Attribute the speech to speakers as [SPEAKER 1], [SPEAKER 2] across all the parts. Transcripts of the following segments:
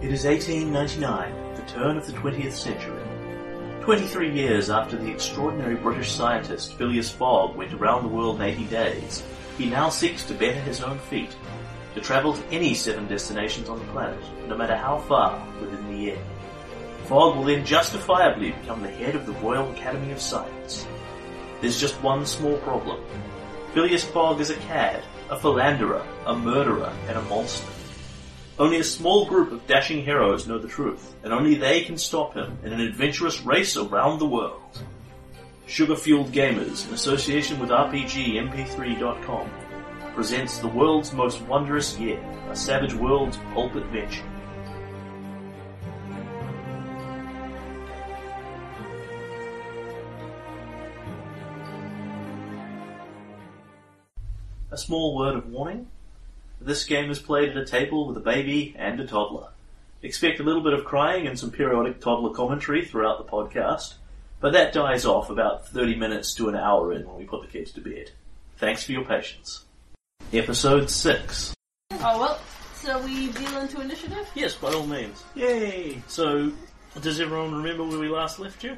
[SPEAKER 1] It is 1899, the turn of the 20th century. 23 years after the extraordinary British scientist Phileas Fogg went around the world in 80 days, he now seeks to better his own feat, to travel to any seven destinations on the planet, no matter how far within the year. Fogg will then justifiably become the head of the Royal Academy of Science. There's just one small problem. Phileas Fogg is a cad, a philanderer, a murderer, and a monster. Only a small group of dashing heroes know the truth, and only they can stop him in an adventurous race around the world. Sugar Fueled Gamers, in association with RPGMP3.com, presents the world's most wondrous year, a Savage Worlds pulp adventure. A small word of warning. This game is played at a table with a baby and a toddler. Expect a little bit of crying and some periodic toddler commentary throughout the podcast, but that dies off about 30 minutes to an hour in when we put the kids to bed. Thanks for your patience. Episode 6.
[SPEAKER 2] Oh well. So we deal into initiative.
[SPEAKER 1] Yes, by all means. Yay! So, does everyone remember where we last left you?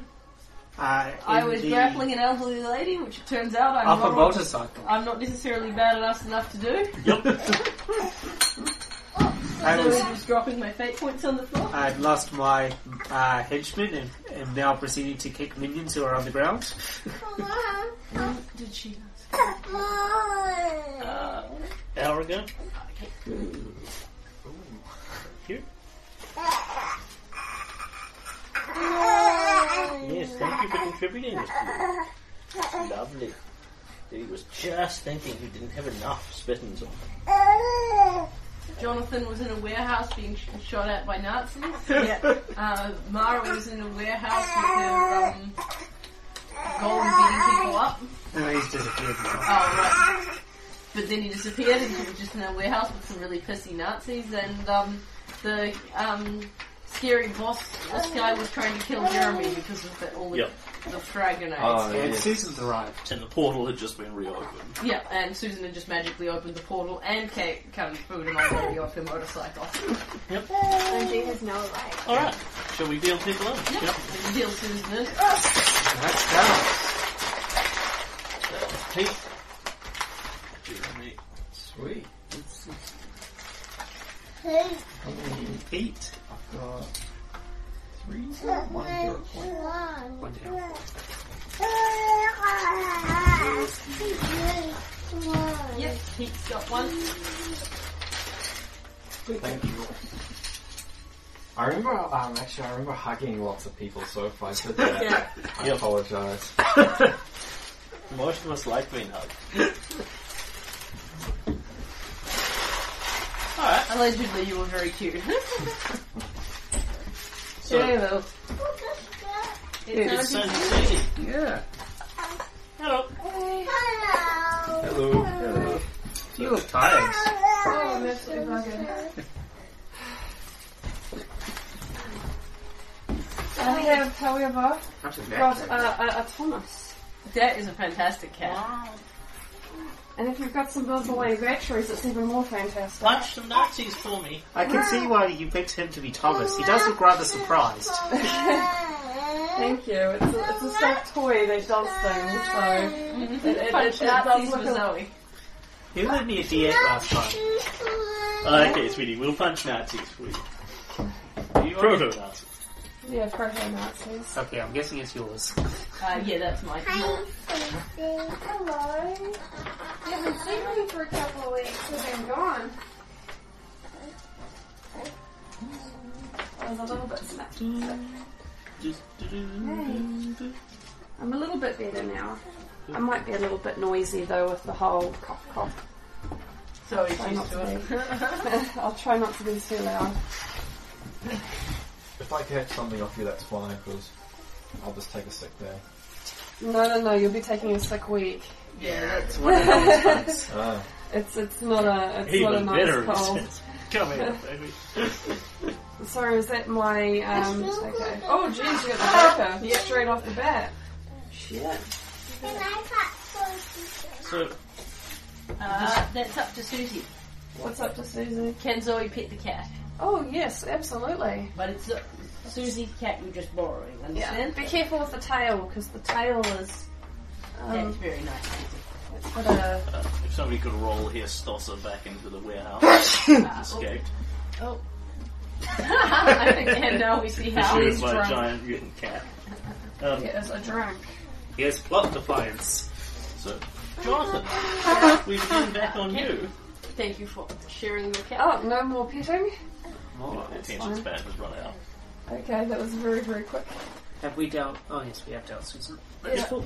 [SPEAKER 3] Uh,
[SPEAKER 2] I
[SPEAKER 3] in
[SPEAKER 2] was
[SPEAKER 3] the
[SPEAKER 2] grappling an elderly lady, which it turns out I'm
[SPEAKER 3] off a
[SPEAKER 2] not.
[SPEAKER 3] motorcycle.
[SPEAKER 2] I'm not necessarily bad at us enough to do.
[SPEAKER 3] I
[SPEAKER 2] So
[SPEAKER 3] was.
[SPEAKER 2] I'm just dropping my fate points on the floor.
[SPEAKER 3] I'd lost my uh, henchman and am now proceeding to kick minions who are on the ground.
[SPEAKER 2] Did she?
[SPEAKER 1] Uh, hour ago? Here? Yes, thank you for contributing, Mr. Moore. Lovely. He was just thinking he didn't have enough spittings on.
[SPEAKER 2] Jonathan was in a warehouse being sh- shot at by Nazis. yeah. Uh, Mara was in a warehouse with her um, gold beating people up.
[SPEAKER 3] And he's disappeared now.
[SPEAKER 2] Oh, right. But then he disappeared and he was just in a warehouse with some really pissy Nazis and um, the um, scary boss, this guy was trying to kill Jeremy because of the, all the,
[SPEAKER 1] Yep. Uh.
[SPEAKER 2] the frag grenades.
[SPEAKER 3] And Susan's arrived.
[SPEAKER 1] And the portal had just been reopened.
[SPEAKER 2] yeah, and Susan had just magically opened the portal and Kate come food and I lady off her motorcycle.
[SPEAKER 4] And she has no life.
[SPEAKER 1] Alright, shall we deal people in?
[SPEAKER 2] Yep. And Deal Susan in.
[SPEAKER 3] That's down.
[SPEAKER 1] Pete. Jeremy.
[SPEAKER 5] Sweet.
[SPEAKER 3] Eight.
[SPEAKER 5] I've got three, one hero point.
[SPEAKER 3] One down.
[SPEAKER 2] Yep, Pete's got one.
[SPEAKER 5] Thank you. I remember, um, actually, I remember hugging lots of people, so if I did that,
[SPEAKER 2] Yeah.
[SPEAKER 5] I apologise.
[SPEAKER 1] Most of us like being hugged. Alright.
[SPEAKER 2] Allegedly you were very cute. yeah, well. It's
[SPEAKER 1] So,
[SPEAKER 2] time to-
[SPEAKER 1] Susie.
[SPEAKER 5] Yeah.
[SPEAKER 1] Hello.
[SPEAKER 5] Hello. Hello.
[SPEAKER 3] You look tired.
[SPEAKER 2] Oh, that's a bugger.
[SPEAKER 4] I have, however,
[SPEAKER 3] Not a
[SPEAKER 4] got
[SPEAKER 2] uh,
[SPEAKER 3] bad
[SPEAKER 4] a, a, a Thomas.
[SPEAKER 2] That is a fantastic cat.
[SPEAKER 4] And if you've got some Bilboy batteries, it's even more fantastic.
[SPEAKER 1] Punch some Nazis for me.
[SPEAKER 3] I can see why you picked him to be Thomas. He does look rather surprised.
[SPEAKER 4] Thank you. It's a, it's a soft toy that does things, so it, it,
[SPEAKER 2] Punch
[SPEAKER 4] it, it does
[SPEAKER 2] Mm-hmm. Nazis
[SPEAKER 4] look
[SPEAKER 2] for
[SPEAKER 4] a
[SPEAKER 2] Zoe.
[SPEAKER 3] Who lent me a D8 last time?
[SPEAKER 1] Okay, sweetie, we'll punch Nazis for you. Proto-Nazis.
[SPEAKER 4] yeah, proto Nazis.
[SPEAKER 3] Okay, I'm guessing it's yours.
[SPEAKER 2] Uh, yeah, that's mine.
[SPEAKER 4] I haven't seen them for a couple of weeks because I'm gone. I was a little bit snapped. I'm a little bit better now. I might be a little bit noisy though with the whole cough cough.
[SPEAKER 2] Zoe's
[SPEAKER 4] Try
[SPEAKER 2] used
[SPEAKER 4] not
[SPEAKER 2] to
[SPEAKER 4] to
[SPEAKER 2] it.
[SPEAKER 4] be. I'll try not to be too loud.
[SPEAKER 5] If I catch something off you, that's fine, because I'll just take a sick day.
[SPEAKER 4] No, no, no. You'll be taking a sick week.
[SPEAKER 2] Yeah,
[SPEAKER 3] It's one of those ones.
[SPEAKER 5] Ah,
[SPEAKER 4] It's it's not a it's not a
[SPEAKER 1] Even better,
[SPEAKER 4] nice
[SPEAKER 1] he
[SPEAKER 4] cold.
[SPEAKER 1] says. Come here, baby.
[SPEAKER 4] Sorry, is that my um? Okay. Oh, jeez, you got the joker yeah. straight off the bat. Shit.
[SPEAKER 1] So,
[SPEAKER 2] uh, that's up to Susie.
[SPEAKER 4] What's up to Susie?
[SPEAKER 2] Can Zoe pet the cat?
[SPEAKER 4] Oh yes, absolutely.
[SPEAKER 6] But it's uh, Susie's cat you're just borrowing,
[SPEAKER 4] Yeah.
[SPEAKER 6] understand?
[SPEAKER 4] Be careful with the tail because the tail is.
[SPEAKER 6] That's
[SPEAKER 4] Um,
[SPEAKER 6] very nice. Susie.
[SPEAKER 4] it's got a.
[SPEAKER 1] Uh, if somebody could roll here, Stosser back into the warehouse. He's escaped.
[SPEAKER 2] I think, and now we see how
[SPEAKER 1] Pursued
[SPEAKER 2] he's
[SPEAKER 1] by a
[SPEAKER 2] drunk.
[SPEAKER 1] giant mutant cat. Um,
[SPEAKER 4] It is a drunk.
[SPEAKER 1] He has plot defiance. So, Jonathan, we've been back on you.
[SPEAKER 2] Thank you for sharing your cat.
[SPEAKER 4] Oh, no more petting.
[SPEAKER 1] My attention span has run out.
[SPEAKER 4] Okay, that was very very quick.
[SPEAKER 3] Have we dealt? Oh yes, we have dealt Susan.
[SPEAKER 1] That's cool.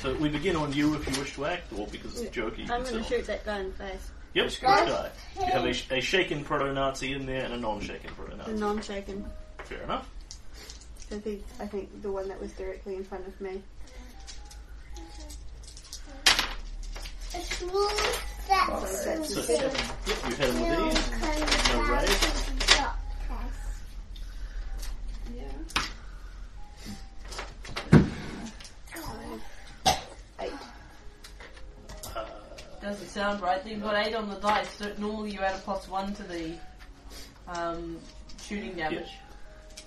[SPEAKER 1] So we begin on you if you wish to act, or because it's jokey. you can
[SPEAKER 7] I'm going to
[SPEAKER 1] settle.
[SPEAKER 7] shoot that guy in the face.
[SPEAKER 1] Yep, this guy. You have a, sh- a shaken proto-Nazi in there and a non-shaken
[SPEAKER 7] The
[SPEAKER 1] proto-Nazi.
[SPEAKER 7] non-shaken.
[SPEAKER 1] Fair enough.
[SPEAKER 7] I think, I think the one that was directly in front of me.
[SPEAKER 8] That's
[SPEAKER 1] So, yep, you've had one of these.
[SPEAKER 8] no
[SPEAKER 1] right.
[SPEAKER 2] Doesn't sound right. Then you got eight on the dice. So normally you add a plus one to the um, shooting damage.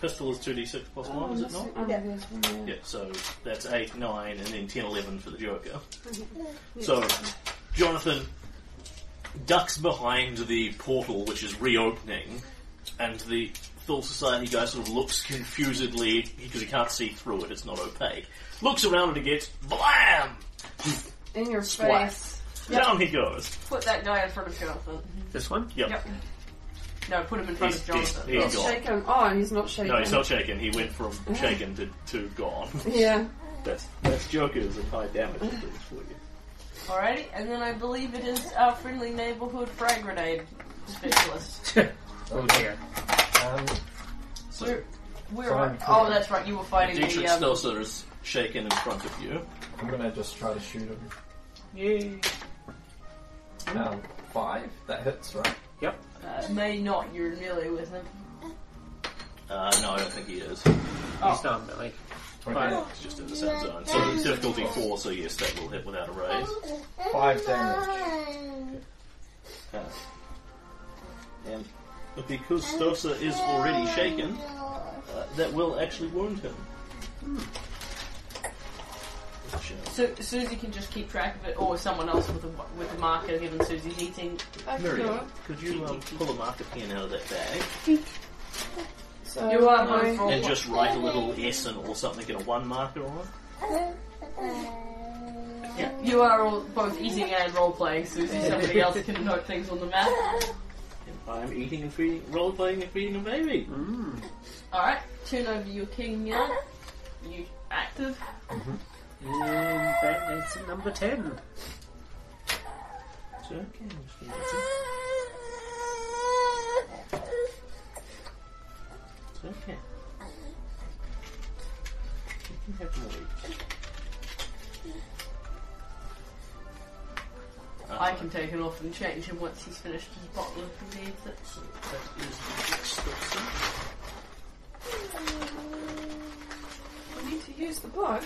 [SPEAKER 1] Pistol is 2d6 plus 1, is it not?
[SPEAKER 4] Oh,
[SPEAKER 7] Yeah.
[SPEAKER 4] there's one there.
[SPEAKER 1] Yeah, so that's 8, 9, and then 10, 11 for the Joker. So, Jonathan ducks behind the portal, which is reopening, and the Phil Society guy sort of looks confusedly, because he can't see through it, it's not opaque. Looks around and he gets BLAM!
[SPEAKER 4] In your
[SPEAKER 1] Splat.
[SPEAKER 4] face.
[SPEAKER 1] Down he goes.
[SPEAKER 2] Put that guy in front of Jonathan.
[SPEAKER 3] This one.
[SPEAKER 1] Yep.
[SPEAKER 2] Yep. No, put him in front
[SPEAKER 1] He's,
[SPEAKER 2] of
[SPEAKER 1] he's,
[SPEAKER 2] Jonathan.
[SPEAKER 1] he's gone.
[SPEAKER 4] Shake him. Oh, he's not shaking.
[SPEAKER 1] No, he's not shaken. He went from shaken to, to gone.
[SPEAKER 4] Yeah.
[SPEAKER 1] That's, that's Jokers and high damage. it does for you.
[SPEAKER 2] Alrighty, and then I believe it is our friendly neighborhood frag grenade specialist.
[SPEAKER 3] Oh dear.
[SPEAKER 5] Um,
[SPEAKER 2] We're, we're
[SPEAKER 5] Fine, cool.
[SPEAKER 2] oh, that's right. You were fighting
[SPEAKER 1] Dietrich
[SPEAKER 2] the um,
[SPEAKER 1] Stosser is shaken in front of you.
[SPEAKER 5] I'm gonna just try to shoot him.
[SPEAKER 3] Yay.
[SPEAKER 5] Um, five. That hits, right?
[SPEAKER 2] uh, may not. You're in melee with him.
[SPEAKER 1] Uh, no, I don't think he is.
[SPEAKER 2] Oh.
[SPEAKER 3] He's not Billy.
[SPEAKER 5] Okay.
[SPEAKER 1] It's just in the same zone. So it's difficulty four, so yes, that will hit without a raise.
[SPEAKER 5] Five damage.
[SPEAKER 1] Uh, and because Stosa is already shaken, uh, that will actually wound him. Shall-
[SPEAKER 2] So Susie can just keep track of it, or someone else with a with a marker, given Susie's eating.
[SPEAKER 1] Miriam, could you um, pull a marker pen out of that bag
[SPEAKER 4] So
[SPEAKER 2] You are
[SPEAKER 4] my-
[SPEAKER 2] my fault.
[SPEAKER 1] and just write a little S and or something and a one marker on it?
[SPEAKER 2] You are all both eating and role playing, Susie. Somebody else can note things on the map.
[SPEAKER 1] And I'm eating and feeding, role playing and feeding a baby.
[SPEAKER 3] Mm.
[SPEAKER 2] All right, turn over your king now. You active?
[SPEAKER 3] And Mm, that makes it number ten.
[SPEAKER 1] So, It's okay. You can have more each.
[SPEAKER 2] I can take it off and change him once he's finished his bottle if he needs it.
[SPEAKER 1] So that is the extortion.
[SPEAKER 4] I need to use the book.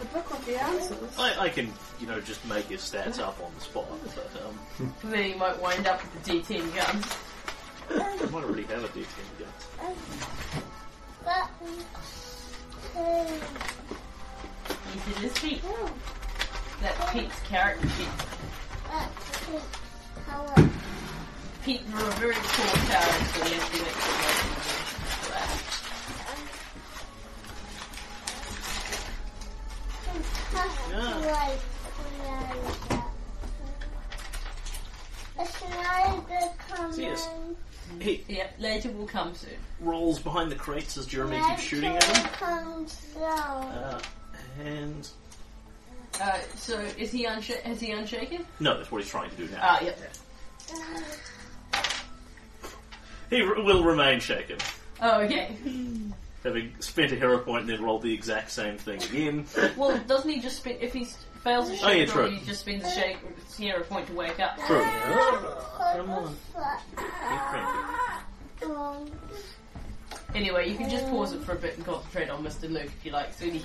[SPEAKER 4] The book with the answers.
[SPEAKER 1] I, I can, you know, just make his stats up on the spot, but um,
[SPEAKER 2] And then he might wind up with the D10 gun.
[SPEAKER 1] I might already have a D10 gun.
[SPEAKER 2] He did his feet. That's Pete's character sheet. Pete drew a very cool character, so he has to make some notes for that.
[SPEAKER 1] Yes. He
[SPEAKER 2] Yep, later will come soon.
[SPEAKER 1] rolls behind the crates as Jeremy keeps shooting at him. Uh, and
[SPEAKER 2] Uh, so is he unsha- has he unshaken?
[SPEAKER 1] no, that's what he's trying to do now.
[SPEAKER 2] Ah, yep.
[SPEAKER 1] He r- will remain shaken.
[SPEAKER 2] Oh, okay.
[SPEAKER 1] Having spent a hero point and then rolled the exact same thing again.
[SPEAKER 2] Well, doesn't he just spend, if he s- fails to shake,
[SPEAKER 1] Oh, yeah, true.
[SPEAKER 2] he just spends a shake, you know, a point to wake up.
[SPEAKER 1] True. Come on. Keep cranking.
[SPEAKER 2] Anyway, you can just pause it for a bit and concentrate on Mr. Luke if you like, soon he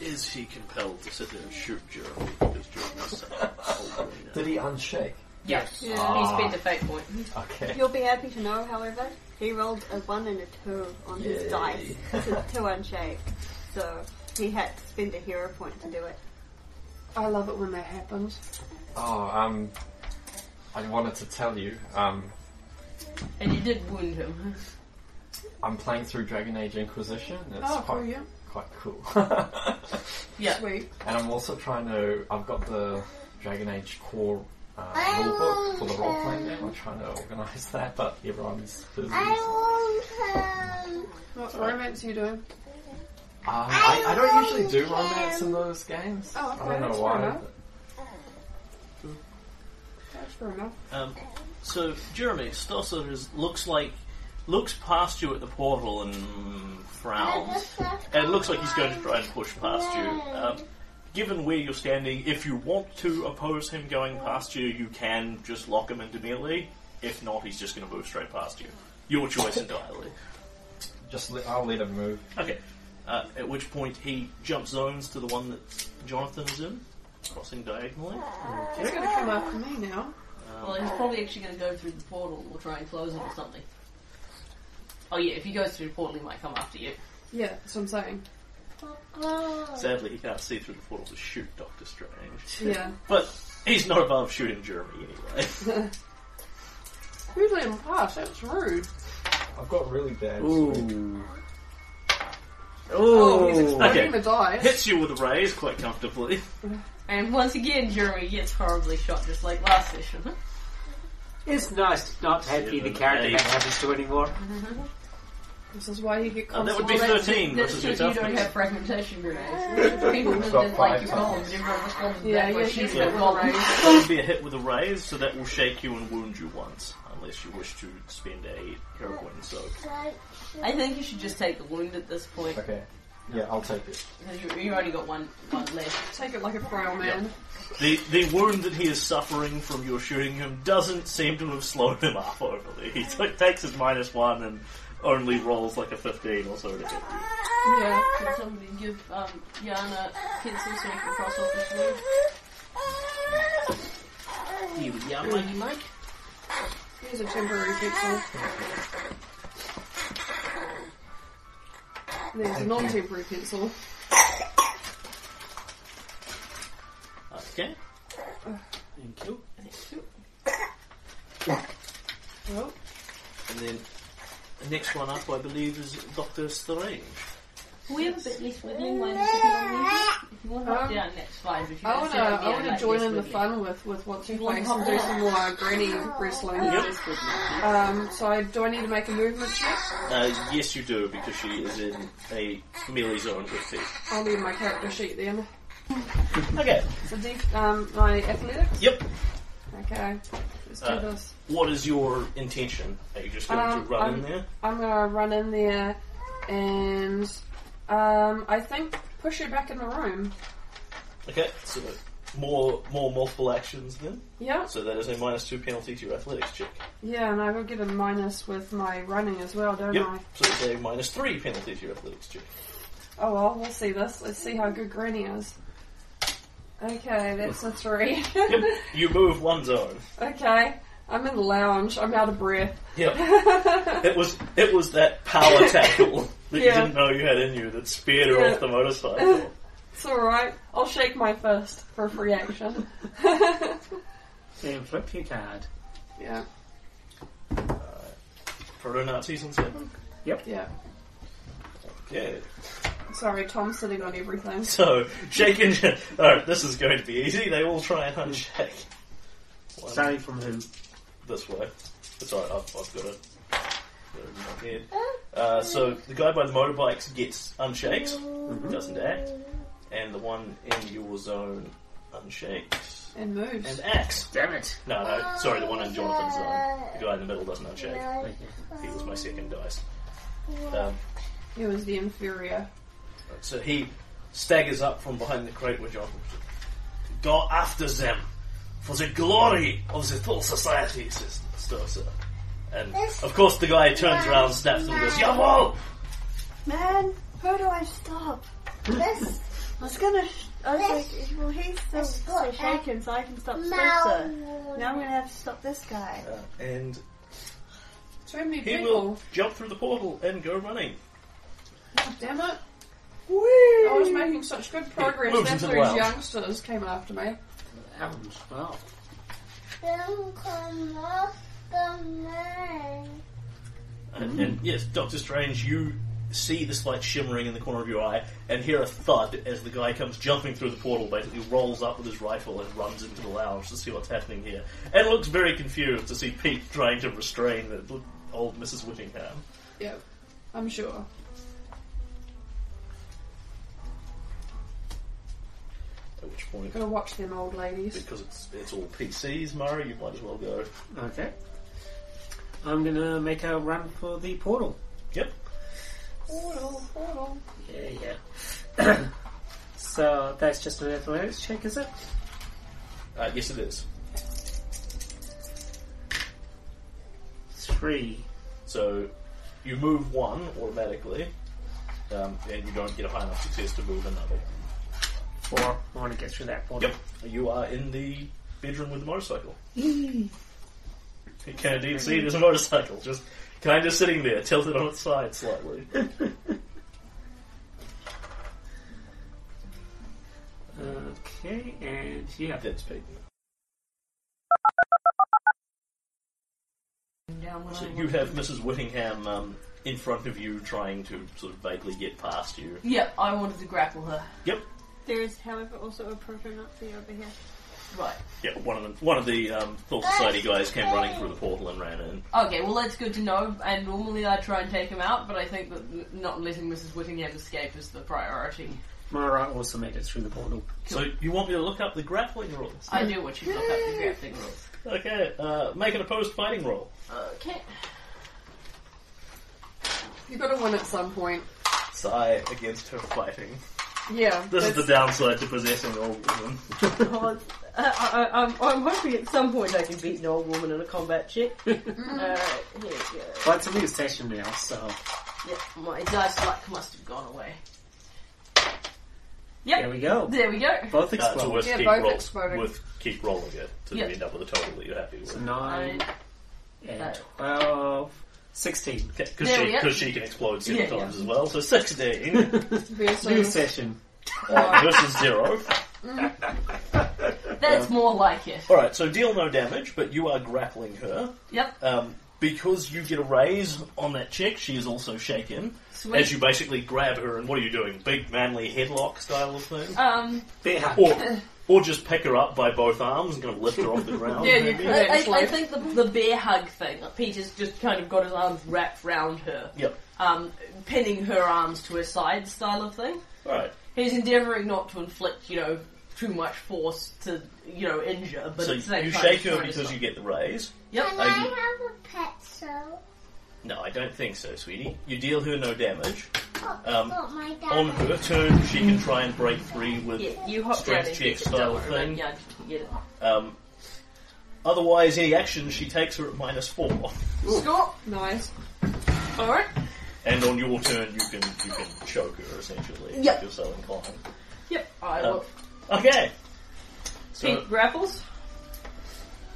[SPEAKER 1] Is he compelled to sit there and shoot Jeremy because Jeremy's such a cold
[SPEAKER 5] Did he unshake?
[SPEAKER 2] Yes.
[SPEAKER 4] Yeah.
[SPEAKER 1] Oh.
[SPEAKER 2] He
[SPEAKER 5] Ah.
[SPEAKER 2] spent a fate point.
[SPEAKER 5] Okay.
[SPEAKER 7] You'll be happy to know, however, he rolled a one and a two on
[SPEAKER 5] Yay.
[SPEAKER 7] his dice to, to unshake, so he had to spend a hero point to do it.
[SPEAKER 4] I love it when that happens.
[SPEAKER 5] Oh, um, I wanted to tell you, um,
[SPEAKER 2] And you did wound him.
[SPEAKER 5] I'm playing through Dragon Age Inquisition. and It's
[SPEAKER 4] Oh,
[SPEAKER 5] quite,
[SPEAKER 4] cool, yeah.
[SPEAKER 5] quite cool.
[SPEAKER 2] Yeah.
[SPEAKER 4] Sweet.
[SPEAKER 5] And I'm also trying to. I've got the Dragon Age core uh, rulebook for the role playing game. I'm trying to organise that, but everyone's busy. so- Um,
[SPEAKER 4] What romance are you doing?
[SPEAKER 5] I, I don't usually do romance in those games.
[SPEAKER 4] Oh, okay,
[SPEAKER 5] I don't
[SPEAKER 4] that's
[SPEAKER 5] know
[SPEAKER 4] fair
[SPEAKER 5] why.
[SPEAKER 4] enough. That's fair enough.
[SPEAKER 1] Um, so Jeremy Stosser is, looks like looks past you at the portal and frowns. And it looks like he's going to try and push past you. Um, given where you're standing, if you want to oppose him going past you, you can just lock him into melee. If not, he's just going to move straight past you. Your choice entirely.
[SPEAKER 5] Just let, I'll let him move.
[SPEAKER 1] Okay. Uh, at which point he jump zones to the one that Jonathan is in, crossing diagonally.
[SPEAKER 4] He's going to come after me now.
[SPEAKER 1] Ah.
[SPEAKER 2] Well, he's probably actually going to go through the portal or try and close it or something. Oh yeah, if he goes through the portal, he might come after you.
[SPEAKER 4] Yeah, that's what I'm saying.
[SPEAKER 1] Sadly, he can't see through the portal to shoot Doctor Strange.
[SPEAKER 4] Yeah.
[SPEAKER 1] But he's not above shooting Jeremy anyway.
[SPEAKER 4] Who let him pass? That's rude.
[SPEAKER 5] I've got really bad. speed.
[SPEAKER 4] Oh,
[SPEAKER 3] Oh,
[SPEAKER 4] he's exploding
[SPEAKER 1] Okay.
[SPEAKER 4] the dice.
[SPEAKER 1] Hits you with a raise quite comfortably.
[SPEAKER 2] And once again, Jeremy gets horribly shot, just like last session.
[SPEAKER 3] it's nice to not have be the
[SPEAKER 1] Seven,
[SPEAKER 3] character
[SPEAKER 1] eight.
[SPEAKER 3] that happens to anymore.
[SPEAKER 4] This is why you get
[SPEAKER 1] Uh, that
[SPEAKER 4] constant.
[SPEAKER 1] would be
[SPEAKER 2] Well, that's-
[SPEAKER 1] 13
[SPEAKER 2] That's
[SPEAKER 1] versus your
[SPEAKER 2] if you don't
[SPEAKER 1] toughness.
[SPEAKER 2] have fragmentation grenades. People who
[SPEAKER 5] Got
[SPEAKER 2] did
[SPEAKER 5] five
[SPEAKER 2] like your
[SPEAKER 5] times.
[SPEAKER 2] goblins, everyone responds
[SPEAKER 4] Yeah,
[SPEAKER 2] back
[SPEAKER 4] yeah,
[SPEAKER 2] by
[SPEAKER 4] she's
[SPEAKER 2] shooting
[SPEAKER 4] got
[SPEAKER 2] at goblins.
[SPEAKER 4] raised.
[SPEAKER 1] That would be a hit with a raise, so that will shake you and wound you once, unless you wish to spend a hero point in soak.
[SPEAKER 2] I think you should just take the wound at this point,
[SPEAKER 5] Okay. Yeah, I'll take it.
[SPEAKER 2] because you, you only got one, one left.
[SPEAKER 4] Take it like a frail man.
[SPEAKER 1] The, the wound that he is suffering from your shooting him doesn't seem to have slowed him up overly. He t- takes his minus one and only rolls like a 15 or so to hit you.
[SPEAKER 4] Yeah.
[SPEAKER 2] Can somebody give um, Yana pencil so you can cross off this wound?
[SPEAKER 1] You young
[SPEAKER 2] Mike?
[SPEAKER 4] He's a temporary pixel. There's a non-temporary pencil.
[SPEAKER 1] Okay.
[SPEAKER 3] Thank you.
[SPEAKER 4] Oh,
[SPEAKER 1] And then the next one up, I believe, is Doctor Strange.
[SPEAKER 6] We have a bit less wiggling way to if you want to
[SPEAKER 4] Um,
[SPEAKER 6] hop down, that's fine. But if you
[SPEAKER 4] I
[SPEAKER 6] don't
[SPEAKER 4] want to.
[SPEAKER 6] sit on
[SPEAKER 4] I
[SPEAKER 6] me,
[SPEAKER 4] want to
[SPEAKER 6] like
[SPEAKER 4] join
[SPEAKER 6] this
[SPEAKER 4] in the
[SPEAKER 6] with you.
[SPEAKER 4] fun with with once you play
[SPEAKER 6] want
[SPEAKER 4] some
[SPEAKER 6] to
[SPEAKER 4] do
[SPEAKER 6] hop
[SPEAKER 4] some more granny wrestling.
[SPEAKER 1] Yep.
[SPEAKER 4] Um, so I, do I need to make a movement check?
[SPEAKER 1] Uh, yes, you do, because she is in a melee zone with thief.
[SPEAKER 4] I'll leave my character sheet then.
[SPEAKER 1] Okay.
[SPEAKER 4] So def- um, my athletics.
[SPEAKER 1] Yep.
[SPEAKER 4] Okay, let's do
[SPEAKER 1] Uh,
[SPEAKER 4] this.
[SPEAKER 1] What is your intention? Are you just going
[SPEAKER 4] Um,
[SPEAKER 1] to run
[SPEAKER 4] I'm-
[SPEAKER 1] in there?
[SPEAKER 4] I'm gonna run in there, and um, I think push her back in the room.
[SPEAKER 1] Okay. So more more multiple actions then.
[SPEAKER 4] Yep.
[SPEAKER 1] So that is a minus two penalty to your athletics check.
[SPEAKER 4] Yeah, and I will get a minus with my running as well, don't
[SPEAKER 1] Yep.
[SPEAKER 4] I?
[SPEAKER 1] So it's a minus three penalty to your athletics check.
[SPEAKER 4] Oh well, we'll see this. Let's see how good Granny is. Okay, that's a three.
[SPEAKER 1] Yep. you move one zone.
[SPEAKER 4] okay, I'm in the lounge. I'm out of breath.
[SPEAKER 1] Yep. It was it was that power tackle that you
[SPEAKER 4] Yeah.
[SPEAKER 1] didn't know you had in you that speared her
[SPEAKER 4] Yeah.
[SPEAKER 1] off the motorcycle.
[SPEAKER 4] it's alright. I'll shake my fist for free action.
[SPEAKER 3] Then flip your card.
[SPEAKER 4] yeah,
[SPEAKER 1] Proto Nazis and seven.
[SPEAKER 4] yeah.
[SPEAKER 1] Okay.
[SPEAKER 4] Sorry, Tom's sitting on everything.
[SPEAKER 1] So, shake and Alright, this is going to be easy. They all try and
[SPEAKER 3] Hmm.
[SPEAKER 1] unshake. One
[SPEAKER 3] Starting from who?
[SPEAKER 1] this way. That's alright, I've, I've got it. Got it in my head. Uh, so, the guy by the motorbikes gets unshakes,
[SPEAKER 3] Mm-hmm.
[SPEAKER 1] doesn't act. And the one in your zone unshakes
[SPEAKER 4] And
[SPEAKER 1] and
[SPEAKER 4] moves.
[SPEAKER 1] acts.
[SPEAKER 3] Damn it.
[SPEAKER 1] No, no, sorry, the one in Jonathan's zone. The guy in the middle doesn't unshake. He was my second dice. Um,
[SPEAKER 4] He was the inferior.
[SPEAKER 1] So he staggers up from behind the crate where Jonathan was. Go after them for the glory of the full society, says Stosa. And of course the guy turns around, snaps and goes, Jawohl!
[SPEAKER 7] Man, how do I stop?
[SPEAKER 8] This
[SPEAKER 7] I was gonna. Sh- I was like, well, he's still so shaken, so I can stop Spencer. Now I'm gonna have to stop this guy.
[SPEAKER 1] Uh, and
[SPEAKER 4] Too many
[SPEAKER 1] he
[SPEAKER 4] people.
[SPEAKER 1] will jump through the portal and go running.
[SPEAKER 4] Damn it.
[SPEAKER 1] Whee!
[SPEAKER 4] I was making such good progress
[SPEAKER 1] moves into
[SPEAKER 4] after
[SPEAKER 1] the
[SPEAKER 4] these
[SPEAKER 1] wild.
[SPEAKER 4] youngsters came after me.
[SPEAKER 3] Ouch. Wow.
[SPEAKER 1] And, and yes, Doctor Strange, you see this light shimmering in the corner of your eye and hear a thud as the guy comes jumping through the portal, basically rolls up with his rifle and runs into the lounge to see what's happening here. And looks very confused to see Pete trying to restrain the l- old Mrs. Whittingham.
[SPEAKER 4] Yep, I'm sure.
[SPEAKER 1] At which point,
[SPEAKER 4] Gotta watch them old ladies.
[SPEAKER 1] because it's, it's all PCs, Murray, you might as well go.
[SPEAKER 3] Okay. I'm gonna make a run for the portal.
[SPEAKER 1] Yep.
[SPEAKER 3] Yeah, yeah. so that's just an athletics check, is it?
[SPEAKER 1] Uh, yes, it is.
[SPEAKER 3] Three.
[SPEAKER 1] So you move one automatically, um, and you don't get a high enough success to move another.
[SPEAKER 3] Four. I want to get through that portal.
[SPEAKER 1] Yep. You are in the bedroom with the motorcycle. you can indeed see there's a motorcycle just kind of sitting there, tilted on its side slightly.
[SPEAKER 3] Okay, and yeah.
[SPEAKER 1] That's Pete.
[SPEAKER 2] Down when
[SPEAKER 1] So
[SPEAKER 2] I
[SPEAKER 1] you
[SPEAKER 2] want.
[SPEAKER 1] have Mrs. Whittingham um, in front of you, trying to sort of vaguely get past you.
[SPEAKER 2] Yeah, I wanted to grapple her.
[SPEAKER 1] Yep.
[SPEAKER 7] There is, however, also a proton up there over here.
[SPEAKER 2] Right.
[SPEAKER 1] Yep. One of the one of the um, full society guys came running through the portal and ran in.
[SPEAKER 2] Okay, well that's good to know. And normally I try and take him out, but I think that n- not letting Mrs. Whittingham escape is the priority.
[SPEAKER 3] Mara also made it through the portal.
[SPEAKER 1] So you want me to look up the grappling rules?
[SPEAKER 2] I do what you look up the grappling rules.
[SPEAKER 1] Okay. Uh, make an opposed fighting roll.
[SPEAKER 2] Okay.
[SPEAKER 4] You gotta win at some point.
[SPEAKER 1] Sigh against her fighting.
[SPEAKER 4] Yeah.
[SPEAKER 1] This is
[SPEAKER 4] that's-
[SPEAKER 1] the downside to possessing old women.
[SPEAKER 2] Well, it's- I, I, I'm, I'm hoping at some point I can beat an old woman in a combat check. Mm. Alright, here we go.
[SPEAKER 3] Well, it's a new session now, so
[SPEAKER 2] Yeah, my dice luck must have gone away.
[SPEAKER 3] there we go.
[SPEAKER 2] There we go.
[SPEAKER 3] Both
[SPEAKER 1] Uh, it's
[SPEAKER 3] explode.
[SPEAKER 1] worth,
[SPEAKER 4] Yeah,
[SPEAKER 1] keep
[SPEAKER 4] both
[SPEAKER 1] roll,
[SPEAKER 4] exploding.
[SPEAKER 1] worth keep rolling it to
[SPEAKER 2] Yeah.
[SPEAKER 1] end up with a total that you're happy with.
[SPEAKER 3] Nine
[SPEAKER 2] I-
[SPEAKER 3] and twelve. Sixteen.
[SPEAKER 1] Because
[SPEAKER 2] There
[SPEAKER 1] she,
[SPEAKER 2] we go.
[SPEAKER 1] 'cause she can explode seven
[SPEAKER 2] Yeah, yeah.
[SPEAKER 1] times as well, so 16
[SPEAKER 3] New
[SPEAKER 4] versus
[SPEAKER 3] session.
[SPEAKER 1] uh, versus 0.
[SPEAKER 2] That's more like it.
[SPEAKER 1] Alright, so deal no damage, but you are grappling her.
[SPEAKER 2] Yep.
[SPEAKER 1] Um, because you get a raise on that check, she is also shaken.
[SPEAKER 2] Sweet.
[SPEAKER 1] As you basically grab her, and what are you doing? Big manly headlock style of thing?
[SPEAKER 2] Um,
[SPEAKER 3] Bear hug.
[SPEAKER 1] Or, or just pick her up by both arms and kind of lift her off the ground?
[SPEAKER 4] Yeah, you
[SPEAKER 1] maybe?
[SPEAKER 4] could.
[SPEAKER 2] I, I, I
[SPEAKER 4] Actually.
[SPEAKER 2] think the, the bear hug thing, like Peter's just kind of got his arms wrapped round her,
[SPEAKER 1] Yep.
[SPEAKER 2] um, pinning her arms to her side style of thing.
[SPEAKER 1] Alright.
[SPEAKER 2] He's endeavouring not to inflict, you know, too much force to, you know, injure, but
[SPEAKER 1] So
[SPEAKER 2] at the same
[SPEAKER 1] you
[SPEAKER 2] time
[SPEAKER 1] shake
[SPEAKER 2] he's
[SPEAKER 1] her
[SPEAKER 2] trying to
[SPEAKER 1] because
[SPEAKER 2] stop.
[SPEAKER 1] you get the raise.
[SPEAKER 2] Yep.
[SPEAKER 1] Are you-
[SPEAKER 6] have a pet so
[SPEAKER 1] No, I don't think so, sweetie. You deal her no damage. Um,
[SPEAKER 6] but oh, my dad
[SPEAKER 1] On her turn, she can try and break free with.
[SPEAKER 2] Yeah, you hop
[SPEAKER 1] Strength
[SPEAKER 2] down and
[SPEAKER 1] check
[SPEAKER 2] get it,
[SPEAKER 1] style
[SPEAKER 2] don't worry about it.
[SPEAKER 1] thing.
[SPEAKER 2] Yeah, just get it.
[SPEAKER 1] Um, otherwise, any action she takes her at minus four.
[SPEAKER 4] Scott. Nice.
[SPEAKER 2] Alright.
[SPEAKER 1] And on your turn, you can you can choke her essentially
[SPEAKER 2] Yep.
[SPEAKER 1] if you're so inclined.
[SPEAKER 2] Yep. I
[SPEAKER 1] Um,
[SPEAKER 2] will.
[SPEAKER 1] Okay.
[SPEAKER 2] Pete
[SPEAKER 1] So
[SPEAKER 2] grapples.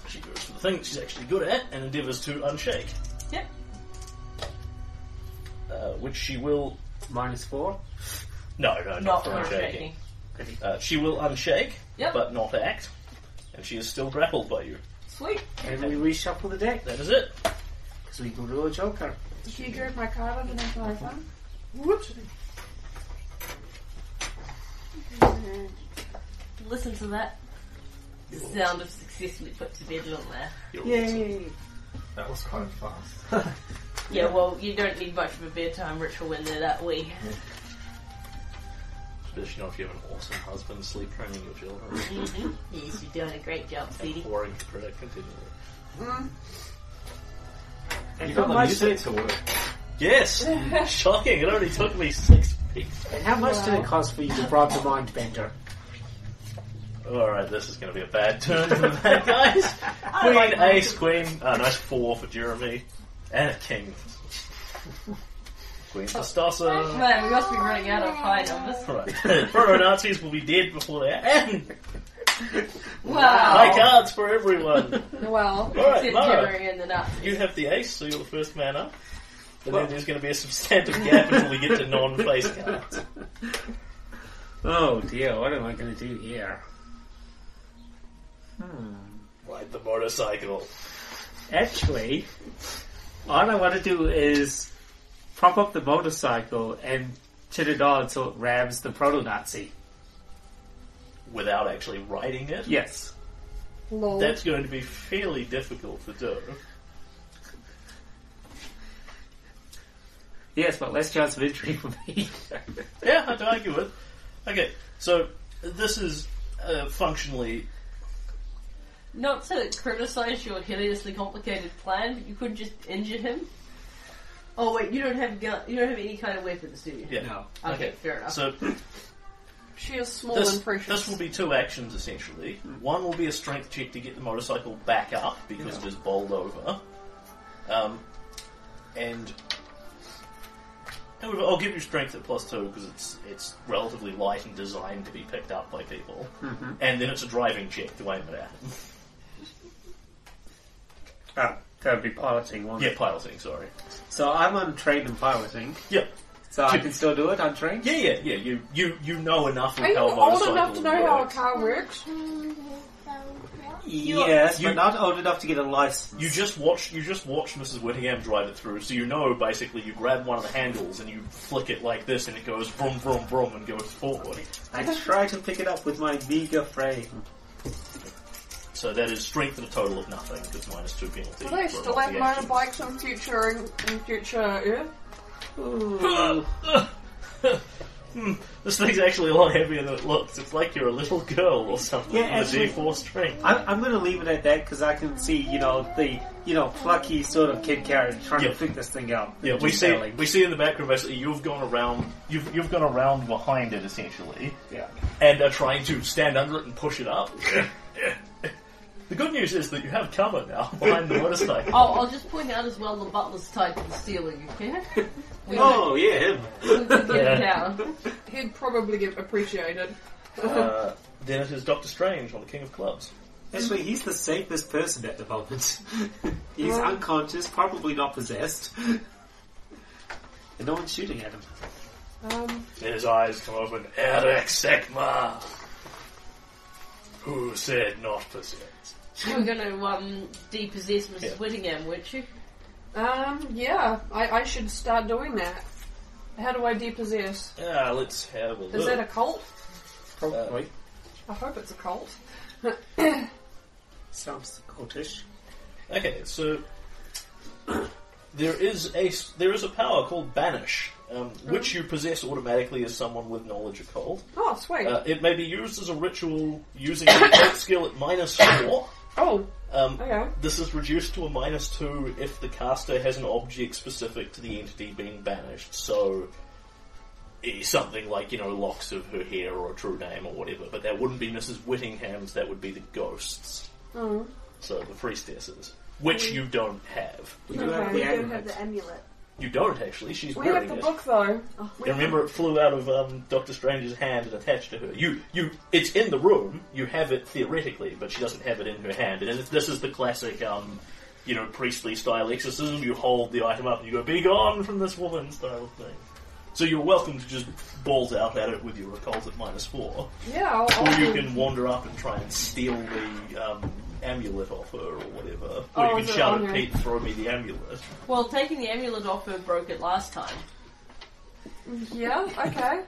[SPEAKER 1] she goes for the thing that she's actually good at and endeavours to unshake,
[SPEAKER 2] Yep.
[SPEAKER 1] uh, which she will.
[SPEAKER 3] Minus four.
[SPEAKER 1] No, no, not,
[SPEAKER 2] Not
[SPEAKER 1] for
[SPEAKER 2] when I'm
[SPEAKER 1] unshaking.
[SPEAKER 2] shaking.
[SPEAKER 1] Uh, she will unshake,
[SPEAKER 2] Yep.
[SPEAKER 1] but not act, and she is still grappled by you.
[SPEAKER 2] Sweet.
[SPEAKER 3] And we reshuffle the deck
[SPEAKER 1] That is it.
[SPEAKER 3] because we go to a joker.
[SPEAKER 4] Did you grab my card underneath my phone?
[SPEAKER 2] Listen to that. The sound of successfully put to bed, little there.
[SPEAKER 1] You're awesome.
[SPEAKER 7] Yay!
[SPEAKER 5] That was kind of fast.
[SPEAKER 2] Yeah, well, you don't need much of a bedtime ritual when they're that wee.
[SPEAKER 1] Especially if you have an awesome husband sleep training your children.
[SPEAKER 2] Yes, you're doing a great job, Sadie.
[SPEAKER 1] Pouring credit continually.
[SPEAKER 3] And
[SPEAKER 5] You
[SPEAKER 3] how
[SPEAKER 5] got the
[SPEAKER 3] much?
[SPEAKER 5] music to work.
[SPEAKER 1] Yes! Shocking, it only took me six weeks.
[SPEAKER 3] And how much did it cost for you to bribe the mind bender?
[SPEAKER 1] Alright, this is going to be a bad turn for the bad guys. queen, uh, ace, queen. Oh, nice four for Jeremy. And a king. Queen Mustasa.
[SPEAKER 2] Man, we must be running out of high numbers.
[SPEAKER 1] Right. Pro Nazis will be dead before they end.
[SPEAKER 2] Oh.
[SPEAKER 1] High
[SPEAKER 2] Wow.
[SPEAKER 1] cards for everyone.
[SPEAKER 4] Well,
[SPEAKER 1] Alright,
[SPEAKER 2] Except
[SPEAKER 1] Mara,
[SPEAKER 2] Jerry and the Nazis.
[SPEAKER 1] you have the ace, so you're the first man up. And
[SPEAKER 3] Well-
[SPEAKER 1] then there's going to be a substantive gap until we get to non-face cards.
[SPEAKER 3] Oh dear, what am I going to do here?
[SPEAKER 1] Ride the motorcycle.
[SPEAKER 3] Actually, all I want to do is prop up the motorcycle and chin it on so it rams the proto-Nazi.
[SPEAKER 1] Without actually riding it?
[SPEAKER 3] Yes.
[SPEAKER 4] lol.
[SPEAKER 1] That's going to be fairly difficult to do.
[SPEAKER 3] Yes, but less chance of injury for me.
[SPEAKER 1] Yeah, I'd argue it. Okay, so this is uh, functionally
[SPEAKER 2] Not to criticize your hideously complicated plan, but you could just injure him. Oh wait, you don't have gun- you don't have any kind of weapons, do you?
[SPEAKER 1] yeah.
[SPEAKER 3] no.
[SPEAKER 2] Okay,
[SPEAKER 1] Okay.
[SPEAKER 2] fair enough.
[SPEAKER 1] So
[SPEAKER 4] She is small
[SPEAKER 1] this,
[SPEAKER 4] and precious.
[SPEAKER 1] this will be two actions essentially. One will be a strength check to get the motorcycle back up because it is bowled over, um, and I'll I'll give you strength at plus two because it's it's relatively light and designed to be picked up by people.
[SPEAKER 3] Mm-hmm.
[SPEAKER 1] And then it's a driving check to aim it at.
[SPEAKER 3] Ah, that would be piloting one.
[SPEAKER 1] yeah, piloting. Sorry.
[SPEAKER 3] So I'm untrained in piloting,
[SPEAKER 1] Yeah,
[SPEAKER 3] so I can still do it untrained?
[SPEAKER 1] yeah, yeah, yeah. You you you know enough of
[SPEAKER 4] Are you
[SPEAKER 1] how a
[SPEAKER 4] old
[SPEAKER 1] motorcycle
[SPEAKER 4] enough to know how a
[SPEAKER 1] works.
[SPEAKER 4] car works?
[SPEAKER 3] Yes,
[SPEAKER 1] You-
[SPEAKER 3] but not old enough to get a license.
[SPEAKER 1] You just watch. You just watch Mrs. Whittingham drive it through, so you know basically. You grab one of the handles and you flick it like this, and it goes vroom vroom vroom and goes forward.
[SPEAKER 3] I try to pick it up with my meager frame.
[SPEAKER 1] So that is strength and a total of nothing because minus two penalty.
[SPEAKER 4] Do they
[SPEAKER 1] for
[SPEAKER 4] still have
[SPEAKER 1] multi-actions.
[SPEAKER 4] motorbikes in future in, in future Earth?
[SPEAKER 3] Ooh.
[SPEAKER 1] Hmm, This thing's actually a lot heavier than it looks. It's like you're a little girl or something.
[SPEAKER 3] Yeah,
[SPEAKER 1] with a
[SPEAKER 3] actually-
[SPEAKER 1] D4 strength.
[SPEAKER 3] I'm, I'm going to leave it at that because I can see, you know, the you know plucky sort of kid carriage trying
[SPEAKER 1] Yeah.
[SPEAKER 3] to pick this thing up.
[SPEAKER 1] Yeah, we
[SPEAKER 3] Just
[SPEAKER 1] see.
[SPEAKER 3] barely.
[SPEAKER 1] We see in the background basically you've gone around. You've you've gone around behind it essentially.
[SPEAKER 3] Yeah.
[SPEAKER 1] and are trying to stand under it and push it up. the good news is that you have cover now behind the motorcycle.
[SPEAKER 2] Oh, I'll just point out as well the butler's tied to the ceiling, okay? We
[SPEAKER 3] Oh yeah, him.
[SPEAKER 2] don't get
[SPEAKER 1] Yeah.
[SPEAKER 2] down.
[SPEAKER 4] He'd probably get appreciated. Oh.
[SPEAKER 1] Uh, then it is Doctor Strange on the King of Clubs.
[SPEAKER 3] Actually, he's the safest person at the moment. he's unconscious, probably not possessed, and no one's shooting at him.
[SPEAKER 4] Um,
[SPEAKER 1] His eyes come open. Eric Sekma! Who said not possessed?
[SPEAKER 2] You're gonna um, depossess Mrs.
[SPEAKER 1] Yeah.
[SPEAKER 2] Whittingham, weren't you?
[SPEAKER 4] um, yeah, I, I should start doing that. How do I depossess?
[SPEAKER 1] Ah, let's have a
[SPEAKER 4] Is
[SPEAKER 1] look.
[SPEAKER 4] that a cult?
[SPEAKER 3] Probably
[SPEAKER 4] I hope it's a cult.
[SPEAKER 3] sounds cultish.
[SPEAKER 1] Okay, so there is a s- there is a power called banish, um, which you possess automatically as someone with knowledge of cold.
[SPEAKER 4] Oh, sweet.
[SPEAKER 1] Uh, it may be used as a ritual using an occult skill at minus four.
[SPEAKER 4] oh,
[SPEAKER 1] Um,
[SPEAKER 4] okay.
[SPEAKER 1] This is reduced to a minus two if the caster has an object specific to the entity being banished. So, eh, something like you know locks of her hair or a true name or whatever. But that wouldn't be Mrs. Whittingham's. That would be the ghosts.
[SPEAKER 4] Mm.
[SPEAKER 1] So the priestesses, which you don't have.
[SPEAKER 3] We do have the
[SPEAKER 4] Okay. We
[SPEAKER 7] We don't
[SPEAKER 3] amulet.
[SPEAKER 7] have the amulet.
[SPEAKER 1] You don't actually. She's
[SPEAKER 4] We
[SPEAKER 1] wearing
[SPEAKER 4] have the
[SPEAKER 1] it.
[SPEAKER 4] book though. Oh,
[SPEAKER 1] And remember, it flew out of um, Doctor Strange's hand and attached to her. You, you, it's in the room. You have it theoretically, but she doesn't have it in her hand. And if this is the classic, um, you know, priestly style exorcism. You hold the item up and you go, "Be gone from this woman," style of thing. So you're welcome to just balls out at it with your occult at minus four,
[SPEAKER 4] Yeah, I'll,
[SPEAKER 1] or
[SPEAKER 4] I'll
[SPEAKER 1] you
[SPEAKER 4] do-
[SPEAKER 1] can wander up and try and steal the um, amulet off her or whatever, or
[SPEAKER 4] Oh,
[SPEAKER 1] you
[SPEAKER 4] is it
[SPEAKER 1] can shout
[SPEAKER 4] on
[SPEAKER 1] at
[SPEAKER 4] her?
[SPEAKER 1] Pete, "Throw me the amulet."
[SPEAKER 2] Well, taking the amulet off her broke it last time.
[SPEAKER 4] Yeah, okay.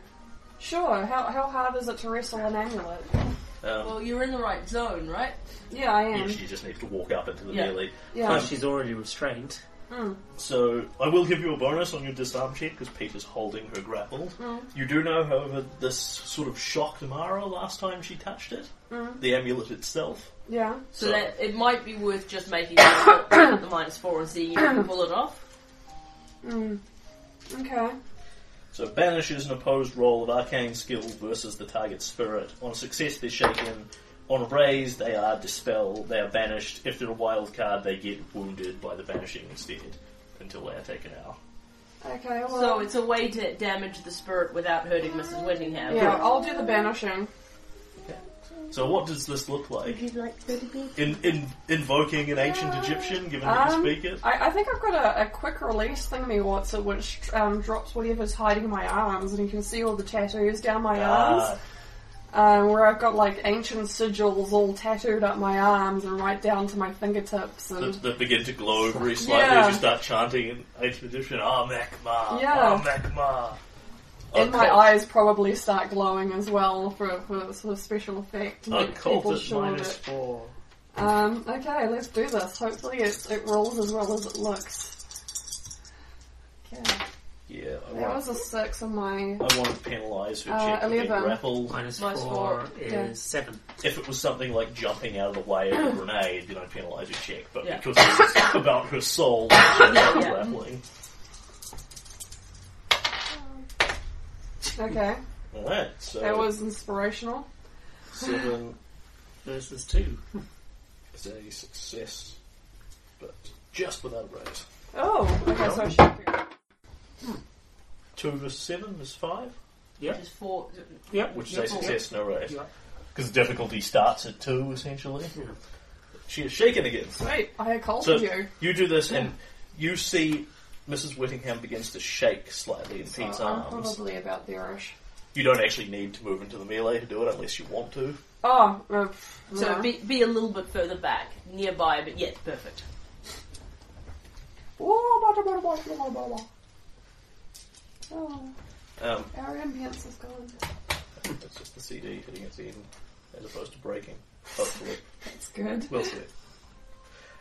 [SPEAKER 4] Sure. How, how hard is it to wrestle an amulet?
[SPEAKER 1] Um,
[SPEAKER 2] Well, you're in the right zone, right?
[SPEAKER 4] Yeah, I
[SPEAKER 1] you
[SPEAKER 4] am.
[SPEAKER 1] you just need to walk up into the
[SPEAKER 2] Yeah.
[SPEAKER 1] melee.
[SPEAKER 3] Plus,
[SPEAKER 4] Yeah.
[SPEAKER 3] she's already restrained.
[SPEAKER 1] So I will give you a bonus on your disarm check because Peter's holding her grapple.
[SPEAKER 6] Mm-hmm.
[SPEAKER 1] You do know, however, this sort of shocked Mara last time she touched it,
[SPEAKER 6] Mm-hmm.
[SPEAKER 1] the amulet itself.
[SPEAKER 4] Yeah.
[SPEAKER 2] So,
[SPEAKER 1] So-
[SPEAKER 2] that it might be worth just making the minus four and seeing if you can pull it off.
[SPEAKER 4] Mm. Okay.
[SPEAKER 1] So banish is an opposed roll of arcane skill versus the target spirit. On success, they're shaken. On a raise, they are dispelled. They are banished. If they're a wild card, they get wounded by the banishing instead until they are taken out.
[SPEAKER 4] Okay, well.
[SPEAKER 2] So it's a way to damage the spirit without hurting Mrs. Whittingham.
[SPEAKER 4] yeah, I'll do the banishing.
[SPEAKER 1] So what does this look like?
[SPEAKER 6] Would you like to be?
[SPEAKER 1] In, in invoking an ancient Egyptian, given that
[SPEAKER 4] Um,
[SPEAKER 1] you speak it.
[SPEAKER 4] I, I think I've got a, a quick release thingy what's it, which um, drops whatever's hiding my arms, and you can see all the tattoos down my
[SPEAKER 1] Ah.
[SPEAKER 4] arms. Um, where I've got like ancient sigils all tattooed up my arms and right down to my fingertips, and
[SPEAKER 1] that, that begin to glow very slightly as
[SPEAKER 4] Yeah.
[SPEAKER 1] you start chanting in "Ah, ancient Egyptian. Amekma,
[SPEAKER 4] Yeah.
[SPEAKER 1] Amekma.
[SPEAKER 4] and my eyes probably start glowing as well for, for sort of special effect. to make
[SPEAKER 1] Occult
[SPEAKER 4] people
[SPEAKER 1] at
[SPEAKER 4] sure
[SPEAKER 1] minus
[SPEAKER 4] that-
[SPEAKER 3] Four.
[SPEAKER 4] Um, okay, let's do this. Hopefully it, it rolls as well as it looks. Okay.
[SPEAKER 1] Yeah, I
[SPEAKER 4] That
[SPEAKER 1] want,
[SPEAKER 4] was a six on my.
[SPEAKER 1] I want to penalise her
[SPEAKER 4] Uh,
[SPEAKER 1] check for being
[SPEAKER 4] 11.
[SPEAKER 1] grappled.
[SPEAKER 3] Minus
[SPEAKER 4] Minus
[SPEAKER 3] four,
[SPEAKER 4] four,
[SPEAKER 3] is
[SPEAKER 4] yeah.
[SPEAKER 3] seven.
[SPEAKER 1] If it was something like jumping out of the way of a grenade, then I'd penalise her check. But
[SPEAKER 2] Yeah.
[SPEAKER 1] because it's about her soul, she's not
[SPEAKER 2] Yeah.
[SPEAKER 1] grappling.
[SPEAKER 4] Okay,
[SPEAKER 1] Alright, so
[SPEAKER 4] that was inspirational.
[SPEAKER 1] seven
[SPEAKER 3] Versus two.
[SPEAKER 1] is a success, but just without a raise.
[SPEAKER 4] Oh, okay, so I should be.
[SPEAKER 1] Two versus seven is five,
[SPEAKER 2] Which is four.
[SPEAKER 3] Yep.
[SPEAKER 1] which is
[SPEAKER 3] yep,
[SPEAKER 1] a success, no raise.
[SPEAKER 3] Yeah.
[SPEAKER 1] Because the difficulty starts at two, essentially. She is shaken again.
[SPEAKER 4] Wait, I occulted
[SPEAKER 1] So
[SPEAKER 4] you.
[SPEAKER 1] you do this, and you see Mrs. Whittingham begins to shake slightly in Pete's
[SPEAKER 4] So Uh, I'm
[SPEAKER 1] arms.
[SPEAKER 4] probably about there-ish.
[SPEAKER 1] You don't actually need to move into the melee to do it unless you want to.
[SPEAKER 4] Oh, uh,
[SPEAKER 2] So be, be a little bit further back, nearby, but yet perfect.
[SPEAKER 4] Oh,
[SPEAKER 1] Um,
[SPEAKER 4] our ambience is gone.
[SPEAKER 1] it's just the CD hitting its end as opposed to breaking. Hopefully,
[SPEAKER 4] That's good.
[SPEAKER 1] we'll see.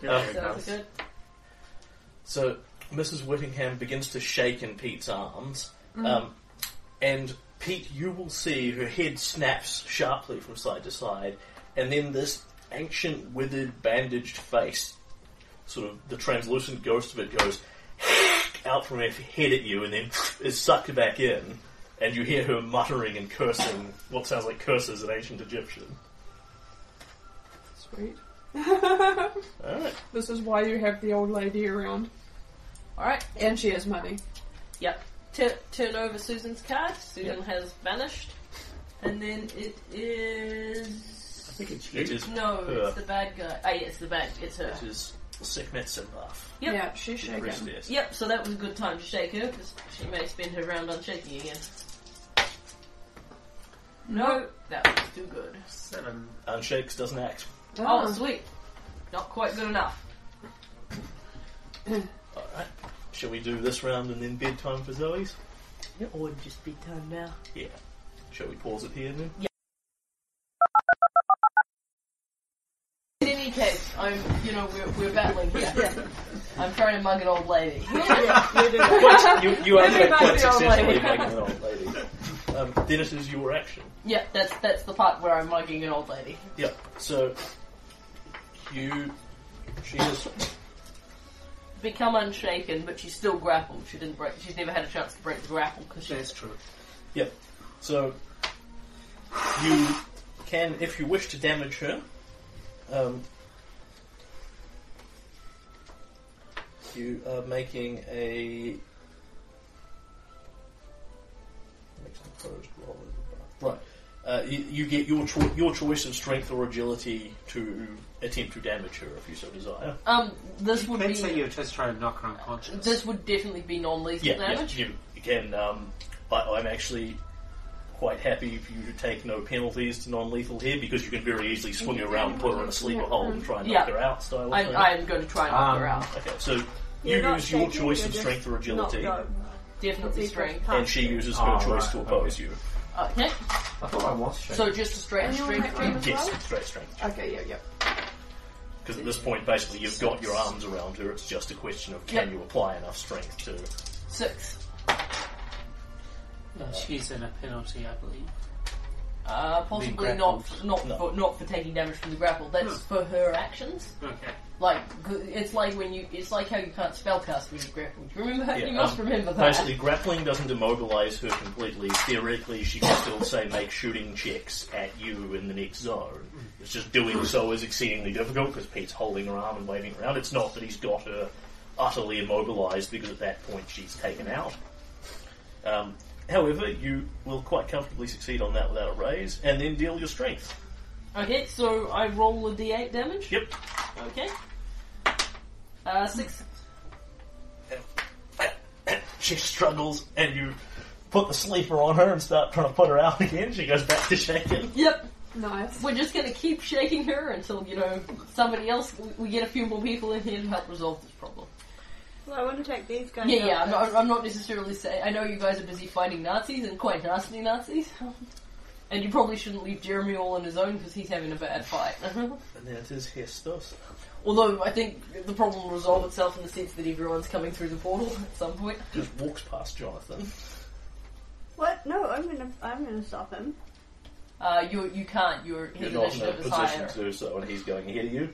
[SPEAKER 3] Yeah,
[SPEAKER 1] Um,
[SPEAKER 3] it
[SPEAKER 2] So
[SPEAKER 3] does.
[SPEAKER 2] it's good.
[SPEAKER 1] So Mrs. Whittingham begins to shake in Pete's arms, um, and Pete, you will see her head snaps sharply from side to side, and then this ancient, withered, bandaged face, sort of the translucent ghost of it, goes out from her head at you, and then is sucked back in, and you hear her muttering and cursing what sounds like curses in ancient Egyptian.
[SPEAKER 4] Sweet.
[SPEAKER 1] All right.
[SPEAKER 4] This is why you have the old lady around.
[SPEAKER 2] Alright,
[SPEAKER 4] And she has money.
[SPEAKER 2] yep. Tur turn over Susan's card. Susan
[SPEAKER 1] Yep.
[SPEAKER 2] has vanished. And then it is.
[SPEAKER 3] I think it's
[SPEAKER 1] It
[SPEAKER 3] you.
[SPEAKER 1] is
[SPEAKER 2] No,
[SPEAKER 1] her.
[SPEAKER 2] it's the bad guy. Ah, yeah, it's the bad. It's her.
[SPEAKER 1] It is Sekhmet Simbaf.
[SPEAKER 2] Yep.
[SPEAKER 4] Yeah, she's shaking.
[SPEAKER 1] Rest is.
[SPEAKER 2] Yep, so that was a good time to shake her, because she may spend her round on shaking again. No, that was too good.
[SPEAKER 3] Seven.
[SPEAKER 1] Unshakes doesn't act.
[SPEAKER 2] Oh, sweet. Not quite good enough.
[SPEAKER 1] Alright. Shall we do this round and then bedtime for Zoe's?
[SPEAKER 2] Or just be done now.
[SPEAKER 1] Yeah. Shall we pause it here then?
[SPEAKER 2] In any case, I'm, you know, we're, we're battling here. I'm trying to mug an old lady.
[SPEAKER 1] What? You, you are
[SPEAKER 4] Everybody's
[SPEAKER 1] quite
[SPEAKER 4] the old
[SPEAKER 1] successfully
[SPEAKER 4] lady.
[SPEAKER 1] making an old lady. Um, then it is your action.
[SPEAKER 2] yeah, that's that's the part where I'm mugging an old lady.
[SPEAKER 1] Yeah. So, you. She is.
[SPEAKER 2] Become unshaken, but she's still grappled. She didn't break. She's never had a chance to break the grapple because she's
[SPEAKER 3] That's true.
[SPEAKER 1] Yeah. So, you can, if you wish to damage her, um, you are making a. Makes an opposed roll as a bar- Right. Uh, you, you get your cho- your choice of strength or agility to attempt to damage her if you so desire.
[SPEAKER 2] um. This would
[SPEAKER 3] Let's say
[SPEAKER 2] be
[SPEAKER 3] you're just trying to knock her unconscious.
[SPEAKER 2] this would definitely be non-lethal
[SPEAKER 1] Yeah, yeah,
[SPEAKER 2] damage.
[SPEAKER 1] you, you can. Um, I, I'm actually quite happy for you to take no penalties to non-lethal here because you can very easily swing her around, put her in a sleeper hold, and try and knock
[SPEAKER 2] Yeah.
[SPEAKER 1] her out. Style.
[SPEAKER 2] I,
[SPEAKER 1] thing.
[SPEAKER 2] I am going to try and knock her
[SPEAKER 3] Um,
[SPEAKER 2] out.
[SPEAKER 1] Okay, so you
[SPEAKER 7] You're not
[SPEAKER 1] use your
[SPEAKER 7] shaking,
[SPEAKER 1] choice
[SPEAKER 7] you're
[SPEAKER 1] of
[SPEAKER 7] just
[SPEAKER 1] strength or agility,
[SPEAKER 7] Not go.
[SPEAKER 2] Definitely strength. Uh,
[SPEAKER 1] and she uses her
[SPEAKER 5] Oh,
[SPEAKER 1] choice
[SPEAKER 5] right,
[SPEAKER 1] to oppose you.
[SPEAKER 2] Okay.
[SPEAKER 5] I thought I was shaking.
[SPEAKER 2] So just a straight
[SPEAKER 4] And you want
[SPEAKER 2] strength.
[SPEAKER 4] to make
[SPEAKER 2] check.
[SPEAKER 4] me-
[SPEAKER 1] Yes,
[SPEAKER 4] well?
[SPEAKER 1] straight strength.
[SPEAKER 4] Okay, yeah, yeah.
[SPEAKER 1] Because at this point, basically, you've got your arms around her. It's just a question of can
[SPEAKER 2] Yeah.
[SPEAKER 1] you apply enough strength to.
[SPEAKER 2] Six.
[SPEAKER 3] And she's in a penalty, I believe.
[SPEAKER 2] Uh, possibly
[SPEAKER 3] Being
[SPEAKER 2] not,
[SPEAKER 3] grappled.
[SPEAKER 2] not,
[SPEAKER 1] No.
[SPEAKER 2] for, not for taking damage from the grapple. That's for her actions.
[SPEAKER 3] Okay.
[SPEAKER 2] Like g- it's like when you, it's like how you can't spellcast when you're grappled. You remember?
[SPEAKER 1] Yeah,
[SPEAKER 2] you must
[SPEAKER 1] um,
[SPEAKER 2] remember that.
[SPEAKER 1] Basically, grappling doesn't immobilize her completely. Theoretically, she can still say make shooting checks at you in the next zone. It's just doing so is exceedingly difficult because Pete's holding her arm and waving it around. It's not that he's got her utterly immobilized because at that point she's taken out. Um, however, you will quite comfortably succeed on that without a raise, and then deal your strength.
[SPEAKER 2] Okay, so I roll a d8 damage.
[SPEAKER 1] Yep.
[SPEAKER 2] Okay. Uh, six.
[SPEAKER 1] She struggles, and you put the sleeper on her and start trying to put her out again. She goes back to shaking.
[SPEAKER 2] Yep.
[SPEAKER 4] Nice.
[SPEAKER 2] We're just gonna keep shaking her until you know somebody else. We get a few more people in here to help resolve this problem.
[SPEAKER 7] Well, I want to take these guys.
[SPEAKER 2] Yeah, yeah.
[SPEAKER 7] out
[SPEAKER 2] I'm not, I'm not necessarily saying. I know you guys are busy fighting Nazis and quite nasty Nazis. And you probably shouldn't leave Jeremy all on his own because he's having a bad fight.
[SPEAKER 1] And that is Hestos.
[SPEAKER 2] Although I think the problem will resolve itself in the sense that everyone's coming through the portal at some point.
[SPEAKER 1] Just walks past Jonathan.
[SPEAKER 7] What? No, I'm gonna, I'm gonna stop him.
[SPEAKER 2] Uh, you you can't. Your his
[SPEAKER 1] You're not in a
[SPEAKER 2] initiative is
[SPEAKER 1] position
[SPEAKER 2] higher.
[SPEAKER 1] to do so, and he's going ahead of you.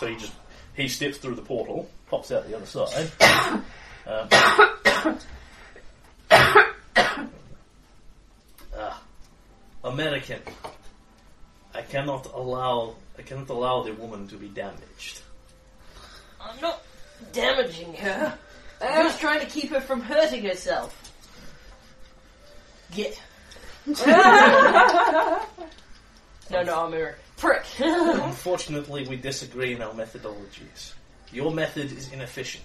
[SPEAKER 1] So he just he steps through the portal, pops out the other side. um, Ah, American, I cannot allow I cannot allow the woman to be damaged.
[SPEAKER 2] I'm not damaging her. I'm just trying to keep her from hurting herself. Get. no, no, I'm Eric. Prick.
[SPEAKER 1] Unfortunately, we disagree in our methodologies. Your method is inefficient.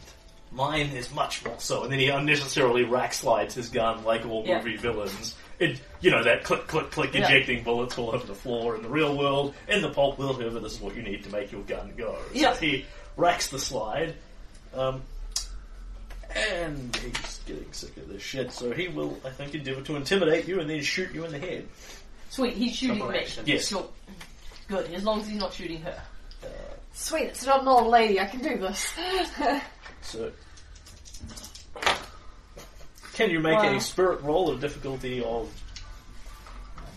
[SPEAKER 1] Mine is much more so. And then he unnecessarily rack slides his gun like all
[SPEAKER 2] Yeah.
[SPEAKER 1] movie villains. It, you know, that click, click, click,
[SPEAKER 2] Yeah.
[SPEAKER 1] ejecting bullets all over the floor in the real world. In the pulp world, however, this is what you need to make your gun go. So
[SPEAKER 2] Yeah.
[SPEAKER 1] he racks the slide. Um, and he's getting sick of this shit, so he will, I think, endeavour to intimidate you and then shoot you in the head.
[SPEAKER 2] Sweet, he's shooting
[SPEAKER 3] Double
[SPEAKER 2] me.
[SPEAKER 3] action.
[SPEAKER 1] Yes.
[SPEAKER 2] Sure. Good, as long as he's not shooting her.
[SPEAKER 4] Sweet, it's not an old lady. I can do this.
[SPEAKER 1] So, can you make a spirit roll of difficulty of?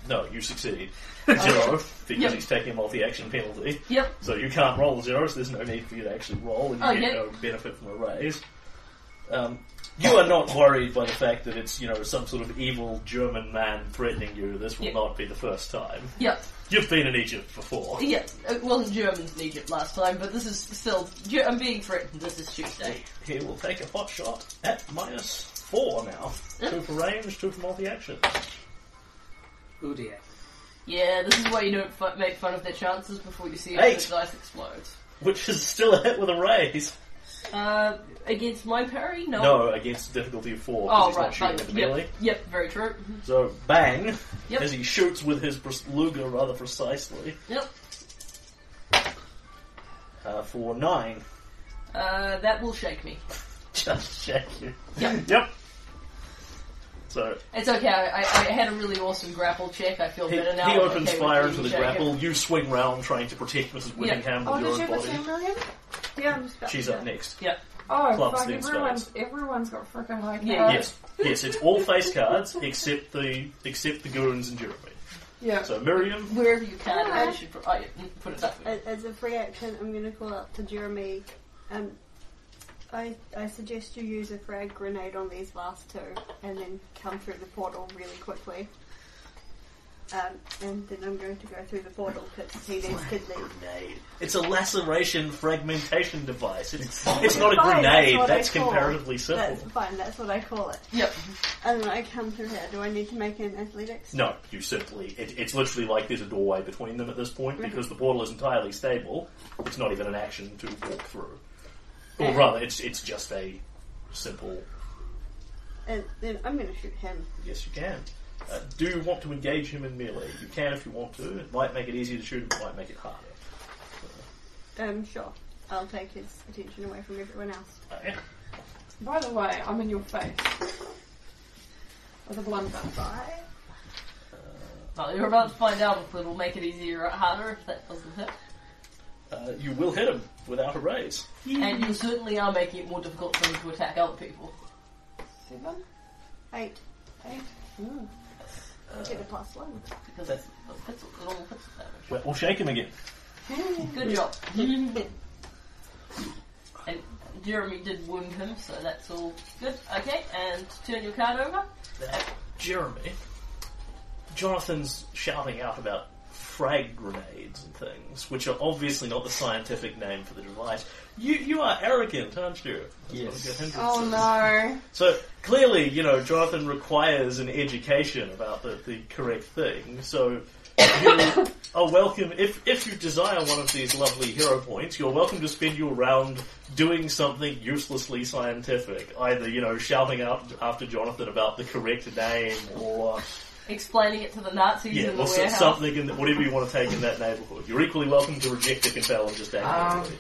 [SPEAKER 1] No, you succeed zero because
[SPEAKER 2] Yep.
[SPEAKER 1] he's taking a multi-action penalty,
[SPEAKER 2] Yep.
[SPEAKER 1] so you can't roll zero. So there's no need for you to actually roll, and you get
[SPEAKER 2] Okay.
[SPEAKER 1] no benefit from a raise. Um, you are not worried by the fact that it's you know some sort of evil German man threatening you. This will
[SPEAKER 2] Yep.
[SPEAKER 1] not be the first time.
[SPEAKER 2] Yep.
[SPEAKER 1] You've been in Egypt before.
[SPEAKER 2] Yep. It wasn't Germans in Egypt last time, but this is still. Ge- I'm being threatened. This is Tuesday.
[SPEAKER 1] He will take a hot shot at minus four now. Two for range, two for multi-action.
[SPEAKER 3] Oh dear.
[SPEAKER 2] Yeah, this is why you don't fu- make fun of their chances before you see
[SPEAKER 1] Eight.
[SPEAKER 2] if the dice explodes.
[SPEAKER 1] Which is still a hit with a raise.
[SPEAKER 2] Uh, against my parry? No.
[SPEAKER 1] No, against difficulty of four. 'cause
[SPEAKER 2] Oh,
[SPEAKER 1] he's
[SPEAKER 2] right,
[SPEAKER 1] not shooting Mm-hmm.
[SPEAKER 2] right.
[SPEAKER 1] at the melee.
[SPEAKER 2] Yep, yep, very true.
[SPEAKER 1] So, bang,
[SPEAKER 2] Yep.
[SPEAKER 1] as he shoots with his pres- Luger rather precisely
[SPEAKER 2] Yep.
[SPEAKER 1] uh, for nine.
[SPEAKER 2] Uh, that will shake me.
[SPEAKER 1] Just check you.
[SPEAKER 2] Yep.
[SPEAKER 1] Yep. So,
[SPEAKER 2] It's okay, I, I, I had a really awesome grapple check, I feel
[SPEAKER 1] he,
[SPEAKER 2] better now.
[SPEAKER 1] he
[SPEAKER 2] I'm
[SPEAKER 1] opens
[SPEAKER 2] okay with
[SPEAKER 1] fire
[SPEAKER 2] being
[SPEAKER 1] into the
[SPEAKER 2] shaken.
[SPEAKER 1] grapple. You swing round trying to protect Mrs. Whittingham
[SPEAKER 4] oh,
[SPEAKER 1] with your
[SPEAKER 4] did you
[SPEAKER 1] own
[SPEAKER 4] have a
[SPEAKER 1] body.
[SPEAKER 4] two million?
[SPEAKER 7] Yeah, I'm just. About
[SPEAKER 1] She's
[SPEAKER 7] to
[SPEAKER 1] up next.
[SPEAKER 2] Yep.
[SPEAKER 4] Oh,
[SPEAKER 1] Clubs
[SPEAKER 4] fuck,
[SPEAKER 1] these
[SPEAKER 4] everyone's, everyone's got frickin' high
[SPEAKER 2] Yeah.
[SPEAKER 4] cards.
[SPEAKER 1] Yes, yes, it's all face cards except the except the goons and Jeremy.
[SPEAKER 4] Yeah.
[SPEAKER 1] So Miriam,
[SPEAKER 2] Wherever you can,
[SPEAKER 7] Yeah. Uh,
[SPEAKER 2] I should put, I, put it up.
[SPEAKER 7] As, as a free action, I'm going to call out to Jeremy. Um, I, I suggest you use a frag grenade on these last two and then come through the portal really quickly. Um, and then I'm going to go through the portal because he needs to leave.
[SPEAKER 1] grenade. It's a laceration fragmentation device. It's, it's not a
[SPEAKER 7] Fine,
[SPEAKER 1] grenade.
[SPEAKER 7] what I
[SPEAKER 1] That's
[SPEAKER 7] call it.
[SPEAKER 1] comparatively simple.
[SPEAKER 7] That's fine, that's what I call it.
[SPEAKER 2] Yep.
[SPEAKER 7] And then I come through here. Do I need to make an athletics?
[SPEAKER 1] No, you simply. It, it's literally like there's a doorway between them at this point
[SPEAKER 7] Mm-hmm.
[SPEAKER 1] because the portal is entirely stable. It's not even an action to walk through. Or
[SPEAKER 7] Yeah.
[SPEAKER 1] rather, it's it's just a simple.
[SPEAKER 7] And then I'm going to shoot him.
[SPEAKER 1] Yes, you can. Uh, do you want to engage him in melee? You can if you want to. It might make it easier to shoot him. It might make it harder.
[SPEAKER 7] Um, sure. I'll take his attention away from everyone else.
[SPEAKER 1] Uh, yeah.
[SPEAKER 4] By the way, I'm in your face. With a blunder.
[SPEAKER 7] Bye.
[SPEAKER 2] Well, you're about to find out if it'll make it easier or harder if that doesn't hit.
[SPEAKER 1] Uh, you will hit him without a raise.
[SPEAKER 2] And you certainly are making it more difficult for them to attack other people.
[SPEAKER 4] Seven?
[SPEAKER 7] Eight.
[SPEAKER 4] Eight?
[SPEAKER 7] Hmm.
[SPEAKER 4] Ooh.
[SPEAKER 7] Get a plus one.
[SPEAKER 2] Because it's, it's, it all puts damage.
[SPEAKER 1] Well, we'll shake him again.
[SPEAKER 2] Good job. and Jeremy did wound him, so that's all good. Okay, and turn your card over.
[SPEAKER 1] that Jeremy, Jonathan's shouting out about frag grenades and things, which are obviously not the scientific name for the device. You you are arrogant, aren't you? That's one of
[SPEAKER 5] Yes.
[SPEAKER 1] your hindrances.
[SPEAKER 4] Oh no.
[SPEAKER 1] So clearly, you know, Jonathan requires an education about the, the correct thing. So you are welcome if if you desire one of these lovely hero points, you're welcome to spend your round doing something uselessly scientific, either you know shouting out after Jonathan about the correct name or
[SPEAKER 2] Explaining it to the Nazis
[SPEAKER 1] yeah,
[SPEAKER 2] in the
[SPEAKER 1] or so-
[SPEAKER 2] warehouse.
[SPEAKER 1] something in the, whatever you want to take in that neighborhood. You're equally welcome to reject the compel and just act.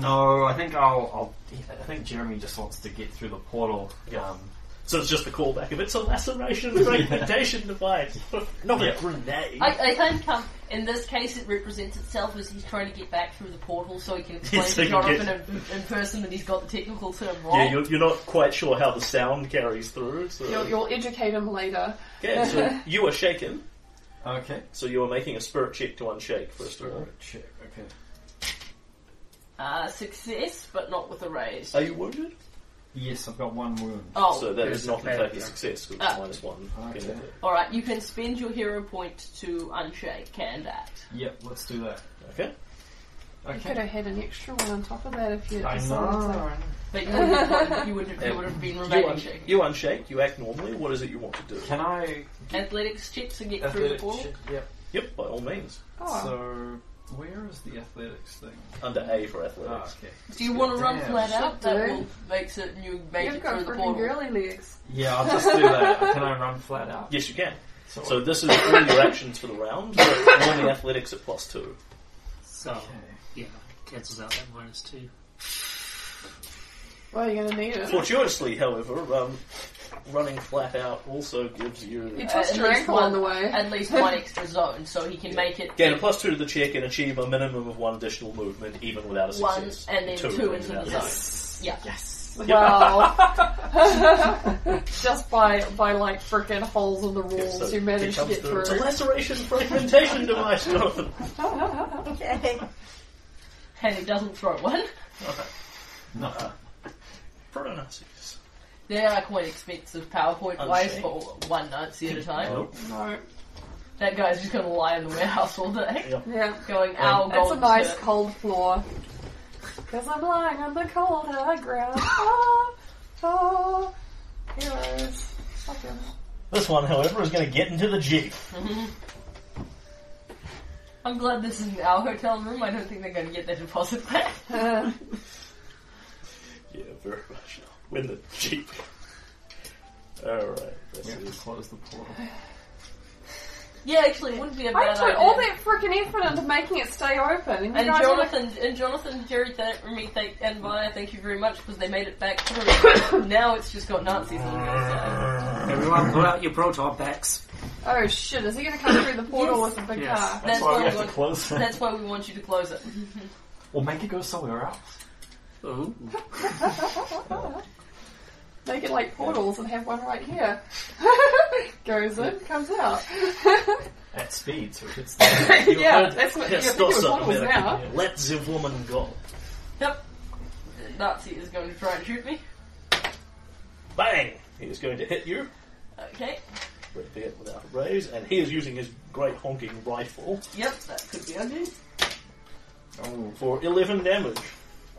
[SPEAKER 1] normally.
[SPEAKER 5] No, I think I'll, I'll. I think Jeremy just wants to get through the portal.
[SPEAKER 1] Yeah.
[SPEAKER 5] Um,
[SPEAKER 1] so it's just the callback of it's a laceration fragmentation device, not
[SPEAKER 5] Yeah.
[SPEAKER 1] a grenade.
[SPEAKER 2] I, I think um, in this case it represents itself as he's trying to get back through the portal so he can explain
[SPEAKER 1] Yes,
[SPEAKER 2] to
[SPEAKER 1] I can get-
[SPEAKER 2] Jonathan in, in person that he's got the technical term wrong.
[SPEAKER 1] Yeah, you're, you're not quite sure how the sound carries through. So.
[SPEAKER 4] You'll, you'll educate him later.
[SPEAKER 1] Okay, so you are shaken,
[SPEAKER 5] okay.
[SPEAKER 1] so you are making a spirit check to unshake, first of all.
[SPEAKER 5] Check. Okay.
[SPEAKER 2] Uh, success, but not with a raise.
[SPEAKER 1] Are you wounded?
[SPEAKER 5] Yes, I've got one wound.
[SPEAKER 2] Oh,
[SPEAKER 1] so that is
[SPEAKER 3] Yes,
[SPEAKER 1] not in
[SPEAKER 3] okay,
[SPEAKER 1] fact a
[SPEAKER 3] yeah.
[SPEAKER 1] success, because
[SPEAKER 2] Ah.
[SPEAKER 1] it's minus one.
[SPEAKER 5] Okay.
[SPEAKER 1] benefit.
[SPEAKER 2] alright, you can spend your hero point to unshake and act.
[SPEAKER 5] Yep. Let's do that.
[SPEAKER 1] Okay.
[SPEAKER 4] You could have had an extra one on top of that if you
[SPEAKER 5] I
[SPEAKER 4] decided
[SPEAKER 5] know.
[SPEAKER 4] to.
[SPEAKER 2] But you would have, you would have, you would have been
[SPEAKER 1] You,
[SPEAKER 2] remaining
[SPEAKER 1] un-
[SPEAKER 2] shaken.
[SPEAKER 1] you unshake, you act normally, what is it you want to do?
[SPEAKER 5] Can I?
[SPEAKER 2] Athletics checks to get through the
[SPEAKER 5] athletic
[SPEAKER 2] portal.
[SPEAKER 5] check? Yep.
[SPEAKER 1] Yep, by all means.
[SPEAKER 4] Oh,
[SPEAKER 5] So where is the athletics thing?
[SPEAKER 1] Under A for
[SPEAKER 5] Ah,
[SPEAKER 1] athletics.
[SPEAKER 5] okay.
[SPEAKER 2] Do you want to run
[SPEAKER 5] Damn.
[SPEAKER 2] flat out?
[SPEAKER 4] Should
[SPEAKER 2] That
[SPEAKER 4] do.
[SPEAKER 2] will make certain you make
[SPEAKER 4] you've
[SPEAKER 2] it
[SPEAKER 4] got
[SPEAKER 2] through the
[SPEAKER 4] freaking
[SPEAKER 2] portal.
[SPEAKER 4] girly legs.
[SPEAKER 5] Yeah, I'll just do that. Can I run flat out?
[SPEAKER 1] Yes, you can.
[SPEAKER 5] So,
[SPEAKER 1] So this is all your actions for the round, so normally athletics at plus two.
[SPEAKER 3] So,
[SPEAKER 5] okay.
[SPEAKER 3] yeah, cancels out that minus two.
[SPEAKER 4] Well, you're gonna need it.
[SPEAKER 1] Fortuitously, however, um, running flat out also gives you...
[SPEAKER 4] You
[SPEAKER 2] Uh,
[SPEAKER 4] twist
[SPEAKER 2] at
[SPEAKER 4] your
[SPEAKER 2] least
[SPEAKER 4] ankle
[SPEAKER 2] one-
[SPEAKER 4] on the way.
[SPEAKER 2] At least one extra zone, so he can make it
[SPEAKER 1] Gain a plus two to the check and achieve a minimum of one additional movement, even without a
[SPEAKER 2] one
[SPEAKER 1] success.
[SPEAKER 2] and then two into
[SPEAKER 1] without
[SPEAKER 2] the
[SPEAKER 1] a success.
[SPEAKER 2] zone. Yeah.
[SPEAKER 4] Wow. Just by by like freaking holes in the
[SPEAKER 1] Yeah,
[SPEAKER 4] walls,
[SPEAKER 1] so
[SPEAKER 4] you managed to
[SPEAKER 1] it comes
[SPEAKER 4] get
[SPEAKER 1] through.
[SPEAKER 4] through.
[SPEAKER 1] It's a laceration fragmentation device, Jonathan.
[SPEAKER 7] Okay.
[SPEAKER 2] And he doesn't throw one.
[SPEAKER 5] No.
[SPEAKER 1] Pronunciations.
[SPEAKER 2] They are quite expensive PowerPoint wise
[SPEAKER 1] Unshake.
[SPEAKER 2] for one Nazi at a time.
[SPEAKER 1] Nope.
[SPEAKER 4] No.
[SPEAKER 2] That guy's just going to lie in the warehouse all day,
[SPEAKER 4] Yeah.
[SPEAKER 2] going, ow,
[SPEAKER 4] That's a
[SPEAKER 2] golden
[SPEAKER 4] nice
[SPEAKER 2] shirt."
[SPEAKER 4] cold floor. Because I'm lying on the cold hard ground. Ah, ah, heroes. Fuck them.
[SPEAKER 1] This one, however, is going to get into the Jeep.
[SPEAKER 2] Mm-hmm. I'm glad this isn't our hotel room. I don't think they're going to get their deposit back.
[SPEAKER 4] Uh,
[SPEAKER 1] Yeah, very much. Win the Jeep. Alright, this
[SPEAKER 5] We have to
[SPEAKER 1] is.
[SPEAKER 5] close the portal.
[SPEAKER 2] yeah, actually, it wouldn't be a
[SPEAKER 4] I
[SPEAKER 2] bad
[SPEAKER 4] put
[SPEAKER 2] idea.
[SPEAKER 4] all that freaking effort into making it stay open. And, you
[SPEAKER 2] and
[SPEAKER 4] guys wanna-
[SPEAKER 2] Jonathan, and Jonathan, Jerry, th- Remy, thank, and Maya, thank you very much because they made it back through. now it's just got Nazis on the inside.
[SPEAKER 3] Everyone, pull out your proton packs.
[SPEAKER 4] Oh shit, is he gonna come through the portal
[SPEAKER 2] Yes.
[SPEAKER 4] with a big
[SPEAKER 3] Yes.
[SPEAKER 4] car?
[SPEAKER 2] That's
[SPEAKER 5] That's
[SPEAKER 2] why
[SPEAKER 5] why
[SPEAKER 2] we
[SPEAKER 5] we have to
[SPEAKER 2] want-
[SPEAKER 5] close it.
[SPEAKER 2] That's why we want you to close it.
[SPEAKER 5] Or make it go somewhere else.
[SPEAKER 3] Ooh.
[SPEAKER 4] Make it like portals and have one right here. Goes in, comes out.
[SPEAKER 5] At speed, so it hits
[SPEAKER 4] yeah, that's what you're
[SPEAKER 1] Yes,
[SPEAKER 4] thinking
[SPEAKER 1] got
[SPEAKER 4] of
[SPEAKER 1] something
[SPEAKER 4] portals
[SPEAKER 1] there.
[SPEAKER 4] now.
[SPEAKER 1] Let the woman go.
[SPEAKER 2] Yep. The Nazi is going to try and shoot me.
[SPEAKER 1] Bang! He is going to hit you.
[SPEAKER 2] Okay.
[SPEAKER 1] Would it be it without a raise, and he is using his great honking rifle
[SPEAKER 2] Yep, that could be ugly.
[SPEAKER 5] Oh,
[SPEAKER 1] for 11 damage.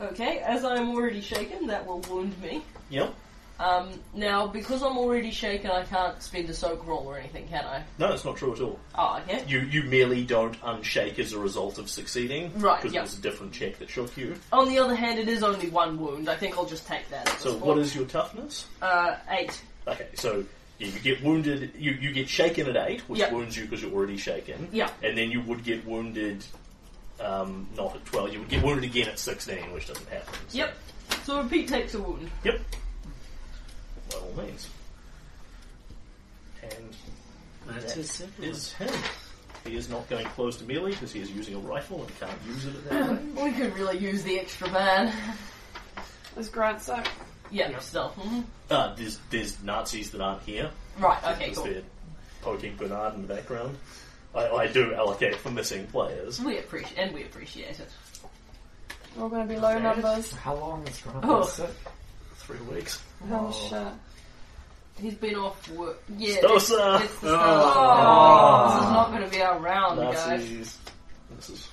[SPEAKER 2] Okay, as I'm already shaken, that will wound me.
[SPEAKER 1] Yep.
[SPEAKER 2] Um, now, because I'm already shaken, I can't spend a soak roll or anything, can I?
[SPEAKER 1] No, that's not true at all.
[SPEAKER 2] Oh, okay.
[SPEAKER 1] You you merely don't unshake as a result of succeeding.
[SPEAKER 2] Right,
[SPEAKER 1] Because
[SPEAKER 2] yeah.
[SPEAKER 1] it was a different check that shook you.
[SPEAKER 2] On the other hand, it is only one wound. I think I'll just take that. at
[SPEAKER 1] So
[SPEAKER 2] this
[SPEAKER 1] what
[SPEAKER 2] point.
[SPEAKER 1] is your toughness?
[SPEAKER 2] Uh, eight.
[SPEAKER 1] Okay, so yeah, you get wounded. You, you get shaken at eight, which
[SPEAKER 2] Yeah.
[SPEAKER 1] wounds you because you're already shaken.
[SPEAKER 2] Yeah.
[SPEAKER 1] And then you would get wounded, um, not at twelve. You would get wounded again at sixteen, which doesn't happen. so-
[SPEAKER 2] Yep. So repeat takes a wound.
[SPEAKER 1] Yep. By all means. And
[SPEAKER 3] That is simple.
[SPEAKER 1] is him. He is not going close to melee because he is using a rifle and can't use it at that range.
[SPEAKER 2] We could really use the extra man.
[SPEAKER 4] Is Grant so?
[SPEAKER 2] yeah,
[SPEAKER 3] Yep.
[SPEAKER 2] still. Mhm.
[SPEAKER 1] Uh, there's there's Nazis that aren't here.
[SPEAKER 2] Right, okay,
[SPEAKER 1] Just
[SPEAKER 2] cool.
[SPEAKER 1] there poking Bernard in the background. I, I do allocate for missing players.
[SPEAKER 2] We appreciate, and we appreciate it.
[SPEAKER 4] We're all gonna be low numbers.
[SPEAKER 5] How long is Grant
[SPEAKER 2] Oh.
[SPEAKER 5] oh. sit?
[SPEAKER 1] Three weeks.
[SPEAKER 4] Oh shit.
[SPEAKER 2] he's been off work. Yeah, it's,
[SPEAKER 1] Stosa! Oh.
[SPEAKER 2] it's the
[SPEAKER 3] Oh.
[SPEAKER 2] Stosa. This is not going to be our round, guys.
[SPEAKER 1] Nazis. This is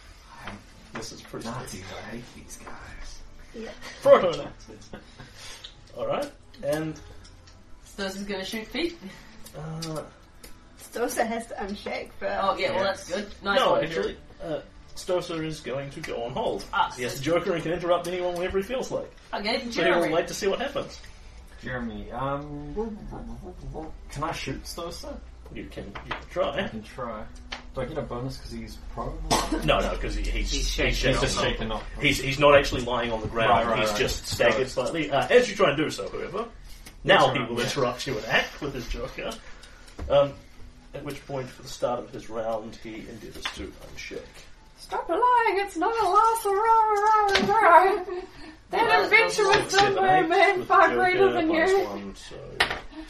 [SPEAKER 1] this is pretty
[SPEAKER 5] Nazis, I hate these guys.
[SPEAKER 1] proto Nazis. All right, and
[SPEAKER 2] Stosa's going to shoot feet.
[SPEAKER 1] uh,
[SPEAKER 7] Stosa has to unshake first.
[SPEAKER 2] Oh yeah, well that's good. Nice
[SPEAKER 1] no,
[SPEAKER 2] one.
[SPEAKER 1] actually, uh, Stosa is going to go on hold. Ah, yes, Joker and can interrupt anyone whenever he feels like.
[SPEAKER 2] Okay,
[SPEAKER 1] So he will
[SPEAKER 2] Jeremy.
[SPEAKER 1] wait to see what happens.
[SPEAKER 5] Jeremy, um, can I shoot Stosa?
[SPEAKER 1] You can, you can
[SPEAKER 5] I
[SPEAKER 1] try.
[SPEAKER 5] can try. Do I get a bonus because he's prone?
[SPEAKER 1] No, no, because he, he's
[SPEAKER 3] He's shaken
[SPEAKER 1] He's,
[SPEAKER 3] up.
[SPEAKER 1] just shaken.
[SPEAKER 5] up.
[SPEAKER 1] He's, he's not actually lying on the ground.
[SPEAKER 5] Right, right,
[SPEAKER 1] he's
[SPEAKER 5] right.
[SPEAKER 1] just staggered
[SPEAKER 5] Right.
[SPEAKER 1] slightly. Uh, as you try and do so, however, now he
[SPEAKER 5] Interrupt,
[SPEAKER 1] will
[SPEAKER 5] yeah.
[SPEAKER 1] interrupt you and act with his joker. Um, at which point, for the start of his round, he endeavours to unshake.
[SPEAKER 4] Stop lying, it's not a loss, rah, rah, rah, rah. That adventure was
[SPEAKER 1] Six, seven,
[SPEAKER 4] somewhere,
[SPEAKER 1] eight,
[SPEAKER 4] man,
[SPEAKER 1] with
[SPEAKER 4] far
[SPEAKER 1] the
[SPEAKER 4] greater
[SPEAKER 1] Joker,
[SPEAKER 4] than
[SPEAKER 1] minus
[SPEAKER 4] you.
[SPEAKER 1] One, so,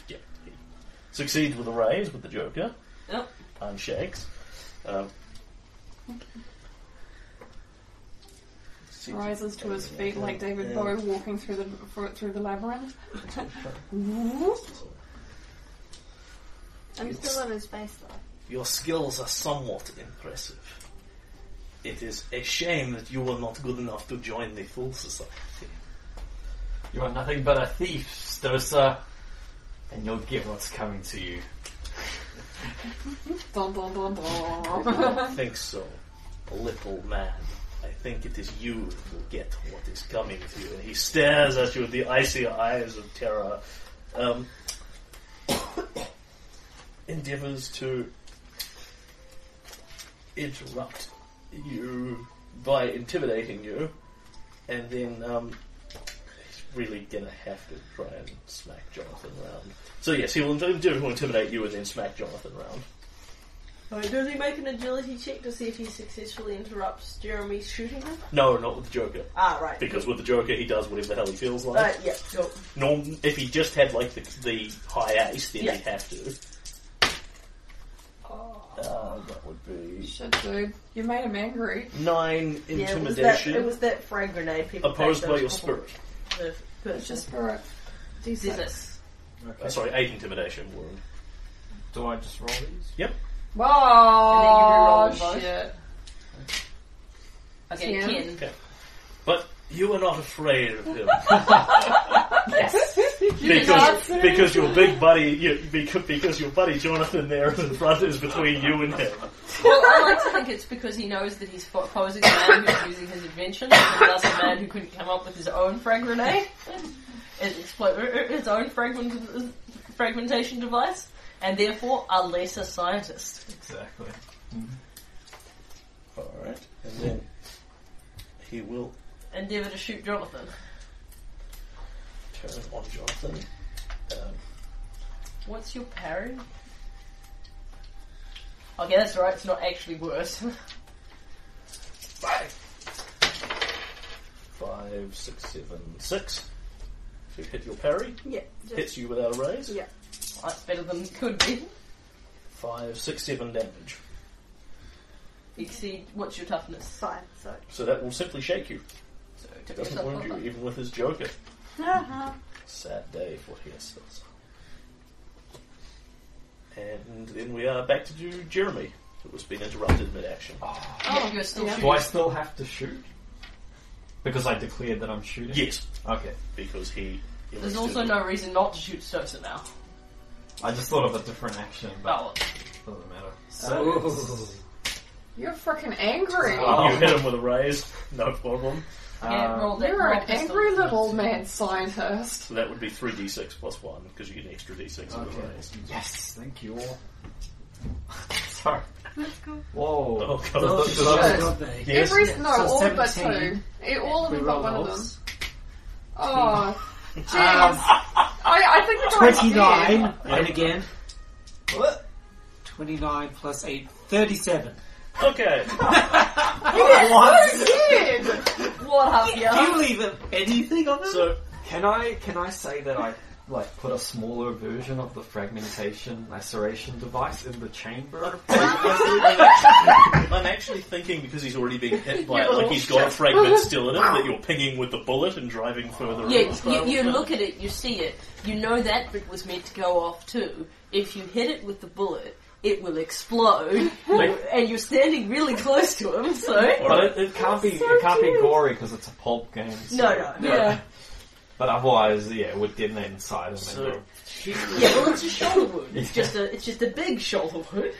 [SPEAKER 1] yeah, he succeeds with a raise with the joker.
[SPEAKER 2] Yep.
[SPEAKER 1] Unshakes. Um,
[SPEAKER 4] Rises to his feet like David
[SPEAKER 1] Yeah.
[SPEAKER 4] Bowie walking through the for- through the labyrinth.
[SPEAKER 7] I'm still in his face though.
[SPEAKER 1] Your skills are somewhat impressive. It is a shame that you were not good enough to join the Fool Society.
[SPEAKER 5] You are nothing but a thief, Stosa, and you'll get what's coming to you.
[SPEAKER 4] Dun, dun, dun,
[SPEAKER 1] I do
[SPEAKER 4] dun.
[SPEAKER 1] not think so, little man. I think it is you who will get what is coming to you. And he stares at you with the icy eyes of terror. Um, endeavors to interrupt you by intimidating you, and then um, he's really gonna have to try and smack Jonathan round. So yes, he will endeavor to intimidate you and then smack Jonathan round.
[SPEAKER 2] Alright, does he make an agility check to see if he successfully interrupts Jeremy's shooting him?
[SPEAKER 1] No, not with the Joker.
[SPEAKER 2] Ah, right. Uh,
[SPEAKER 1] Because with the Joker, he does whatever the hell he feels like.
[SPEAKER 2] Alright, yep, go.
[SPEAKER 1] Norm, if he just had like the, the high ace, then
[SPEAKER 2] Yeah. Oh.
[SPEAKER 1] he'd have to. Uh, that would be
[SPEAKER 4] Shit, dude, you made him angry.
[SPEAKER 1] nine
[SPEAKER 2] Yeah, it was that,
[SPEAKER 1] intimidation
[SPEAKER 2] it was that frag grenade people
[SPEAKER 1] opposed
[SPEAKER 2] packed
[SPEAKER 1] by your
[SPEAKER 2] those couple-
[SPEAKER 1] spirit.
[SPEAKER 2] The
[SPEAKER 4] It's
[SPEAKER 2] person.
[SPEAKER 4] just for
[SPEAKER 2] Jesus.
[SPEAKER 5] Okay.
[SPEAKER 1] Uh, sorry, eight intimidation wound.
[SPEAKER 5] Do I just roll these?
[SPEAKER 4] Wow,
[SPEAKER 2] And then you reroll both?
[SPEAKER 4] shit.
[SPEAKER 2] Oh, Okay,
[SPEAKER 4] Yeah.
[SPEAKER 2] Ken.
[SPEAKER 1] But you are not afraid of him
[SPEAKER 4] You
[SPEAKER 1] because
[SPEAKER 4] bastard.
[SPEAKER 1] because your big buddy you, because, because your buddy Jonathan there in the front is between you and him.
[SPEAKER 2] Well, I like to think it's because he knows that he's fo- posing a man who's using his invention, and thus a man who couldn't come up with his own frag grenade, his, explo- er, er, his own fragment- fragmentation device, and therefore a lesser scientist.
[SPEAKER 5] Exactly.
[SPEAKER 1] All right, and then he will
[SPEAKER 2] Endeavour to shoot Jonathan.
[SPEAKER 1] turn on Jonathan. Um,
[SPEAKER 2] What's your parry? Okay, that's right, it's not actually worse.
[SPEAKER 1] five, six, seven, six. So you hit your parry.
[SPEAKER 7] Yeah.
[SPEAKER 1] Hits you without a raise.
[SPEAKER 7] Yeah.
[SPEAKER 2] that's better than it could be.
[SPEAKER 1] Five, six, seven damage.
[SPEAKER 2] Exceed, what's your toughness?
[SPEAKER 7] Fine, so.
[SPEAKER 1] So that will simply shake you.
[SPEAKER 2] So, tip
[SPEAKER 1] Doesn't
[SPEAKER 2] yourself
[SPEAKER 1] wound you,
[SPEAKER 2] over.
[SPEAKER 1] even with his joker.
[SPEAKER 7] Uh-huh.
[SPEAKER 1] Sad day for Hestos. And then we are back to do Jeremy, who has been interrupted mid-action.
[SPEAKER 2] Yeah, Oh, you're still
[SPEAKER 4] Yeah.
[SPEAKER 2] shooting.
[SPEAKER 5] Do I still have to shoot? Because I declared that I'm shooting?
[SPEAKER 1] Yes,
[SPEAKER 5] Okay.
[SPEAKER 1] because he.
[SPEAKER 2] There's also no reason not to shoot Stosa now.
[SPEAKER 5] I just thought of a different action, but
[SPEAKER 2] Oh,
[SPEAKER 5] it doesn't matter.
[SPEAKER 3] So,
[SPEAKER 4] You're freaking angry.
[SPEAKER 5] Oh.
[SPEAKER 1] You hit him with a raise, no problem.
[SPEAKER 2] yeah, roll that.
[SPEAKER 4] You're
[SPEAKER 2] roll
[SPEAKER 4] an
[SPEAKER 2] pistol.
[SPEAKER 4] angry little mad scientist.
[SPEAKER 1] So that would be 3d6 plus 1, because you get an extra d6 on the
[SPEAKER 5] Okay.
[SPEAKER 1] raise.
[SPEAKER 5] Yes, thank you all. Sorry. Whoa.
[SPEAKER 1] Oh,
[SPEAKER 3] oh,
[SPEAKER 1] God.
[SPEAKER 4] shit.
[SPEAKER 3] God, they-
[SPEAKER 1] Yes.
[SPEAKER 4] Every
[SPEAKER 3] yes.
[SPEAKER 4] no,
[SPEAKER 3] So
[SPEAKER 4] all but
[SPEAKER 3] 17.
[SPEAKER 4] two. Eh, all of
[SPEAKER 3] We
[SPEAKER 4] them but
[SPEAKER 3] roll
[SPEAKER 4] one of them.
[SPEAKER 3] those.
[SPEAKER 4] Oh, jeez.
[SPEAKER 3] Um,
[SPEAKER 4] I, I think the guy's
[SPEAKER 3] Twenty-nine.
[SPEAKER 4] dead.
[SPEAKER 3] And again. Twenty-nine plus eight. Thirty-seven.
[SPEAKER 1] Okay.
[SPEAKER 4] He's dead.
[SPEAKER 2] What have you?
[SPEAKER 3] You leave anything on them?
[SPEAKER 1] So
[SPEAKER 5] Can I can I say that I like put a smaller version of the fragmentation laceration device in the chamber?
[SPEAKER 1] I'm actually thinking because he's already been hit by it, like he's got a fragment still in him that you're pinging with the bullet and driving further.
[SPEAKER 2] Yeah,
[SPEAKER 1] in.
[SPEAKER 2] you, you look at it, you see it, you know that bit was meant to go off too. If you hit it with the bullet, it will explode, and you're standing really close to him, so.
[SPEAKER 5] But it, it can't be it can't be gory because it's a pulp game. so-
[SPEAKER 2] No, no.
[SPEAKER 4] Yeah.
[SPEAKER 5] But otherwise, yeah, it would detonate inside him.
[SPEAKER 1] So-
[SPEAKER 5] and
[SPEAKER 2] Yeah, well, it's a shoulder wound. It's just a, it's just a big shoulder wound.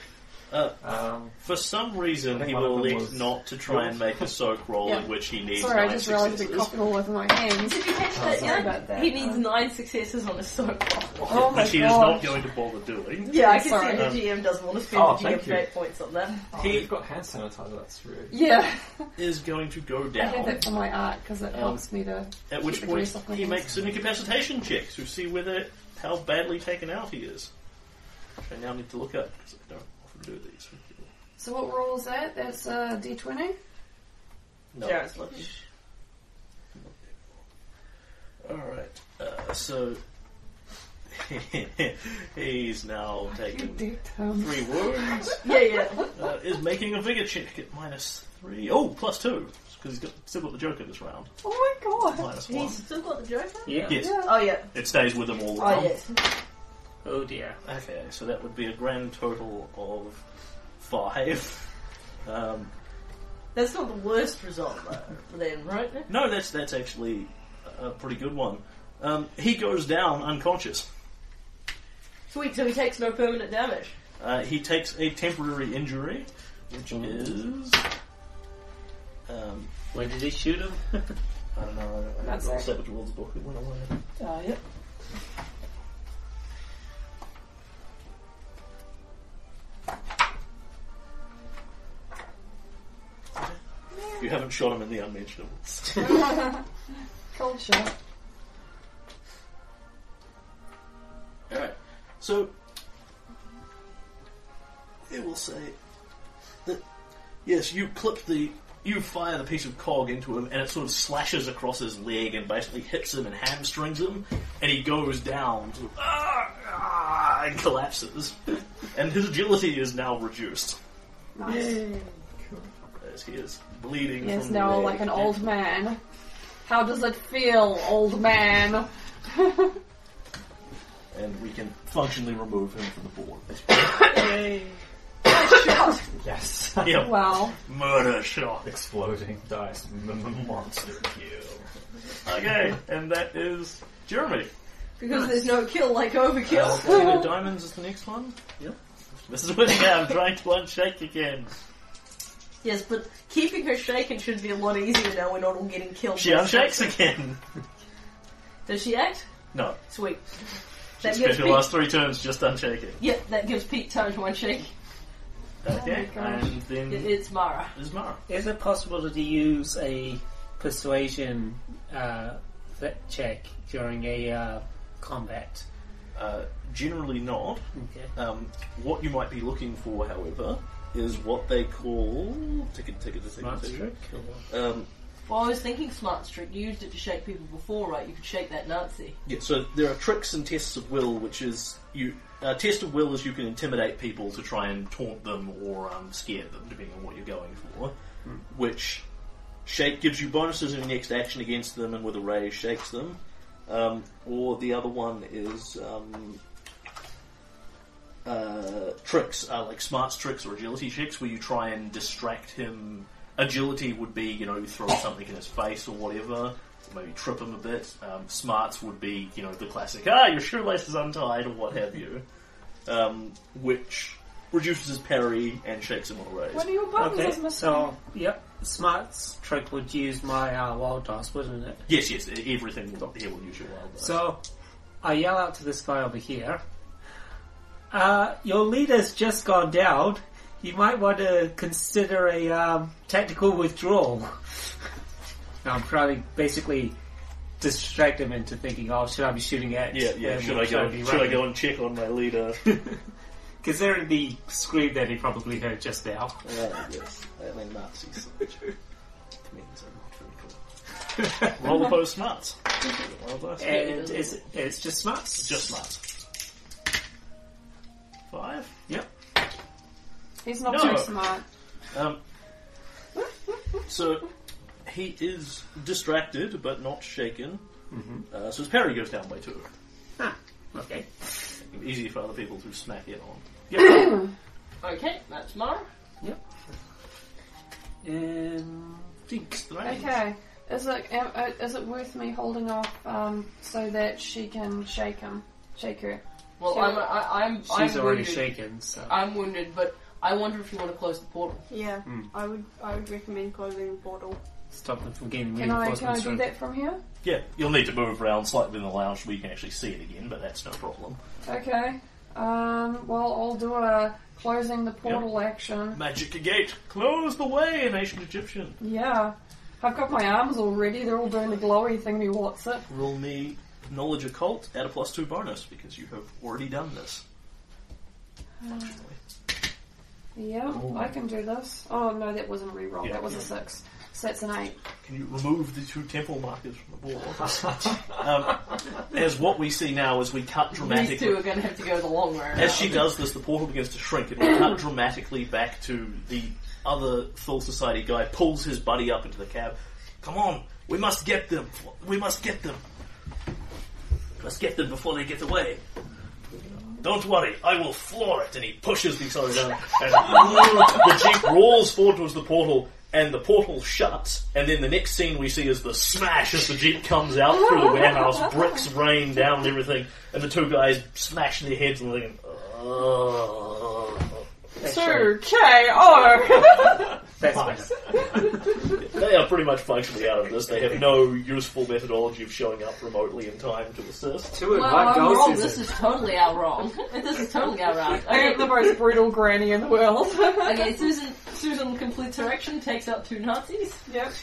[SPEAKER 5] um,
[SPEAKER 1] For some reason,
[SPEAKER 5] I think
[SPEAKER 1] he
[SPEAKER 5] one
[SPEAKER 1] will
[SPEAKER 5] of them
[SPEAKER 1] elect
[SPEAKER 5] was-
[SPEAKER 1] not to try and make a soak roll
[SPEAKER 4] Yeah.
[SPEAKER 1] in which he needs
[SPEAKER 4] Sorry, I
[SPEAKER 1] nine
[SPEAKER 4] just realised I've been
[SPEAKER 1] successes,
[SPEAKER 4] copying all over my hands.
[SPEAKER 2] Did you catch
[SPEAKER 5] Oh,
[SPEAKER 2] that?
[SPEAKER 5] sorry
[SPEAKER 2] Yeah,
[SPEAKER 4] about that.
[SPEAKER 2] he needs nine successes on his soap.
[SPEAKER 4] Oh my
[SPEAKER 1] which he is
[SPEAKER 4] god.
[SPEAKER 1] not going to bother doing.
[SPEAKER 2] Yeah, I
[SPEAKER 4] Yeah,
[SPEAKER 2] can
[SPEAKER 4] sorry.
[SPEAKER 2] see the GM doesn't want to spend
[SPEAKER 5] Um, Oh,
[SPEAKER 2] the GM
[SPEAKER 5] thank you.
[SPEAKER 2] fate points on that.
[SPEAKER 5] oh, you've got hand sanitizer. That's really
[SPEAKER 4] Yeah,
[SPEAKER 1] Is going to go
[SPEAKER 4] I have
[SPEAKER 1] down.
[SPEAKER 4] that for my art because it helps me to.
[SPEAKER 1] At which
[SPEAKER 4] the
[SPEAKER 1] point,
[SPEAKER 4] grease off my
[SPEAKER 1] he
[SPEAKER 4] hands.
[SPEAKER 1] makes an incapacitation check to see whether how badly taken out he is. Which I now need to look up because I don't often do these. with people.
[SPEAKER 4] So what roll is that? That's uh, d20.
[SPEAKER 1] No.
[SPEAKER 2] Jared's looking.
[SPEAKER 1] Alright, uh, so. he's now taken
[SPEAKER 4] Dick term.
[SPEAKER 1] three wounds.
[SPEAKER 2] Yeah, yeah.
[SPEAKER 1] uh, is making a vigor check at minus three. Oh, plus two because he's got, still got the Joker this round.
[SPEAKER 4] Oh my god.
[SPEAKER 1] Minus one.
[SPEAKER 2] He's still got the Joker.
[SPEAKER 3] Yeah.
[SPEAKER 1] Yes,
[SPEAKER 2] Oh yeah.
[SPEAKER 1] it stays with him all
[SPEAKER 2] Oh
[SPEAKER 1] round.
[SPEAKER 2] yes.
[SPEAKER 3] Oh dear.
[SPEAKER 1] Okay, so that would be a grand total of five. Um,
[SPEAKER 2] That's not the worst result though, then, right?
[SPEAKER 1] no, that's that's actually a a pretty good one. Um, he goes down unconscious.
[SPEAKER 2] Sweet, so he takes no permanent damage.
[SPEAKER 1] Uh, he takes a temporary injury, which is. Um,
[SPEAKER 3] Where did he shoot him?
[SPEAKER 1] I don't know. I don't, I
[SPEAKER 4] That's
[SPEAKER 1] don't know.
[SPEAKER 4] it.
[SPEAKER 1] Savage Worlds book. It went away.
[SPEAKER 2] Oh yep.
[SPEAKER 1] You haven't shot him in the unmentionables.
[SPEAKER 4] Cold shot.
[SPEAKER 1] Alright. So, it will say that, yes, you clip the. You fire the piece of cog into him, and it sort of slashes across his leg and basically hits him and hamstrings him, and he goes down sort of, "Ah, ah," and collapses. and his agility is now reduced, as he is bleeding
[SPEAKER 4] Yes,
[SPEAKER 1] from
[SPEAKER 4] now
[SPEAKER 1] the
[SPEAKER 4] like an old man. How does it feel, old man?
[SPEAKER 1] And we can functionally remove him from the board.
[SPEAKER 5] yes,
[SPEAKER 1] yeah,
[SPEAKER 4] Wow.
[SPEAKER 1] murder shot.
[SPEAKER 5] exploding dice m- monster kill.
[SPEAKER 1] Okay, and that is Jeremy.
[SPEAKER 2] Because there's no kill like overkill.
[SPEAKER 1] Casino Diamonds is the next one.
[SPEAKER 3] Yep.
[SPEAKER 1] This is when I'm trying to unshake again.
[SPEAKER 2] Yes, but keeping her shaken should be a lot easier now we're not all getting killed.
[SPEAKER 1] She
[SPEAKER 2] by
[SPEAKER 1] unshakes
[SPEAKER 2] something.
[SPEAKER 1] again.
[SPEAKER 2] Does she act?
[SPEAKER 1] No,
[SPEAKER 2] Sweet.
[SPEAKER 1] she
[SPEAKER 2] That
[SPEAKER 1] spent
[SPEAKER 2] gives
[SPEAKER 1] the
[SPEAKER 2] Pete.
[SPEAKER 1] last three turns just unshaking.
[SPEAKER 2] Yeah, that gives Pete time to unshake.
[SPEAKER 1] Okay,
[SPEAKER 4] gosh.
[SPEAKER 1] and
[SPEAKER 2] It,
[SPEAKER 1] then
[SPEAKER 2] it's Mara.
[SPEAKER 1] is Mara.
[SPEAKER 3] Is it possible to use a persuasion uh, th- check during a uh, combat?
[SPEAKER 1] Uh, generally not.
[SPEAKER 3] Okay.
[SPEAKER 1] Um, what you might be looking for, however, is what they call ticket, ticket, ticket,
[SPEAKER 3] Smart
[SPEAKER 1] ticket.
[SPEAKER 3] trick. or-
[SPEAKER 1] Um,
[SPEAKER 2] Well, I was thinking smart trick. You used it to shake people before, right? You could shake that Nazi.
[SPEAKER 1] Yeah, so there are tricks and tests of will, which is you. Uh, test of will is you can intimidate people to try and taunt them or um, scare them, depending on what you're going for. Which shake gives you bonuses in your next action against them, and with a rage shakes them. Um, or the other one is um, uh, tricks, uh, like smarts tricks or agility checks, where you try and distract him. Agility would be, you know, you throw something in his face or whatever, maybe trip him a bit. Um, smarts would be, you know, the classic, ah, your shoelace is untied or what have you, um, which reduces his parry and shakes him on a raise.
[SPEAKER 4] One of your buttons is
[SPEAKER 3] Okay,
[SPEAKER 4] missing.
[SPEAKER 3] so, yep, smarts trick would use my uh, wild dice, wouldn't it?
[SPEAKER 1] Yes, yes, e- everything up here will use your wild dice.
[SPEAKER 3] So, I yell out to this guy over here. Uh, your leader's just gone down. You might want to consider a um, tactical withdrawal. now I'm trying to basically distract him into thinking, oh, should I be shooting at?
[SPEAKER 1] Yeah, yeah.
[SPEAKER 3] him
[SPEAKER 1] Should
[SPEAKER 3] or
[SPEAKER 1] I go? Should I go and check on my leader?
[SPEAKER 3] Considering the scream that he probably heard just now.
[SPEAKER 1] yes, I'm a Nazi soldier. It means I'm not very cool. Roll the post smarts.
[SPEAKER 3] and it's, it's just smarts.
[SPEAKER 1] Just smart. Five.
[SPEAKER 3] Yep.
[SPEAKER 4] He's not
[SPEAKER 1] No.
[SPEAKER 4] too smart.
[SPEAKER 1] Um, so he is distracted but not shaken. Uh, so his parry goes down by two.
[SPEAKER 3] Ah, okay.
[SPEAKER 1] Easy for other people to smack in on.
[SPEAKER 3] Yep.
[SPEAKER 2] Okay, that's mine.
[SPEAKER 3] um,
[SPEAKER 1] Jinx, the man.
[SPEAKER 4] Okay. Is it am, uh, is it worth me holding off um, so that she can shake him, shake her?
[SPEAKER 2] Well,
[SPEAKER 4] So-
[SPEAKER 2] I'm, I, I'm,
[SPEAKER 3] she's
[SPEAKER 2] I'm
[SPEAKER 3] already
[SPEAKER 2] wounded.
[SPEAKER 3] shaken, so.
[SPEAKER 2] I'm wounded, but I wonder if you want to close the portal.
[SPEAKER 7] Yeah,
[SPEAKER 3] Hmm.
[SPEAKER 7] I would I would recommend closing the portal.
[SPEAKER 3] Stop them from getting
[SPEAKER 4] Can I can I
[SPEAKER 3] reinforcements
[SPEAKER 4] do
[SPEAKER 3] from.
[SPEAKER 4] that from here?
[SPEAKER 1] Yeah, you'll need to move around slightly in the lounge where you can actually see it again, but that's no problem.
[SPEAKER 4] Okay. Um, well, I'll do a closing the portal action.
[SPEAKER 1] Magic gate, close the way, an ancient Egyptian.
[SPEAKER 4] Yeah. I've got my arms all ready. They're all doing the glowy thingy. What's it?
[SPEAKER 1] Roll me knowledge occult at a plus two bonus because you have already done this.
[SPEAKER 2] Hmm.
[SPEAKER 1] Functionally.
[SPEAKER 4] Yeah, I can do this. Oh no, that wasn't a reroll.
[SPEAKER 1] Yeah,
[SPEAKER 4] that was a
[SPEAKER 1] yeah.
[SPEAKER 4] six. So that's an eight.
[SPEAKER 1] Can you remove the two temple markers from the board? um, as what we see now is we cut
[SPEAKER 2] These two are
[SPEAKER 1] dramatically.
[SPEAKER 2] going to have to go the long way.
[SPEAKER 1] As she does this, the portal begins to shrink, and we cut dramatically back to the other Full Society guy pulls his buddy up into the cab. Come on, we must get them. We must get them. Let's get them before they get away. Don't worry, I will floor it. And he pushes the accelerator down, and the jeep rolls forward towards the portal, and the portal shuts. And then the next scene we see is the smash as the jeep comes out through the warehouse, bricks rain down and everything, and the two guys smash their heads and they're "Ugh."
[SPEAKER 4] Two K O.
[SPEAKER 3] That's better.
[SPEAKER 1] They are pretty much functionally out of this. They have no useful methodology of showing up remotely in time to assist.
[SPEAKER 9] Two and
[SPEAKER 2] Well,
[SPEAKER 9] one
[SPEAKER 2] I'm
[SPEAKER 9] goal,
[SPEAKER 2] wrong.
[SPEAKER 9] Susan.
[SPEAKER 2] This is totally our wrong. This is totally our wrong.
[SPEAKER 4] I am the
[SPEAKER 2] Okay,
[SPEAKER 4] most brutal granny in the world.
[SPEAKER 2] okay, Susan. Susan completes her action, takes out two Nazis,
[SPEAKER 4] Yep.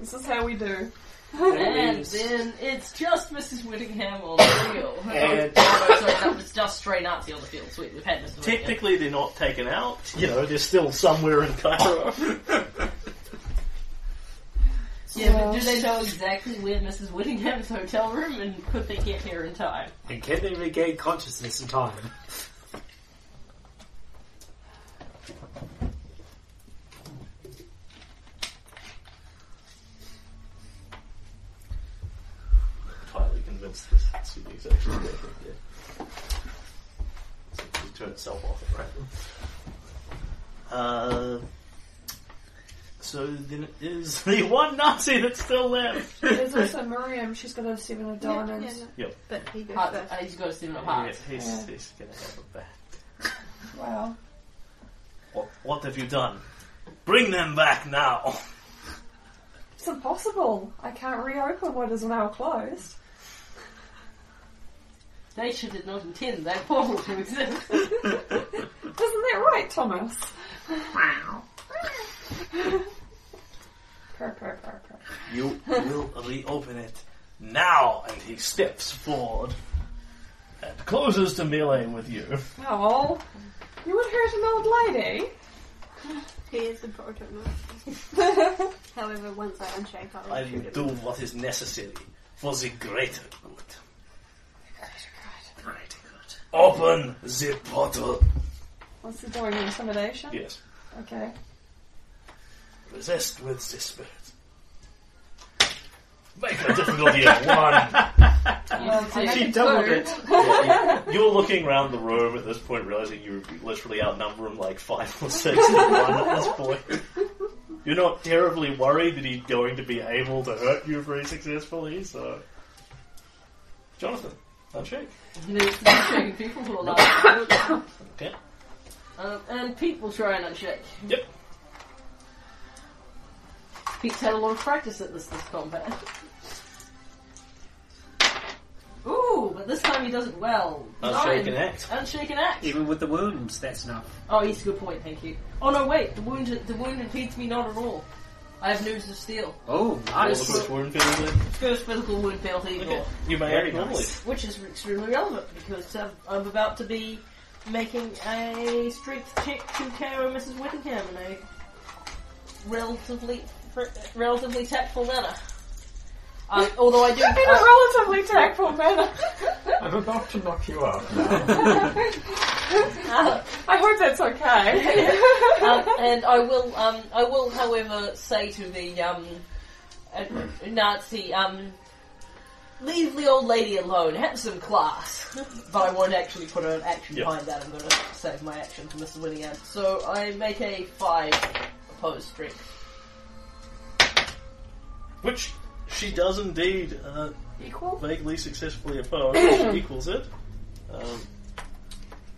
[SPEAKER 4] This is how we do.
[SPEAKER 2] and
[SPEAKER 3] leaves.
[SPEAKER 2] then it's just Mrs. Whittingham on the field.
[SPEAKER 3] And-
[SPEAKER 2] oh, no, sorry, that was just stray Nazi on the field. Sweet, we've had Mrs. Whittingham.
[SPEAKER 1] Technically, they're not taken out. You know, they're still somewhere in Cairo.
[SPEAKER 2] Yeah, but do they know exactly where Mrs. Whittingham's hotel room and could they get here in time?
[SPEAKER 3] And can they regain consciousness in time?
[SPEAKER 1] entirely convinced this CD's actually working here. So it turned itself off at random. Uh, so then it is the one Nazi that's still left.
[SPEAKER 4] There's also Miriam. She's got a seven of
[SPEAKER 7] Yeah,
[SPEAKER 4] diamonds.
[SPEAKER 7] yeah,
[SPEAKER 1] Yep.
[SPEAKER 7] But he goes
[SPEAKER 2] Heart,
[SPEAKER 7] first.
[SPEAKER 2] uh, he's got a seven of
[SPEAKER 1] Ah, Yeah,
[SPEAKER 2] hearts.
[SPEAKER 1] he's, he's gonna have it back.
[SPEAKER 4] Wow.
[SPEAKER 1] What, what have you done? Bring them back now!
[SPEAKER 4] It's impossible. I can't reopen what is now closed.
[SPEAKER 2] Nature did not intend that portal to exist.
[SPEAKER 4] Isn't that right, Thomas? Wow.
[SPEAKER 1] You will reopen it now! And he steps forward and closes to melee with you.
[SPEAKER 4] Oh, you would hurt an old lady.
[SPEAKER 7] He is the proto However, once I unshake, I'll
[SPEAKER 1] I
[SPEAKER 7] shoot him.
[SPEAKER 1] do what is necessary for the greater good. Greater good. Open the portal.
[SPEAKER 4] What's he doing? Intimidation?
[SPEAKER 1] Yes.
[SPEAKER 4] Okay.
[SPEAKER 1] Resist with the spirit. Make a difficulty of one.
[SPEAKER 3] She doubled it.
[SPEAKER 1] You're looking around the room at this point, realizing you literally outnumber him like five or six to one at this point. You're not terribly worried that he's going to be able to hurt you very successfully, so. Jonathan, unshake.
[SPEAKER 2] And it's the shaking people who are like,
[SPEAKER 1] Okay.
[SPEAKER 2] um, and Pete will try and unshake.
[SPEAKER 1] Yep.
[SPEAKER 2] Pete's had a lot of practice at this this combat. Ooh, but this time he does it well.
[SPEAKER 1] Unshake
[SPEAKER 2] Nine.
[SPEAKER 1] and act.
[SPEAKER 2] Unshaken axe.
[SPEAKER 3] Even with the wounds, that's enough.
[SPEAKER 2] Oh, he's a good point, thank you. Oh no, wait, the wound the wound impedes me not at all. I have news of steel.
[SPEAKER 3] Oh,
[SPEAKER 1] Roll
[SPEAKER 3] nice.
[SPEAKER 1] the first wound penalty.
[SPEAKER 2] First physical wound penalty,
[SPEAKER 1] Okay.
[SPEAKER 2] or-
[SPEAKER 1] You may
[SPEAKER 3] Very
[SPEAKER 1] act normally.
[SPEAKER 3] nice.
[SPEAKER 2] which is extremely relevant because uh, I'm about to be making a strength check to KO Mrs. Whittingham in a relatively relatively tactful manner. Um, although I do,
[SPEAKER 4] In a
[SPEAKER 2] I,
[SPEAKER 4] relatively tactful manner.
[SPEAKER 5] I'm about to knock you out now.
[SPEAKER 4] I hope that's okay.
[SPEAKER 2] um, and I will, um, I will, however, say to the um, uh, Nazi, um, leave the old lady alone. Have some class. but I won't actually put an action
[SPEAKER 1] Yeah.
[SPEAKER 2] behind that. I'm going to save my action for Mr. Winningham. So I make a five opposed strength.
[SPEAKER 1] Which she does indeed uh,
[SPEAKER 4] Equal?
[SPEAKER 1] vaguely successfully oppose. she equals it. Um,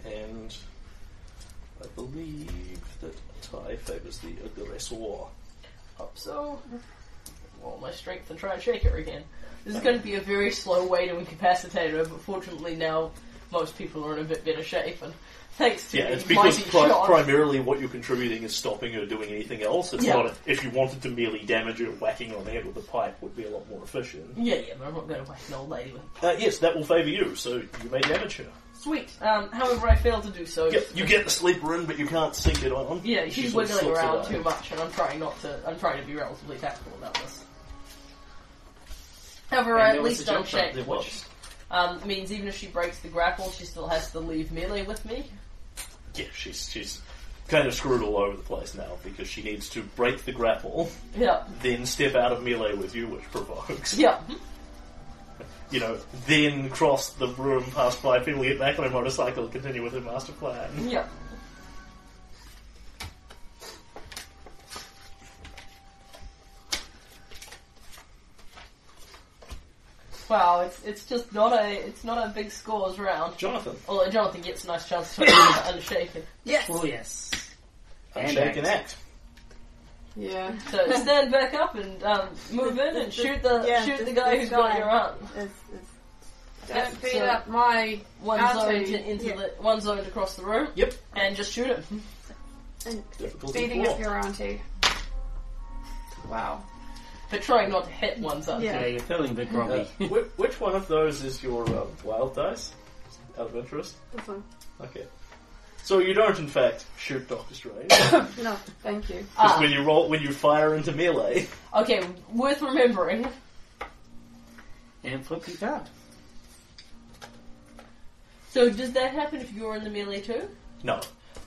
[SPEAKER 1] and I believe that tie favours the aggressor.
[SPEAKER 2] Hope so. Roll my strength and try and shake her again. This is going to be a very slow way to incapacitate her, but fortunately now most people are in a bit better shape. And thanks to
[SPEAKER 1] Yeah,
[SPEAKER 2] the
[SPEAKER 1] it's because
[SPEAKER 2] mighty
[SPEAKER 1] pri-
[SPEAKER 2] shot-
[SPEAKER 1] primarily what you're contributing is stopping her doing anything else. It's
[SPEAKER 2] Yeah.
[SPEAKER 1] not if you wanted to merely damage her, whacking her on the head with a pipe would be a lot more efficient.
[SPEAKER 2] Yeah, yeah, but I'm not going to whack an old lady with
[SPEAKER 1] Uh, yes, that will favour you, so you may damage her.
[SPEAKER 2] Sweet. Um, however, I fail to do so.
[SPEAKER 1] Yep, you get the sleeper in, but you can't sink it on.
[SPEAKER 2] Yeah,
[SPEAKER 1] She
[SPEAKER 2] she's,
[SPEAKER 1] sort of
[SPEAKER 2] wiggling
[SPEAKER 1] slips
[SPEAKER 2] around
[SPEAKER 1] away.
[SPEAKER 2] too much, and I'm trying not to. I'm trying to be relatively tactful about this. However,
[SPEAKER 5] And
[SPEAKER 2] I
[SPEAKER 5] there
[SPEAKER 2] at
[SPEAKER 5] was a
[SPEAKER 2] least
[SPEAKER 5] jump
[SPEAKER 2] don't
[SPEAKER 5] shot,
[SPEAKER 2] shake,
[SPEAKER 5] there
[SPEAKER 2] which
[SPEAKER 5] was.
[SPEAKER 2] um, means even if she breaks the grapple, she still has to leave melee with me.
[SPEAKER 1] Yeah, she's she's kind of screwed all over the place now because she needs to break the grapple,
[SPEAKER 2] Yeah,
[SPEAKER 1] then step out of melee with you, which provokes.
[SPEAKER 2] yeah.
[SPEAKER 1] You know, then cross the room, pass by people, get back on her motorcycle, continue with her master plan.
[SPEAKER 2] Yeah. Wow, it's it's just not a it's not a big scores round.
[SPEAKER 1] Jonathan,
[SPEAKER 2] Although Jonathan gets a nice chance to unshaken.
[SPEAKER 7] Yes.
[SPEAKER 3] Oh yes. And
[SPEAKER 1] unshaken act.
[SPEAKER 4] Yeah.
[SPEAKER 2] So stand back up and um, move in and shoot the
[SPEAKER 7] Yeah,
[SPEAKER 2] shoot the
[SPEAKER 7] this-
[SPEAKER 2] guy
[SPEAKER 7] this
[SPEAKER 2] who's got
[SPEAKER 7] guy.
[SPEAKER 2] your arm.
[SPEAKER 7] It's, it's,
[SPEAKER 4] Don't beat
[SPEAKER 2] So-
[SPEAKER 4] up my.
[SPEAKER 2] One
[SPEAKER 4] I'll
[SPEAKER 2] zoned
[SPEAKER 4] see.
[SPEAKER 2] into
[SPEAKER 7] Yeah.
[SPEAKER 2] the one zoned across the room.
[SPEAKER 1] Yep.
[SPEAKER 2] And just shoot him.
[SPEAKER 1] Difficulty
[SPEAKER 4] Beating
[SPEAKER 1] four.
[SPEAKER 4] up your auntie. Wow.
[SPEAKER 2] But trying not to hit one zone.
[SPEAKER 7] Yeah.
[SPEAKER 3] Yeah, you're feeling a bit groggy.
[SPEAKER 1] Uh, whi- which one of those is your um, wild dice? Out of interest.
[SPEAKER 7] this one.
[SPEAKER 1] Okay. So you don't, in fact, shoot Doctor Strange
[SPEAKER 7] No.
[SPEAKER 4] Thank you.
[SPEAKER 1] because
[SPEAKER 2] Ah.
[SPEAKER 1] when you roll, when you fire into melee,
[SPEAKER 2] Okay, worth remembering.
[SPEAKER 3] and flip you card.
[SPEAKER 2] So does that happen if you're in the melee too?
[SPEAKER 1] no,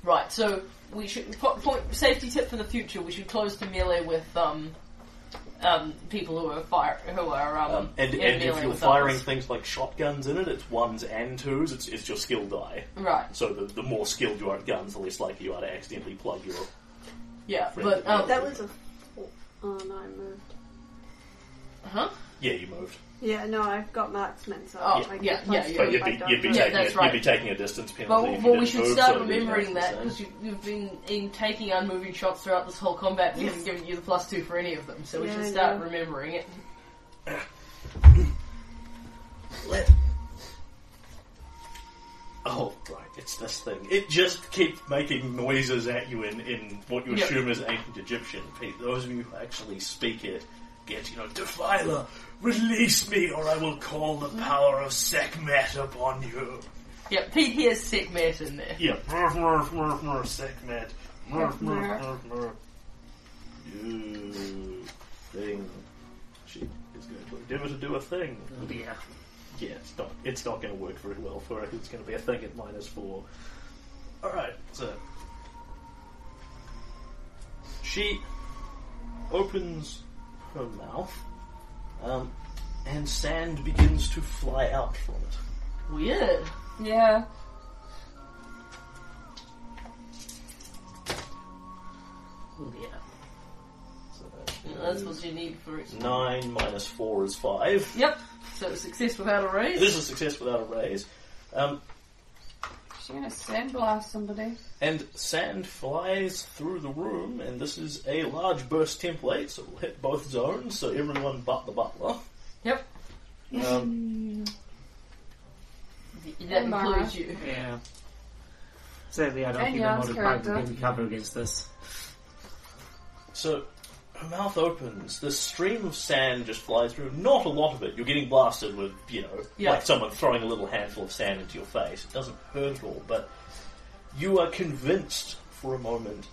[SPEAKER 2] Right. So we should po- point safety tip for the future. We should close the melee with um um people who are fire who are um,
[SPEAKER 1] um, and
[SPEAKER 2] in
[SPEAKER 1] and
[SPEAKER 2] melee
[SPEAKER 1] if you're
[SPEAKER 2] with
[SPEAKER 1] firing
[SPEAKER 2] others.
[SPEAKER 1] things like shotguns in it, it's ones and twos. It's it's your skill die.
[SPEAKER 2] right.
[SPEAKER 1] So the the more skilled you are at guns, the less likely you are to accidentally plug your.
[SPEAKER 2] Yeah,
[SPEAKER 1] Friendly
[SPEAKER 2] but um,
[SPEAKER 7] That was a. four. Oh no, I moved.
[SPEAKER 2] huh?
[SPEAKER 1] Yeah, you moved,
[SPEAKER 7] Yeah, no, I've got marksman, so
[SPEAKER 2] Oh, yeah,
[SPEAKER 7] I get
[SPEAKER 2] yeah,
[SPEAKER 7] plus
[SPEAKER 2] yeah.
[SPEAKER 7] two
[SPEAKER 1] but you'd
[SPEAKER 7] if I
[SPEAKER 1] be
[SPEAKER 7] don't
[SPEAKER 1] you'd be
[SPEAKER 7] move.
[SPEAKER 2] Yeah,
[SPEAKER 1] taking
[SPEAKER 2] that's
[SPEAKER 1] a,
[SPEAKER 2] right.
[SPEAKER 1] you'd be taking a distance penalty.
[SPEAKER 2] Well,
[SPEAKER 1] if you
[SPEAKER 2] well, we
[SPEAKER 1] didn't
[SPEAKER 2] should
[SPEAKER 1] move,
[SPEAKER 2] start
[SPEAKER 1] so it'd be
[SPEAKER 2] remembering
[SPEAKER 1] about
[SPEAKER 2] that
[SPEAKER 1] the
[SPEAKER 2] because
[SPEAKER 1] same.
[SPEAKER 2] you, you've been in taking unmoving shots throughout this whole combat. We
[SPEAKER 7] Yes.
[SPEAKER 2] haven't given you the plus two for any of them, so we
[SPEAKER 7] Yeah,
[SPEAKER 2] should
[SPEAKER 7] I
[SPEAKER 2] start
[SPEAKER 7] know.
[SPEAKER 2] remembering it.
[SPEAKER 1] Oh, right, it's this thing. It just keeps making noises at you in, in what you
[SPEAKER 2] Yep.
[SPEAKER 1] assume is ancient Egyptian. Pete, Those of you who actually speak it get, you know, Defiler, release me or I will call the power of Sekhmet upon you.
[SPEAKER 2] Yeah, Pete hears sick mate in there.
[SPEAKER 1] Yeah, murf, murf, murf, murf, Sekhmet. Murf, murf, murf, murf. You thing. She is going to endeavour to do a thing.
[SPEAKER 3] Oh dear.
[SPEAKER 1] Yeah, it's not it's not going to work very well for her. It's going to be a thing at minus four. All right, so she opens her mouth, um, and sand begins to fly out from it.
[SPEAKER 2] Weird.
[SPEAKER 4] Yeah.
[SPEAKER 3] Oh dear.
[SPEAKER 1] So that's
[SPEAKER 2] That's what you need for it.
[SPEAKER 1] Mm. nine minus four is five.
[SPEAKER 2] Yep. So success without a raise.
[SPEAKER 1] This is success without a raise. Um,
[SPEAKER 4] She's gonna sandblast somebody.
[SPEAKER 1] and sand flies through the room, and this is a large burst template, so we'll hit both zones, so everyone but the butler.
[SPEAKER 2] Yep.
[SPEAKER 1] Um,
[SPEAKER 2] That
[SPEAKER 4] And Mara.
[SPEAKER 2] includes you.
[SPEAKER 3] Yeah. Sadly, I don't
[SPEAKER 4] And
[SPEAKER 3] think I'm
[SPEAKER 4] Jan's
[SPEAKER 3] on a
[SPEAKER 4] character.
[SPEAKER 3] to give cover against this.
[SPEAKER 1] So her mouth opens. The stream of sand just flies through. Not a lot of it. You're getting blasted with, you know,
[SPEAKER 2] Yeah.
[SPEAKER 1] like someone throwing a little handful of sand into your face. It doesn't hurt at all, but you are convinced for a moment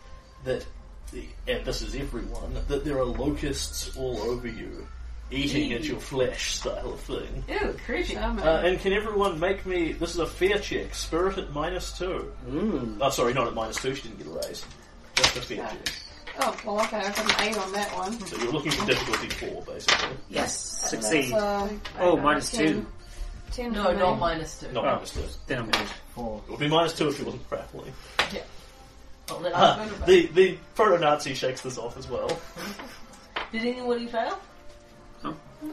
[SPEAKER 1] that, the, and this is everyone, that there are locusts all over you. eating at your flesh style of thing.
[SPEAKER 2] Ew, creepy.
[SPEAKER 4] Charming.
[SPEAKER 1] Uh, and can everyone make me? This is a fear check. Spirit at minus two.
[SPEAKER 3] Mm.
[SPEAKER 1] Oh, sorry, not at minus two. She didn't get a raise. Just a fear check.
[SPEAKER 4] oh, well, okay, I've got an 8 on that
[SPEAKER 3] Hmm.
[SPEAKER 4] one.
[SPEAKER 1] So you're looking for difficulty four, basically.
[SPEAKER 3] Yes, succeed.
[SPEAKER 4] That's, uh,
[SPEAKER 3] oh, minus two.
[SPEAKER 4] 10
[SPEAKER 2] No,
[SPEAKER 4] for me.
[SPEAKER 2] not minus two.
[SPEAKER 1] Not
[SPEAKER 3] Oh.
[SPEAKER 1] minus two. It
[SPEAKER 3] Then I'm good.
[SPEAKER 5] Four.
[SPEAKER 1] would be minus two if she wasn't grappling.
[SPEAKER 2] Well, then I'll
[SPEAKER 1] Ah,
[SPEAKER 2] remember.
[SPEAKER 1] the the proto Nazi shakes this off as well.
[SPEAKER 2] Did anybody fail?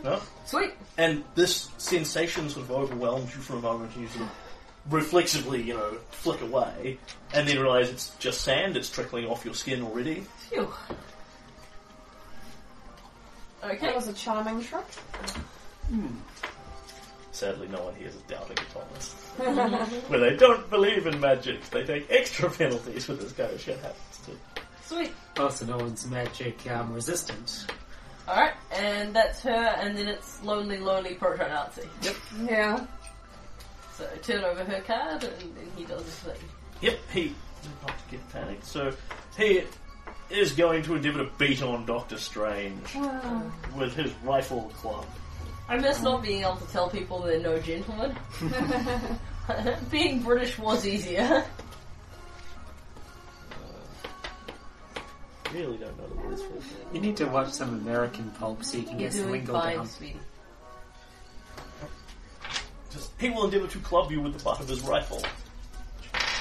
[SPEAKER 1] No?
[SPEAKER 2] Sweet.
[SPEAKER 1] And this sensation sort of overwhelms you for a moment, and you sort of reflexively, you know, flick away, and then realise it's just sand. It's trickling off your skin already.
[SPEAKER 2] Phew. Okay.
[SPEAKER 4] That was a charming trick.
[SPEAKER 1] Sadly, no one here is doubting Thomas. Where they don't believe in magic, they take extra penalties when this kind of shit happens to.
[SPEAKER 2] Sweet.
[SPEAKER 3] Also, no one's magic um, resistant.
[SPEAKER 2] Alright, and that's her, and then it's Lonely Lonely Proto Nazi.
[SPEAKER 4] Yeah.
[SPEAKER 2] So turn over her card, and, and he does his thing.
[SPEAKER 1] Yep, he did not get panicked, so he is going to endeavour to beat on Doctor Strange with his rifle club.
[SPEAKER 2] I miss not being able to tell people they're no gentlemen. being British was easier.
[SPEAKER 1] Really don't know the words for it.
[SPEAKER 3] You need to watch some American pulp so you can
[SPEAKER 2] You're
[SPEAKER 3] get some
[SPEAKER 2] doing
[SPEAKER 3] lingo
[SPEAKER 2] fine,
[SPEAKER 3] down.
[SPEAKER 2] sweetie.
[SPEAKER 1] Just he will endeavour to club you with the butt of his rifle.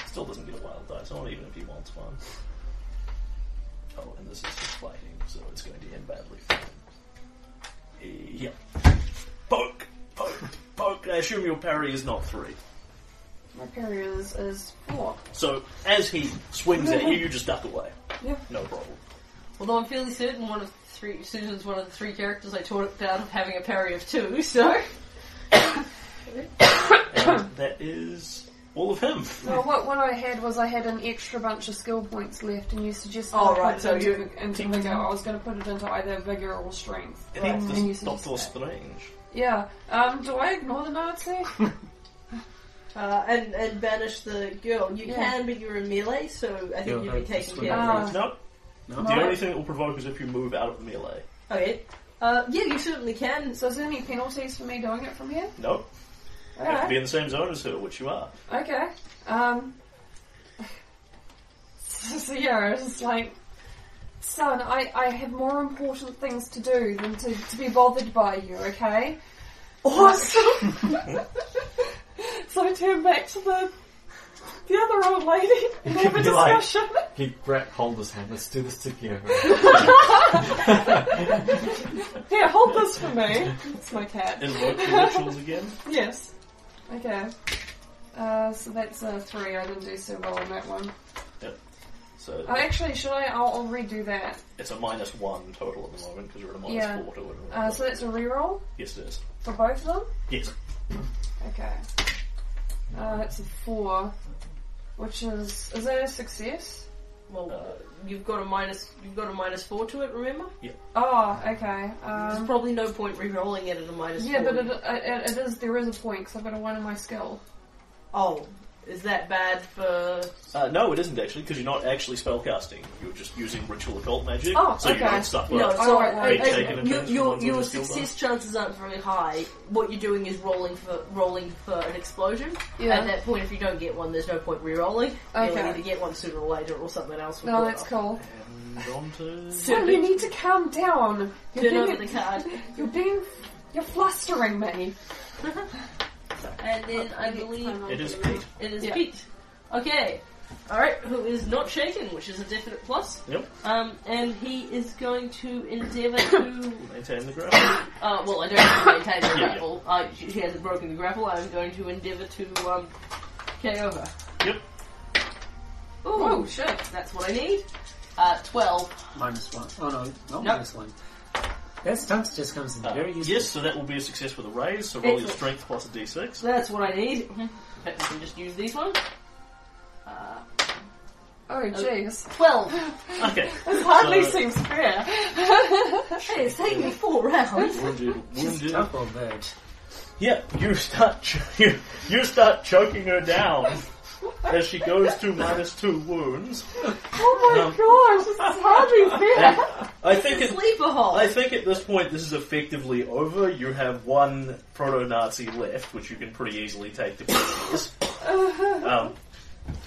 [SPEAKER 1] Still doesn't get a wild dice on, even if he wants one. Oh, and this is just fighting, so it's going to end badly. for him. Yep. Poke, poke, poke. I assume your parry is not three.
[SPEAKER 4] My period is, is 4.
[SPEAKER 1] So as he swings at you, you just duck away.
[SPEAKER 4] Yeah.
[SPEAKER 1] No problem.
[SPEAKER 2] Although I'm fairly certain one of three Susan's one of the three characters I taught out of having a parry of two, so
[SPEAKER 1] And that is all of him.
[SPEAKER 4] Well, what, what I had was I had an extra bunch of skill points left, and you suggested
[SPEAKER 2] Oh,
[SPEAKER 4] I
[SPEAKER 2] right,
[SPEAKER 4] put
[SPEAKER 2] so
[SPEAKER 4] it into,
[SPEAKER 2] you-
[SPEAKER 4] into vigor. I was going to put it into either vigor or strength.
[SPEAKER 1] I
[SPEAKER 4] Right,
[SPEAKER 1] think
[SPEAKER 4] and you
[SPEAKER 1] this
[SPEAKER 4] suggested
[SPEAKER 1] Doctor
[SPEAKER 4] that.
[SPEAKER 1] Strange.
[SPEAKER 4] Yeah. Um, do I ignore the Nazi?
[SPEAKER 2] uh, and and banish the girl. You
[SPEAKER 4] Yeah.
[SPEAKER 2] can, but you're in melee, so I
[SPEAKER 3] You'll
[SPEAKER 2] think you'll be
[SPEAKER 3] have to
[SPEAKER 2] taken
[SPEAKER 3] swing
[SPEAKER 2] care of.
[SPEAKER 4] Ah.
[SPEAKER 3] around.
[SPEAKER 1] No,
[SPEAKER 3] No?
[SPEAKER 1] the only thing that will provoke is if you move out of the melee.
[SPEAKER 2] Okay. Uh, yeah, you certainly can.
[SPEAKER 4] so is there any penalties for me doing it from here?
[SPEAKER 1] No, you have to be
[SPEAKER 4] Alright.
[SPEAKER 1] in the same zone as her, which you are.
[SPEAKER 4] Okay. Um, so yeah, it's just like, son, I, I have more important things to do than to, to be bothered by you, okay? Awesome! so I turn back to the, the other old lady and have a
[SPEAKER 5] You're like-
[SPEAKER 4] discussion.
[SPEAKER 5] He grabbed Holder's hand. Let's do this together.
[SPEAKER 4] Here, hold this for me. It's my cat.
[SPEAKER 1] Invoke the rituals again.
[SPEAKER 4] Yes. Okay. Uh, so that's a three. I didn't do so well on that one.
[SPEAKER 1] So
[SPEAKER 4] Oh, actually, should I? I'll, I'll redo that.
[SPEAKER 1] it's a minus one total at the moment because you're at a minus
[SPEAKER 4] Yeah.
[SPEAKER 1] four to it.
[SPEAKER 4] Uh, so that's a reroll
[SPEAKER 1] yes, it is.
[SPEAKER 4] for both of them.
[SPEAKER 1] Yes.
[SPEAKER 4] Okay. Uh, that's a four, which is is that a success?
[SPEAKER 2] Well,
[SPEAKER 1] Uh,
[SPEAKER 2] you've got a minus. You've got a minus four to it. Remember,
[SPEAKER 4] Oh, okay.
[SPEAKER 2] there's
[SPEAKER 4] Um,
[SPEAKER 2] probably no point re-rolling it at a minus
[SPEAKER 4] yeah,
[SPEAKER 2] four.
[SPEAKER 4] but it, uh, it, it is there is a point because I've got a one in my skill.
[SPEAKER 2] oh, is that bad for?
[SPEAKER 1] Uh, no, it isn't actually because you're not actually spellcasting. You're just using ritual occult magic,
[SPEAKER 4] Oh,
[SPEAKER 1] so you
[SPEAKER 4] okay.
[SPEAKER 1] don't stuff
[SPEAKER 2] No,
[SPEAKER 1] up.
[SPEAKER 4] I
[SPEAKER 2] so
[SPEAKER 4] won't worry.
[SPEAKER 2] uh,
[SPEAKER 1] Be taken
[SPEAKER 2] uh,
[SPEAKER 1] advantage
[SPEAKER 2] your,
[SPEAKER 1] of one's own
[SPEAKER 2] your, your
[SPEAKER 1] skill bar.
[SPEAKER 2] success chances aren't very high. What you're doing is rolling for rolling for an explosion.
[SPEAKER 4] Yeah.
[SPEAKER 2] At that point, if you don't get one, there's no point re-rolling. You'll
[SPEAKER 4] Okay.
[SPEAKER 2] either get one sooner or later, or something else. will
[SPEAKER 4] No,
[SPEAKER 2] pull it
[SPEAKER 4] that's
[SPEAKER 2] off.
[SPEAKER 4] cool.
[SPEAKER 1] And on to
[SPEAKER 4] No, you
[SPEAKER 2] Certainly,
[SPEAKER 4] need to calm down. You're
[SPEAKER 2] turn over the
[SPEAKER 4] being,
[SPEAKER 2] card,
[SPEAKER 4] you're being you're flustering me.
[SPEAKER 2] and then I believe
[SPEAKER 1] it is Pete.
[SPEAKER 2] it is
[SPEAKER 4] Yeah.
[SPEAKER 2] Pete. Okay, all right. Who is not shaken, which is a definite plus.
[SPEAKER 1] Yep.
[SPEAKER 2] Um, and he is going to endeavour to.
[SPEAKER 1] Maintain the ground.
[SPEAKER 2] Uh, well, I don't have to maintain the
[SPEAKER 1] Yeah,
[SPEAKER 2] grapple. I, she she hasn't broken the grapple. I'm going to endeavour to um, K over.
[SPEAKER 1] Yep.
[SPEAKER 2] Ooh, shit. That's what I need. Uh, 12.
[SPEAKER 3] Minus one. Oh no, not
[SPEAKER 2] No.
[SPEAKER 3] minus one. That stunts just comes in
[SPEAKER 1] Uh,
[SPEAKER 3] very useful.
[SPEAKER 1] yes, so that will be a success with a raise. So roll your
[SPEAKER 2] Excellent.
[SPEAKER 1] strength plus a d6.
[SPEAKER 2] That's what I need. I can just use these ones. Uh,
[SPEAKER 4] Oh, jeez.
[SPEAKER 2] 12.
[SPEAKER 1] Okay.
[SPEAKER 4] This hardly
[SPEAKER 1] So-
[SPEAKER 4] seems fair.
[SPEAKER 2] Hey, it's taken me four rounds.
[SPEAKER 1] Wounded,
[SPEAKER 3] She's
[SPEAKER 1] wounded.
[SPEAKER 3] tough old bird.
[SPEAKER 1] Yeah, you start ch- you, you start choking her down as she goes to minus two wounds.
[SPEAKER 4] Oh my
[SPEAKER 1] Um,
[SPEAKER 4] gosh, this is hardly
[SPEAKER 1] And
[SPEAKER 4] fair.
[SPEAKER 1] I think it,
[SPEAKER 2] Sleeper hole.
[SPEAKER 1] I think at this point this is effectively over. You have one proto-Nazi left, which you can pretty easily take to pieces.
[SPEAKER 2] Uh-huh.
[SPEAKER 1] um,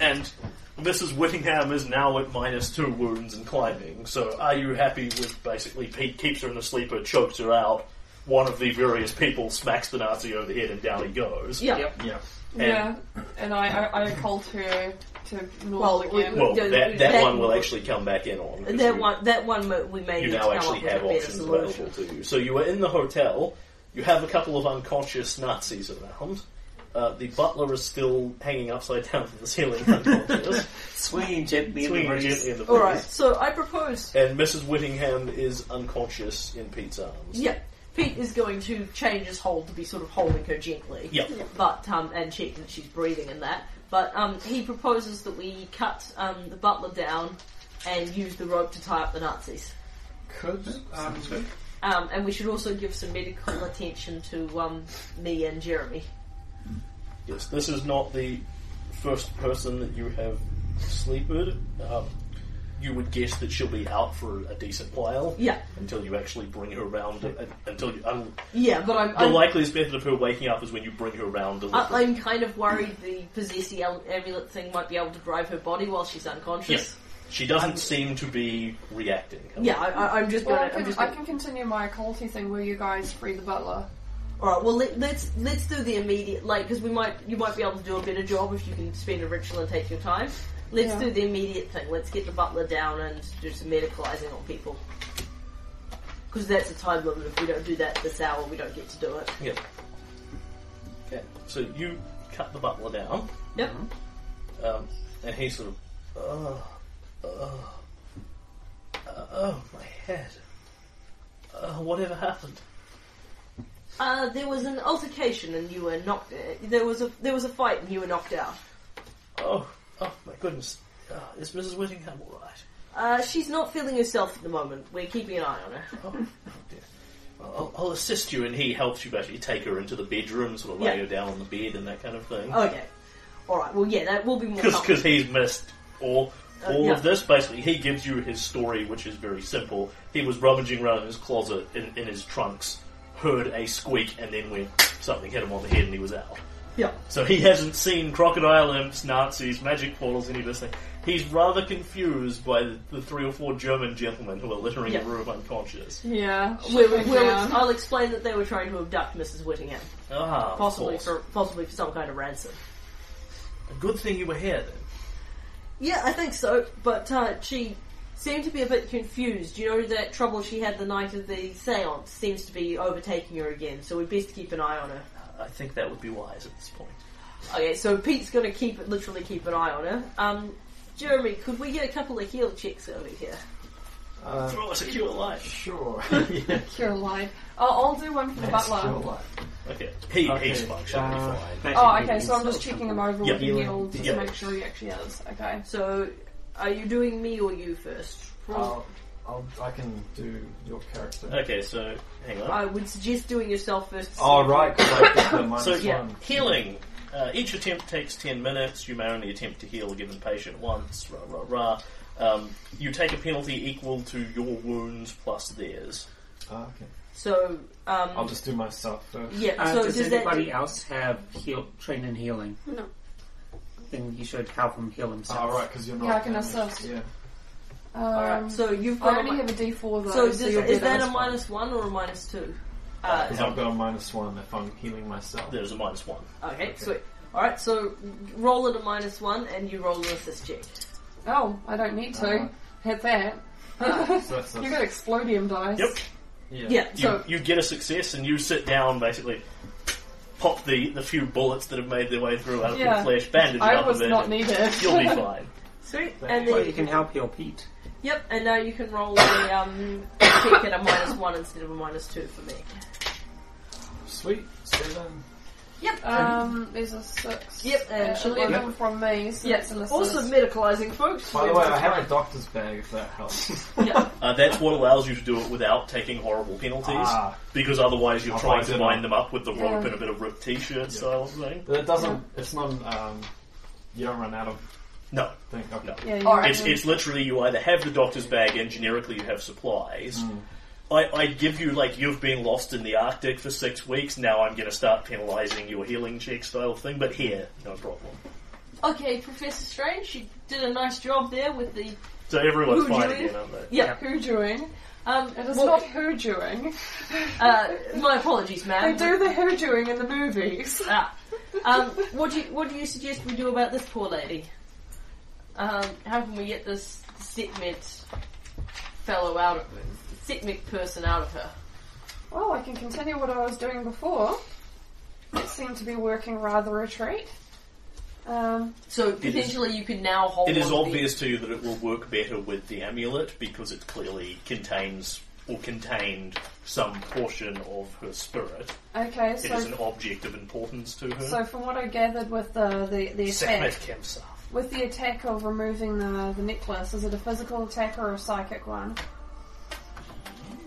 [SPEAKER 1] and Mrs. Whittingham is now at minus two wounds and climbing. So, are you happy with basically Pete keeps her in the sleeper, chokes her out? One of the various people smacks the Nazi over the head, and down he goes.
[SPEAKER 2] yeah.
[SPEAKER 5] Yeah.
[SPEAKER 1] And,
[SPEAKER 4] yeah, and I, I, I called her to normal
[SPEAKER 2] Well,
[SPEAKER 4] again.
[SPEAKER 2] we-
[SPEAKER 1] Well,
[SPEAKER 2] Yeah,
[SPEAKER 1] that, that,
[SPEAKER 2] that-
[SPEAKER 1] one will actually come back in on. 'cause
[SPEAKER 2] That
[SPEAKER 1] you-
[SPEAKER 2] one, that one mo- we made
[SPEAKER 1] you
[SPEAKER 2] it to
[SPEAKER 1] now
[SPEAKER 2] come
[SPEAKER 1] actually
[SPEAKER 2] up with
[SPEAKER 1] have
[SPEAKER 2] a better
[SPEAKER 1] options
[SPEAKER 2] solution.
[SPEAKER 1] available to you. So you are in the hotel. You have a couple of unconscious Nazis around. Uh, the butler is still hanging upside down from the ceiling, unconscious,
[SPEAKER 3] Swinging gently in the
[SPEAKER 1] swinging
[SPEAKER 3] breeze.
[SPEAKER 1] gently in the breeze.
[SPEAKER 2] All right, so I propose.
[SPEAKER 1] And Mrs. Whittingham is unconscious in Pete's arms.
[SPEAKER 2] Yeah, Pete is going to change his hold to be sort of holding her gently.
[SPEAKER 1] Yep.
[SPEAKER 2] but um, and check that she's breathing and that. But um, he proposes that we cut um, the butler down and use the rope to tie up the Nazis.
[SPEAKER 5] Could um,
[SPEAKER 2] Um, and we should also give some medical attention to um, me and Jeremy.
[SPEAKER 1] Yes, this is not the first person that you have sleepered. Um, you would guess that she'll be out for a decent while.
[SPEAKER 2] Yeah,
[SPEAKER 1] Until you actually bring her around, uh, until you, un-
[SPEAKER 2] yeah, but I'm
[SPEAKER 1] The
[SPEAKER 2] I'm,
[SPEAKER 1] likeliest method of her waking up is when you bring her round.
[SPEAKER 2] I-
[SPEAKER 1] deliberately.
[SPEAKER 2] I'm kind of worried the possessing am- amulet thing might be able to drive her body while she's unconscious.
[SPEAKER 1] She doesn't seem to be reacting.
[SPEAKER 2] Yeah, I, I, I'm just
[SPEAKER 4] Well,
[SPEAKER 2] gonna.
[SPEAKER 4] I
[SPEAKER 2] I'm
[SPEAKER 4] can,
[SPEAKER 2] just
[SPEAKER 4] I
[SPEAKER 2] gonna
[SPEAKER 4] can continue my occulty thing where you guys free the butler.
[SPEAKER 2] all right. Well, let, let's let's do the immediate, like, because we might you might be able to do a better job if you can spend a ritual and take your time. Let's
[SPEAKER 4] Yeah.
[SPEAKER 2] do the immediate thing. Let's get the butler down and do some medicalizing on people. Because that's a time limit. If we don't do that this hour, we don't get to do it.
[SPEAKER 1] Yeah. Okay. So you cut the butler down,
[SPEAKER 2] Yep.
[SPEAKER 1] um, and he sort of, oh, oh, oh, my head. Uh, whatever happened?
[SPEAKER 2] Uh, there was an altercation and you were knocked. uh, There was a there was a fight and you were knocked out.
[SPEAKER 1] Oh, oh my goodness. Uh, is Mrs. Whittingham all right?
[SPEAKER 2] Uh, she's not feeling herself at the moment. We're keeping an eye on her.
[SPEAKER 1] Oh, I'll, I'll assist you, and he helps you basically take her into the bedroom, sort of lay
[SPEAKER 2] Yeah.
[SPEAKER 1] her down on the bed and that kind of thing.
[SPEAKER 2] Okay. All right. Well, yeah, that will be more.
[SPEAKER 1] because he's missed all
[SPEAKER 2] Oh. Uh,
[SPEAKER 1] all
[SPEAKER 2] yeah.
[SPEAKER 1] of this. Basically, he gives you his story, which is very simple. He was rummaging around in his closet in, in his trunks, heard a squeak, and then went something hit him on the head, and he was out.
[SPEAKER 2] Yeah.
[SPEAKER 1] So he hasn't seen crocodile imps, Nazis, magic portals, any of this thing. He's rather confused by the, the three or four German gentlemen who are littering
[SPEAKER 2] Yeah.
[SPEAKER 1] the room unconscious.
[SPEAKER 4] Yeah.
[SPEAKER 2] We'll, we'll ex- I'll explain that they were trying to abduct Mrs. Whittingham,
[SPEAKER 1] Ah, of
[SPEAKER 2] possibly
[SPEAKER 1] course.
[SPEAKER 2] for possibly for some kind of ransom.
[SPEAKER 1] a good thing you were here. Then.
[SPEAKER 2] Yeah, I think so. But uh, she seemed to be a bit confused. You know that trouble she had the night of the séance seems to be overtaking her again. So we best keep an eye on her.
[SPEAKER 1] I think that would be wise at this point.
[SPEAKER 2] Okay, so Pete's going to keep it literally keep an eye on her. Um, Jeremy, could we get a couple of heel checks over here?
[SPEAKER 5] uh,
[SPEAKER 1] Throw us a cure life.
[SPEAKER 5] sure. yeah.
[SPEAKER 4] Cure life. I'll, I'll do one for the
[SPEAKER 5] That's
[SPEAKER 4] butler.
[SPEAKER 5] cure life.
[SPEAKER 1] Okay, he,
[SPEAKER 5] Okay,
[SPEAKER 1] he's functionally
[SPEAKER 5] uh,
[SPEAKER 1] fine.
[SPEAKER 4] Oh, okay, so I'm just checking him over
[SPEAKER 1] Yeah.
[SPEAKER 4] with the heal to
[SPEAKER 1] Yeah.
[SPEAKER 4] make sure he actually is. Okay.
[SPEAKER 2] So, are you doing me or you first?
[SPEAKER 5] I'll, I'll, I can do your character.
[SPEAKER 1] Okay, so hang on.
[SPEAKER 2] I would suggest doing yourself first. to
[SPEAKER 5] Oh,
[SPEAKER 2] see
[SPEAKER 5] right, 'cause I did the minus
[SPEAKER 1] So
[SPEAKER 2] yeah.
[SPEAKER 5] one.
[SPEAKER 1] healing. Uh, each attempt takes ten minutes. You may only attempt to heal a given patient once. Rah rah rah. Um, you take a penalty equal to your wounds plus theirs.
[SPEAKER 5] Ah, okay.
[SPEAKER 2] if- So, um,
[SPEAKER 5] I'll just do myself first.
[SPEAKER 2] yeah.
[SPEAKER 3] Uh,
[SPEAKER 2] so
[SPEAKER 3] does,
[SPEAKER 2] does
[SPEAKER 3] anybody
[SPEAKER 2] that?
[SPEAKER 3] else have heal, train in healing?
[SPEAKER 4] No.
[SPEAKER 3] Then you should help him heal himself.
[SPEAKER 5] oh, right, because you're not.
[SPEAKER 4] Yeah, I can
[SPEAKER 5] damaged.
[SPEAKER 4] assist.
[SPEAKER 5] Yeah.
[SPEAKER 4] Um,
[SPEAKER 2] All right. So you've got.
[SPEAKER 4] I
[SPEAKER 2] a
[SPEAKER 4] only
[SPEAKER 2] mi-
[SPEAKER 4] have a D4 though.
[SPEAKER 2] so does,
[SPEAKER 4] you're
[SPEAKER 2] is
[SPEAKER 4] better.
[SPEAKER 2] that a minus one or a minus two? Uh,
[SPEAKER 5] Because I've got a minus one if I'm healing myself.
[SPEAKER 1] There's a minus one.
[SPEAKER 2] okay, sweet. All right, so roll it a minus one, and you roll an assist check.
[SPEAKER 4] Oh, I don't need to.
[SPEAKER 5] Uh-huh.
[SPEAKER 4] Hit that.
[SPEAKER 5] So that's a,
[SPEAKER 4] You got explodium dice.
[SPEAKER 1] Yep.
[SPEAKER 5] yeah.
[SPEAKER 2] Yeah.
[SPEAKER 1] You,
[SPEAKER 4] So-
[SPEAKER 1] you get a success, and you sit down basically. Pop the, the few bullets that have made their way through out of
[SPEAKER 4] Yeah.
[SPEAKER 1] your flesh, bandage it
[SPEAKER 4] I
[SPEAKER 1] up a
[SPEAKER 4] was
[SPEAKER 1] bit.
[SPEAKER 4] not needed.
[SPEAKER 1] You'll be fine.
[SPEAKER 2] Sweet.
[SPEAKER 5] Thank
[SPEAKER 2] And
[SPEAKER 5] you.
[SPEAKER 3] Well, you
[SPEAKER 2] then
[SPEAKER 3] can help heal Pete.
[SPEAKER 2] yep, and now you can roll a um, check at a minus one instead of a minus two for me.
[SPEAKER 5] Sweet. Seven.
[SPEAKER 2] Yep.
[SPEAKER 4] Um, there's a six.
[SPEAKER 2] Yep, and
[SPEAKER 4] uh,
[SPEAKER 2] she'll-
[SPEAKER 4] eleven from me. So
[SPEAKER 2] Yep.
[SPEAKER 4] that's an assist.
[SPEAKER 2] Also medicalizing, folks.
[SPEAKER 5] By the
[SPEAKER 2] We're
[SPEAKER 5] way, I
[SPEAKER 2] both
[SPEAKER 5] have
[SPEAKER 2] fine.
[SPEAKER 5] a doctor's bag if that helps.
[SPEAKER 2] Yeah.
[SPEAKER 1] Uh, that's what allows you to do it without taking horrible penalties,
[SPEAKER 5] Ah.
[SPEAKER 1] because otherwise you're
[SPEAKER 5] I'll
[SPEAKER 1] trying
[SPEAKER 5] find
[SPEAKER 1] to
[SPEAKER 5] it
[SPEAKER 1] wind
[SPEAKER 5] out.
[SPEAKER 1] them up with the rope
[SPEAKER 4] Yeah.
[SPEAKER 1] and a bit of ripped t-shirt style thing.
[SPEAKER 5] But it doesn't. It's not. Um, You don't run out of
[SPEAKER 1] No.
[SPEAKER 5] thing. Okay.
[SPEAKER 1] No.
[SPEAKER 4] Yeah, you
[SPEAKER 2] All right.
[SPEAKER 1] It's, it's literally you either have the doctor's bag and generically you have supplies. I, I'd give you, like, you've been lost in the Arctic for six weeks, now I'm going to start penalising your healing check style thing, but here, no problem.
[SPEAKER 2] Okay, Professor Strange, she did a nice job there with the
[SPEAKER 1] So everyone's
[SPEAKER 2] Who,
[SPEAKER 1] fine
[SPEAKER 2] Julie?
[SPEAKER 1] again, aren't they?
[SPEAKER 2] yeah.
[SPEAKER 4] who doing.
[SPEAKER 2] Um,
[SPEAKER 4] It is
[SPEAKER 2] well,
[SPEAKER 4] not who doing.
[SPEAKER 2] uh, my apologies,
[SPEAKER 4] They
[SPEAKER 2] ma'am.
[SPEAKER 4] do the who doing in the movies.
[SPEAKER 2] Ah. Um, what do you what do you suggest we do about this poor lady? Um, how can we get this Setmet fellow out of Setmet person out of her?
[SPEAKER 4] Well, I can continue what I was doing before. It seemed to be working rather a treat. Um,
[SPEAKER 2] So potentially you can now hold.
[SPEAKER 1] It is
[SPEAKER 2] on to the-
[SPEAKER 1] obvious to you that it will work better with the amulet because it clearly contains or contained some portion of her spirit.
[SPEAKER 4] okay,
[SPEAKER 1] It is
[SPEAKER 4] so
[SPEAKER 1] an object of importance to her.
[SPEAKER 4] so from what I gathered with the the, the
[SPEAKER 1] Sekhmet
[SPEAKER 4] attack,
[SPEAKER 1] Kemsaf.
[SPEAKER 4] with the attack of removing the the necklace, is it a physical attack or a psychic one?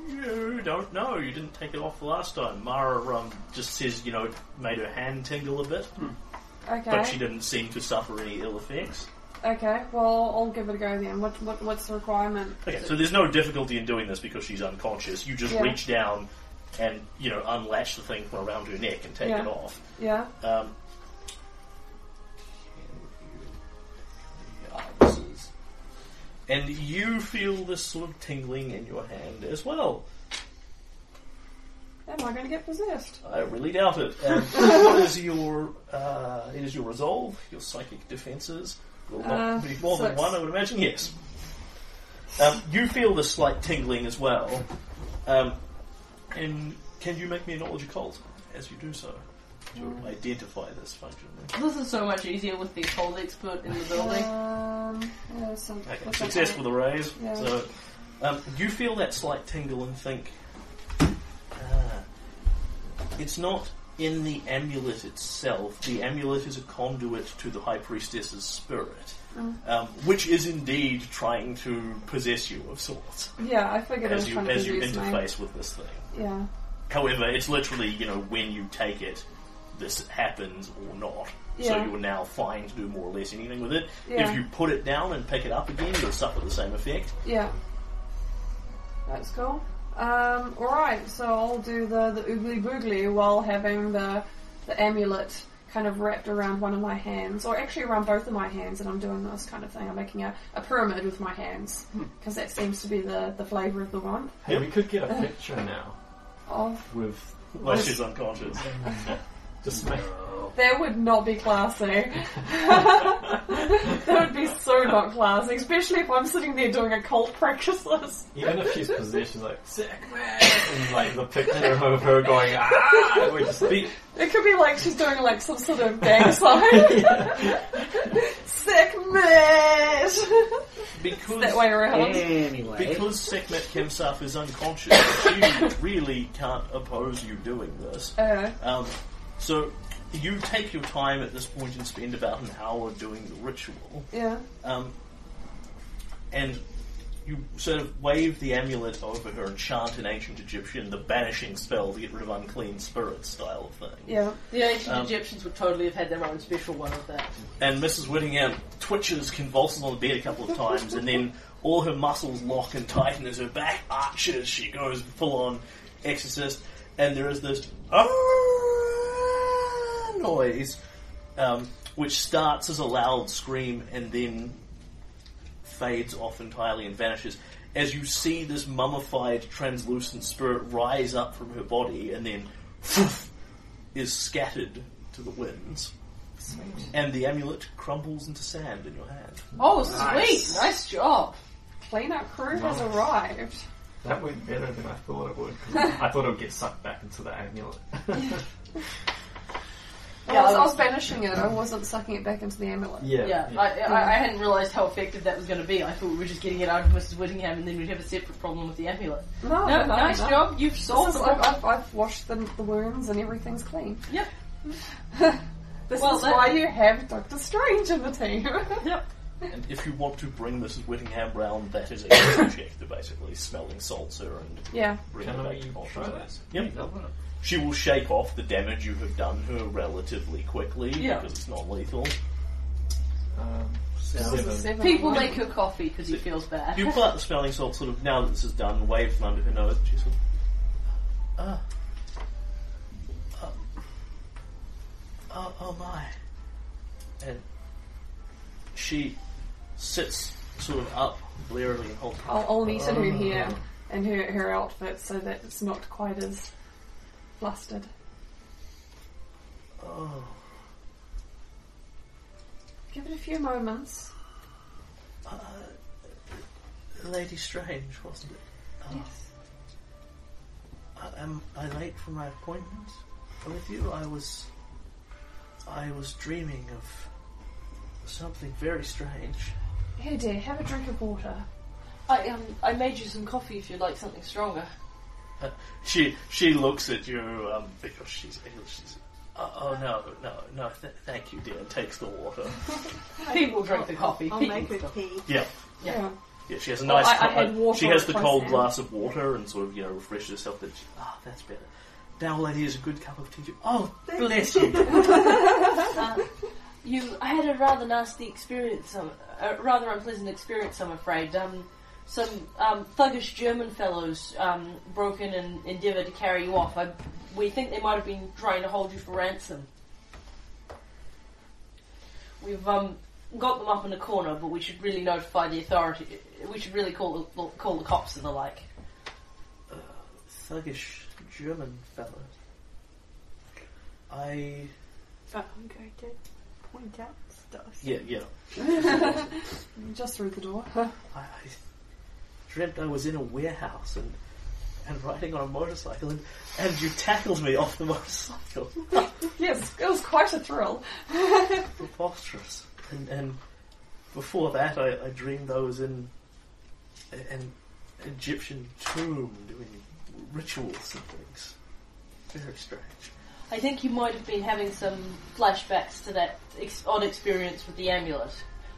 [SPEAKER 1] You don't know. You didn't take it off the last time. Mara um, just says, you know, it made her hand tingle a bit, but she
[SPEAKER 4] Okay,
[SPEAKER 1] didn't seem to suffer any ill effects.
[SPEAKER 4] okay. Well, I'll give it a go then. What, what what's the requirement?
[SPEAKER 1] Okay, so there's no difficulty in doing this because she's unconscious. You just
[SPEAKER 4] Yeah.
[SPEAKER 1] reach down and, you know, unlatch the thing from around her neck and take
[SPEAKER 4] Yeah.
[SPEAKER 1] it off.
[SPEAKER 4] Yeah.
[SPEAKER 1] Um, yeah, this is- and you feel this sort of tingling in your hand as well.
[SPEAKER 4] Am I going to get possessed?
[SPEAKER 1] I really doubt it. And what is your uh, it is your resolve, your psychic defences? Will not
[SPEAKER 4] Uh,
[SPEAKER 1] be more than
[SPEAKER 4] six.
[SPEAKER 1] one, I would imagine. Yes. Um, you feel the slight tingling as well. Um, and can you make me a knowledge occult as you do so to identify this functionally?
[SPEAKER 2] This is so much easier with the cold expert
[SPEAKER 4] Oh.
[SPEAKER 2] in the building.
[SPEAKER 4] Um, yeah, some,
[SPEAKER 1] Okay,
[SPEAKER 4] what's that
[SPEAKER 1] success
[SPEAKER 4] called?
[SPEAKER 1] with a raise.
[SPEAKER 4] Yeah.
[SPEAKER 1] So, um, you feel that slight tingle and think, ah, it's not in the amulet itself. The amulet is a conduit to the high priestess's spirit,
[SPEAKER 4] Mm.
[SPEAKER 1] um, which is indeed trying to possess you of sorts
[SPEAKER 4] Yeah, I figured it
[SPEAKER 1] as
[SPEAKER 4] was
[SPEAKER 1] you
[SPEAKER 4] trying to
[SPEAKER 1] as you
[SPEAKER 4] confuse me.
[SPEAKER 1] interface with this thing.
[SPEAKER 4] Yeah.
[SPEAKER 1] However, it's literally you know when you take it, this happens or not. So
[SPEAKER 4] Yeah.
[SPEAKER 1] you are now fine to do more or less anything with it.
[SPEAKER 4] Yeah.
[SPEAKER 1] If you put it down and pick it up again, you'll suffer the same effect.
[SPEAKER 4] Yeah. That's cool. Um, alright, so I'll do the, the oogly boogly while having the, the amulet kind of wrapped around one of my hands, or actually around both of my hands, and I'm doing this kind of thing. I'm making a, a pyramid with my hands, because that seems to be the, the flavour of the one. Oh,
[SPEAKER 5] Hey, we could get a picture now
[SPEAKER 4] Of
[SPEAKER 5] with
[SPEAKER 1] While she's unconscious.
[SPEAKER 5] just make.
[SPEAKER 4] That would not be classy. that would be so not classy, especially if I'm sitting there doing occult practices.
[SPEAKER 5] Even if she's possessed, she's like sick man, and like the picture of her going ah, and we just be
[SPEAKER 4] It could be like she's doing like some sort of gang sign. Sick mad!
[SPEAKER 1] Because
[SPEAKER 4] that way around.
[SPEAKER 3] Anyway.
[SPEAKER 1] because Sekhmet Kemsaf is unconscious, she really can't oppose you doing this.
[SPEAKER 4] Uh,
[SPEAKER 1] Um, so you take your time at this point and spend about an hour doing the ritual.
[SPEAKER 4] yeah.
[SPEAKER 1] Um, and you sort of wave the amulet over her and chant in ancient Egyptian the banishing spell to get rid of unclean spirits style of thing.
[SPEAKER 4] Yeah.
[SPEAKER 2] The ancient
[SPEAKER 1] Um,
[SPEAKER 2] Egyptians would totally have had their own special one of that.
[SPEAKER 1] And Mrs. Whittingham twitches, convulses on the bed a couple of times, and then all her muscles lock and tighten as her back arches. She goes full on exorcist, and there is this "Ah!" noise, um, which starts as a loud scream and then fades off entirely and vanishes. As you see this mummified, translucent spirit rise up from her body and then is scattered to the winds and the amulet crumbles into sand in your hand.
[SPEAKER 2] Oh, sweet! Nice job.
[SPEAKER 4] Cleanup crew has arrived.
[SPEAKER 5] that went better than I thought it would. 'cause I thought it would get sucked back into the amulet.
[SPEAKER 4] I, was, I was banishing it, I wasn't sucking it back into the amulet.
[SPEAKER 5] yeah,
[SPEAKER 2] Yeah, I, I, I hadn't realised how effective that was going to be. I thought we were just getting it out of Mrs. Whittingham and then we'd have a separate problem with the amulet.
[SPEAKER 4] No,
[SPEAKER 2] No,
[SPEAKER 4] no, no,
[SPEAKER 2] nice
[SPEAKER 4] no.
[SPEAKER 2] job. You've solved
[SPEAKER 4] This
[SPEAKER 2] the
[SPEAKER 4] is, I've,
[SPEAKER 2] problem.
[SPEAKER 4] I've, I've washed the, the wounds and everything's clean.
[SPEAKER 2] Yep.
[SPEAKER 4] This
[SPEAKER 2] Well,
[SPEAKER 4] is
[SPEAKER 2] that-
[SPEAKER 4] why you have Doctor Strange in the team.
[SPEAKER 2] Yep.
[SPEAKER 1] And if you want to bring Mrs. Whittingham round, that is a check to basically smelling saltzer and
[SPEAKER 4] yeah.
[SPEAKER 1] bringing
[SPEAKER 5] Can
[SPEAKER 1] her
[SPEAKER 5] I
[SPEAKER 1] back to
[SPEAKER 5] try that?
[SPEAKER 1] consciousness. Yep. She will shake off the damage you have done her relatively quickly
[SPEAKER 2] Yeah.
[SPEAKER 1] because it's non lethal.
[SPEAKER 5] Um,
[SPEAKER 3] Seven.
[SPEAKER 5] seven.
[SPEAKER 2] People make her coffee because he feels
[SPEAKER 1] If
[SPEAKER 2] bad.
[SPEAKER 1] you pull out the smelling salt, sort of now that this is done, wave from under her nose. She sort of, uh, uh, oh, oh my! And she sits sort of up, blearily and whole.
[SPEAKER 4] I'll, I'll need to do here and her, her outfit so that it's not quite as flustered.
[SPEAKER 1] Oh,
[SPEAKER 4] Give it a few moments.
[SPEAKER 1] uh, Lady Strange, wasn't it? Oh. I- "Uh, am I late for my appointment with you? I was. I was dreaming of something very strange.
[SPEAKER 4] Here, dear, have a drink of water.
[SPEAKER 2] I um, I made you some coffee if you'd like something stronger.
[SPEAKER 1] She she looks at you um, because she's English. She's, oh, oh no no no! Th- thank you, dear. And takes the water.
[SPEAKER 2] People drink the coffee.
[SPEAKER 7] I'll
[SPEAKER 2] People
[SPEAKER 7] make her
[SPEAKER 2] don't.
[SPEAKER 7] tea.
[SPEAKER 1] Yeah.
[SPEAKER 2] Yeah.
[SPEAKER 1] Yeah, she has a
[SPEAKER 4] Well,
[SPEAKER 1] nice.
[SPEAKER 4] I- I
[SPEAKER 1] cup-
[SPEAKER 4] had
[SPEAKER 1] uh,
[SPEAKER 4] water
[SPEAKER 1] she has
[SPEAKER 4] at
[SPEAKER 1] the
[SPEAKER 4] one
[SPEAKER 1] cold
[SPEAKER 4] stand.
[SPEAKER 1] glass of water and sort of you know refreshes herself. That she, ah, that's better. Now, lady, is a good cup of tea. to- Oh, bless you.
[SPEAKER 2] Uh, you, I had a rather nasty experience, um, a rather unpleasant experience, I'm afraid. Um, some um, thuggish German fellows um, broke in and endeavoured to carry you off. I, we think they might have been trying to hold you for ransom. We've um, got them up in a corner, but we should really notify the authority. We should really call the, call the cops and the like.
[SPEAKER 1] Thuggish German fellow. I
[SPEAKER 7] But I'm going to point out stuff.
[SPEAKER 1] yeah yeah.
[SPEAKER 4] Just through the door.
[SPEAKER 1] I, I dreamt I was in a warehouse and and riding on a motorcycle and, and you tackled me off the motorcycle.
[SPEAKER 4] yes, it was quite a thrill.
[SPEAKER 1] Preposterous. And and before that I, I dreamed I was in a- an Egyptian tomb doing rituals and things. Very strange.
[SPEAKER 2] I think you might have been having some flashbacks to that ex- odd experience with the amulet.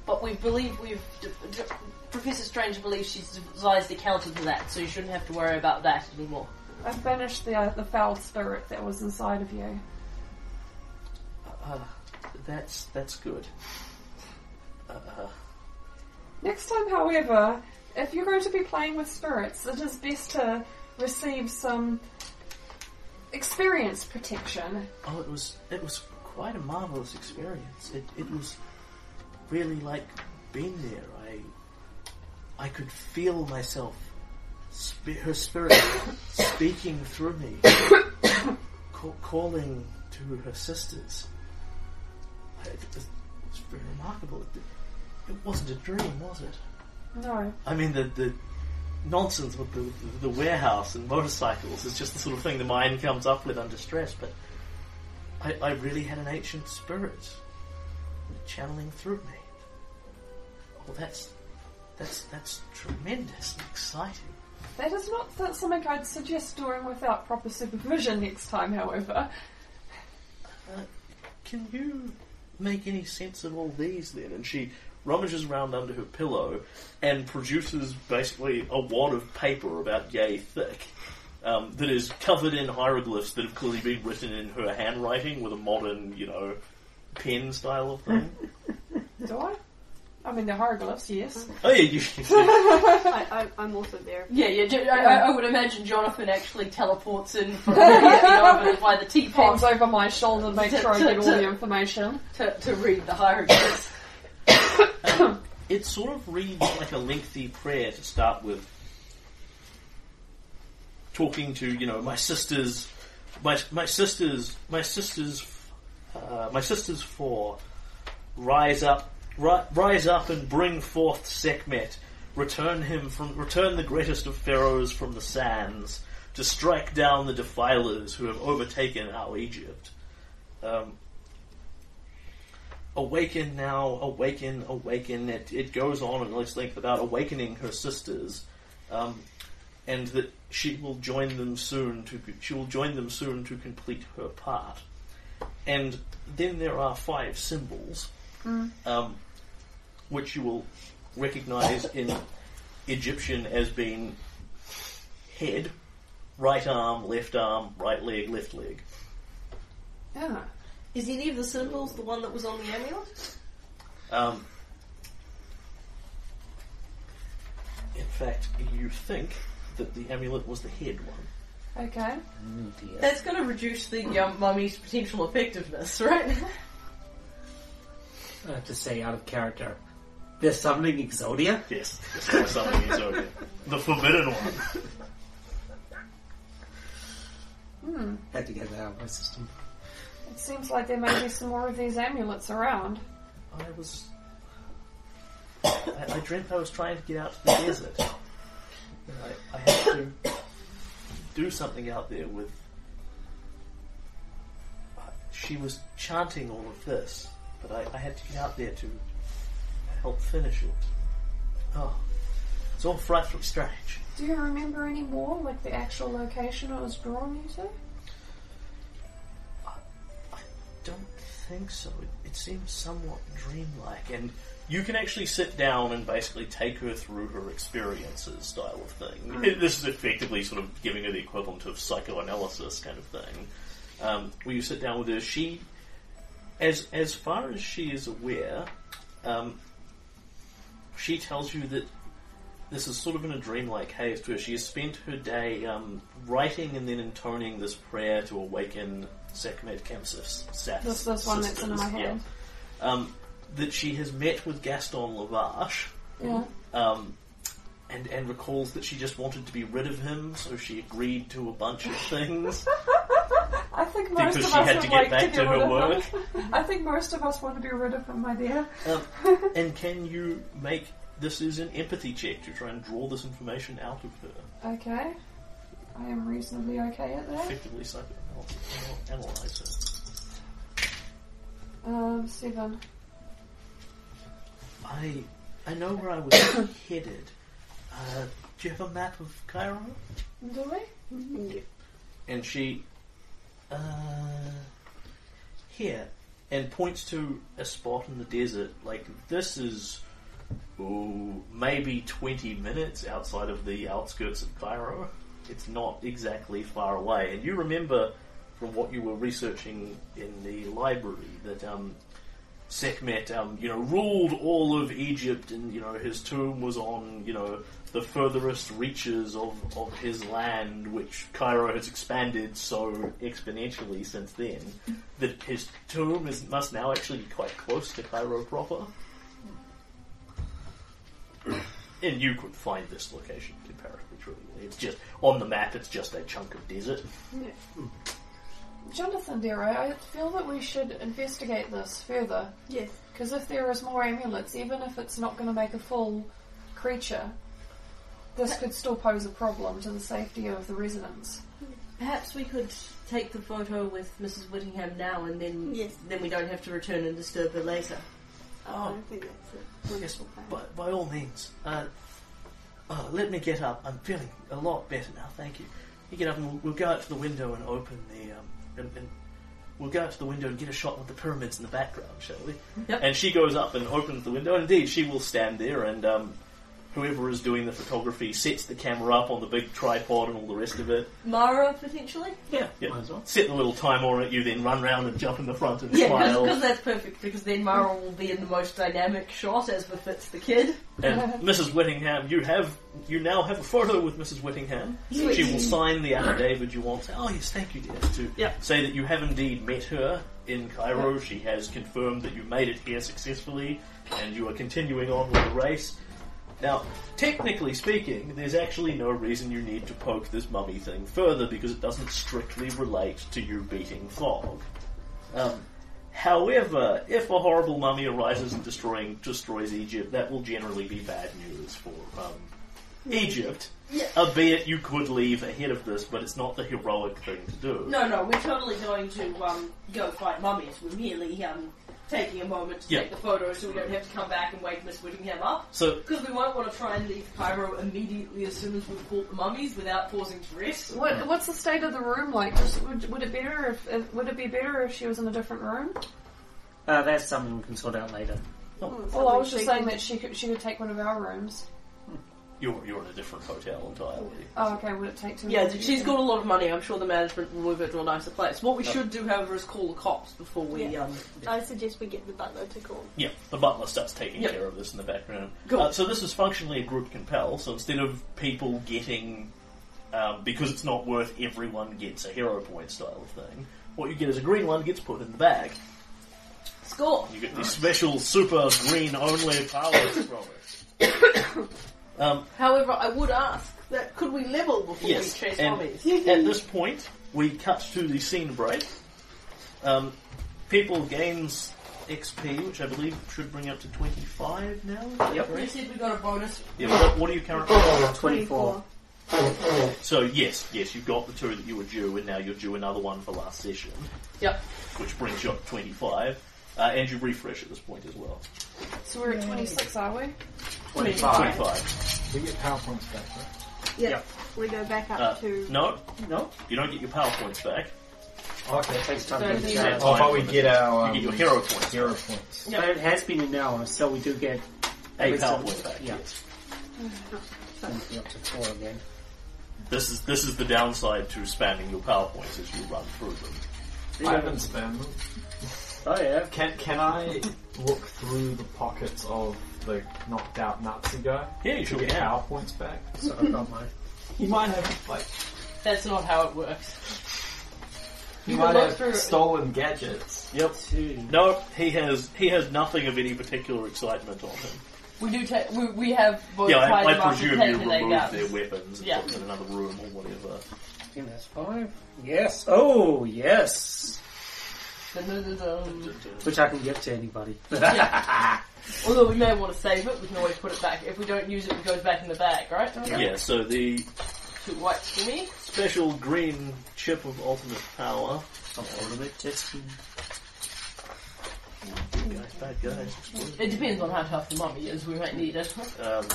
[SPEAKER 2] But we believe we've. D- d- Professor Strange believes she's devised a counter to that, so you shouldn't have to worry about that anymore.
[SPEAKER 4] I've banished the, uh, the foul spirit that was inside of you.
[SPEAKER 1] Uh, that's that's good. Uh, uh,
[SPEAKER 4] Next time, however, if you're going to be playing with spirits, it is best to receive some experience protection.
[SPEAKER 1] Oh, it was it was quite a marvelous experience. It it was really like being there. I I could feel myself, sp- her spirit speaking through me, ca- calling to her sisters. I- It was, it was very remarkable. It, it wasn't a dream, was it?
[SPEAKER 4] No.
[SPEAKER 1] I mean, the, the nonsense with the, the warehouse and motorcycles is just the sort of thing the mind comes up with under stress, but I, I really had an ancient spirit channeling through me. Oh, that's, that's, that's tremendous and exciting.
[SPEAKER 4] That is not th- something I'd suggest doing without proper supervision next time, however.
[SPEAKER 1] Can you make any sense of all these then? And she rummages around under her pillow and produces basically a wad of paper about yay thick um, that is covered in hieroglyphs that have clearly been written in her handwriting with a modern, you know, pen style of thing.
[SPEAKER 4] Do I? I mean, the hieroglyphs, yes.
[SPEAKER 1] oh, yeah, you can see.
[SPEAKER 7] I, I, I'm also there.
[SPEAKER 2] Yeah, yeah. ju- I, I- I would imagine Jonathan actually teleports in from over by the teapot
[SPEAKER 4] Hands over my shoulder to make sure I get all the information.
[SPEAKER 2] to, to read the hieroglyphs.
[SPEAKER 1] It sort of reads like a lengthy prayer to start with. Talking to, you know, my sisters, my, my sisters, my sisters, uh, my sisters four, rise up, ri- rise up and bring forth Sekhmet, return him from, return the greatest of pharaohs from the sands, to strike down the defilers who have overtaken our Egypt. Um, awaken now, awaken, awaken. It, it goes on and it's length about awakening her sisters, um, and that she will join them soon. To she will join them soon to complete her part. And then there are five symbols, um, which you will recognize in Egyptian as being head, right arm, left arm, right leg, left leg.
[SPEAKER 4] Yeah.
[SPEAKER 2] Is any of the symbols the one that was on the amulet?
[SPEAKER 1] Um, fact, you think that the amulet was the head one.
[SPEAKER 4] Okay.
[SPEAKER 2] That's going to reduce the um, mummy's potential effectiveness, right?
[SPEAKER 3] I have to say, out of character. They're summoning Exodia?
[SPEAKER 1] Yes, that's why something is over. The forbidden one.
[SPEAKER 3] Had to get that out of my system.
[SPEAKER 4] It seems like there may be some more of these amulets around.
[SPEAKER 1] I was. I, I dreamt I was trying to get out to the desert. And I, I had to do something out there with. She was chanting all of this, but I, I had to get out there to help finish it. Oh, it's all frightfully strange.
[SPEAKER 4] Do you remember any more, like the actual location it was drawn you to?
[SPEAKER 1] Don't think so. It, it seems somewhat dreamlike, and you can actually sit down and basically take her through her experiences, style of thing. This is effectively sort of giving her the equivalent of psychoanalysis kind of thing. Um, where you sit down with her, she, as as far as she is aware, um, she tells you that this is sort of in a dreamlike haze to her. She has spent her day um, writing and then intoning this prayer to awaken Sekhmet Kamsif's Seth's
[SPEAKER 4] This- this one that's in
[SPEAKER 1] sisters,
[SPEAKER 4] my hand.
[SPEAKER 1] yeah. Um, that she has met with Gaston Lavache
[SPEAKER 4] Yeah.
[SPEAKER 1] um, and, and recalls that she just wanted to be rid of him, so she agreed to a bunch of things.
[SPEAKER 4] I think most
[SPEAKER 1] Because
[SPEAKER 4] of
[SPEAKER 1] she
[SPEAKER 4] us
[SPEAKER 1] had
[SPEAKER 4] would
[SPEAKER 1] to get
[SPEAKER 4] like
[SPEAKER 1] back
[SPEAKER 4] to,
[SPEAKER 1] to
[SPEAKER 4] get rid
[SPEAKER 1] her
[SPEAKER 4] of
[SPEAKER 1] work.
[SPEAKER 4] Them. I think most of us want to be rid of them, my dear.
[SPEAKER 1] um, and can you make this is an empathy check to try and draw this information out of her,
[SPEAKER 4] Okay. I am reasonably okay at that.
[SPEAKER 1] effectively psychoanalyze her.
[SPEAKER 4] Um, seven.
[SPEAKER 1] I I know where I was headed. Uh, do you have a map of Cairo?
[SPEAKER 4] Do we?
[SPEAKER 1] And she, uh, here, and points to a spot in the desert. Like this is, ooh, maybe twenty minutes outside of the outskirts of Cairo. It's not exactly far away. And you remember from what you were researching in the library that um, Sekhmet, um, you know, ruled all of Egypt, and you know his tomb was on, you know, the furthest reaches of, of his land, which Cairo has expanded so exponentially since then that his tomb is must now actually be quite close to Cairo proper. And you could find this location comparatively trivially. It's just on the map. It's just a chunk of desert.
[SPEAKER 4] Jonathan, dear, I I feel that we should investigate this further.
[SPEAKER 7] Yes.
[SPEAKER 4] Because if there is more amulets, even if it's not going to make a full creature, this could still pose a problem to the safety of the residents.
[SPEAKER 2] Perhaps we could take the photo with Mrs. Whittingham now, and then
[SPEAKER 7] Yes.
[SPEAKER 2] then we don't have to return and disturb her later.
[SPEAKER 7] I don't think that's a
[SPEAKER 1] Yes,
[SPEAKER 7] wonderful plan.
[SPEAKER 1] by, by all means. Uh, uh, let me get up. I'm feeling a lot better now, thank you. You get up and we'll, we'll go out to the window and open the. Um, and, and we'll go out to the window and get a shot with the pyramids in the background, shall we?
[SPEAKER 2] Yep.
[SPEAKER 1] And she goes up and opens the window, and indeed she will stand there, and um, whoever is doing the photography sets the camera up on the big tripod and all the rest of it.
[SPEAKER 2] Mara, potentially?
[SPEAKER 3] Yeah,
[SPEAKER 1] Yeah.
[SPEAKER 3] might as well.
[SPEAKER 1] Set the little timer on it, you then run round and jump in the front and
[SPEAKER 2] Yeah,
[SPEAKER 1] smile.
[SPEAKER 2] because that's perfect, because then Mara will be in the most dynamic shot, as befits the kid.
[SPEAKER 1] And Mrs. Whittingham, you have you now have a photo with Mrs. Whittingham.
[SPEAKER 2] Sweet.
[SPEAKER 1] She will sign the affidavit you want. Say, oh yes, thank you, dear. To
[SPEAKER 2] Yeah.
[SPEAKER 1] say that you have indeed met her in Cairo. She has confirmed that you made it here successfully, and you are continuing on with the race. Now, technically speaking, there's actually no reason you need to poke this mummy thing further because it doesn't strictly relate to you beating Fog. Um, However, if a horrible mummy arises and destroying destroys Egypt, that will generally be bad news for um, Egypt. Albeit you could leave ahead of this, but it's not the heroic thing to do.
[SPEAKER 2] No, no, we're totally going to um, go fight mummies. We're merely um, taking a moment to
[SPEAKER 1] Yeah.
[SPEAKER 2] take the photos so we don't have to come back and wake Miss Whittingham up.
[SPEAKER 1] So
[SPEAKER 2] Because we won't want to try and leave Cairo immediately as soon as we've fought the mummies without pausing to rest.
[SPEAKER 4] What, what's the state of the room like? Just, would, would it better if, if would it be better if she was in a different room?
[SPEAKER 3] Uh, that's something we can sort out later.
[SPEAKER 7] Oh,
[SPEAKER 4] Well, I was
[SPEAKER 7] something
[SPEAKER 4] just saying that she could she could take one of our rooms.
[SPEAKER 1] You're, you're in a different hotel entirely.
[SPEAKER 4] Oh, okay. Would it take two?
[SPEAKER 2] Yeah,
[SPEAKER 4] minutes?
[SPEAKER 2] she's got a lot of money. I'm sure the management will move her to a nicer place. What we should do, however, is call the cops before we.
[SPEAKER 7] Yeah.
[SPEAKER 2] Um,
[SPEAKER 7] I suggest we get the butler to call.
[SPEAKER 1] Yeah, the butler starts taking
[SPEAKER 2] Yeah.
[SPEAKER 1] care of this in the background.
[SPEAKER 2] Cool.
[SPEAKER 1] Uh, so this is functionally a group compel. So instead of people getting, um, because it's not worth everyone gets a hero point style of thing. What you get is a green one gets put in the bag.
[SPEAKER 2] score.
[SPEAKER 1] You get the special super green only powers from it. um,
[SPEAKER 2] However, I would ask that could we level before
[SPEAKER 1] Yes,
[SPEAKER 2] we chase
[SPEAKER 1] and-
[SPEAKER 2] hobbies?
[SPEAKER 1] at this point, we cut to the scene break. Um, people gains XP, which I believe should bring up to twenty five now. is that
[SPEAKER 3] Yep.
[SPEAKER 1] correct?
[SPEAKER 2] You said we got a bonus.
[SPEAKER 1] Yeah, what, what are you currently?
[SPEAKER 3] 24.
[SPEAKER 1] So yes, yes, you got the two that you were due, and now you're due another one for last session,
[SPEAKER 2] Yep.
[SPEAKER 1] which brings you up to twenty-five, uh, and you refresh at this point as well.
[SPEAKER 4] So we're at 26, are we?
[SPEAKER 3] 25.
[SPEAKER 1] Twenty-five.
[SPEAKER 5] We get PowerPoints back, right?
[SPEAKER 7] Yeah.
[SPEAKER 3] Yep.
[SPEAKER 7] We go back up
[SPEAKER 1] Uh,
[SPEAKER 7] to.
[SPEAKER 1] no, no, you don't get your power points back.
[SPEAKER 5] Okay.
[SPEAKER 3] Takes time
[SPEAKER 2] Don't
[SPEAKER 3] to get
[SPEAKER 2] need
[SPEAKER 3] down.
[SPEAKER 2] it.
[SPEAKER 5] Oh, but we get
[SPEAKER 1] You
[SPEAKER 5] our
[SPEAKER 1] get your
[SPEAKER 5] um,
[SPEAKER 1] hero points.
[SPEAKER 5] Hero points.
[SPEAKER 3] But it has been an hour, so we do get at
[SPEAKER 1] A
[SPEAKER 3] least
[SPEAKER 1] power
[SPEAKER 3] a-
[SPEAKER 1] point back.
[SPEAKER 3] Yeah.
[SPEAKER 1] Yes.
[SPEAKER 3] Up to four again.
[SPEAKER 1] This is this is the downside to spamming your power points as you run through them.
[SPEAKER 5] I haven't spammed them.
[SPEAKER 3] Oh yeah.
[SPEAKER 5] Can can I look through the pockets of the knocked out Nazi guy
[SPEAKER 1] Yeah, you
[SPEAKER 5] to
[SPEAKER 1] should
[SPEAKER 5] get
[SPEAKER 1] get
[SPEAKER 5] power
[SPEAKER 1] out.
[SPEAKER 5] points back?
[SPEAKER 3] So I've got mine.
[SPEAKER 5] He might have like
[SPEAKER 2] That's not how it works.
[SPEAKER 5] he
[SPEAKER 2] You
[SPEAKER 5] might
[SPEAKER 2] can look
[SPEAKER 5] have
[SPEAKER 2] through-
[SPEAKER 5] stolen gadgets.
[SPEAKER 1] Yep.
[SPEAKER 3] Two.
[SPEAKER 1] No, he has he has nothing of any particular excitement on him.
[SPEAKER 2] We do take. We, we have both
[SPEAKER 1] yeah,
[SPEAKER 2] tried
[SPEAKER 1] I, I
[SPEAKER 2] them after
[SPEAKER 1] presume you
[SPEAKER 2] taking their
[SPEAKER 1] removed their
[SPEAKER 2] guns.
[SPEAKER 1] weapons and
[SPEAKER 2] Yeah.
[SPEAKER 1] put them in another room or whatever.
[SPEAKER 3] Again, that's five. Yes. Oh yes.
[SPEAKER 2] Dun-dun-dun-dun.
[SPEAKER 3] Which I can give to anybody.
[SPEAKER 2] Although we may want to save it, we can always put it back. If we don't use it, it goes back in the bag, right?
[SPEAKER 1] Yeah. So the
[SPEAKER 2] Two whites for me.
[SPEAKER 1] special green chip of ultimate power.
[SPEAKER 3] Ultimate testing.
[SPEAKER 1] Guys, bad guys.
[SPEAKER 2] It depends on how tough the mummy is. We might need it.
[SPEAKER 1] Um,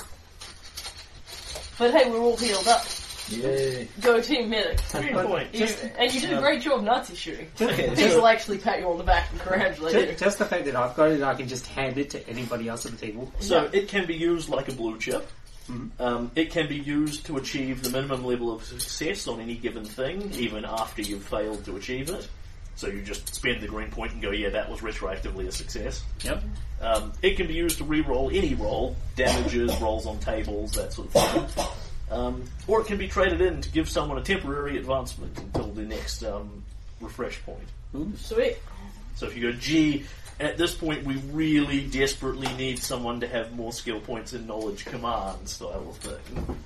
[SPEAKER 2] But hey, we're all healed up.
[SPEAKER 5] Yay.
[SPEAKER 2] Go team medic.
[SPEAKER 1] green
[SPEAKER 3] But
[SPEAKER 1] point.
[SPEAKER 2] You- and you did a great job Nazi shooting.
[SPEAKER 3] Just,
[SPEAKER 2] People actually pat you on the back and congratulate you.
[SPEAKER 3] just, just the fact that I've got it, I can just hand it to anybody else at the table.
[SPEAKER 1] So it can be used like a blue chip. Um, it can be used to achieve the minimum level of success on any given thing, even after you've failed to achieve it. So you just spend the green point and go, yeah, that was retroactively a success.
[SPEAKER 3] Yep.
[SPEAKER 1] Um, it can be used to re-roll any roll, damages, rolls on tables, that sort of thing. Um, or it can be traded in to give someone a temporary advancement until the next um, refresh point.
[SPEAKER 2] Sweet.
[SPEAKER 1] So if you go, gee, at this point we really desperately need someone to have more skill points in knowledge command style of thing.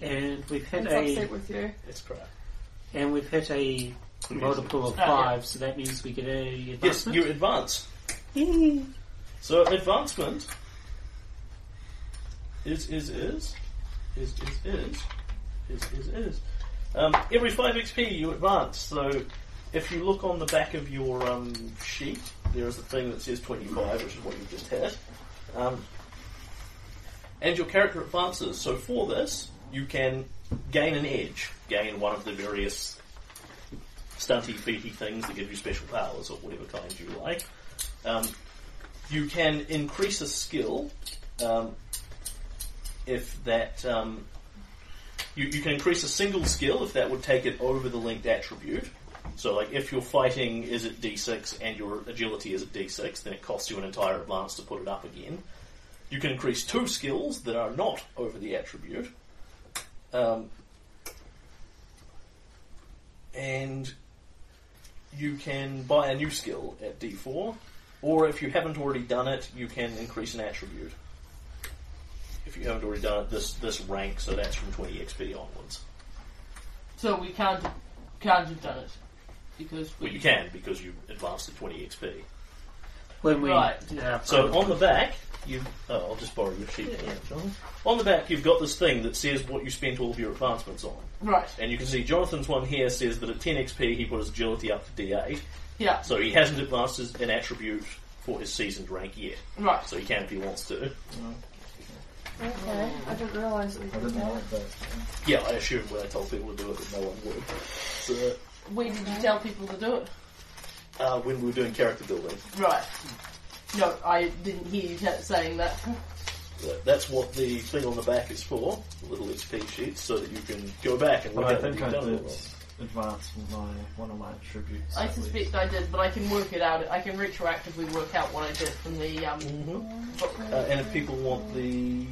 [SPEAKER 3] And we've hit
[SPEAKER 4] It's
[SPEAKER 3] a
[SPEAKER 4] upset with you.
[SPEAKER 1] It's crap.
[SPEAKER 3] and we've hit a multiple of
[SPEAKER 2] Ah, yeah.
[SPEAKER 3] five, so that means we get a
[SPEAKER 1] Yes, you
[SPEAKER 3] advancement.
[SPEAKER 1] advance. So advancement is is is is is is is is is. Um, every five XP you advance. So if you look on the back of your um, sheet, there is a thing that says twenty five, which is what you just had. Um, and your character advances. So for this, you can gain an edge, gain one of the various stunty, feety things that give you special powers or whatever kind you like. Um, you can increase a skill um, if that. Um, you, you can increase a single skill if that would take it over the linked attribute. So, like, if your fighting is at d6 and your agility is at d6, then it costs you an entire advance to put it up again. You can increase two skills that are not over the attribute. Um, and you can buy a new skill at d4, or if you haven't already done it, you can increase an attribute. If you haven't already done it, this this rank, so that's from 20 XP onwards.
[SPEAKER 2] So we can't can't have done it because we
[SPEAKER 1] Well, you can because you advanced to 20 XP.
[SPEAKER 3] when we
[SPEAKER 2] Right.
[SPEAKER 3] yeah,
[SPEAKER 1] So on the back, you oh, I'll just borrow your sheet.
[SPEAKER 2] Yeah.
[SPEAKER 1] Here, John. On the back, you've got this thing that says what you spent all of your advancements on,
[SPEAKER 2] right.
[SPEAKER 1] and you can see Jonathan's one here says that at 10 XP he put his agility up to D8,
[SPEAKER 2] Yeah.
[SPEAKER 1] so he hasn't advanced his, an attribute for his seasoned rank yet.
[SPEAKER 2] Right.
[SPEAKER 1] So he can if he wants to.
[SPEAKER 4] Okay. I didn't realise that we
[SPEAKER 5] I
[SPEAKER 4] did
[SPEAKER 5] didn't know
[SPEAKER 4] that.
[SPEAKER 5] what that.
[SPEAKER 1] Yeah, I assumed when I told people to do it that no one would. So,
[SPEAKER 2] Where did you tell people to do it?
[SPEAKER 1] uh, when we were doing character building,
[SPEAKER 2] Right. No, I didn't hear you ta- saying that.
[SPEAKER 1] That- That's what the thing on the back is for, the little XP sheets, so that you can go back and
[SPEAKER 5] But
[SPEAKER 1] look
[SPEAKER 5] I
[SPEAKER 1] at what
[SPEAKER 5] think I
[SPEAKER 1] you've done.
[SPEAKER 5] did advance my one of my attributes.
[SPEAKER 2] I
[SPEAKER 5] at least.
[SPEAKER 2] suspect I did, but I can work it out. I can retroactively work out what I did from the um,
[SPEAKER 1] Mhm.
[SPEAKER 2] book.
[SPEAKER 1] Uh, and if people want the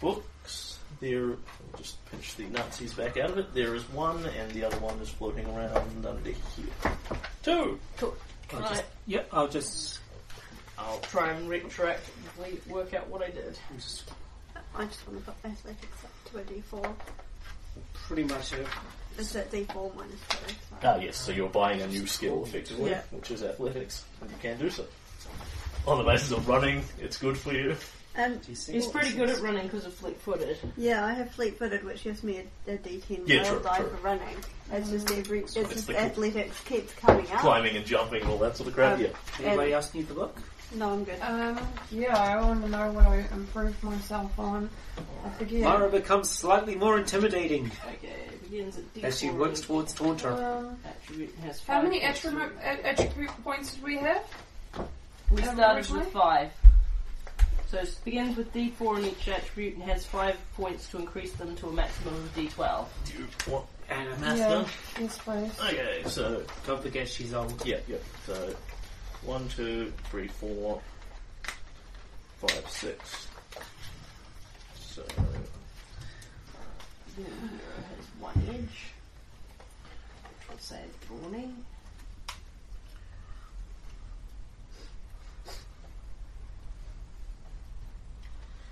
[SPEAKER 1] books, there, I'll just pinch the Nazis back out of it. There is one, and the other one is floating around under here. Two.
[SPEAKER 2] Can
[SPEAKER 3] I'll
[SPEAKER 2] I
[SPEAKER 3] just, yeah, I'll just,
[SPEAKER 1] I'll
[SPEAKER 2] try and retroactively work out what I did?
[SPEAKER 3] I'll just
[SPEAKER 7] I just want to put my athletics up to a d4.
[SPEAKER 3] pretty much it.
[SPEAKER 7] Is it d4 minus 2?
[SPEAKER 1] Ah, yes, so you're buying a new skill effectively,
[SPEAKER 7] Yeah.
[SPEAKER 1] which is athletics, and you can do so. On the basis of running, it's good for you.
[SPEAKER 7] Um,
[SPEAKER 3] DC.
[SPEAKER 2] He's pretty good at running because of fleet-footed.
[SPEAKER 7] yeah, I have fleet footed, which gives me a, a d10
[SPEAKER 1] Yeah,
[SPEAKER 7] wild
[SPEAKER 1] true,
[SPEAKER 7] die
[SPEAKER 1] true.
[SPEAKER 7] for running. It's just every, it's
[SPEAKER 1] it's
[SPEAKER 7] just
[SPEAKER 1] the cool-
[SPEAKER 7] athletics keeps coming up.
[SPEAKER 1] Climbing and jumping, all that sort of crap.
[SPEAKER 4] Uh,
[SPEAKER 7] Um,
[SPEAKER 1] yeah.
[SPEAKER 3] Anybody else need the book?
[SPEAKER 7] No, I'm good.
[SPEAKER 4] Um, yeah, I want to know what I improved myself on. I forget.
[SPEAKER 3] Mara becomes slightly more intimidating
[SPEAKER 2] Okay, begins at D4.
[SPEAKER 3] as she works towards Taunter.
[SPEAKER 4] Um,
[SPEAKER 2] Attribute has
[SPEAKER 4] how
[SPEAKER 2] five
[SPEAKER 4] many
[SPEAKER 2] points.
[SPEAKER 4] attribute, a- attribute points did we have?
[SPEAKER 2] We
[SPEAKER 4] Um,
[SPEAKER 2] started
[SPEAKER 4] originally?
[SPEAKER 2] with five. So it begins with D4 in each attribute and has five points to increase them to a maximum of D12.
[SPEAKER 1] Do you want
[SPEAKER 3] And um,
[SPEAKER 1] math
[SPEAKER 4] Yeah.
[SPEAKER 1] done?
[SPEAKER 4] Yes, please.
[SPEAKER 1] Okay, so
[SPEAKER 3] don't forget she's old.
[SPEAKER 1] Yeah, yeah. So one, two, three, four, five, six. So
[SPEAKER 2] The hero has one edge, which will say brawny.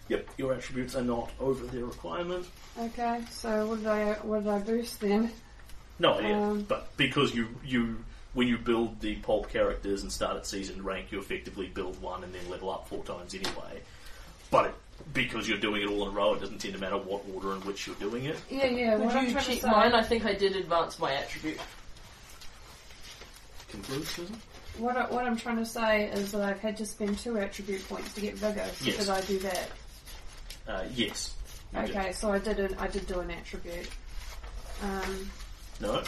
[SPEAKER 1] yep, your attributes are not over their requirement.
[SPEAKER 4] Okay, so what did I what did I boost then?
[SPEAKER 1] No, yeah.
[SPEAKER 4] Um.
[SPEAKER 1] but because you you when you build the pulp characters and start at season rank, you effectively build one and then level up four times anyway. But it, because you're doing it all in a row, it doesn't tend to matter what order in which you're doing it.
[SPEAKER 4] Yeah, yeah.
[SPEAKER 2] Would
[SPEAKER 4] what I'm
[SPEAKER 2] you
[SPEAKER 4] trying to
[SPEAKER 2] cheat
[SPEAKER 4] say-
[SPEAKER 2] mine? I think I did advance my attribute.
[SPEAKER 1] Conclude, Susan.
[SPEAKER 4] What, I, what I'm trying to say is that I've had to spend two attribute points to get vigor. So
[SPEAKER 1] Yes.
[SPEAKER 4] Did I do that?
[SPEAKER 1] Uh, yes. You did.
[SPEAKER 4] Okay, so I did an, I did do an attribute. Um,
[SPEAKER 1] No.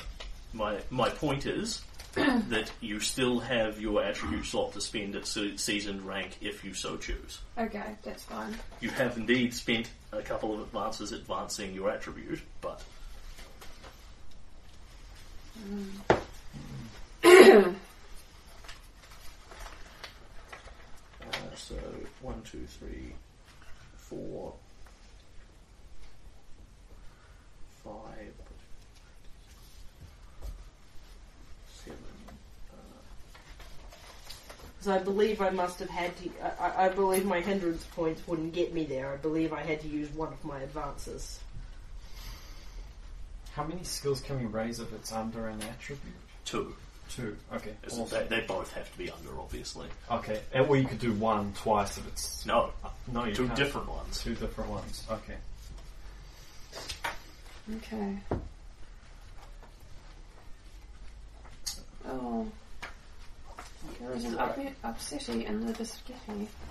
[SPEAKER 1] My my point is that you still have your attribute slot to spend at se- seasoned rank if you so choose.
[SPEAKER 4] okay, that's fine.
[SPEAKER 1] You have indeed spent a couple of advances advancing your attribute, but uh, so one, two, three, four, five, seven. Uh,
[SPEAKER 2] Because I believe I must have had to. I- I, I believe my hindrance points wouldn't get me there. I believe I had to use one of my advances.
[SPEAKER 5] How many skills can we raise if it's under an attribute?
[SPEAKER 1] two.
[SPEAKER 5] Two. Okay.
[SPEAKER 1] It's-
[SPEAKER 5] awesome.
[SPEAKER 1] They, they both have to be under, obviously.
[SPEAKER 5] Okay. and- Or you could do one twice if it's
[SPEAKER 1] No,
[SPEAKER 5] no you
[SPEAKER 1] two
[SPEAKER 5] can't.
[SPEAKER 1] different ones.
[SPEAKER 5] Two different ones. Okay.
[SPEAKER 4] Okay. Oh, there is an upset upsetty in the biscotti.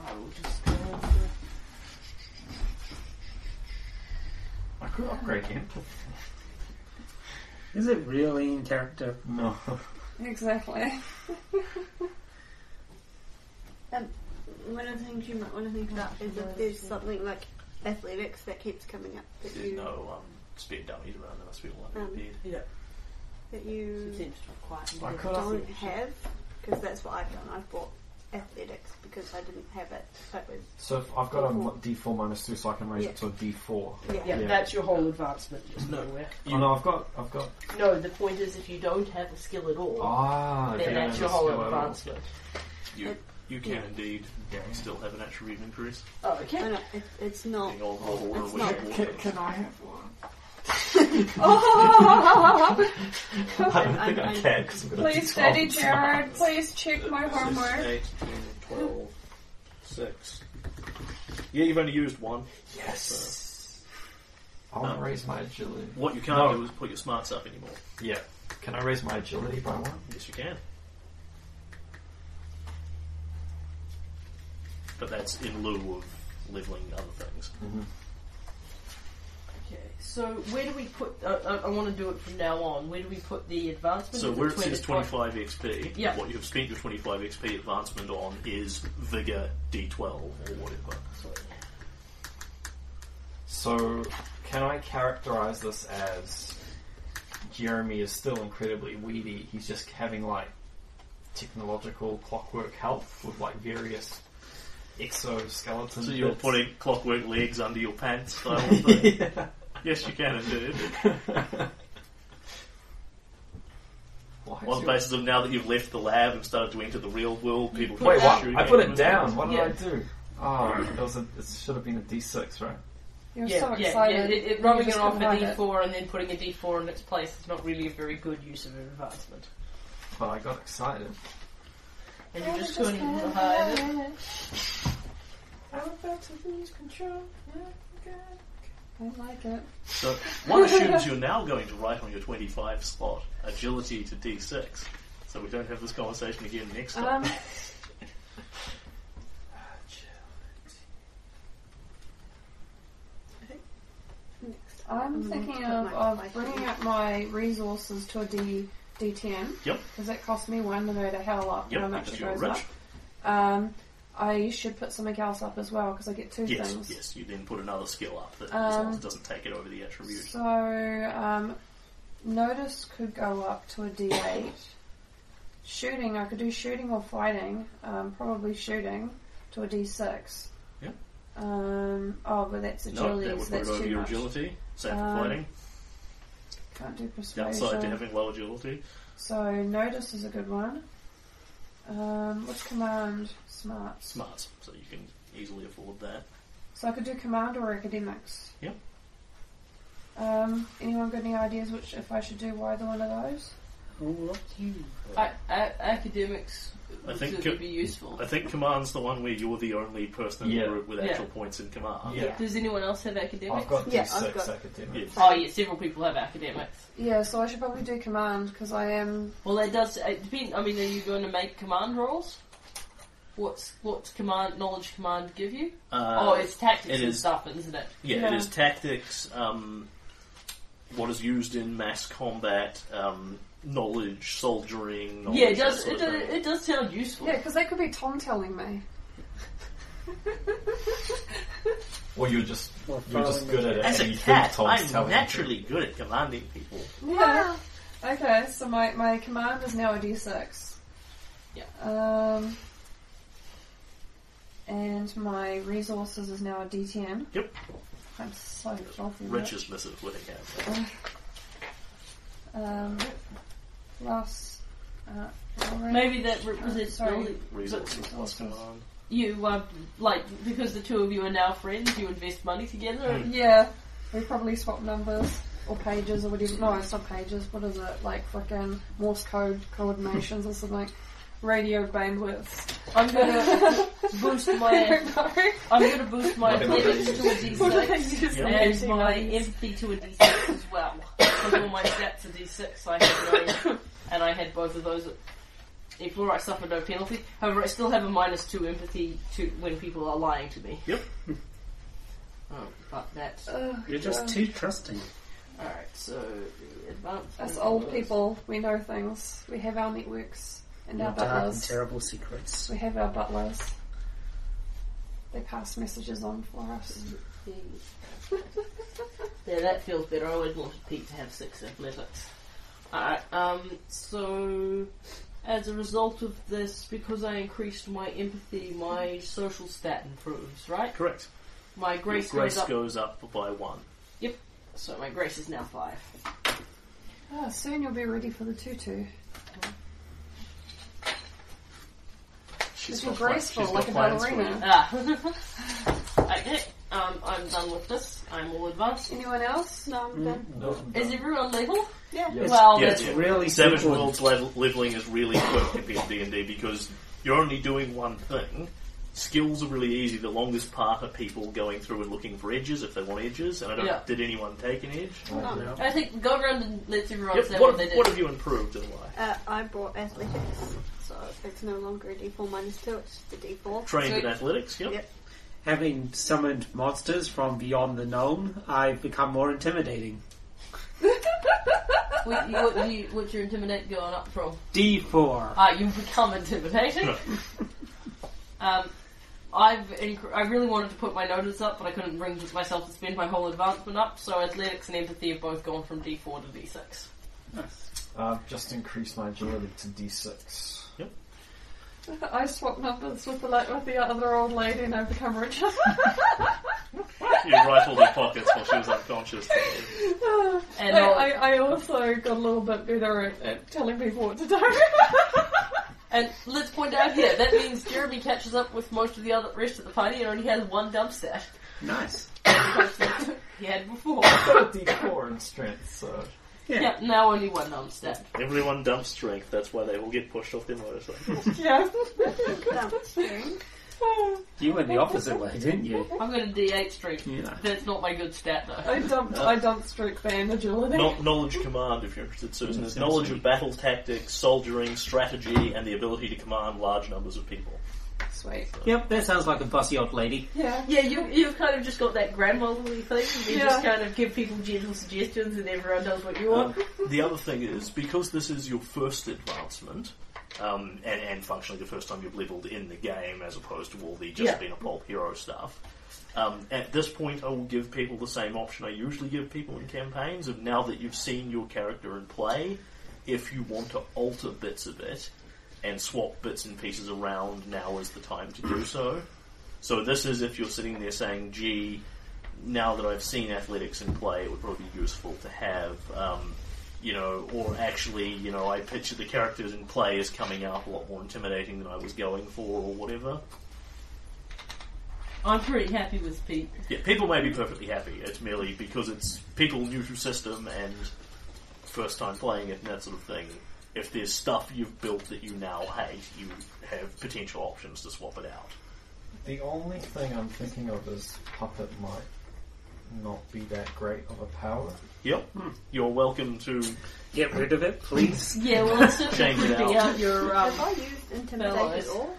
[SPEAKER 2] I will just go into
[SPEAKER 5] I could upgrade him.
[SPEAKER 3] Is it really in character?
[SPEAKER 5] No.
[SPEAKER 4] Exactly.
[SPEAKER 7] One of the things you might want to think about is if there's something like athletics that keeps coming up that
[SPEAKER 1] There's
[SPEAKER 7] you
[SPEAKER 1] no um, spare dummies around. There must be one
[SPEAKER 7] Um,
[SPEAKER 1] under the bed.
[SPEAKER 7] that
[SPEAKER 2] it
[SPEAKER 7] you
[SPEAKER 2] seems to have quietened
[SPEAKER 5] I
[SPEAKER 2] down.
[SPEAKER 5] could
[SPEAKER 7] don't have, because that's what I've done. I've bought athletics because I didn't have it. That was
[SPEAKER 5] So if I've got a m- D4 minus two, so I can raise
[SPEAKER 7] Yeah.
[SPEAKER 5] it to a D4.
[SPEAKER 7] yeah.
[SPEAKER 2] Yeah,
[SPEAKER 5] Yeah.
[SPEAKER 2] that's your whole advancement. Just nowhere.
[SPEAKER 5] Oh, no, I've got, I've got.
[SPEAKER 2] No, the point is if you don't have a skill at all,
[SPEAKER 5] Ah,
[SPEAKER 2] then
[SPEAKER 5] yeah,
[SPEAKER 2] that's your
[SPEAKER 5] that's
[SPEAKER 2] whole
[SPEAKER 5] still able.
[SPEAKER 2] advancement.
[SPEAKER 1] You,
[SPEAKER 7] it-
[SPEAKER 1] you can
[SPEAKER 7] yeah.
[SPEAKER 1] indeed
[SPEAKER 5] Yeah.
[SPEAKER 1] still have an attribute increase.
[SPEAKER 2] Oh,
[SPEAKER 7] I
[SPEAKER 2] okay.
[SPEAKER 7] know, it, it's not.
[SPEAKER 1] The old world order
[SPEAKER 7] It's
[SPEAKER 1] which
[SPEAKER 7] Oh. not-
[SPEAKER 1] you
[SPEAKER 5] Can,
[SPEAKER 1] want.
[SPEAKER 5] can I have one?
[SPEAKER 1] I don't
[SPEAKER 7] I'm-
[SPEAKER 1] think I
[SPEAKER 7] I'm-
[SPEAKER 1] can because I've got a
[SPEAKER 4] Please,
[SPEAKER 1] D12
[SPEAKER 4] Daddy
[SPEAKER 1] smile.
[SPEAKER 4] Jared, please check my
[SPEAKER 1] Six,
[SPEAKER 4] homework.
[SPEAKER 1] eight, 10, 12, 6. Yeah, you've only used one. Uh,
[SPEAKER 5] Yes. I want to raise my agility.
[SPEAKER 1] What you can't
[SPEAKER 5] No.
[SPEAKER 1] do is put your smarts up anymore.
[SPEAKER 5] Yeah. Can I raise my agility by one?
[SPEAKER 1] Yes, you can. But that's in lieu of leveling other things.
[SPEAKER 2] Okay. So where do we put? Uh, I, I want to do it from now on. Where do we put the advancement?
[SPEAKER 1] So
[SPEAKER 2] Is it
[SPEAKER 1] where it says
[SPEAKER 2] 25?
[SPEAKER 1] 25 XP,
[SPEAKER 2] Yeah.
[SPEAKER 1] what you have spent your 25 XP advancement on is Vigor D12 or whatever.
[SPEAKER 5] So, can I characterize this as Jeremy is still incredibly weedy? He's just having like technological clockwork health with like various exoskeleton.
[SPEAKER 1] So you're
[SPEAKER 5] bits.
[SPEAKER 1] putting clockwork legs under your pants style thing. Yes, you can indeed.
[SPEAKER 5] Why is
[SPEAKER 1] On the
[SPEAKER 5] your-
[SPEAKER 1] basis of now that you've left the lab and started to enter the real world, people
[SPEAKER 2] put
[SPEAKER 5] Wait,
[SPEAKER 1] keep
[SPEAKER 5] what?
[SPEAKER 1] shooting
[SPEAKER 5] I
[SPEAKER 1] at
[SPEAKER 5] put
[SPEAKER 1] you.
[SPEAKER 5] it down. What did
[SPEAKER 2] Yeah.
[SPEAKER 5] I do? Oh, it was a. It should have been a D6, right?
[SPEAKER 4] You're
[SPEAKER 2] Yeah,
[SPEAKER 4] so
[SPEAKER 2] yeah,
[SPEAKER 4] excited.
[SPEAKER 2] yeah. It, it,
[SPEAKER 4] You
[SPEAKER 2] rubbing it
[SPEAKER 4] just
[SPEAKER 2] off a
[SPEAKER 4] couldn't hide it.
[SPEAKER 2] D4 and then putting a D4 in its place is not really a very good use of an advancement.
[SPEAKER 5] But I got excited.
[SPEAKER 2] And you're just going to hide it.
[SPEAKER 5] I'm about to lose control.
[SPEAKER 4] I like it.
[SPEAKER 1] So one assumes you're now going to write on your 25 slot agility to D6, so we don't have this conversation again next time.
[SPEAKER 4] Um,
[SPEAKER 7] Next
[SPEAKER 4] I'm
[SPEAKER 7] Mm,
[SPEAKER 4] thinking
[SPEAKER 7] that
[SPEAKER 4] of,
[SPEAKER 7] might
[SPEAKER 4] of
[SPEAKER 7] like
[SPEAKER 4] bringing
[SPEAKER 7] it.
[SPEAKER 4] up my resources to a D, D10.
[SPEAKER 1] Yep.
[SPEAKER 4] Because that cost me one no matter how lot,
[SPEAKER 1] yep,
[SPEAKER 4] how much
[SPEAKER 1] because
[SPEAKER 4] it
[SPEAKER 1] you're
[SPEAKER 4] goes
[SPEAKER 1] rich.
[SPEAKER 4] up. Um, I should put something else up as well because I get two
[SPEAKER 1] Yes,
[SPEAKER 4] things.
[SPEAKER 1] yes. You then put another skill up that as
[SPEAKER 4] Um,
[SPEAKER 1] long as it doesn't take it over the attribute.
[SPEAKER 4] So, um, notice could go up to a D8. Shooting, I could do shooting or fighting. Um, probably shooting to a D6.
[SPEAKER 1] Yeah.
[SPEAKER 4] Um, oh, but that's
[SPEAKER 1] No,
[SPEAKER 4] agility,
[SPEAKER 1] that would
[SPEAKER 4] so
[SPEAKER 1] go
[SPEAKER 4] that's
[SPEAKER 1] over
[SPEAKER 4] too
[SPEAKER 1] your
[SPEAKER 4] much.
[SPEAKER 1] agility. Same for
[SPEAKER 2] Uh,
[SPEAKER 4] Um,
[SPEAKER 1] fighting.
[SPEAKER 4] Can't do
[SPEAKER 1] Downside to
[SPEAKER 4] persuasion.
[SPEAKER 1] having low agility.
[SPEAKER 4] So, notice is a good one. Um, what's command? Smart.
[SPEAKER 1] Smart, so you can easily afford that.
[SPEAKER 4] So I could do command or academics.
[SPEAKER 1] Yep.
[SPEAKER 4] Um, anyone got any ideas which if I should do either one of those?
[SPEAKER 3] Oh,
[SPEAKER 2] A- a- academics
[SPEAKER 1] I
[SPEAKER 2] would
[SPEAKER 1] think
[SPEAKER 2] certainly
[SPEAKER 1] it-
[SPEAKER 2] be useful.
[SPEAKER 1] I think command's the one where you're the only person in
[SPEAKER 5] Yeah.
[SPEAKER 1] the group with
[SPEAKER 2] Yeah.
[SPEAKER 1] actual points in command.
[SPEAKER 5] Yeah.
[SPEAKER 2] Does anyone else have academics?
[SPEAKER 5] I've got
[SPEAKER 7] Yeah,
[SPEAKER 5] D6
[SPEAKER 7] I've got-
[SPEAKER 5] academic.
[SPEAKER 1] Yes.
[SPEAKER 2] Oh yeah, several people have academics.
[SPEAKER 4] Yeah, so I should probably do command because I am.
[SPEAKER 2] Well, that does. It depend. I mean, are you going to make command rolls? What's what's command knowledge command give you?
[SPEAKER 1] Uh,
[SPEAKER 2] oh, it's tactics
[SPEAKER 1] it
[SPEAKER 2] and
[SPEAKER 1] is-
[SPEAKER 2] stuff, isn't it?
[SPEAKER 1] Yeah, it
[SPEAKER 4] Yeah.
[SPEAKER 1] is tactics, um, what is used in mass combat, um, knowledge, soldiering. Knowledge,
[SPEAKER 2] yeah, it
[SPEAKER 1] that
[SPEAKER 2] does.
[SPEAKER 1] sort
[SPEAKER 2] It,
[SPEAKER 1] of
[SPEAKER 2] does
[SPEAKER 1] thing.
[SPEAKER 2] it does sound useful.
[SPEAKER 4] Yeah, because that could be Tom telling me.
[SPEAKER 5] Or you're just
[SPEAKER 3] Or
[SPEAKER 5] you're just
[SPEAKER 3] following
[SPEAKER 5] good
[SPEAKER 3] the
[SPEAKER 5] at it.
[SPEAKER 1] As
[SPEAKER 5] and
[SPEAKER 1] a
[SPEAKER 5] you
[SPEAKER 1] cat,
[SPEAKER 5] think Tom's
[SPEAKER 1] I'm
[SPEAKER 5] telling you.
[SPEAKER 1] naturally good at commanding people.
[SPEAKER 4] Yeah. Okay, so my, my command is now a d6.
[SPEAKER 2] Yeah.
[SPEAKER 4] Um, and my resources is now a d10.
[SPEAKER 1] Yep.
[SPEAKER 4] I'm so filthy. with it.
[SPEAKER 1] Richest missive with a cat.
[SPEAKER 4] Um, plus. Uh, already-
[SPEAKER 2] Maybe that represents
[SPEAKER 4] Sorry.
[SPEAKER 2] really-
[SPEAKER 1] Resources plus
[SPEAKER 4] resources.
[SPEAKER 1] command.
[SPEAKER 2] you uh, like because the two of you are now friends. You invest money together.
[SPEAKER 1] Hmm.
[SPEAKER 2] and
[SPEAKER 4] Yeah, we probably swap numbers or pages or whatever. No, it's not pages. What is it? Like frickin' Morse code coordinations or something. Radio bandwidths.
[SPEAKER 2] I'm gonna boost my I'm gonna boost my
[SPEAKER 5] Not everybody
[SPEAKER 2] athletics to a
[SPEAKER 4] What did I
[SPEAKER 2] d6
[SPEAKER 4] use?
[SPEAKER 1] Yep.
[SPEAKER 2] and my empathy to a d6 as well. Because all my stats are d6, I had no, and I had both of those. at- Before I suffered no penalty. However, I still have a minus two empathy to when people are lying to me.
[SPEAKER 1] Yep.
[SPEAKER 2] Oh, but that's
[SPEAKER 4] Ugh,
[SPEAKER 3] You're just too trusting.
[SPEAKER 2] all right. So the advanced
[SPEAKER 4] Us old people, we know things. We have our networks and
[SPEAKER 3] Your
[SPEAKER 4] our
[SPEAKER 3] dark and
[SPEAKER 4] butlers.
[SPEAKER 3] terrible secrets.
[SPEAKER 4] We have our butlers. They pass messages on for us.
[SPEAKER 2] Yeah, that feels better. I always wanted Pete to have six athletics. Alright, um, so as a result of this, because I increased my empathy, my social stat improves, right?
[SPEAKER 1] Correct.
[SPEAKER 2] My
[SPEAKER 1] Your
[SPEAKER 2] grace,
[SPEAKER 1] grace
[SPEAKER 2] goes up.
[SPEAKER 1] goes up by one.
[SPEAKER 2] so my grace is now five.
[SPEAKER 4] Ah, soon you'll be ready for the tutu.
[SPEAKER 1] She's
[SPEAKER 4] You're
[SPEAKER 1] got pla-
[SPEAKER 4] graceful
[SPEAKER 1] she's
[SPEAKER 4] like
[SPEAKER 1] got
[SPEAKER 4] a
[SPEAKER 1] plans for
[SPEAKER 4] ballerina.
[SPEAKER 2] Ah. okay, um, I'm done with this. I'm all advanced.
[SPEAKER 4] Anyone else?
[SPEAKER 7] No, I'm done.
[SPEAKER 5] No,
[SPEAKER 2] Is everyone level?
[SPEAKER 7] Yeah.
[SPEAKER 5] Yes.
[SPEAKER 2] Well,
[SPEAKER 1] yeah,
[SPEAKER 2] that's-
[SPEAKER 1] yeah.
[SPEAKER 3] Really
[SPEAKER 1] Savage
[SPEAKER 3] simple.
[SPEAKER 1] Worlds level- leveling is really quick compared to D&D because you're only doing one thing. Skills are really easy. The longest part are people going through and looking for edges if they want edges. And I don't.
[SPEAKER 2] Yeah.
[SPEAKER 1] Did anyone take an edge?
[SPEAKER 3] No.
[SPEAKER 2] I think go around and let everyone
[SPEAKER 1] Yep,
[SPEAKER 2] say
[SPEAKER 1] What,
[SPEAKER 2] what, they
[SPEAKER 1] have,
[SPEAKER 2] did.
[SPEAKER 1] what have you improved and why?
[SPEAKER 7] Uh, I brought athletics, so it's no longer a D4 minus two. It's just a D4.
[SPEAKER 1] Trained
[SPEAKER 2] So-
[SPEAKER 1] in athletics. Yep.
[SPEAKER 7] Yep.
[SPEAKER 3] having summoned monsters from beyond the known, I've become more intimidating.
[SPEAKER 10] What, you- what, you, what's your intimidate going up from?
[SPEAKER 3] D4.
[SPEAKER 10] Ah, you've become intimidating. um, I've inc- I really wanted to put my notice up, but I couldn't bring myself to spend my whole advancement up. So athletics and empathy have both gone from D4 to D6.
[SPEAKER 5] I've just increased my agility to d6.
[SPEAKER 4] I swap numbers with the la- with the other old lady and I become richer.
[SPEAKER 1] You rifled her pockets while she was unconscious.
[SPEAKER 4] I,
[SPEAKER 10] And I'll-
[SPEAKER 4] I, I also got a little bit better at, at telling people what to do.
[SPEAKER 10] And let's point out here that means Jeremy catches up with most of the other rest of the party and only has one dump set
[SPEAKER 3] Nice.
[SPEAKER 10] he had before.
[SPEAKER 5] Got a d4 in strength, so
[SPEAKER 10] Yep, now only one dump set.
[SPEAKER 1] Everyone dumps strength, that's why they all get pushed off their motorcycles.
[SPEAKER 4] yeah.
[SPEAKER 7] um,
[SPEAKER 3] You went the opposite way, didn't you?
[SPEAKER 10] I'm going to D8 streak.
[SPEAKER 3] Yeah.
[SPEAKER 10] That's not my good stat though.
[SPEAKER 4] I dumped I dumped strength and agility.
[SPEAKER 1] Kno- knowledge command, if you're interested, Susan. There's knowledge of battle tactics, soldiering, strategy, and the ability to command large numbers of people.
[SPEAKER 4] Sweet.
[SPEAKER 3] Yep, that sounds like a bossy old lady.
[SPEAKER 4] Yeah.
[SPEAKER 10] Yeah, you, you've kind of just got that grandmotherly thing. You just
[SPEAKER 4] Yeah.
[SPEAKER 10] kind of give people gentle suggestions and everyone does what you want.
[SPEAKER 1] Um, the other thing is, because this is your first advancement, um, and, and functionally the first time you've leveled in the game as opposed to all the just
[SPEAKER 10] Yeah.
[SPEAKER 1] been a pulp hero stuff, um, at this point I will give people the same option I usually give people in campaigns of now that you've seen your character in play, if you want to alter bits of it and swap bits and pieces around, now is the time to do so. So this is if you're sitting there saying, gee, now that I've seen athletics in play, it would probably be useful to have, um, you know, or actually, you know, I picture the characters in play as coming out a lot more intimidating than I was going for, or whatever.
[SPEAKER 10] I'm pretty happy with Pete.
[SPEAKER 1] Yeah, people may be perfectly happy. It's merely because it's people new to system and first time playing it and that sort of thing. If there's stuff you've built that you now hate, you have potential options to swap it out.
[SPEAKER 5] The only thing I'm thinking of is puppet might not be that great of a power.
[SPEAKER 1] Yep, Hmm. you're welcome to
[SPEAKER 3] Get rid of it, please.
[SPEAKER 10] Yeah, well, it's certainly
[SPEAKER 1] change it
[SPEAKER 10] creeping
[SPEAKER 1] out.
[SPEAKER 10] out your. Um,
[SPEAKER 7] Have I used intimidate
[SPEAKER 10] Fellas.
[SPEAKER 7] at all?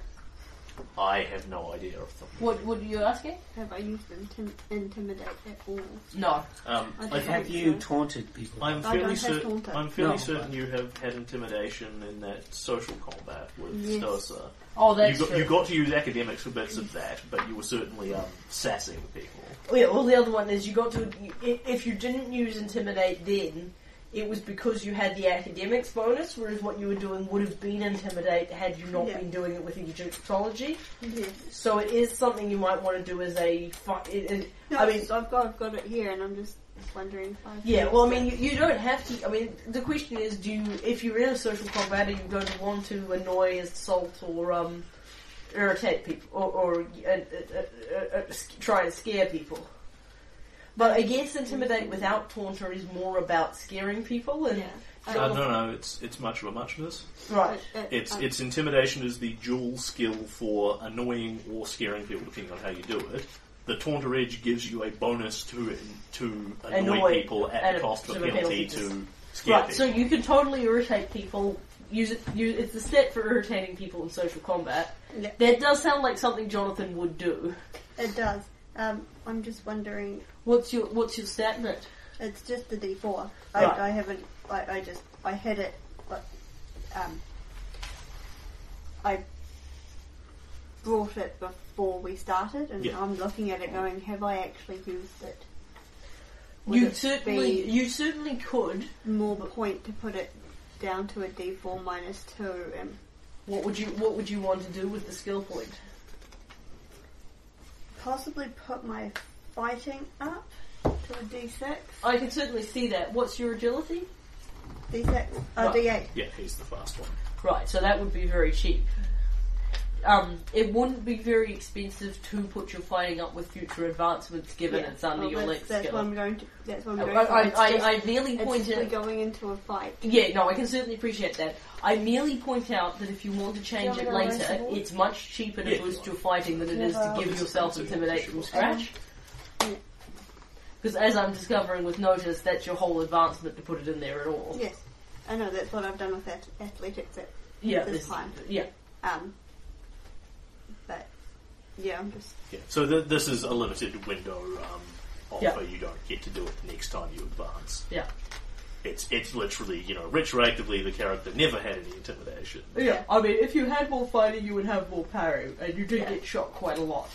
[SPEAKER 1] I have no idea of them.
[SPEAKER 10] what, what are you asking?
[SPEAKER 7] Have I used intim- intimidate at all?
[SPEAKER 10] No.
[SPEAKER 1] Um,
[SPEAKER 7] I
[SPEAKER 1] I
[SPEAKER 7] don't
[SPEAKER 1] think
[SPEAKER 3] Have you taunted people?
[SPEAKER 1] I'm
[SPEAKER 7] I
[SPEAKER 1] fairly
[SPEAKER 7] don't have
[SPEAKER 1] certain.
[SPEAKER 7] Taunter.
[SPEAKER 1] I'm fairly
[SPEAKER 3] No.
[SPEAKER 1] certain you have had intimidation in that social combat with
[SPEAKER 7] Yes.
[SPEAKER 1] Stosa.
[SPEAKER 10] Oh,
[SPEAKER 1] You
[SPEAKER 10] that's
[SPEAKER 1] got,
[SPEAKER 10] true.
[SPEAKER 1] you got to use academics for bits of that, but you were certainly um, sassing people.
[SPEAKER 2] Yeah, well, the other one is you got to. i- If you didn't use intimidate then, it was because you had the academics bonus, whereas what you were doing would have been intimidate had you not
[SPEAKER 7] Yeah.
[SPEAKER 2] been doing it with Egyptology.
[SPEAKER 7] Yeah.
[SPEAKER 2] So it is something you might want to do as a. fu- It, it,
[SPEAKER 7] No,
[SPEAKER 2] I mean,
[SPEAKER 7] I've got I've got it here, and I'm just wondering. If I've
[SPEAKER 2] yeah. Well, I mean, you, you don't have to. I mean, the question is, do you if you're in a social combat, are you going to want to annoy, assault, or um, irritate people, or, or uh, uh, uh, uh, s- try and scare people? But I guess intimidate without taunter is more about scaring people, and
[SPEAKER 7] Yeah.
[SPEAKER 1] Uh, no, no, it's it's much of a muchness.
[SPEAKER 2] right.
[SPEAKER 7] uh,
[SPEAKER 1] It's
[SPEAKER 7] um,
[SPEAKER 1] it's intimidation is the dual skill for annoying or scaring people, depending on how you do it. The taunter edge gives you a bonus to to annoy,
[SPEAKER 2] Annoy
[SPEAKER 1] people at
[SPEAKER 2] at
[SPEAKER 1] the
[SPEAKER 2] a-
[SPEAKER 1] cost of a
[SPEAKER 2] to a
[SPEAKER 1] penalty
[SPEAKER 2] penalty to-
[SPEAKER 1] to scare
[SPEAKER 2] Right, so
[SPEAKER 1] people.
[SPEAKER 2] you can totally irritate people. Use it. Use, it's the set for irritating people in social combat.
[SPEAKER 7] Yeah.
[SPEAKER 2] That does sound like something Jonathan would do.
[SPEAKER 7] It does. Um, I'm just wondering.
[SPEAKER 2] What's your What's your stat in it?
[SPEAKER 7] It's just the D4.
[SPEAKER 2] Right.
[SPEAKER 7] I, I haven't. I, I just. I hit it, but um, I brought it before we started, and
[SPEAKER 1] Yeah.
[SPEAKER 7] I'm looking at it going, "Have I actually used it? Would
[SPEAKER 2] You
[SPEAKER 7] it
[SPEAKER 2] certainly
[SPEAKER 7] be
[SPEAKER 2] You certainly could.
[SPEAKER 7] more point to put it down to a D4 minus two, and
[SPEAKER 2] What would you What would you want to do with the skill point?
[SPEAKER 7] possibly put my fighting up to a D6.
[SPEAKER 2] I can certainly see that. What's your agility?
[SPEAKER 7] D6. Uh,
[SPEAKER 2] Right.
[SPEAKER 7] D8.
[SPEAKER 1] yeah, he's the fast one.
[SPEAKER 2] Right, so that would be very cheap. Um, it wouldn't be very expensive to put your fighting up with future advancements, given
[SPEAKER 7] Yeah.
[SPEAKER 2] it's under
[SPEAKER 7] Well,
[SPEAKER 2] your
[SPEAKER 7] that's,
[SPEAKER 2] next
[SPEAKER 7] that's
[SPEAKER 2] skill. Oh,
[SPEAKER 7] what I'm going to. That's what I'm
[SPEAKER 2] I,
[SPEAKER 7] going for.
[SPEAKER 2] I,
[SPEAKER 7] It's
[SPEAKER 2] I,
[SPEAKER 7] just-
[SPEAKER 2] I merely
[SPEAKER 7] It's
[SPEAKER 2] point
[SPEAKER 7] just
[SPEAKER 2] out.
[SPEAKER 7] we're going into a fight.
[SPEAKER 2] Yeah, no, I can certainly appreciate that. I merely point out that if you want to change
[SPEAKER 7] Yeah,
[SPEAKER 2] it
[SPEAKER 7] but I
[SPEAKER 2] later,
[SPEAKER 7] suppose-
[SPEAKER 2] it's much cheaper to
[SPEAKER 1] Yeah.
[SPEAKER 2] boost your fighting than it is to
[SPEAKER 7] Yeah.
[SPEAKER 2] give yourself intimidate from scratch.
[SPEAKER 7] Yeah.
[SPEAKER 2] Because as I'm discovering with notice, that's your whole advancement to put it in there at all.
[SPEAKER 7] Yes, I know that's what I've done with ath- athletics. It,
[SPEAKER 2] Yeah,
[SPEAKER 7] That's
[SPEAKER 2] this-
[SPEAKER 7] fine.
[SPEAKER 2] Yeah,
[SPEAKER 7] um, but Yeah, I'm just.
[SPEAKER 1] Yeah. So th- this is a limited window um, offer.
[SPEAKER 2] Yeah.
[SPEAKER 1] You don't get to do it the next time you advance.
[SPEAKER 2] Yeah.
[SPEAKER 1] It's it's literally you know retroactively the character never had any intimidation.
[SPEAKER 2] Yeah. I mean, if you had more fighting, you would have more parry, and you do
[SPEAKER 7] Yeah.
[SPEAKER 2] get shot quite a lot.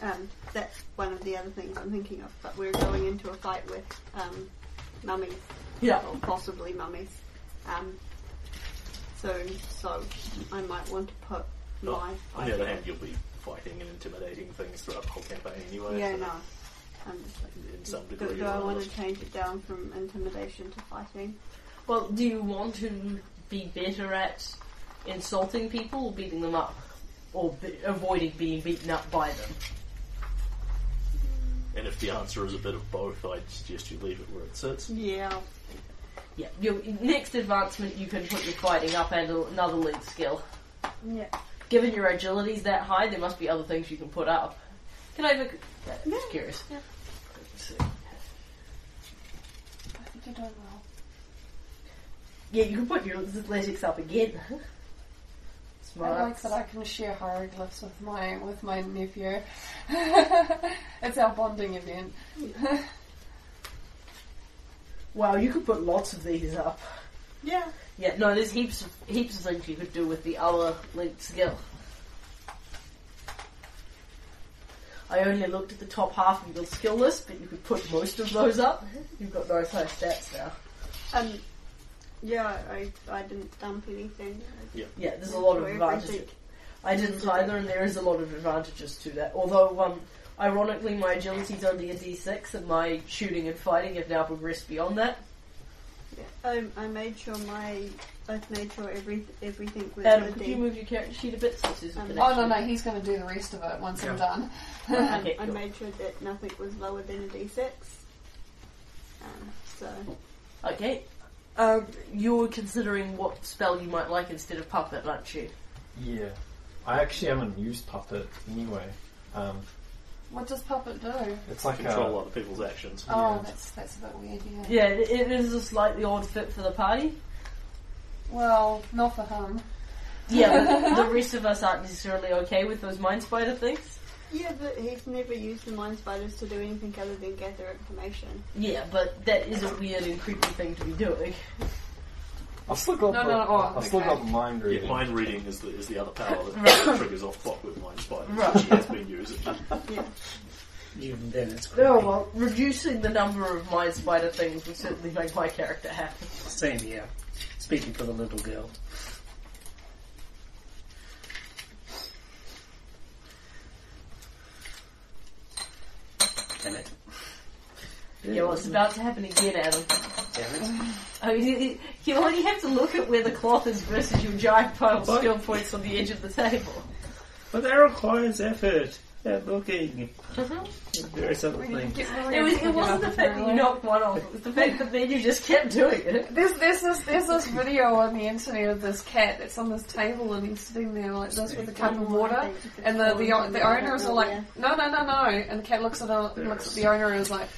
[SPEAKER 7] Um, that's one of the other things I'm thinking of. But we're going into a fight with um, mummies,
[SPEAKER 2] Yeah.
[SPEAKER 7] or possibly mummies. Um, so, so I might want to put
[SPEAKER 1] No,
[SPEAKER 7] my.
[SPEAKER 1] Oh, on the other hand, you'll be fighting and intimidating things throughout the whole campaign anyway.
[SPEAKER 7] yeah,
[SPEAKER 1] so
[SPEAKER 7] no. I'm just like,
[SPEAKER 1] In some
[SPEAKER 7] do-
[SPEAKER 1] degree
[SPEAKER 7] do I
[SPEAKER 1] or
[SPEAKER 7] want to
[SPEAKER 1] another.
[SPEAKER 7] change it down from intimidation to fighting?
[SPEAKER 2] Well, do you want to be better at insulting people or beating them up? Or be- avoiding being beaten up by them?
[SPEAKER 1] And if the answer is a bit of both, I'd suggest you leave it where it sits.
[SPEAKER 7] Yeah.
[SPEAKER 2] Yeah. Your next advancement, you can put your fighting up and another lead skill.
[SPEAKER 7] Yeah.
[SPEAKER 2] Given your agility's that high, there must be other things you can put up. Can I look? I'm just curious.
[SPEAKER 7] Yeah.
[SPEAKER 2] Let's see.
[SPEAKER 6] I think you're doing well.
[SPEAKER 2] Yeah, you can put your athletics up again. Smart.
[SPEAKER 4] I like that I can share hieroglyphs with my with my nephew. it's our bonding event.
[SPEAKER 2] Wow, you could put lots of these up.
[SPEAKER 7] Yeah.
[SPEAKER 2] Yeah, no, there's heaps of heaps of things you could do with the other linked skill. I only looked at the top half of your skill list, but you could put most of those up. You've got those high stats now.
[SPEAKER 7] Um, yeah, I, I didn't dump anything.
[SPEAKER 2] Yeah, there's a lot of
[SPEAKER 7] Where
[SPEAKER 2] advantages.
[SPEAKER 7] everything-
[SPEAKER 2] I didn't either, and there is a lot of advantages to that. Although, um, ironically, my agility's only a d6, and my shooting and fighting have now progressed beyond that.
[SPEAKER 7] Yeah, I, Um, I made sure my I made sure every everything was
[SPEAKER 2] Adam,
[SPEAKER 7] a
[SPEAKER 2] Um, could
[SPEAKER 7] D.
[SPEAKER 2] you move your character sheet a bit so Susan can
[SPEAKER 7] Um,
[SPEAKER 4] Oh no
[SPEAKER 2] actually-
[SPEAKER 4] no, he's going to do the rest of it once I'm
[SPEAKER 5] Yeah.
[SPEAKER 4] done.
[SPEAKER 7] Um,
[SPEAKER 2] Okay,
[SPEAKER 7] I
[SPEAKER 2] cool.
[SPEAKER 7] made sure that nothing was lower than a D6. Um, so
[SPEAKER 2] Okay. Um, you're considering what spell you might like instead of puppet, aren't you?
[SPEAKER 5] Yeah. I actually haven't used Puppet anyway. Um,
[SPEAKER 4] What does puppet do?
[SPEAKER 5] it's like uh,
[SPEAKER 1] Control
[SPEAKER 5] a.
[SPEAKER 1] other people's actions.
[SPEAKER 4] Oh,
[SPEAKER 5] Yeah.
[SPEAKER 4] that's that's a bit weird. Yeah.
[SPEAKER 2] Yeah, it, it is a slightly odd fit for the party.
[SPEAKER 4] Well, not for him.
[SPEAKER 2] Yeah, but the rest of us aren't necessarily okay with those mind spider things.
[SPEAKER 7] yeah, but he's never used the mind spiders to do anything other than gather information.
[SPEAKER 2] Yeah, but that is a weird and creepy thing to be doing.
[SPEAKER 5] I've still got.
[SPEAKER 4] No,
[SPEAKER 5] the,
[SPEAKER 4] no, no, oh,
[SPEAKER 5] I've still
[SPEAKER 4] okay.
[SPEAKER 5] got the mind reading.
[SPEAKER 1] Yeah, mind reading is the, is the other power that triggers off clockwork mind spiders, which he has been using.
[SPEAKER 7] Yeah,
[SPEAKER 3] Even then, it's creepy.
[SPEAKER 2] Oh well, reducing the number of mind spider things would certainly make my character happy.
[SPEAKER 3] Same here. Speaking for the little girl. Damn it.
[SPEAKER 2] Yeah, well, it's about to happen again, Adam.
[SPEAKER 3] Damn it.
[SPEAKER 2] I mean, you- you only have to look at where the cloth is versus your giant pile of skill points on the edge of the table.
[SPEAKER 3] But that requires effort. That looking. Various other
[SPEAKER 4] We need to
[SPEAKER 3] things.
[SPEAKER 4] get really
[SPEAKER 2] It, was,
[SPEAKER 4] into
[SPEAKER 2] it wasn't the fact that you knocked one off, it was the fact that then you just kept doing it.
[SPEAKER 4] There's, there's this there's this video on the internet of this cat that's on this table and he's sitting there like this with a cup of water and the the, o- the owners are like no no no no and the cat looks at her, looks at the owner and is like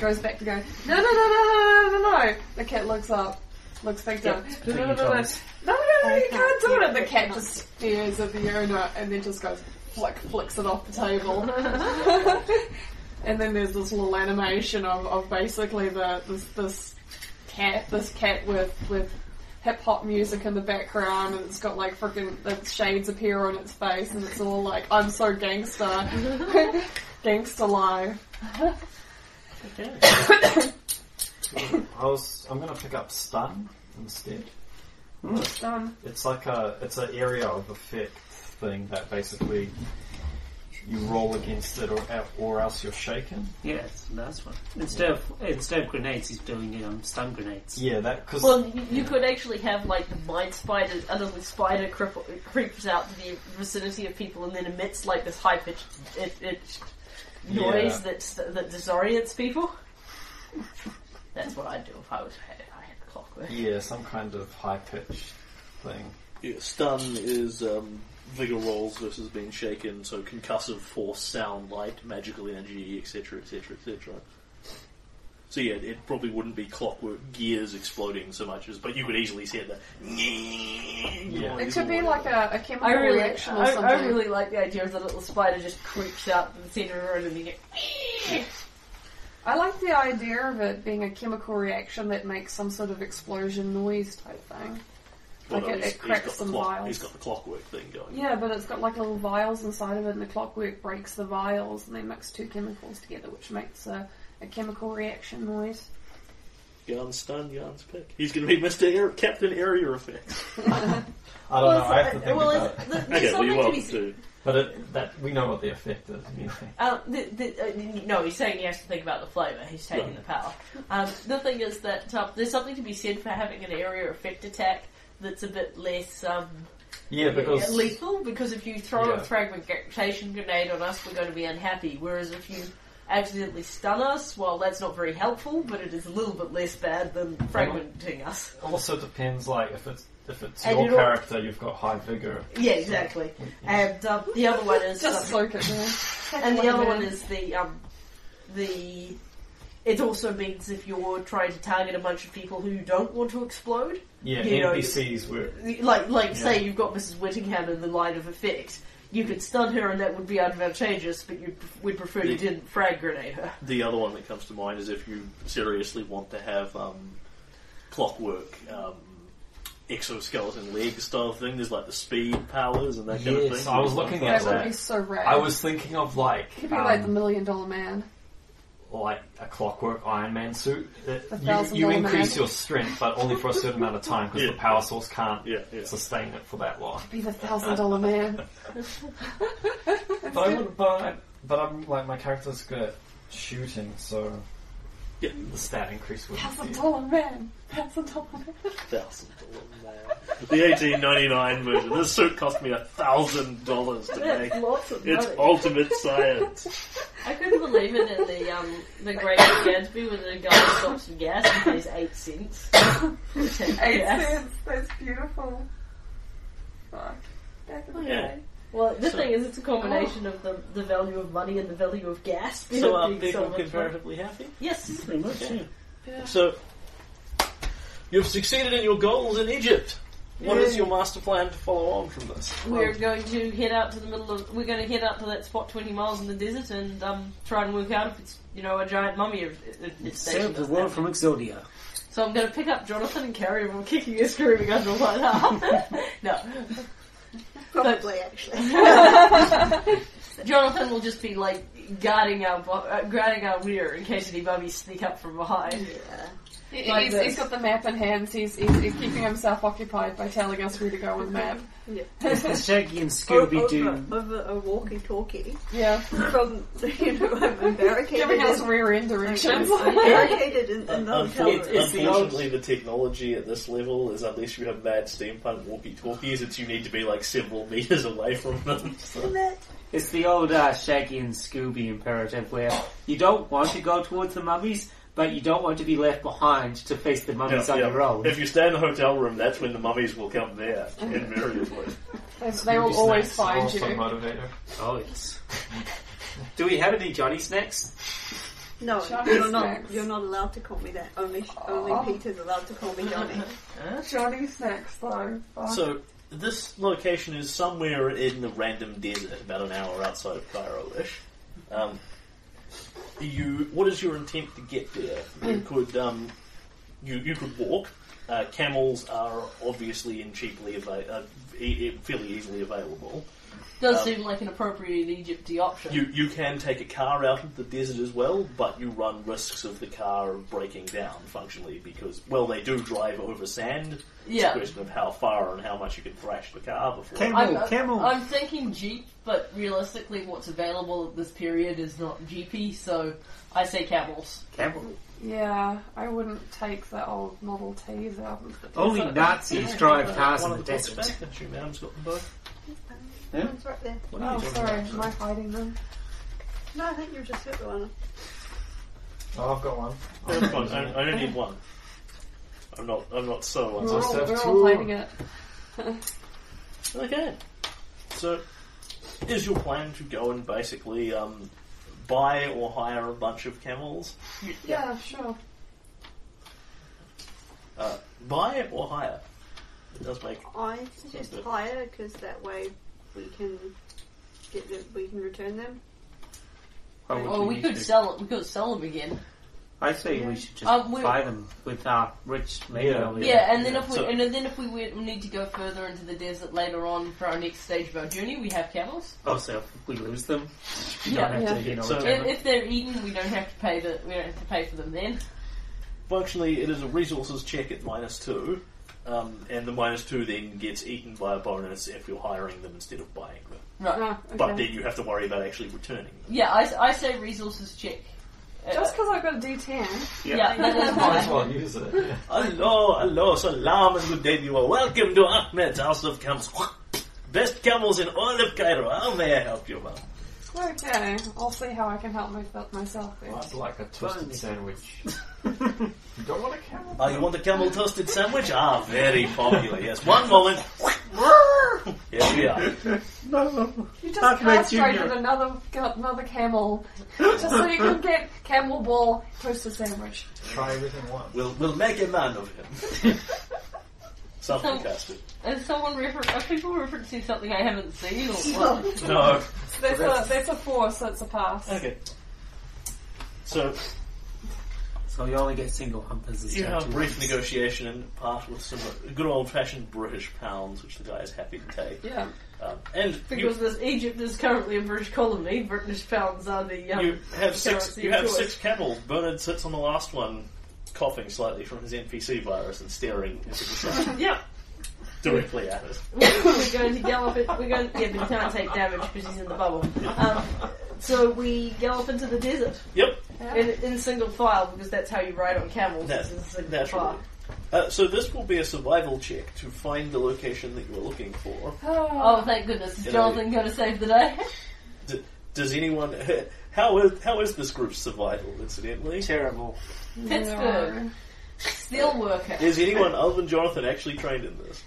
[SPEAKER 4] goes back to go no no no no no no no no the cat looks up looks back down no no no no no no no you can't do it the cat just stares at the owner and then just goes flick flicks it off the table. And then there's this little animation of, of basically the this, this cat this cat with with hip hop music in the background and it's got like freaking the shades appear on its face and it's all like I'm so gangster gangster life.
[SPEAKER 5] I was. I'm going to pick up stun instead.
[SPEAKER 4] Um,
[SPEAKER 5] It's like a. It's an area of effect thing that basically you roll against it, or or else you're shaken.
[SPEAKER 3] Yes, that's one. Instead of instead of grenades, he's doing um, stun grenades.
[SPEAKER 5] Yeah, that because
[SPEAKER 2] Well, you, you could actually have like the mind spider, a little spider cripple, creeps out to the vicinity of people and then emits like this high pitched it, it noise
[SPEAKER 5] Yeah.
[SPEAKER 2] that's that disorients people. That's what I'd do if I was had, I had clockwork.
[SPEAKER 5] yeah, some kind of high pitched thing.
[SPEAKER 1] Yeah, stun is um, vigor rolls versus being shaken, so concussive force, sound, light, magical energy, etc., etc., etc. So yeah, it probably wouldn't be clockwork gears exploding so much as, but you could easily hear the. Yeah.
[SPEAKER 4] It could be like a, a chemical
[SPEAKER 11] I really,
[SPEAKER 4] reaction or
[SPEAKER 11] I,
[SPEAKER 4] something.
[SPEAKER 11] I really like the idea of the little spider just creeps out the center of the room and you get.
[SPEAKER 2] "Eh."
[SPEAKER 4] I like the idea of it being a chemical reaction that makes some sort of explosion noise type thing. Like it, it cracks
[SPEAKER 1] the
[SPEAKER 4] some
[SPEAKER 1] clock-
[SPEAKER 4] vials.
[SPEAKER 1] He's got the clockwork thing going.
[SPEAKER 4] Yeah, but it's got like little vials inside of it, and the clockwork breaks the vials, and they mix two chemicals together, which makes a, a chemical reaction noise.
[SPEAKER 1] Yarn stun, yarn's pick. He's going to be Mr. Air, Captain Area Effects.
[SPEAKER 5] I don't know. I have to think
[SPEAKER 11] well,
[SPEAKER 5] about
[SPEAKER 11] it's-
[SPEAKER 5] it.
[SPEAKER 11] th- there's
[SPEAKER 1] Okay, well,
[SPEAKER 11] something to be
[SPEAKER 1] you're welcome
[SPEAKER 11] said.
[SPEAKER 1] to.
[SPEAKER 5] But it, that we know what the effect is anyway.
[SPEAKER 11] Um, the, the, uh, no, he's saying he has to think about the flavour. He's taking
[SPEAKER 1] Right.
[SPEAKER 11] the power. Um, the thing is that um, there's something to be said for having an area effect attack that's a bit less um,
[SPEAKER 5] Yeah, because
[SPEAKER 11] lethal. Because if you throw a
[SPEAKER 5] Yeah.
[SPEAKER 11] fragmentation grenade on us, we're going to be unhappy. Whereas if you accidentally stun us, well, that's not very helpful, but it is a little bit less bad than fragmenting us.
[SPEAKER 5] also depends like if it's if it's
[SPEAKER 11] And
[SPEAKER 5] your
[SPEAKER 11] it all-
[SPEAKER 5] character, you've got high vigor.
[SPEAKER 11] Yeah, exactly. And um, the other one is um,
[SPEAKER 4] Just soak it down.
[SPEAKER 11] And the
[SPEAKER 4] Like
[SPEAKER 11] other
[SPEAKER 4] a-
[SPEAKER 11] one is the um, the. It also means if you're trying to target a bunch of people who don't want to explode,
[SPEAKER 5] Yeah,
[SPEAKER 11] You know,
[SPEAKER 5] NPCs were
[SPEAKER 11] like like say
[SPEAKER 5] Yeah.
[SPEAKER 11] you've got Mrs. Whittingham in the line of effect, you could stun her and that would be advantageous, but you would prefer you
[SPEAKER 1] Yeah.
[SPEAKER 11] didn't frag grenade her.
[SPEAKER 1] The other one that comes to mind is if you seriously want to have um, clockwork um, exoskeleton leg style thing, there's like the speed powers and that kind of
[SPEAKER 5] Yes,
[SPEAKER 1] thing.
[SPEAKER 5] I was looking at
[SPEAKER 4] That would
[SPEAKER 5] that.
[SPEAKER 4] be so rad.
[SPEAKER 5] I was thinking of like
[SPEAKER 4] Could be like the
[SPEAKER 5] um,
[SPEAKER 4] Million Dollar Man.
[SPEAKER 5] like a clockwork Iron Man suit. It-
[SPEAKER 4] The
[SPEAKER 5] You,
[SPEAKER 4] thousand
[SPEAKER 5] you
[SPEAKER 4] dollar
[SPEAKER 5] increase
[SPEAKER 4] man.
[SPEAKER 5] your strength, but only for a certain amount of time because
[SPEAKER 1] Yeah.
[SPEAKER 5] the power source can't
[SPEAKER 1] Yeah, yeah.
[SPEAKER 5] sustain it for that long.
[SPEAKER 4] Be the Thousand Dollar Man.
[SPEAKER 5] But I would, but I, but I'm like my character's good at shooting, so
[SPEAKER 1] Yeah.
[SPEAKER 5] the stat increase would.
[SPEAKER 4] Thousand Dollar Man. Thousand Dollar Man.
[SPEAKER 1] thousand dollar man. The eighteen ninety nine version. This suit cost me a thousand dollars to make.
[SPEAKER 11] That's lots of
[SPEAKER 1] It's
[SPEAKER 11] money.
[SPEAKER 1] ultimate science.
[SPEAKER 2] I couldn't believe it in the um the Great Gatsby when the guy stops for gas and pays eight cents.
[SPEAKER 4] Eight
[SPEAKER 11] Yes.
[SPEAKER 4] cents. That's beautiful. Fuck. Back in the
[SPEAKER 1] Yeah.
[SPEAKER 4] day.
[SPEAKER 11] Well, the
[SPEAKER 1] So-
[SPEAKER 11] thing is, it's a combination of the, the value of money and the value of gas.
[SPEAKER 1] So are
[SPEAKER 11] Being
[SPEAKER 1] people
[SPEAKER 11] much more-
[SPEAKER 1] comparatively happy?
[SPEAKER 11] Yes.
[SPEAKER 1] Pretty much, yeah.
[SPEAKER 4] Yeah.
[SPEAKER 1] So you've succeeded in your goals in Egypt. What is your master plan to follow on from this?
[SPEAKER 2] We're going to head out to the middle of. We're going to head out to that spot twenty miles in the desert and um, try and work out if it's you know a giant mummy. Or,
[SPEAKER 3] Save the world from Exodia.
[SPEAKER 2] so I'm going to pick up Jonathan and carry him, kicking and screaming under one arm. no,
[SPEAKER 7] Probably, actually.
[SPEAKER 2] Jonathan will just be like guarding our bo- uh, guarding our rear in case any mummies sneak up from behind.
[SPEAKER 4] He-
[SPEAKER 2] Like
[SPEAKER 4] he's,
[SPEAKER 2] this.
[SPEAKER 4] he's got the map in hand. so He's, he's, he's keeping himself occupied by telling us where to go on the map.
[SPEAKER 3] It's Shaggy and Scooby Doo.
[SPEAKER 7] Over, over a walkie-talkie
[SPEAKER 4] Yeah,
[SPEAKER 7] from, you know, I'm barricaded.
[SPEAKER 4] giving us
[SPEAKER 7] in-
[SPEAKER 4] rear end directions.
[SPEAKER 7] I'm barricaded in, in the hotel
[SPEAKER 1] Unfor-
[SPEAKER 7] room.
[SPEAKER 3] Uh, it's the old-
[SPEAKER 1] unfortunately, the technology at this level is unless you have mad steampunk walkie-talkies, it's you need to be like several meters away from them.
[SPEAKER 7] Isn't it?
[SPEAKER 3] It's the old uh, Shaggy and Scooby imperative where you don't want to go towards the mummies, but you don't want to be left behind to face the mummies
[SPEAKER 1] Yeah,
[SPEAKER 3] on
[SPEAKER 1] yeah.
[SPEAKER 3] your own.
[SPEAKER 1] If you stay in a hotel room, that's when the mummies will come there, invariably.
[SPEAKER 4] They, they will
[SPEAKER 5] Maybe
[SPEAKER 4] always
[SPEAKER 5] snacks are
[SPEAKER 4] find
[SPEAKER 5] also
[SPEAKER 4] you.
[SPEAKER 5] motivator.
[SPEAKER 3] Oh yes. Do we have any Johnny snacks?
[SPEAKER 7] No,
[SPEAKER 4] Johnny
[SPEAKER 7] you're not.
[SPEAKER 4] Snacks.
[SPEAKER 7] You're not allowed to call me that. Only,
[SPEAKER 2] Oh.
[SPEAKER 7] only Peter's allowed to call me Johnny.
[SPEAKER 4] Johnny Snacks, though. Fuck.
[SPEAKER 1] So this location is somewhere in the random desert, about an hour outside of Cairo-ish. Um, you, what is your intent to get there? You could, um, you you could walk. Uh, camels are obviously and cheaply ava- uh, e- e- fairly easily available.
[SPEAKER 2] Does
[SPEAKER 1] Um,
[SPEAKER 2] seem like an appropriate Egypty option.
[SPEAKER 1] You you can take a car out into the desert as well, but you run risks of the car breaking down functionally because well they do drive over sand. It's a
[SPEAKER 2] yeah.
[SPEAKER 1] question of how far and how much you can thrash the car before.
[SPEAKER 3] Camel,
[SPEAKER 2] I'm, uh,
[SPEAKER 3] camel.
[SPEAKER 2] I'm thinking Jeep, but realistically, what's available at this period is not Jeepy, so I say camels.
[SPEAKER 3] camel.
[SPEAKER 4] Yeah, I wouldn't take the old Model T's out. Oh, into the
[SPEAKER 3] Only
[SPEAKER 4] desert.
[SPEAKER 3] Nazis drive cars
[SPEAKER 1] One
[SPEAKER 3] in the
[SPEAKER 1] of the
[SPEAKER 3] desert.
[SPEAKER 1] prospects that you madam's got them both.
[SPEAKER 3] Yeah.
[SPEAKER 7] It's right there.
[SPEAKER 1] What are
[SPEAKER 4] Oh,
[SPEAKER 1] you talking
[SPEAKER 4] sorry,
[SPEAKER 1] about?
[SPEAKER 4] am I hiding them?
[SPEAKER 7] No, I think you've just hit the one.
[SPEAKER 5] Oh, I've got one.
[SPEAKER 1] That's fine, I, I only need one. I'm not. I'm not so
[SPEAKER 4] We're all,
[SPEAKER 5] supposed to have
[SPEAKER 4] we're
[SPEAKER 5] two.
[SPEAKER 4] all hiding it.
[SPEAKER 1] Okay. So, is your plan to go and basically um, buy or hire a bunch of camels?
[SPEAKER 4] Yeah, sure.
[SPEAKER 1] Uh, buy or hire? It does make.
[SPEAKER 7] I suggest
[SPEAKER 1] Sounds good.
[SPEAKER 7] higher because that way we can get the, we can return them.
[SPEAKER 3] Why would
[SPEAKER 2] Or
[SPEAKER 3] you
[SPEAKER 2] Oh, we
[SPEAKER 3] need
[SPEAKER 2] could
[SPEAKER 3] to?
[SPEAKER 2] sell it. We could sell them again.
[SPEAKER 3] I say we should just
[SPEAKER 2] Um, we-
[SPEAKER 3] buy them with our rich mail.
[SPEAKER 5] Yeah.
[SPEAKER 3] order.
[SPEAKER 2] Yeah, and then if we
[SPEAKER 1] So-
[SPEAKER 2] and then if we went, need to go further into the desert later on for our next stage of our journey, we have camels.
[SPEAKER 3] Also, Oh, if we lose them, you
[SPEAKER 2] Yeah,
[SPEAKER 3] don't have
[SPEAKER 4] yeah.
[SPEAKER 3] to, you know,
[SPEAKER 1] So-
[SPEAKER 3] return
[SPEAKER 2] If,
[SPEAKER 3] them.
[SPEAKER 2] if they're eaten, we don't have to pay the we don't have to pay for them then.
[SPEAKER 1] Functionally, it is a resources check at minus two, um, and the minus two then gets eaten by a bonus if you're hiring them instead of buying them.
[SPEAKER 2] Right.
[SPEAKER 4] Ah, okay.
[SPEAKER 1] But then you have to worry about actually returning them.
[SPEAKER 2] Yeah, I, I say resources check. Uh,
[SPEAKER 4] Just because I've got a D10,
[SPEAKER 2] yeah, that is
[SPEAKER 5] Might as
[SPEAKER 2] mine.
[SPEAKER 5] well use it. Yeah.
[SPEAKER 1] Hello, hello, salam and good day to you all. Welcome to Ahmed's House of Camels. Best camels in all of Cairo. How may I help you, ma'am?
[SPEAKER 4] okay, I'll see how I can help my, myself then.
[SPEAKER 5] I'd like a toasted sandwich. you don't want a camel?
[SPEAKER 1] Oh, you want a camel toasted sandwich? Ah, very popular, yes. One moment. Yes, we are.
[SPEAKER 3] No.
[SPEAKER 4] You
[SPEAKER 3] Not
[SPEAKER 4] just
[SPEAKER 3] my
[SPEAKER 4] castrated
[SPEAKER 3] junior.
[SPEAKER 4] another another camel just so you can get camel ball toasted sandwich.
[SPEAKER 5] Try everything once.
[SPEAKER 1] We'll, we'll make a man of him. Something casted.
[SPEAKER 2] Is someone refer- are people referencing something I haven't seen or what?
[SPEAKER 1] No.
[SPEAKER 4] So that's, a that's a four, so it's a pass.
[SPEAKER 1] Okay. So,
[SPEAKER 3] So you only get single humpers instead
[SPEAKER 1] you
[SPEAKER 3] of
[SPEAKER 1] have
[SPEAKER 3] two
[SPEAKER 1] brief
[SPEAKER 3] humps.
[SPEAKER 1] negotiation and part with some good old fashioned British pounds, which the guy is happy to take.
[SPEAKER 4] Yeah.
[SPEAKER 1] Um, and you,
[SPEAKER 11] Because there's Egypt is currently a British colony, British pounds are the um,
[SPEAKER 1] You have six.
[SPEAKER 11] currency
[SPEAKER 1] You
[SPEAKER 11] of
[SPEAKER 1] have
[SPEAKER 11] choice.
[SPEAKER 1] six camels. Bernard sits on the last one, coughing slightly from his NPC virus and staring into the sun
[SPEAKER 11] Yep.
[SPEAKER 1] directly at it.
[SPEAKER 11] we're going to gallop it. We're going. Yeah, but he can't take damage because he's in the bubble. Um, so we gallop into the desert
[SPEAKER 1] Yep,
[SPEAKER 11] in, in single file because that's how you ride on camels.
[SPEAKER 1] that's
[SPEAKER 11] is in single
[SPEAKER 1] naturally.
[SPEAKER 11] file.
[SPEAKER 1] Uh, so this will be a survival check to find the location that you are looking for.
[SPEAKER 4] Oh,
[SPEAKER 2] Oh, thank goodness. Is
[SPEAKER 1] Hello.
[SPEAKER 2] Jonathan going to save the day?
[SPEAKER 1] D- does anyone? How is how is this group's survival? Incidentally,
[SPEAKER 3] Terrible.
[SPEAKER 2] Pittsburgh. Steel worker.
[SPEAKER 1] is anyone other than Jonathan actually trained in this?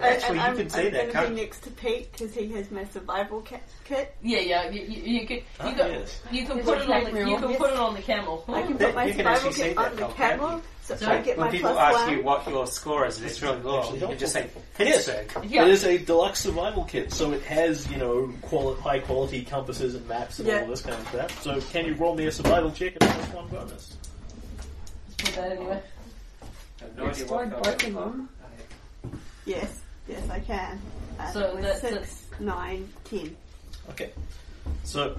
[SPEAKER 3] Actually, you
[SPEAKER 7] I'm,
[SPEAKER 3] can say
[SPEAKER 7] I'm
[SPEAKER 3] that,
[SPEAKER 7] gonna
[SPEAKER 3] can't
[SPEAKER 7] be next to Pete because he has my survival ca- kit.
[SPEAKER 2] Yeah, yeah. You, you, you can, you,
[SPEAKER 1] Ah,
[SPEAKER 2] can,
[SPEAKER 1] yes.
[SPEAKER 2] you can
[SPEAKER 4] It's
[SPEAKER 2] put
[SPEAKER 4] a
[SPEAKER 2] it on
[SPEAKER 4] black
[SPEAKER 2] the, you
[SPEAKER 4] mirror.
[SPEAKER 2] can put it on the camel.
[SPEAKER 3] Oh,
[SPEAKER 7] I can
[SPEAKER 1] That-
[SPEAKER 7] put my
[SPEAKER 1] you can
[SPEAKER 7] survival
[SPEAKER 1] actually say
[SPEAKER 7] kit
[SPEAKER 1] that,
[SPEAKER 7] on the
[SPEAKER 1] can't
[SPEAKER 7] camel, so I get
[SPEAKER 3] when
[SPEAKER 7] my
[SPEAKER 3] people
[SPEAKER 7] plus
[SPEAKER 3] ask
[SPEAKER 7] one.
[SPEAKER 3] you what your score is, and it's really low.
[SPEAKER 1] actually
[SPEAKER 3] You can just say
[SPEAKER 1] helpful. Yes.
[SPEAKER 3] Pittsburgh.
[SPEAKER 2] Yeah.
[SPEAKER 1] It is a deluxe survival kit, so it has you know quali- high quality compasses and maps and
[SPEAKER 7] Yeah.
[SPEAKER 1] all this kind of crap. So can you roll me a survival check and plus one bonus?
[SPEAKER 2] Let's put that anyway.
[SPEAKER 3] I have no idea
[SPEAKER 4] Explored
[SPEAKER 3] what
[SPEAKER 4] both of them.
[SPEAKER 7] Yes, yes, I can. Uh,
[SPEAKER 2] So
[SPEAKER 7] with
[SPEAKER 2] that's-
[SPEAKER 7] six, nine, ten.
[SPEAKER 1] Okay. So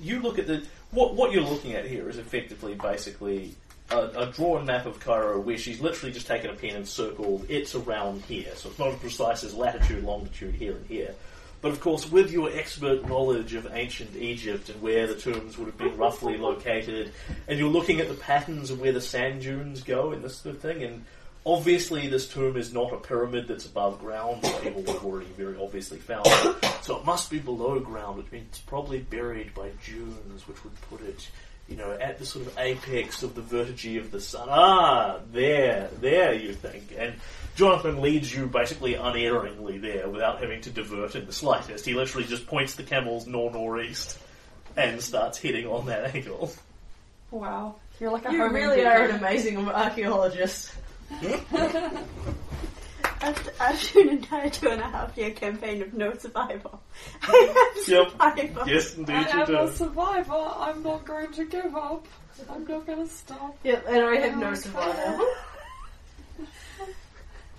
[SPEAKER 1] you look at the what what you're looking at here is effectively basically a, a drawn map of Cairo where she's literally just taken a pen and circled it's around here. So it's not as precise as latitude, longitude here and here. But of course, with your expert knowledge of ancient Egypt and where the tombs would have been roughly located, and you're looking at the patterns of where the sand dunes go and this sort of thing, and Obviously, this tomb is not a pyramid that's above ground, so people would have already very obviously found it. So it must be below ground, which means it's probably buried by dunes, which would put it, you know, at the sort of apex of the vertige of the sun. Ah, there, there, you think. And Jonathan leads you basically unerringly there without having to divert in the slightest. He literally just points the camels nor-northeast and starts heading on that angle.
[SPEAKER 4] Wow. You're like a
[SPEAKER 11] You
[SPEAKER 4] home
[SPEAKER 11] really
[SPEAKER 4] invader.
[SPEAKER 11] are an amazing archaeologist.
[SPEAKER 7] After, after an entire two and a half year campaign of no survival, I have
[SPEAKER 1] Yep.
[SPEAKER 7] survival.
[SPEAKER 1] Yes, indeed
[SPEAKER 4] I
[SPEAKER 1] you
[SPEAKER 4] am a
[SPEAKER 1] do.
[SPEAKER 4] survivor. I'm not going to give up. I'm not going to stop.
[SPEAKER 11] Yep, and I have
[SPEAKER 4] Oh
[SPEAKER 11] no
[SPEAKER 4] my
[SPEAKER 11] survival.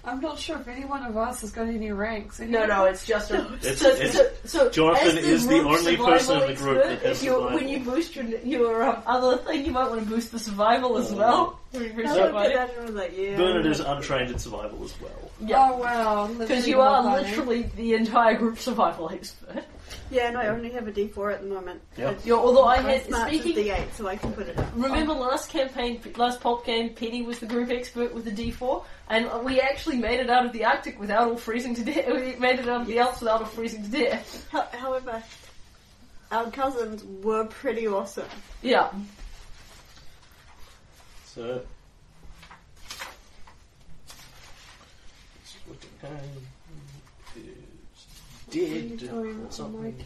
[SPEAKER 4] I'm not sure if any one of us has got any ranks.
[SPEAKER 11] No, no, it's just a.
[SPEAKER 1] It's-
[SPEAKER 11] so,
[SPEAKER 1] it's-
[SPEAKER 11] so, so
[SPEAKER 1] Jonathan
[SPEAKER 11] as
[SPEAKER 1] is the
[SPEAKER 11] root
[SPEAKER 1] only
[SPEAKER 11] survival
[SPEAKER 1] person in the group
[SPEAKER 11] expert,
[SPEAKER 1] that has
[SPEAKER 11] if you,
[SPEAKER 1] survival.
[SPEAKER 11] When you boost your, your um, other thing, you might want to boost the survival
[SPEAKER 2] Oh.
[SPEAKER 11] as well.
[SPEAKER 7] I
[SPEAKER 1] So-
[SPEAKER 7] looked at that and was like, yeah.
[SPEAKER 1] Bernard is untrained in survival as well.
[SPEAKER 4] Oh wow!
[SPEAKER 11] Because
[SPEAKER 4] literally
[SPEAKER 11] you are
[SPEAKER 2] eh?
[SPEAKER 4] nobody.
[SPEAKER 11] literally the entire group survival expert.
[SPEAKER 7] Yeah, and I only have a D4 at the moment.
[SPEAKER 1] Yep.
[SPEAKER 7] It's-
[SPEAKER 11] Yeah, although I
[SPEAKER 7] My
[SPEAKER 11] had
[SPEAKER 7] smarts is
[SPEAKER 11] speaking.
[SPEAKER 7] D8, so I can put it up.
[SPEAKER 11] Remember
[SPEAKER 2] Oh.
[SPEAKER 11] last campaign, last pop game, Penny was the group expert with the D4, and we actually made it out of the Arctic without all freezing to death. We made it out of the Alps without all freezing to death.
[SPEAKER 7] Ho- However, our cousins were pretty awesome.
[SPEAKER 11] Yeah.
[SPEAKER 1] So. Splitting hand is
[SPEAKER 4] What are you
[SPEAKER 1] dead.
[SPEAKER 4] doing,
[SPEAKER 1] or something.
[SPEAKER 4] Mike?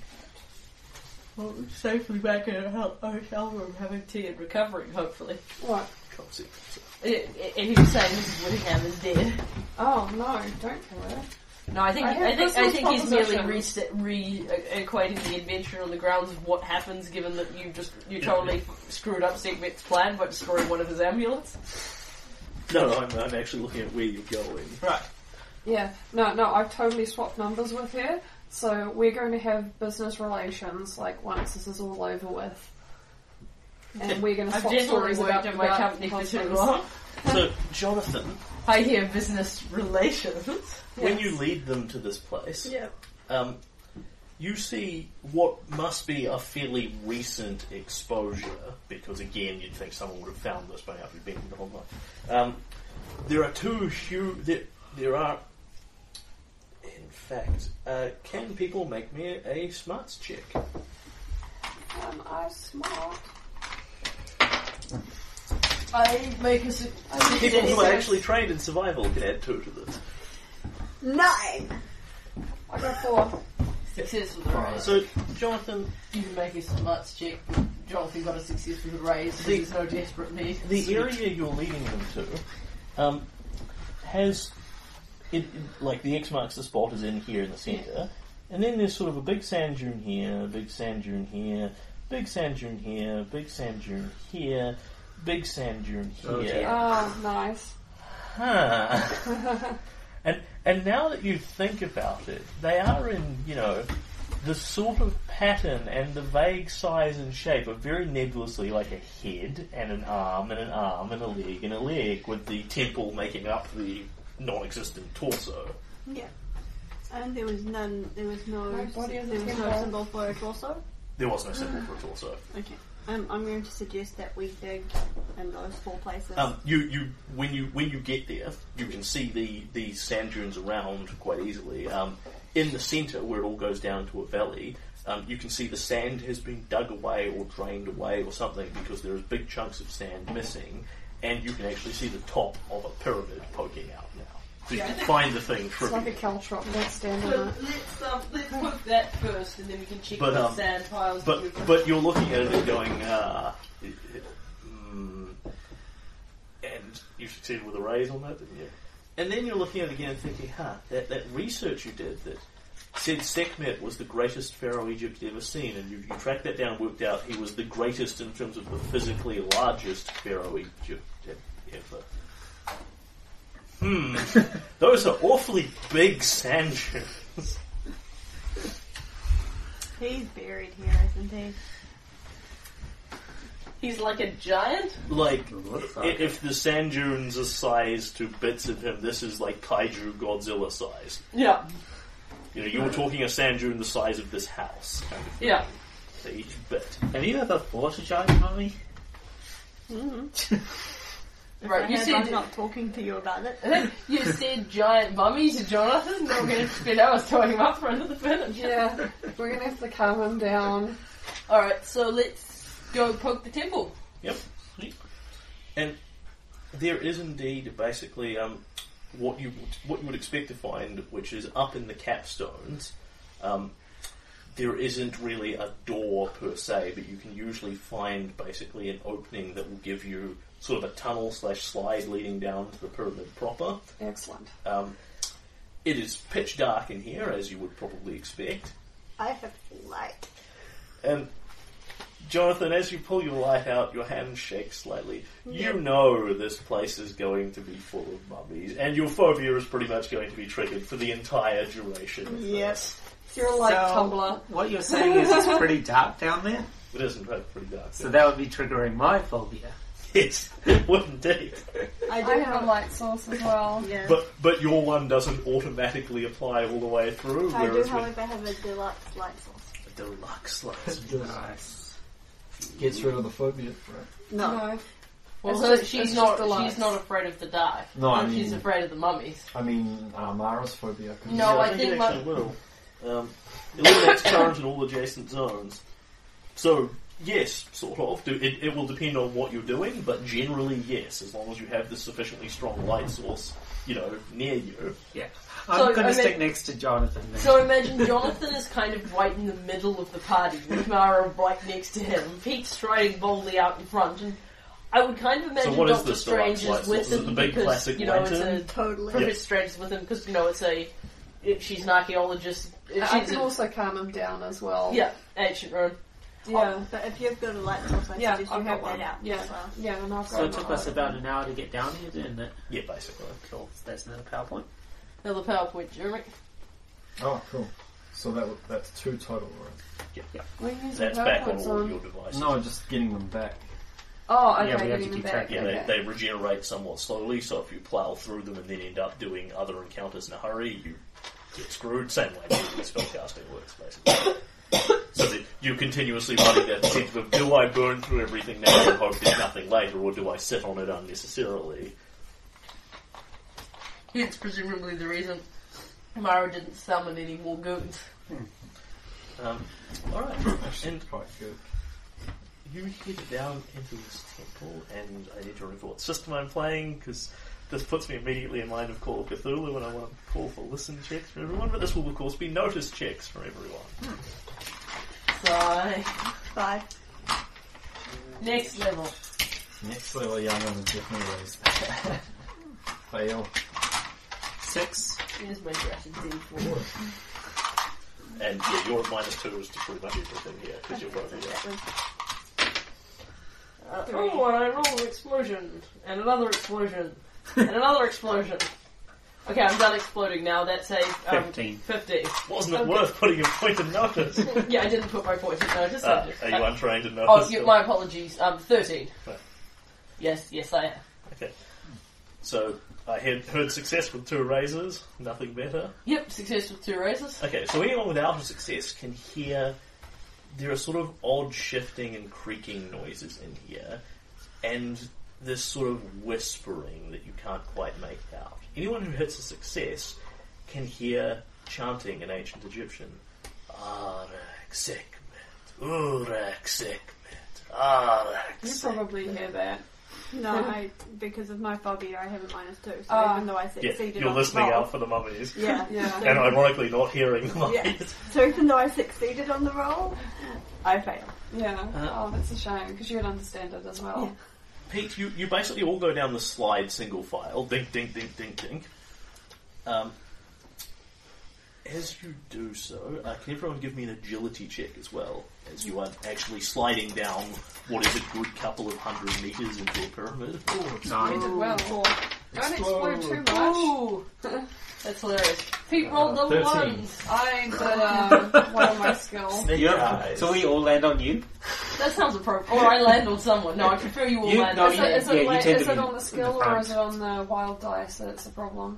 [SPEAKER 2] Well, safely back in a ho- hotel room having tea and recovering, hopefully.
[SPEAKER 4] What?
[SPEAKER 1] Concept.
[SPEAKER 2] I- I- Uh, And he was saying Mrs. Whittingham is dead.
[SPEAKER 4] Oh no, don't kill her.
[SPEAKER 2] No, I think
[SPEAKER 4] I
[SPEAKER 2] I,
[SPEAKER 4] have
[SPEAKER 2] think I
[SPEAKER 4] personal
[SPEAKER 2] think he's merely
[SPEAKER 4] propositions.
[SPEAKER 2] re- re- equating the adventure on the grounds of what happens, given that you just you totally screwed up Seekbet's plan by destroying one of his amulets.
[SPEAKER 1] No, I'm, I'm actually looking at where you're going.
[SPEAKER 2] Right.
[SPEAKER 4] Yeah, no, no, I've totally swapped numbers with her. So we're going to have business relations like once this is all over with. And we're going to
[SPEAKER 2] I've
[SPEAKER 4] swap
[SPEAKER 2] definitely
[SPEAKER 4] stories
[SPEAKER 2] worked
[SPEAKER 4] about
[SPEAKER 2] at my
[SPEAKER 4] about
[SPEAKER 2] company for too
[SPEAKER 4] husbands.
[SPEAKER 2] long.
[SPEAKER 1] So, Jonathan,
[SPEAKER 2] I hear business relations.
[SPEAKER 1] when you lead them to this place, um, you see what must be a fairly recent exposure, because again, you'd think someone would have found this by now if you'd been the whole night. Um, there are two huge. There, there are. In fact, uh, can people make me a smarts check?
[SPEAKER 4] Um, I'm smart.
[SPEAKER 11] I make a su- I make
[SPEAKER 1] People
[SPEAKER 11] a
[SPEAKER 1] who are actually trained in survival can add two to this.
[SPEAKER 7] Nine!
[SPEAKER 4] I got four.
[SPEAKER 11] success with the raise.
[SPEAKER 1] So, Jonathan,
[SPEAKER 11] You can make a smarts check. but Jonathan got a success with the raise. so There's no desperate need.
[SPEAKER 1] the area you're leading them to um, has it, it- like the X marks the spot is in here in the centre, and then there's sort of a big sand dune here, big sand dune here, big sand dune here, big sand dune here, big sand dune here.
[SPEAKER 3] Oh, dear.
[SPEAKER 4] Oh, nice.
[SPEAKER 1] Huh. and and now that you think about it, they are in you know the sort of pattern and the vague size and shape are very nebulously like a head and an arm and an arm and a leg and a leg, with the temple making up the non-existent torso.
[SPEAKER 7] Yeah. And there was none, there was no,
[SPEAKER 4] My body is a
[SPEAKER 7] there was no
[SPEAKER 4] temple.
[SPEAKER 7] symbol for it also.
[SPEAKER 1] There was no symbol for a torso.
[SPEAKER 7] Okay. Um, I'm going to suggest that we dig in those four places.
[SPEAKER 1] Um, you you when you when you get there, you can see the the sand dunes around quite easily. Um, in the centre, where it all goes down to a valley, um, you can see the sand has been dug away or drained away or something because there is big chunks of sand missing, and you can actually see the top of a pyramid poking out now. So you can find the thing
[SPEAKER 4] It's like a
[SPEAKER 1] trivial.
[SPEAKER 4] caltrop. Don't stand on
[SPEAKER 11] So
[SPEAKER 4] it.
[SPEAKER 11] let's um, let's put that first, and then we can check
[SPEAKER 1] But,
[SPEAKER 11] the
[SPEAKER 1] um,
[SPEAKER 11] sand piles.
[SPEAKER 1] But
[SPEAKER 11] and-
[SPEAKER 1] but you're looking at it and going, uh, mm, and you succeeded with a raise on that, didn't you? And then you're looking at it again and thinking, huh, that, that research you did that said Sekhmet was the greatest pharaoh Egypt had ever seen, and you, you tracked that down and worked out he was the greatest in terms of the physically largest pharaoh Egypt had ever. Hmm, those are awfully big sand dunes.
[SPEAKER 7] He's buried here, isn't he?
[SPEAKER 2] He's like a giant.
[SPEAKER 1] Like,
[SPEAKER 9] Looks
[SPEAKER 1] i-
[SPEAKER 9] like
[SPEAKER 1] if the sand dunes are sized to bits of him, this is like kaiju Godzilla size.
[SPEAKER 2] Yeah.
[SPEAKER 1] You know, you're talking a sand dune the size of this house, kind of thing.
[SPEAKER 2] Yeah.
[SPEAKER 1] So each bit.
[SPEAKER 3] Have you ever fought a giant mummy?
[SPEAKER 2] Right. You
[SPEAKER 7] Perhaps
[SPEAKER 2] said
[SPEAKER 7] I'm not talking to you about it.
[SPEAKER 2] you said giant mummy to Jonathan. Now we're going to spend hours throwing him up for under the furniture.
[SPEAKER 4] Yeah, we're going to have to calm him down.
[SPEAKER 2] All right. So let's go poke the temple.
[SPEAKER 1] Yep. And there is indeed basically um, what you would, what you would expect to find, which is up in the capstones. Um, there isn't really a door per se, but you can usually find basically an opening that will give you sort of a tunnel slash slide leading down to the pyramid proper.
[SPEAKER 4] Excellent.
[SPEAKER 1] Um, it is pitch dark in here, as you would probably expect.
[SPEAKER 7] I have light.
[SPEAKER 1] And Jonathan, as you pull your light out, your hand shakes slightly. You know this place is going to be full of mummies, and your phobia is pretty much going to be triggered for the entire duration. of
[SPEAKER 7] Yes.
[SPEAKER 4] You're a light
[SPEAKER 3] So,
[SPEAKER 4] tumbler.
[SPEAKER 3] What you're saying is it's pretty dark down there,
[SPEAKER 1] this. It isn't right, pretty dark.
[SPEAKER 3] so that would be triggering my phobia.
[SPEAKER 1] yes, it would indeed.
[SPEAKER 7] I do
[SPEAKER 4] I
[SPEAKER 7] have
[SPEAKER 4] have a light source as well.
[SPEAKER 7] Yeah.
[SPEAKER 1] But but your one doesn't automatically apply all the way through.
[SPEAKER 7] I do,
[SPEAKER 1] whereas when-
[SPEAKER 7] however, have a deluxe light source.
[SPEAKER 1] deluxe lights.
[SPEAKER 3] Nice.
[SPEAKER 9] Gets rid of the phobia.
[SPEAKER 7] No.
[SPEAKER 4] No.
[SPEAKER 2] Well,
[SPEAKER 4] so
[SPEAKER 2] so she's
[SPEAKER 4] it's
[SPEAKER 2] not
[SPEAKER 4] just the lights.
[SPEAKER 2] she's not afraid of the dark.
[SPEAKER 9] No, I
[SPEAKER 2] But she's
[SPEAKER 9] mean-
[SPEAKER 2] afraid of the mummies.
[SPEAKER 9] I mean, uh, Mara's phobia. 'cause-
[SPEAKER 2] No,
[SPEAKER 1] Yeah,
[SPEAKER 2] I think
[SPEAKER 1] it
[SPEAKER 2] my-
[SPEAKER 1] actually will. Um, eliminates current and all adjacent zones. So, yes, sort of. Do- It, it will depend on what you're doing, but generally, yes, as long as you have the sufficiently strong light source, you know, near you.
[SPEAKER 3] Yeah. I'm
[SPEAKER 2] So,
[SPEAKER 3] going
[SPEAKER 2] I
[SPEAKER 3] to stick
[SPEAKER 2] mean-
[SPEAKER 3] next to Jonathan. Then.
[SPEAKER 2] So imagine Jonathan is kind of right in the middle of the party, with Mara right next to him, Pete striding boldly out in front, and I would kind of imagine
[SPEAKER 1] what is
[SPEAKER 2] Doctor
[SPEAKER 1] this deluxe
[SPEAKER 2] Strange
[SPEAKER 1] light
[SPEAKER 2] is with
[SPEAKER 1] source? Is
[SPEAKER 2] him
[SPEAKER 1] it the big
[SPEAKER 2] because
[SPEAKER 1] classic
[SPEAKER 2] you know it's
[SPEAKER 1] lantern?
[SPEAKER 2] a
[SPEAKER 7] Totally.
[SPEAKER 2] Professor Strange is with him because you know it's a it, she's an archaeologist. uh,
[SPEAKER 4] I
[SPEAKER 2] She's
[SPEAKER 4] can
[SPEAKER 2] a,
[SPEAKER 4] also calm him down as well.
[SPEAKER 2] yeah, ancient Rome.
[SPEAKER 4] Yeah.
[SPEAKER 7] But if you've got a light source, I
[SPEAKER 4] Yeah,
[SPEAKER 7] suggest
[SPEAKER 4] I've
[SPEAKER 7] you
[SPEAKER 4] got
[SPEAKER 7] have
[SPEAKER 4] one.
[SPEAKER 7] that out
[SPEAKER 4] Yeah.
[SPEAKER 7] as well.
[SPEAKER 4] Yeah, and I've
[SPEAKER 3] So it
[SPEAKER 4] got
[SPEAKER 3] took
[SPEAKER 4] my-
[SPEAKER 3] us about an hour to get down here, didn't it?
[SPEAKER 1] Yeah, basically.
[SPEAKER 3] Cool. That's another PowerPoint.
[SPEAKER 2] Another PowerPoint, Jeremy.
[SPEAKER 5] Oh, cool. So that w- that's two total. Right?
[SPEAKER 4] We're using
[SPEAKER 1] That's back on
[SPEAKER 4] PowerPoints
[SPEAKER 2] um,
[SPEAKER 1] all of your devices.
[SPEAKER 5] No, just getting them back.
[SPEAKER 3] Yeah,
[SPEAKER 4] Oh, okay,
[SPEAKER 3] we have to
[SPEAKER 4] getting them
[SPEAKER 3] keep
[SPEAKER 4] back.
[SPEAKER 3] track,
[SPEAKER 1] Yeah,
[SPEAKER 4] okay.
[SPEAKER 1] they, they regenerate somewhat slowly, so if you plough through them and then end up doing other encounters in a hurry, you get screwed. Same way with spellcasting works, basically. so that you're continuously running that sense of do I burn through everything now and hope there's nothing later, or do I sit on it unnecessarily?
[SPEAKER 2] Hence, presumably, the reason Mara didn't summon any more goons.
[SPEAKER 1] Um, Alright,
[SPEAKER 5] Actually,
[SPEAKER 1] and
[SPEAKER 5] quite good.
[SPEAKER 1] you head down into this temple, and I need to remember what system I'm playing because this puts me immediately in mind of Call of Cthulhu, and I want to call for listen checks from everyone. But this will, of course, be notice checks from everyone.
[SPEAKER 2] Sigh.
[SPEAKER 7] Five.
[SPEAKER 2] Next level.
[SPEAKER 5] Next level young one is definitely raised. Fail.
[SPEAKER 3] Six.
[SPEAKER 2] Here's my dress and D4.
[SPEAKER 1] And yeah, you're at minus two is to pretty much everything here because you're
[SPEAKER 7] So
[SPEAKER 1] probably
[SPEAKER 7] that was
[SPEAKER 2] Uh, oh, and I rolled an explosion, and another explosion, and another explosion. Okay, I'm done exploding now. That's a um,
[SPEAKER 3] Fifteen.
[SPEAKER 2] 50.
[SPEAKER 1] Wasn't it worth putting a point of notice?
[SPEAKER 2] yeah, I didn't put my point in notice.
[SPEAKER 1] uh,
[SPEAKER 2] I-
[SPEAKER 1] are you untrained in
[SPEAKER 2] oh,
[SPEAKER 1] notice?
[SPEAKER 2] yeah, my apologies. Um, 13.
[SPEAKER 1] Right.
[SPEAKER 2] Yes, yes, I am.
[SPEAKER 1] Okay. So I had heard success with two raises, nothing better.
[SPEAKER 2] Yep, success with two raises.
[SPEAKER 1] Okay, so anyone without a success can hear there are sort of odd shifting and creaking noises in here, and this sort of whispering that you can't quite make out. Anyone who hits a success can hear chanting in ancient Egyptian. Arak Sekmet, Urak Sekmet, Arak
[SPEAKER 4] You
[SPEAKER 1] Sekmet.
[SPEAKER 4] probably hear that.
[SPEAKER 7] No, I because of my phobia, I have a minus two. So
[SPEAKER 4] Ah.
[SPEAKER 7] even though I
[SPEAKER 1] Yeah,
[SPEAKER 7] succeeded,
[SPEAKER 1] you're
[SPEAKER 7] on
[SPEAKER 1] listening
[SPEAKER 7] the roll,
[SPEAKER 1] out for the mummies.
[SPEAKER 7] Yeah,
[SPEAKER 4] Yeah.
[SPEAKER 1] And ironically not hearing the mummies.
[SPEAKER 7] yeah. So even though I succeeded on the roll, I failed.
[SPEAKER 4] Yeah.
[SPEAKER 3] Uh,
[SPEAKER 4] oh, that's a shame because you'd understand it as well.
[SPEAKER 1] Pete, you, you basically all go down the slide single file. Dink, dink, dink, dink, dink. Um, as you do so, uh, can everyone give me an agility check as well, as you are actually sliding down what is a good couple of hundred meters into a pyramid?
[SPEAKER 4] You
[SPEAKER 3] Nine.
[SPEAKER 4] did well.
[SPEAKER 3] Oh.
[SPEAKER 4] Don't explode too much.
[SPEAKER 2] Ooh! That's hilarious. Pete rolled
[SPEAKER 5] Uh,
[SPEAKER 2] the
[SPEAKER 5] 13.
[SPEAKER 2] ones.
[SPEAKER 4] I did um, one of my skills.
[SPEAKER 1] Snake
[SPEAKER 3] You're-
[SPEAKER 1] eyes.
[SPEAKER 3] So we all land on you.
[SPEAKER 2] That sounds appropriate. Or I land on someone. No, I prefer you all
[SPEAKER 3] You-
[SPEAKER 2] land
[SPEAKER 3] no,
[SPEAKER 2] on
[SPEAKER 4] Is it, is
[SPEAKER 3] Oh, Yeah,
[SPEAKER 4] it,
[SPEAKER 3] you
[SPEAKER 4] like,
[SPEAKER 3] tend
[SPEAKER 4] is
[SPEAKER 3] to
[SPEAKER 4] it
[SPEAKER 3] be
[SPEAKER 4] on the skill
[SPEAKER 3] in the
[SPEAKER 4] or is
[SPEAKER 3] front.
[SPEAKER 4] it on the wild dice that's a problem?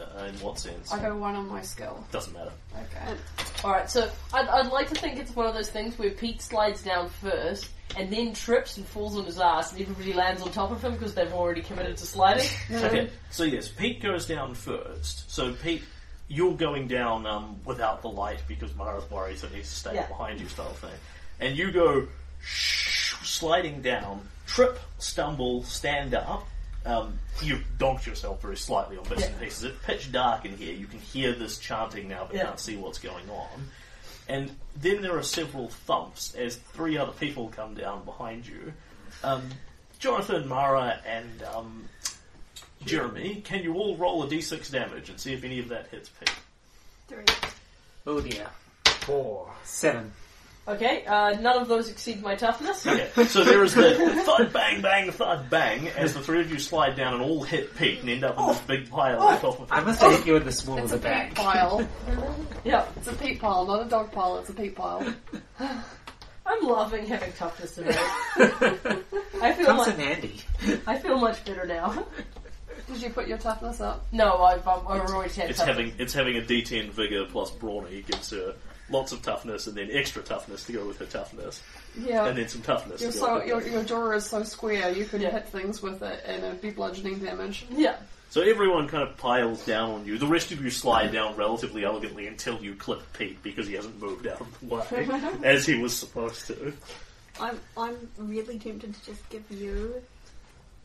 [SPEAKER 1] Uh, in what sense?
[SPEAKER 4] I go one on my skill.
[SPEAKER 1] Doesn't matter.
[SPEAKER 3] Uh,
[SPEAKER 4] Okay.
[SPEAKER 2] Alright, so I'd, I'd like to think it's one of those things where Pete slides down first and then trips and falls on his ass and everybody lands on top of him because they've already committed to sliding.
[SPEAKER 1] Okay, so yes, Pete goes down first. So Pete, you're going down um, without the light because Mara's worried that he's staying
[SPEAKER 2] Yeah.
[SPEAKER 1] behind you, style thing. And you go shh, sliding down, trip, stumble, stand up. Um, you've donked yourself very slightly on bits and
[SPEAKER 2] Yeah.
[SPEAKER 1] pieces. It's pitch dark in here. You can hear this chanting now, but
[SPEAKER 2] Yeah.
[SPEAKER 1] can't see what's going on. And then there are several thumps as three other people come down behind you. Um, Jonathan, Mara, and um, Jeremy, can you all roll a d6 damage and see if any of that hits Pete?
[SPEAKER 7] Three.
[SPEAKER 3] Oh dear.
[SPEAKER 5] Four.
[SPEAKER 3] Seven.
[SPEAKER 2] Okay, uh, none of those exceed my toughness.
[SPEAKER 1] Okay, so there is the thud, bang, bang, thud, bang as the three of you slide down and all hit Pete and end up in this big pile on top of
[SPEAKER 3] I
[SPEAKER 1] him.
[SPEAKER 3] must
[SPEAKER 7] Oh.
[SPEAKER 3] have hit you in the small of
[SPEAKER 4] It's
[SPEAKER 3] the
[SPEAKER 4] a
[SPEAKER 3] back.
[SPEAKER 4] peat pile.
[SPEAKER 2] Yeah,
[SPEAKER 4] It's a peat pile, not a dog pile. It's a peat pile.
[SPEAKER 2] I'm loving having toughness today. I feel
[SPEAKER 3] Comes in
[SPEAKER 2] much,
[SPEAKER 3] handy.
[SPEAKER 2] I feel much better now.
[SPEAKER 4] Did you put your toughness up?
[SPEAKER 2] No, I've, um, I've already had
[SPEAKER 1] It's
[SPEAKER 2] toughness.
[SPEAKER 1] having it's having a d10 vigor plus brawny gives her lots of toughness and then extra toughness to go with her toughness
[SPEAKER 4] Yeah.
[SPEAKER 1] and then some toughness.
[SPEAKER 4] Your,
[SPEAKER 1] to go
[SPEAKER 4] Uh, so,
[SPEAKER 1] with it.
[SPEAKER 4] your, your jaw is so square, you could
[SPEAKER 2] Yeah.
[SPEAKER 4] hit things with it and it'd be bludgeoning damage.
[SPEAKER 2] Yeah.
[SPEAKER 1] So everyone kind of piles down on you. The rest of you slide down relatively elegantly until you clip Pete because he hasn't moved out of the way as he was supposed to.
[SPEAKER 7] I'm, I'm really tempted to just give you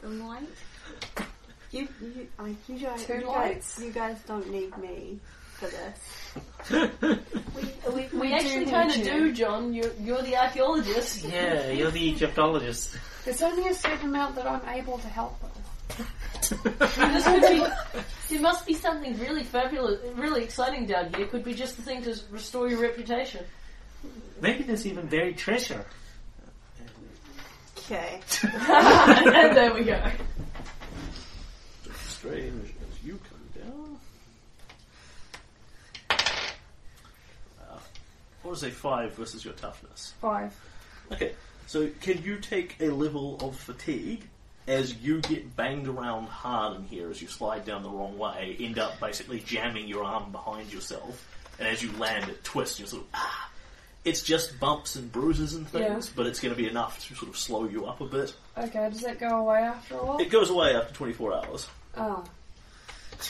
[SPEAKER 7] the light. You, you, I, you, guys,
[SPEAKER 4] Two
[SPEAKER 7] you,
[SPEAKER 4] lights.
[SPEAKER 7] Guys, you guys don't need me for this. We, we,
[SPEAKER 2] We actually kind of do, John. You're, you're the archaeologist.
[SPEAKER 3] Yeah, you're the Egyptologist.
[SPEAKER 4] There's only a certain amount that I'm able to help with.
[SPEAKER 2] This could be, there must be something really fabulous, really exciting down here. Could be just the thing to s- restore your reputation.
[SPEAKER 3] Maybe there's even buried treasure.
[SPEAKER 7] Okay.
[SPEAKER 2] and there we go.
[SPEAKER 1] Strange as you come down. Uh, what is a five versus your toughness?
[SPEAKER 4] Five.
[SPEAKER 1] Okay, so can you take a level of fatigue as you get banged around hard in here as you slide down the wrong way, end up basically jamming your arm behind yourself, and as you land it twists, you're sort of ah. It's just bumps and bruises and things,
[SPEAKER 4] Yeah.
[SPEAKER 1] but it's going to be enough to sort of slow you up a bit.
[SPEAKER 4] Okay, does that go away after a while?
[SPEAKER 1] It goes away after 24 hours.
[SPEAKER 4] Oh.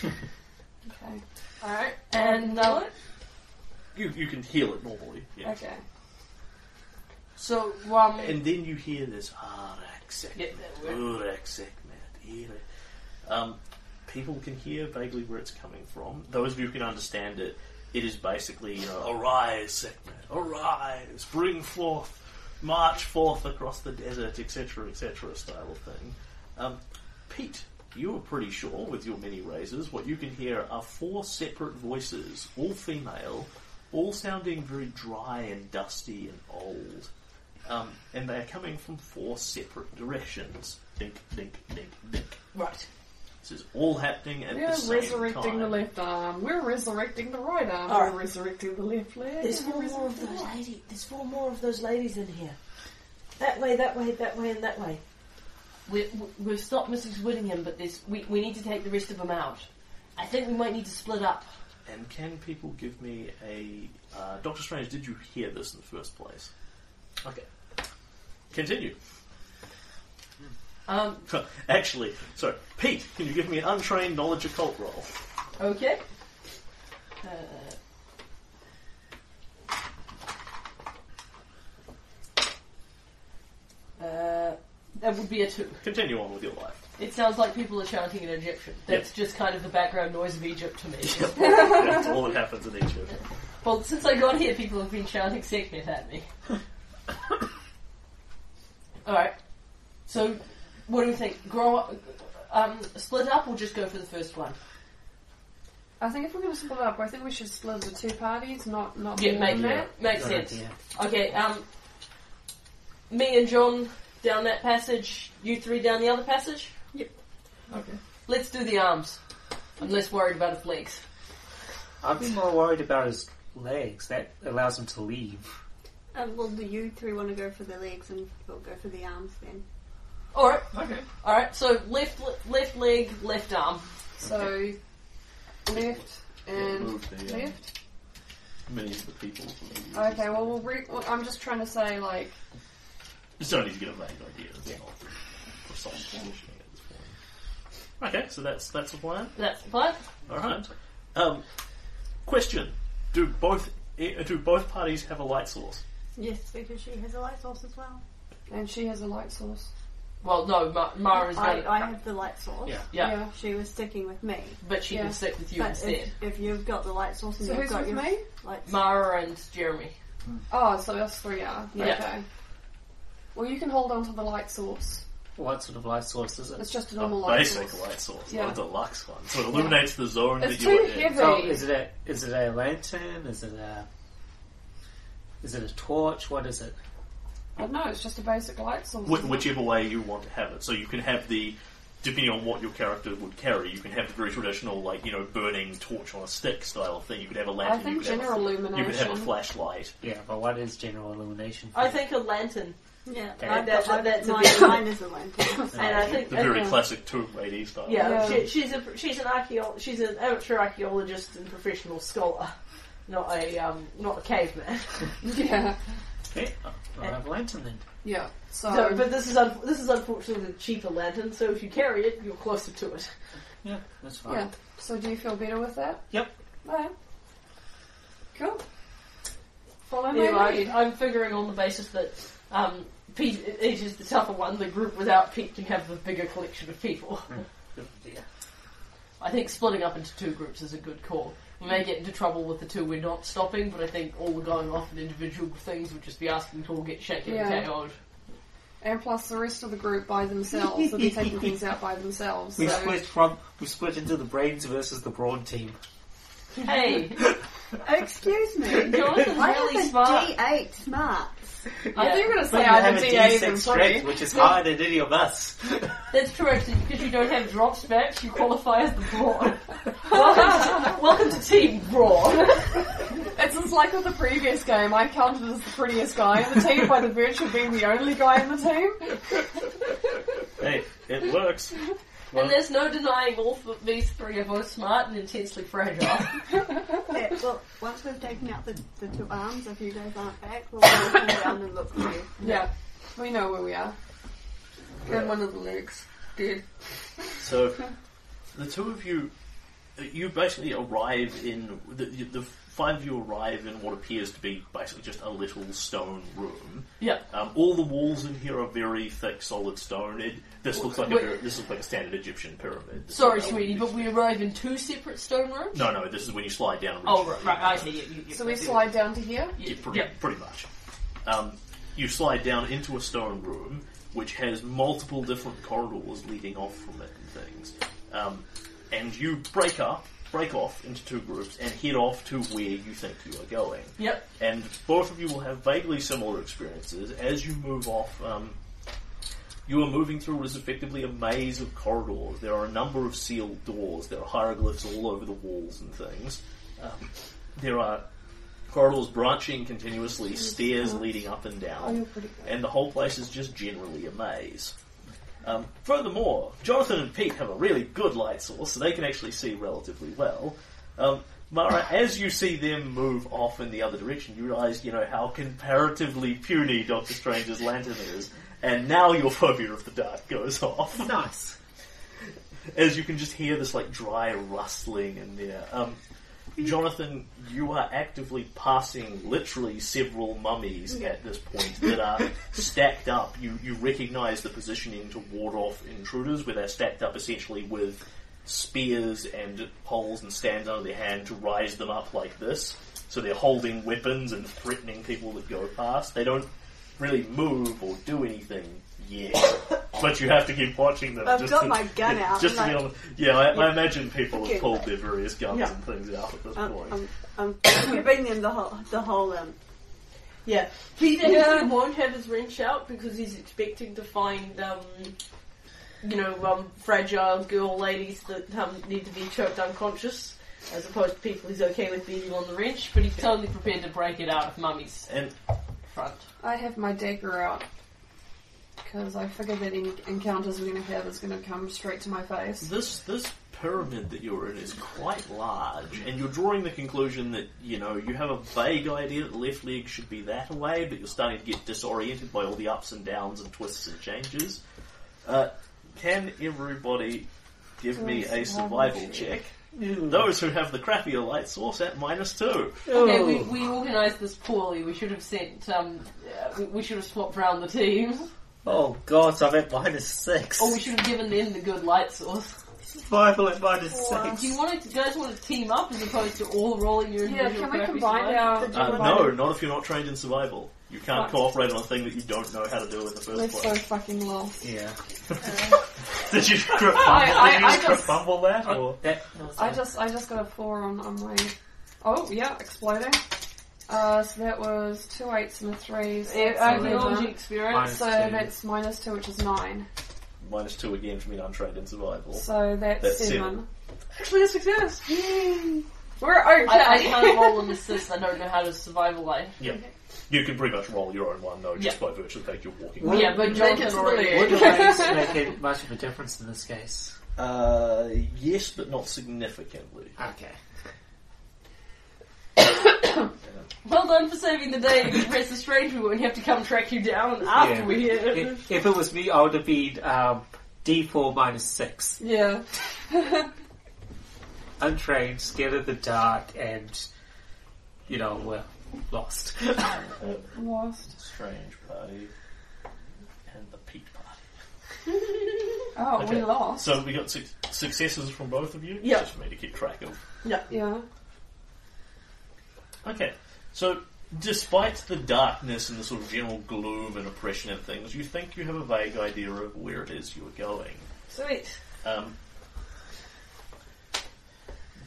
[SPEAKER 4] okay.
[SPEAKER 2] Alright, and uh,
[SPEAKER 1] You, you can heal it normally. Yeah.
[SPEAKER 4] Okay.
[SPEAKER 2] so um,
[SPEAKER 1] And then you hear this "Ah, Arak
[SPEAKER 2] Yeah,
[SPEAKER 1] segment,
[SPEAKER 2] that
[SPEAKER 1] Arak segment, Arak. Um, people can hear vaguely where it's coming from. Those of you who can understand it, it is basically you know, arise segment, arise, bring forth, march forth across the desert, etc., etc., style of thing. Um, Pete, you are pretty sure with your many raises, what you can hear are four separate voices, all female, all sounding very dry and dusty and old um, and they are coming from four separate directions. Dink, dink, dink, dink.
[SPEAKER 2] right.
[SPEAKER 1] This is all happening at
[SPEAKER 4] We're
[SPEAKER 1] the same
[SPEAKER 4] resurrecting
[SPEAKER 1] time.
[SPEAKER 4] the left arm. We're resurrecting the right arm.
[SPEAKER 11] All right.
[SPEAKER 4] We're resurrecting the left leg.
[SPEAKER 11] There's
[SPEAKER 4] We're
[SPEAKER 11] four more of
[SPEAKER 4] resurrecting
[SPEAKER 11] those
[SPEAKER 4] the right.
[SPEAKER 11] ladies. There's four more of those ladies in here. That way, that way, that way, and that way.
[SPEAKER 2] We, we- we've stopped Mrs. Whittingham, but there's, we, we need to take the rest of them out. I think we might need to split up.
[SPEAKER 1] And can people give me a uh, Doctor Strange? Did you hear this in the first place? Okay. Continue.
[SPEAKER 2] Um,
[SPEAKER 1] Actually, sorry, Pete. Can you give me an untrained knowledge occult roll?
[SPEAKER 2] okay. Uh, uh, that would be a two.
[SPEAKER 1] Continue on with your life.
[SPEAKER 2] It sounds like people are chanting in Egyptian. That's just kind of the background noise of Egypt to me.
[SPEAKER 1] That's all that happens in Egypt.
[SPEAKER 2] well, since I got here, people have been shouting Seknet at me. Alright. So, what do we think? Grow up, um, split up or just go for the first one?
[SPEAKER 4] I think if we're going to split up, I think we should split into two parties, not not
[SPEAKER 2] Yeah,
[SPEAKER 4] more
[SPEAKER 2] make,
[SPEAKER 4] than that.
[SPEAKER 2] makes
[SPEAKER 3] Good
[SPEAKER 2] sense.
[SPEAKER 3] idea.
[SPEAKER 2] Okay, um, me and John down that passage, you three down the other passage? Yep.
[SPEAKER 4] Okay.
[SPEAKER 2] Let's do the arms. I'm less worried about his legs.
[SPEAKER 3] I'd be more worried about his legs. That allows him to leave.
[SPEAKER 7] Um, well, do you three want to go for the legs and we'll go for the arms then?
[SPEAKER 2] Alright,
[SPEAKER 5] Okay.
[SPEAKER 2] alright, so left, le- left leg, left arm.
[SPEAKER 4] So left and
[SPEAKER 1] Move the, uh,
[SPEAKER 4] left.
[SPEAKER 1] many of the people. from the-
[SPEAKER 4] Okay. Well, we'll re- well, I'm just trying to say like
[SPEAKER 1] Just don't need to get a vague idea. It's not precise positioning at this point. Okay, so that's that's the plan.
[SPEAKER 2] That's the plan.
[SPEAKER 1] All right. Um, question: Do both eh, do both parties have a light source?
[SPEAKER 7] Yes, because she has a light source as well.
[SPEAKER 4] And she has a light source.
[SPEAKER 2] Well, no, Ma- Mara's
[SPEAKER 7] I,
[SPEAKER 2] done
[SPEAKER 7] I have the light source.
[SPEAKER 3] Yeah.
[SPEAKER 2] yeah,
[SPEAKER 4] yeah.
[SPEAKER 7] She was sticking with me.
[SPEAKER 2] but she
[SPEAKER 4] Yeah.
[SPEAKER 2] can sit with you
[SPEAKER 7] But
[SPEAKER 2] instead.
[SPEAKER 7] if, if you've got the light source and
[SPEAKER 4] So
[SPEAKER 7] you've
[SPEAKER 4] who's
[SPEAKER 7] got
[SPEAKER 4] with
[SPEAKER 7] your
[SPEAKER 4] me?
[SPEAKER 7] light
[SPEAKER 2] Mara and Jeremy.
[SPEAKER 4] Oh, so us three are.
[SPEAKER 2] Yeah.
[SPEAKER 4] Okay. Well, you can hold on to the light source.
[SPEAKER 3] What sort of life source is it?
[SPEAKER 4] It's just a
[SPEAKER 1] A
[SPEAKER 4] normal light
[SPEAKER 1] Uh, basic
[SPEAKER 4] source.
[SPEAKER 1] light source,
[SPEAKER 4] Yeah.
[SPEAKER 1] not a deluxe one. So it illuminates the zone
[SPEAKER 4] It's
[SPEAKER 1] that you
[SPEAKER 4] too
[SPEAKER 1] are in.
[SPEAKER 4] heavy.
[SPEAKER 3] Oh, is it a is it a lantern? Is it a is it a torch? What is it?
[SPEAKER 4] I don't know, Uh, it's just a basic light source.
[SPEAKER 1] Wh- whichever way you want to have it. So you can have the, depending on what your character would carry, you can have the very traditional, like, you know, burning torch on a stick style of thing. You could have a
[SPEAKER 4] I
[SPEAKER 1] lantern. you
[SPEAKER 4] think
[SPEAKER 1] could have a-
[SPEAKER 4] general
[SPEAKER 1] you
[SPEAKER 4] illumination.
[SPEAKER 1] could have a flashlight.
[SPEAKER 3] Yeah, but what is general illumination?
[SPEAKER 11] I think a lantern.
[SPEAKER 7] Yeah,
[SPEAKER 3] Okay.
[SPEAKER 7] I've
[SPEAKER 11] That's-
[SPEAKER 7] got-
[SPEAKER 11] that's a
[SPEAKER 7] mine,
[SPEAKER 11] bit-
[SPEAKER 7] mine is a lantern.
[SPEAKER 11] And I think
[SPEAKER 1] Uh, The very
[SPEAKER 4] Yeah.
[SPEAKER 1] classic Tomb Raider style.
[SPEAKER 11] Yeah,
[SPEAKER 4] Yeah.
[SPEAKER 11] She, she's a she's an archaeo- she's an amateur archaeologist and professional scholar, not a um, not a caveman.
[SPEAKER 4] yeah,
[SPEAKER 3] Okay, I'll Oh, have a lantern then.
[SPEAKER 4] yeah. So,
[SPEAKER 2] Um,
[SPEAKER 11] So, but this is un- this is unfortunately the cheaper lantern. So if you carry it, you're closer to it.
[SPEAKER 3] Yeah, that's fine.
[SPEAKER 4] Yeah. So do you feel better with that?
[SPEAKER 3] Yep.
[SPEAKER 4] Alright. Cool. Follow my
[SPEAKER 2] Anyway,
[SPEAKER 4] lead.
[SPEAKER 2] I'm figuring on the basis that um, Pete it is the tougher one. The group without Pete can have the bigger collection of people. I think splitting up into two groups is a good call. We may get into trouble with the two we're not stopping, but I think all going off in individual things would just be asking to all get shaken
[SPEAKER 4] Yeah.
[SPEAKER 2] and KO'd.
[SPEAKER 4] And plus the rest of the group by themselves. They'll be taking things out by themselves.
[SPEAKER 3] We
[SPEAKER 4] so
[SPEAKER 3] split from we split into the brains versus the brawn team.
[SPEAKER 2] Hey,
[SPEAKER 7] Oh, Excuse me.
[SPEAKER 2] Jonathan's
[SPEAKER 7] I have
[SPEAKER 2] really
[SPEAKER 7] a
[SPEAKER 2] smart.
[SPEAKER 7] D8 smarts.
[SPEAKER 4] I think
[SPEAKER 2] Yeah.
[SPEAKER 4] you're gonna say
[SPEAKER 3] But you
[SPEAKER 4] I
[SPEAKER 3] have
[SPEAKER 4] have
[SPEAKER 3] a
[SPEAKER 4] a DA
[SPEAKER 3] D6
[SPEAKER 4] than
[SPEAKER 3] strength, which is higher than any of us.
[SPEAKER 2] That's correct, because you don't have drops back, you qualify as the brawn. welcome, to, welcome to Team Brawn.
[SPEAKER 4] It's just like with the previous game, I counted as the prettiest guy in the team by the virtue of being the only guy in the team.
[SPEAKER 1] Hey, it works.
[SPEAKER 2] And there's no denying all th- these three are both smart and intensely fragile.
[SPEAKER 7] Yeah, well, once we've taken out the, the two arms, if you guys aren't back, we'll all come down and look for you.
[SPEAKER 4] Yeah. We know where we are. And one of the legs. Good.
[SPEAKER 1] So, the two of you, uh, you basically arrive in the, the five of you arrive in what appears to be basically just a little stone room.
[SPEAKER 2] yeah.
[SPEAKER 1] Um, all the walls in here are very thick, solid stone. It, this looks like a
[SPEAKER 2] Wait.
[SPEAKER 1] pyra- this looks like a standard Egyptian pyramid.
[SPEAKER 2] Sorry,
[SPEAKER 1] So-
[SPEAKER 2] sweetie, but we arrive in two separate stone rooms?
[SPEAKER 1] No, no, this is when you slide down.
[SPEAKER 2] Oh, right, right, I see. You, you, you,
[SPEAKER 4] So we slide down to here.
[SPEAKER 1] Yeah,
[SPEAKER 2] You,
[SPEAKER 1] pretty,
[SPEAKER 2] yeah.
[SPEAKER 1] pretty much. Um, you slide down into a stone room, which has multiple different corridors leading off from it and things. Um, and you break up, break off into two groups, and head off to where you think you are going.
[SPEAKER 2] Yep.
[SPEAKER 1] And both of you will have vaguely similar experiences as you move off. Um, you are moving through what is effectively a maze of corridors. There are a number of sealed doors. There are hieroglyphs all over the walls and things. Um, there are corridors branching continuously, stairs leading up and down, and the whole place is just generally a maze. Um, furthermore, Jonathan and Pete have a really good light source, so they can actually see relatively well. Um, Mara, as you see them move off in the other direction, you realise, you know, how comparatively puny Doctor Strange's lantern is, and now your phobia of the dark goes off
[SPEAKER 3] Nice.
[SPEAKER 1] as you can just hear this like dry rustling in there. Um, Jonathan, you are actively passing literally several mummies at this point that are stacked up. You you recognise the positioning to ward off intruders, where they're stacked up essentially with spears and poles and stands under their hand to rise them up like this. So they're holding weapons and threatening people that go past. They don't really move or do anything yet, but you have to keep watching them.
[SPEAKER 7] I've
[SPEAKER 1] just
[SPEAKER 7] got
[SPEAKER 1] to-
[SPEAKER 7] my gun out,
[SPEAKER 1] Just to
[SPEAKER 7] I'm
[SPEAKER 1] be
[SPEAKER 7] like-
[SPEAKER 1] on. Yeah, I, I imagine people have
[SPEAKER 7] Okay.
[SPEAKER 1] pulled their various guns
[SPEAKER 12] Yeah.
[SPEAKER 1] and things out at this
[SPEAKER 7] Um,
[SPEAKER 1] point.
[SPEAKER 7] um, um, you bring them the whole, the whole um,
[SPEAKER 12] Yeah. Peter won't have his wrench out because he's expecting to find, um, you know, um, fragile girl ladies that um, need to be choked unconscious, as opposed to people he's okay with beating on the wrench.
[SPEAKER 2] But he's totally prepared to break it out of Mummy's
[SPEAKER 1] and
[SPEAKER 2] front.
[SPEAKER 4] I have my dagger out. Because I figure that any encounters we're going to have is going to come straight to my face.
[SPEAKER 1] this this pyramid that you're in is quite large, and you're drawing the conclusion that you know you have a vague idea that the left leg should be that way, but you're starting to get disoriented by all the ups and downs and twists and changes. Uh, can everybody give me a survival check? Those who have the crappier light source at minus two.
[SPEAKER 2] Okay,
[SPEAKER 4] Oh.
[SPEAKER 2] we, we organised this poorly. We should have sent, um, uh, we, we should have swapped round the teams.
[SPEAKER 3] Oh god, I'm at minus six.
[SPEAKER 2] Or we should have given them the good light source.
[SPEAKER 3] Survival at minus
[SPEAKER 2] Do
[SPEAKER 3] six.
[SPEAKER 2] you want to, guys want to team up as opposed to all rolling your
[SPEAKER 4] Yeah,
[SPEAKER 2] individual
[SPEAKER 4] can we
[SPEAKER 2] crappy
[SPEAKER 4] combine
[SPEAKER 2] dice?
[SPEAKER 4] our...
[SPEAKER 1] Uh, no, not if you're not trained in survival. You can't cooperate on a thing that you don't know how to do in the
[SPEAKER 4] We're
[SPEAKER 1] first
[SPEAKER 4] so
[SPEAKER 1] place.
[SPEAKER 4] fucking lost.
[SPEAKER 3] Yeah.
[SPEAKER 1] Did you crumble,
[SPEAKER 4] I-
[SPEAKER 1] did you
[SPEAKER 4] I
[SPEAKER 1] just
[SPEAKER 4] just-
[SPEAKER 1] crumble that? Or?
[SPEAKER 3] That,
[SPEAKER 4] I just I just got a four on, on my oh yeah, exploding. Uh so that was two eights and a three. So,
[SPEAKER 2] Yeah,
[SPEAKER 4] that's
[SPEAKER 2] I
[SPEAKER 4] eleven.
[SPEAKER 2] acknowledge your experience.
[SPEAKER 3] Minus
[SPEAKER 4] So
[SPEAKER 3] two.
[SPEAKER 4] that's minus two, which is nine.
[SPEAKER 1] Minus two again for me untrained in survival.
[SPEAKER 4] So that's,
[SPEAKER 1] That's
[SPEAKER 4] seven.
[SPEAKER 1] seven.
[SPEAKER 4] Actually a success. Yay. We're okay.
[SPEAKER 2] I, I can't roll an assist. I don't know how to survive a life.
[SPEAKER 1] Yeah. You can pretty much roll your own one though, just by virtue of the fact you're walking.
[SPEAKER 2] yeah, but Jonathan already.
[SPEAKER 3] Would ranks make it much of a difference in this case?
[SPEAKER 1] Uh, yes, but not significantly.
[SPEAKER 3] Okay.
[SPEAKER 2] Well done for saving the day against Professor Strange. We won't have to come track you down after
[SPEAKER 3] Yeah.
[SPEAKER 2] we hear.
[SPEAKER 3] If, if it was me, I would have been um, D4 minus 6.
[SPEAKER 4] Yeah.
[SPEAKER 3] Untrained, scared of the dark, and, you know, we're lost.
[SPEAKER 4] Lost.
[SPEAKER 1] Strange party. And the peak party.
[SPEAKER 4] Oh, we lost.
[SPEAKER 1] So we got su- successes from both of you?
[SPEAKER 13] Yeah.
[SPEAKER 1] Just for me to keep track of.
[SPEAKER 4] yeah.
[SPEAKER 1] Okay. So, despite the darkness and the sort of general gloom and oppression and things, you think you have a vague idea of where it is you're going.
[SPEAKER 13] Sweet.
[SPEAKER 1] Um,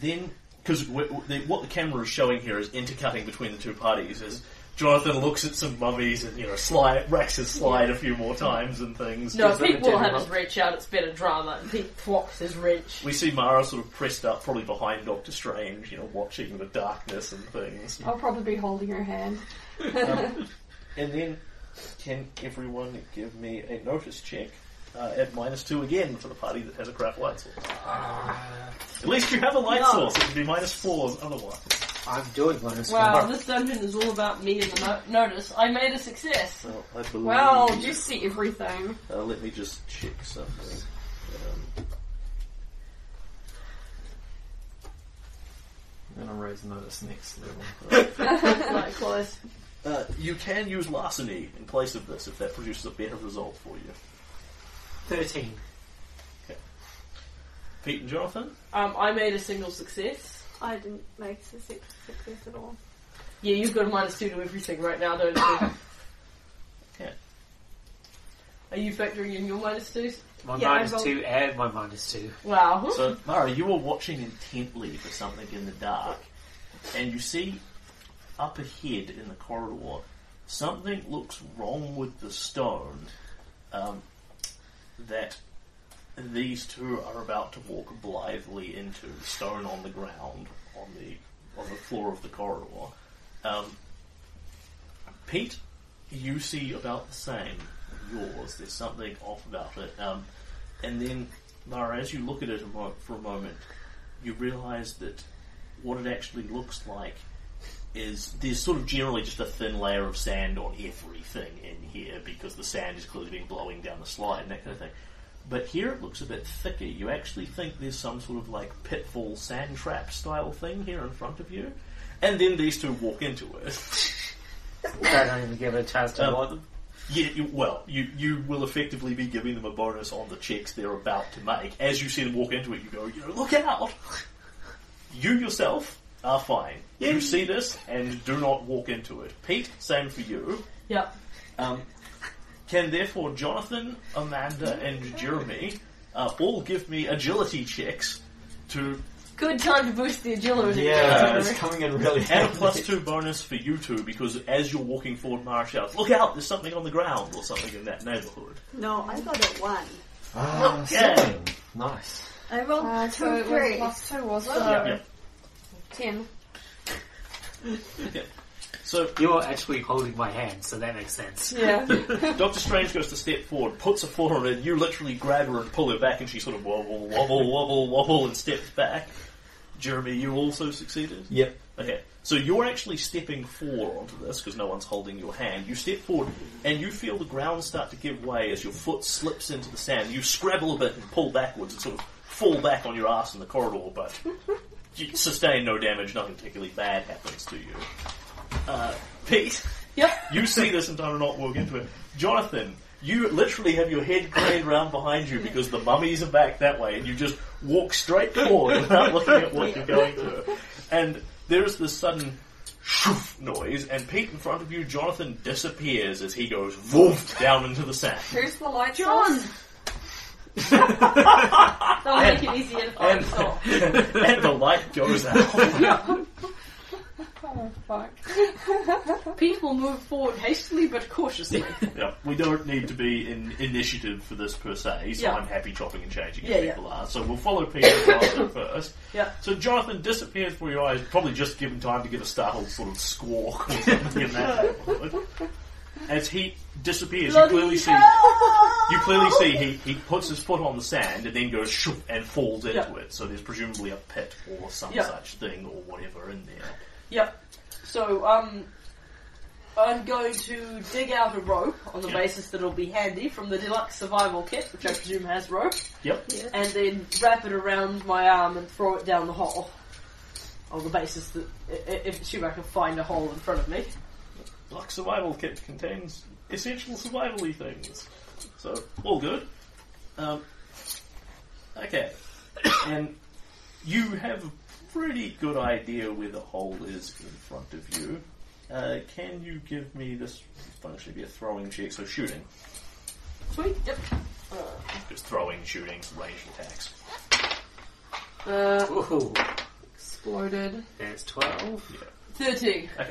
[SPEAKER 1] then, because what the camera is showing here is intercutting between the two parties. Is Jonathan looks at some mummies and you know slide racks his slide a few more times and things.
[SPEAKER 2] No,
[SPEAKER 3] Gives them
[SPEAKER 2] Pete
[SPEAKER 3] a
[SPEAKER 2] will
[SPEAKER 3] general
[SPEAKER 2] have his
[SPEAKER 3] up.
[SPEAKER 2] wrench out. It's better drama. And Pete flocks his wrench.
[SPEAKER 1] We see Mara sort of pressed up, probably behind Doctor Strange, you know, watching the darkness and things.
[SPEAKER 4] I'll probably be holding her hand.
[SPEAKER 1] And then, can everyone give me a notice check uh, at minus two again for the party that has a crap light source? at least you have a light
[SPEAKER 13] No.
[SPEAKER 1] source. It would be minus fours otherwise.
[SPEAKER 3] I'm doing one as
[SPEAKER 2] Wow,
[SPEAKER 3] well.
[SPEAKER 2] this dungeon is all about me and the no- notice. I made a success.
[SPEAKER 1] Well, I believe.
[SPEAKER 4] Well,
[SPEAKER 1] Mm.
[SPEAKER 4] you see everything.
[SPEAKER 1] Uh, let me just check something. Um,
[SPEAKER 5] I'm gonna raise notice next level.
[SPEAKER 13] Likewise.
[SPEAKER 1] uh, you can use larceny in place of this if that produces a better result for you.
[SPEAKER 3] 13.
[SPEAKER 1] Pete and Jonathan?
[SPEAKER 2] Um, I made a single success.
[SPEAKER 7] I didn't make su- su- success at all.
[SPEAKER 2] Yeah, you've got a minus two to everything right now, don't you?
[SPEAKER 1] Yeah.
[SPEAKER 2] Are you factoring in your minus two?
[SPEAKER 3] My
[SPEAKER 7] Yeah, I
[SPEAKER 3] minus
[SPEAKER 7] rolled-
[SPEAKER 3] 2 and my minus 2.
[SPEAKER 2] Wow.
[SPEAKER 1] So, Mara, you were watching intently for something in the dark, and you see up ahead in the corridor something looks wrong with the stone um, that these two are about to walk blithely into. Stone on the ground, on the on the floor of the corridor. Um, Pete, you see about the same. Yours, there's something off about it. Um, and then, Mara, as you look at it a mo- for a moment, you realise that what it actually looks like is there's sort of generally just a thin layer of sand on everything in here because the sand is clearly been blowing down the slide and that kind of thing. But here it looks a bit thicker. You actually think there's some sort of like pitfall sand trap style thing here in front of you. And then these two walk into it.
[SPEAKER 3] I don't even give it a chance to
[SPEAKER 1] Um,
[SPEAKER 3] roll them.
[SPEAKER 1] Yeah, you, well, you you will effectively be giving them a bonus on the checks they're about to make. As you see them walk into it, you go, you know, look out! You yourself are fine. You see this and do not walk into it. Pete, same for you.
[SPEAKER 2] Yep.
[SPEAKER 1] Um, can therefore Jonathan, Amanda, and Jeremy uh, all give me agility checks to
[SPEAKER 2] Good time to boost the agility.
[SPEAKER 5] Yeah, it's coming in really
[SPEAKER 1] add a
[SPEAKER 5] handy.
[SPEAKER 1] plus two bonus for you two because as you're walking forward, Mara shouts, "Look out! There's something on the ground or something in that neighbourhood."
[SPEAKER 7] No, I got a one.
[SPEAKER 5] Ah,
[SPEAKER 1] Okay.
[SPEAKER 5] seven. Nice.
[SPEAKER 7] I rolled
[SPEAKER 4] Uh,
[SPEAKER 7] two
[SPEAKER 4] so it was
[SPEAKER 7] threes.
[SPEAKER 4] plus two, was it?
[SPEAKER 7] So-
[SPEAKER 1] Yep.
[SPEAKER 4] Ten.
[SPEAKER 1] So
[SPEAKER 3] You're actually holding my hand, so that makes sense.
[SPEAKER 4] Yeah.
[SPEAKER 1] Doctor Strange goes to step forward, puts a foot on her, and you literally grab her and pull her back, and she sort of wobble, wobble, wobble, wobble, and steps back. Jeremy, you also succeeded?
[SPEAKER 5] Yep.
[SPEAKER 1] Okay, so you're actually stepping forward onto this because no one's holding your hand. You step forward and you feel the ground start to give way as your foot slips into the sand. You scrabble a bit and pull backwards and sort of fall back on your ass in the corridor, but you sustain no damage, nothing particularly bad happens to you. Uh, Pete,
[SPEAKER 2] Yep.
[SPEAKER 1] you see this and do not walk into it. Jonathan, you literally have your head craned round behind you because the mummies are back that way, and you just walk straight forward without looking at what you're going to. And there is this sudden shoof noise, and Pete in front of you, Jonathan disappears as he goes woof down into the sand.
[SPEAKER 4] Who's the light
[SPEAKER 2] John!
[SPEAKER 4] source?
[SPEAKER 2] That'll make it easier to find us all.
[SPEAKER 1] And the light goes out.
[SPEAKER 4] Oh, fuck.
[SPEAKER 2] Pete will move forward hastily but cautiously.
[SPEAKER 1] Yeah, we don't need to be in initiative for this per se, so
[SPEAKER 2] Yeah.
[SPEAKER 1] I'm happy chopping and changing if
[SPEAKER 2] Yeah, yeah.
[SPEAKER 1] people are. So we'll follow Peter and Jonathan first.
[SPEAKER 2] Yeah.
[SPEAKER 1] So Jonathan disappears from your eyes, probably just given time to give a startled sort of squawk or something in that neighborhood. As he disappears, you clearly see you clearly see he, he puts his foot on the sand and then goes shoop and falls into
[SPEAKER 2] Yeah.
[SPEAKER 1] it. So there's presumably a pit or some
[SPEAKER 2] Yeah.
[SPEAKER 1] such thing or whatever in there.
[SPEAKER 2] Yep. So, um, I'm going to dig out a rope on the
[SPEAKER 1] Yep.
[SPEAKER 2] basis that it'll be handy from the deluxe survival kit, which I presume has rope,
[SPEAKER 1] Yep.
[SPEAKER 2] and then wrap it around my arm and throw it down the hole. On the basis that i- i- if Shubak can find a hole in front of me.
[SPEAKER 1] Black survival kit contains essential survivally things. So all good. Um, okay, and you have a pretty good idea where the hole is in front of you. Uh, can you give me this? Will actually be a throwing check, so shooting,
[SPEAKER 2] Sweet, yep.
[SPEAKER 1] just throwing, shooting, range attacks.
[SPEAKER 2] Uh,
[SPEAKER 3] Ooh,
[SPEAKER 4] Exploded.
[SPEAKER 3] that's 12.
[SPEAKER 1] Yeah.
[SPEAKER 2] 13.
[SPEAKER 1] Okay.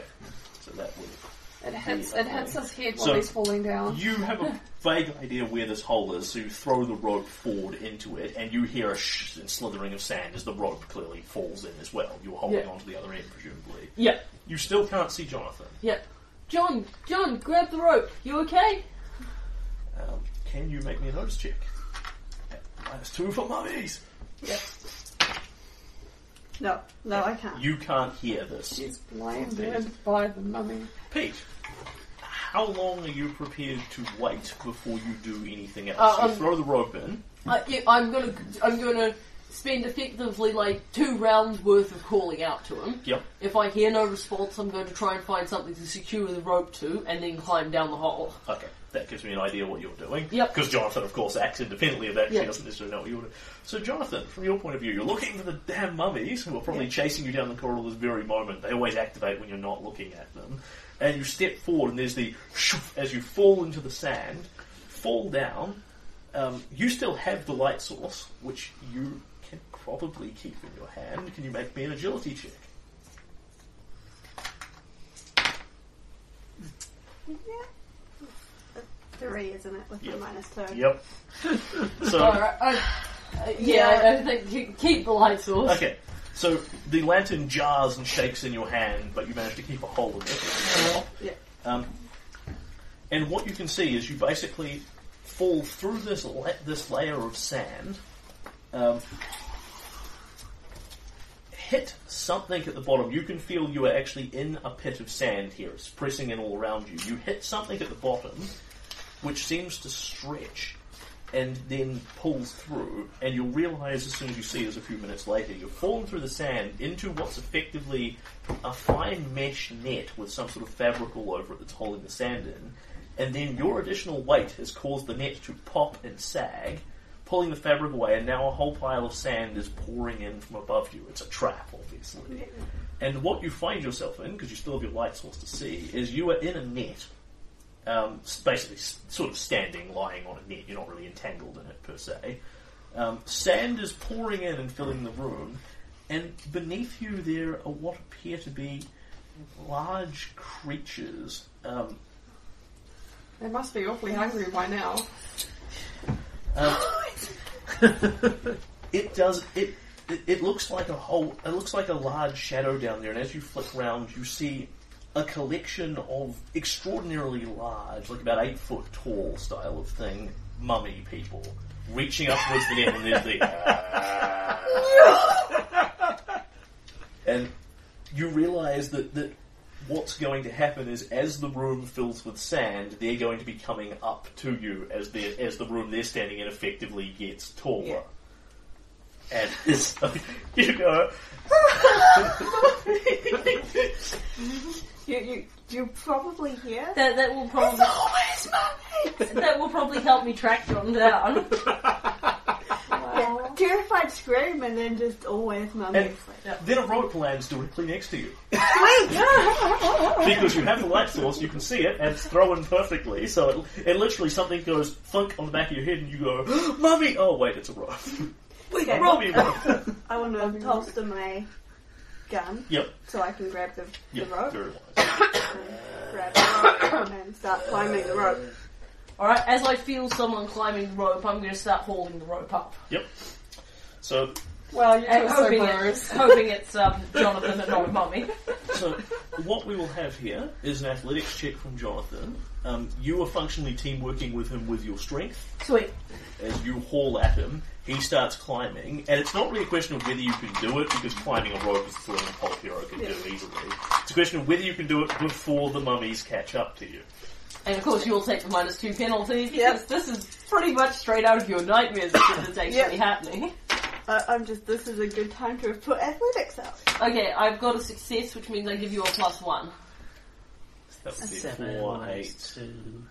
[SPEAKER 1] So that would
[SPEAKER 4] It hits, it hits his head while
[SPEAKER 1] So-
[SPEAKER 4] he's falling down.
[SPEAKER 1] You have a vague idea where this hole is, so you throw the rope forward into it, and you hear a sh- and slithering of sand as the rope clearly falls in as well. You're holding
[SPEAKER 2] Yeah.
[SPEAKER 1] onto the other end, presumably.
[SPEAKER 2] Yep,
[SPEAKER 1] You still can't see Jonathan.
[SPEAKER 2] yep. John, John, grab the rope. You okay?
[SPEAKER 1] Um, can you make me a notice check? Minus two for mummies!
[SPEAKER 7] No, no, I can't.
[SPEAKER 1] You can't hear this.
[SPEAKER 4] She's blinded by the mummy.
[SPEAKER 1] Pete, how long are you prepared to wait before you do anything else?
[SPEAKER 2] Uh,
[SPEAKER 1] you
[SPEAKER 2] um,
[SPEAKER 1] throw the rope in.
[SPEAKER 2] I, Uh, yeah, I'm gonna, I'm gonna spend effectively like two rounds worth of calling out to him.
[SPEAKER 1] Yep.
[SPEAKER 2] If I hear no response, I'm going to try and find something to secure the rope to, and then climb down the hole.
[SPEAKER 1] Okay, that gives me an idea what you're doing.
[SPEAKER 2] Yep.
[SPEAKER 1] Because Jonathan, of course, acts independently of that. She
[SPEAKER 2] Yep.
[SPEAKER 1] doesn't necessarily know what you're doing. So, Jonathan, from your point of view, you're looking for the damn mummies who are probably chasing you down the corridor this very moment. They always activate when you're not looking at them. And you step forward, and there's the shoof as you fall into the sand, fall down. Um, you still have the light source, which you can probably keep in your hand. Can you make me an agility check?
[SPEAKER 7] Three, isn't it? With
[SPEAKER 1] Yeah.
[SPEAKER 7] the minus two.
[SPEAKER 1] Yep. so,
[SPEAKER 2] Alright, I, I, yeah, I think keep- keep the light source.
[SPEAKER 1] Okay, so the lantern jars and shakes in your hand, but you manage to keep a hold of it.
[SPEAKER 2] Yeah.
[SPEAKER 1] Um, and what you can see is you basically fall through this la- this layer of sand, um, hit something at the bottom. You can feel you are actually in a pit of sand here. It's pressing in all around you. You hit something at the bottom, which seems to stretch and then pulls through, and you'll realise as soon as you see this a few minutes later, you've fallen through the sand into what's effectively a fine mesh net with some sort of fabric all over it that's holding the sand in, and then your additional weight has caused the net to pop and sag, pulling the fabric away, and now a whole pile of sand is pouring in from above you. It's a trap, obviously. And what you find yourself in, because you still have your light source to see, is you are in a net um, s- basically s- sort of standing, lying on a net. You're not really entangled in it per se. Um, sand is pouring in and filling the room, and beneath you there are what appear to be large creatures. Um,
[SPEAKER 4] They must be awfully hungry by now.
[SPEAKER 1] it does it, it it looks like a whole it looks like a large shadow down there and as you flick round you see a collection of extraordinarily large like about eight foot tall style of thing mummy people reaching upwards the net and there's the and you realize that that what's going to happen is as the room fills with sand, they're going to be coming up to you as the as the room they're standing in effectively gets taller. And it's like, you know,
[SPEAKER 7] You, you, you probably hear.
[SPEAKER 14] That, that will probably that will probably help me track John down.
[SPEAKER 7] Yeah, terrified scream and then just always mummy.
[SPEAKER 1] And-
[SPEAKER 7] It's like,
[SPEAKER 1] then a rope lands directly next to you. because you have the light source, you can see it, and it's thrown perfectly. So it, it literally something goes thunk on the back of your head, and you go, "Mummy!" Oh wait, it's a rope.
[SPEAKER 7] Wait,
[SPEAKER 1] Mummy rope.
[SPEAKER 7] I want to holster my gun
[SPEAKER 1] yep.
[SPEAKER 7] so I can grab the, the
[SPEAKER 1] Yep.
[SPEAKER 7] rope.
[SPEAKER 1] Very wise.
[SPEAKER 7] Grab the rope and start climbing the rope.
[SPEAKER 2] Alright, as I feel someone climbing the rope, I'm gonna start hauling the rope up.
[SPEAKER 1] Yep. So
[SPEAKER 4] Well, you're
[SPEAKER 2] And
[SPEAKER 4] just so
[SPEAKER 2] hoping,
[SPEAKER 4] gross.
[SPEAKER 2] it's, hoping it's um, Jonathan and not Mummy.
[SPEAKER 1] So, what we will have here is an athletics check from Jonathan Um, you are functionally team working with him with your strength.
[SPEAKER 11] Sweet.
[SPEAKER 1] As you haul at him, he starts climbing, and it's not really a question of whether you can do it because climbing a rope is a thing a pulp hero can do easily. It's a question of whether you can do it before the mummies catch up to you.
[SPEAKER 2] And of course, you'll take the minus two penalty because
[SPEAKER 7] Yep.
[SPEAKER 2] this is pretty much straight out of your nightmares because it's actually
[SPEAKER 7] Yep.
[SPEAKER 2] happening.
[SPEAKER 7] I, I'm just. This is a good time to have put athletics up.
[SPEAKER 2] Okay, I've got a success, which means I give you a plus one.
[SPEAKER 1] That would be
[SPEAKER 3] Seven,
[SPEAKER 1] four,
[SPEAKER 3] minus
[SPEAKER 1] eight.
[SPEAKER 3] two,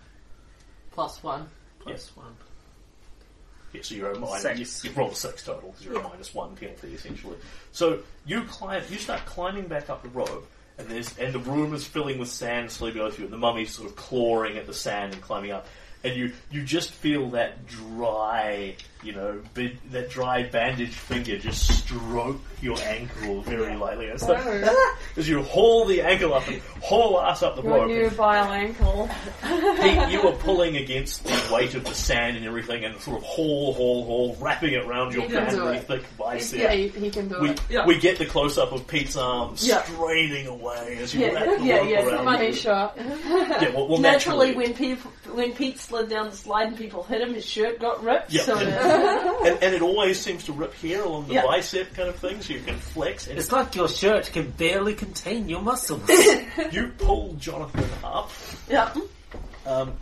[SPEAKER 2] Plus one.
[SPEAKER 3] plus one.
[SPEAKER 1] Yeah, so you're a minus.
[SPEAKER 3] Six.
[SPEAKER 1] You, you roll a six total because you're a minus one penalty essentially. So you climb, you start climbing back up the rope, and there's and the room is filling with sand slowly below you, and the mummy's sort of clawing at the sand and climbing up, and you you just feel that dry, you know, bit, that dry bandaged finger just stroke your ankle very lightly. It's like- as you haul the ankle up and haul ass up the
[SPEAKER 4] Your
[SPEAKER 1] rope.
[SPEAKER 4] new vile ankle.
[SPEAKER 1] Pete, you were pulling against the weight of the sand and everything and sort of haul, haul, haul, wrapping it around your
[SPEAKER 4] He can do
[SPEAKER 1] badly
[SPEAKER 4] it.
[SPEAKER 1] thick bicep.
[SPEAKER 4] Yeah, he, he can do
[SPEAKER 1] we,
[SPEAKER 4] it.
[SPEAKER 2] Yeah.
[SPEAKER 1] we get the close up of Pete's arm
[SPEAKER 2] Yeah.
[SPEAKER 1] straining away as you
[SPEAKER 2] Yeah,
[SPEAKER 1] wrap the
[SPEAKER 2] yeah,
[SPEAKER 1] rope
[SPEAKER 2] yeah,
[SPEAKER 1] around.
[SPEAKER 4] Money
[SPEAKER 1] you.
[SPEAKER 4] shot.
[SPEAKER 1] Yeah, well, well,
[SPEAKER 2] Naturally, when people when Pete slid down the slide and people hit him, his shirt got ripped.
[SPEAKER 1] Yeah.
[SPEAKER 2] So
[SPEAKER 1] and, and it always seems to rip here along the
[SPEAKER 2] Yeah.
[SPEAKER 1] bicep kind of thing, so you can flex. And
[SPEAKER 3] It's like your shirt can barely contain your muscles.
[SPEAKER 1] you pull Jonathan up
[SPEAKER 2] yeah,
[SPEAKER 1] Um,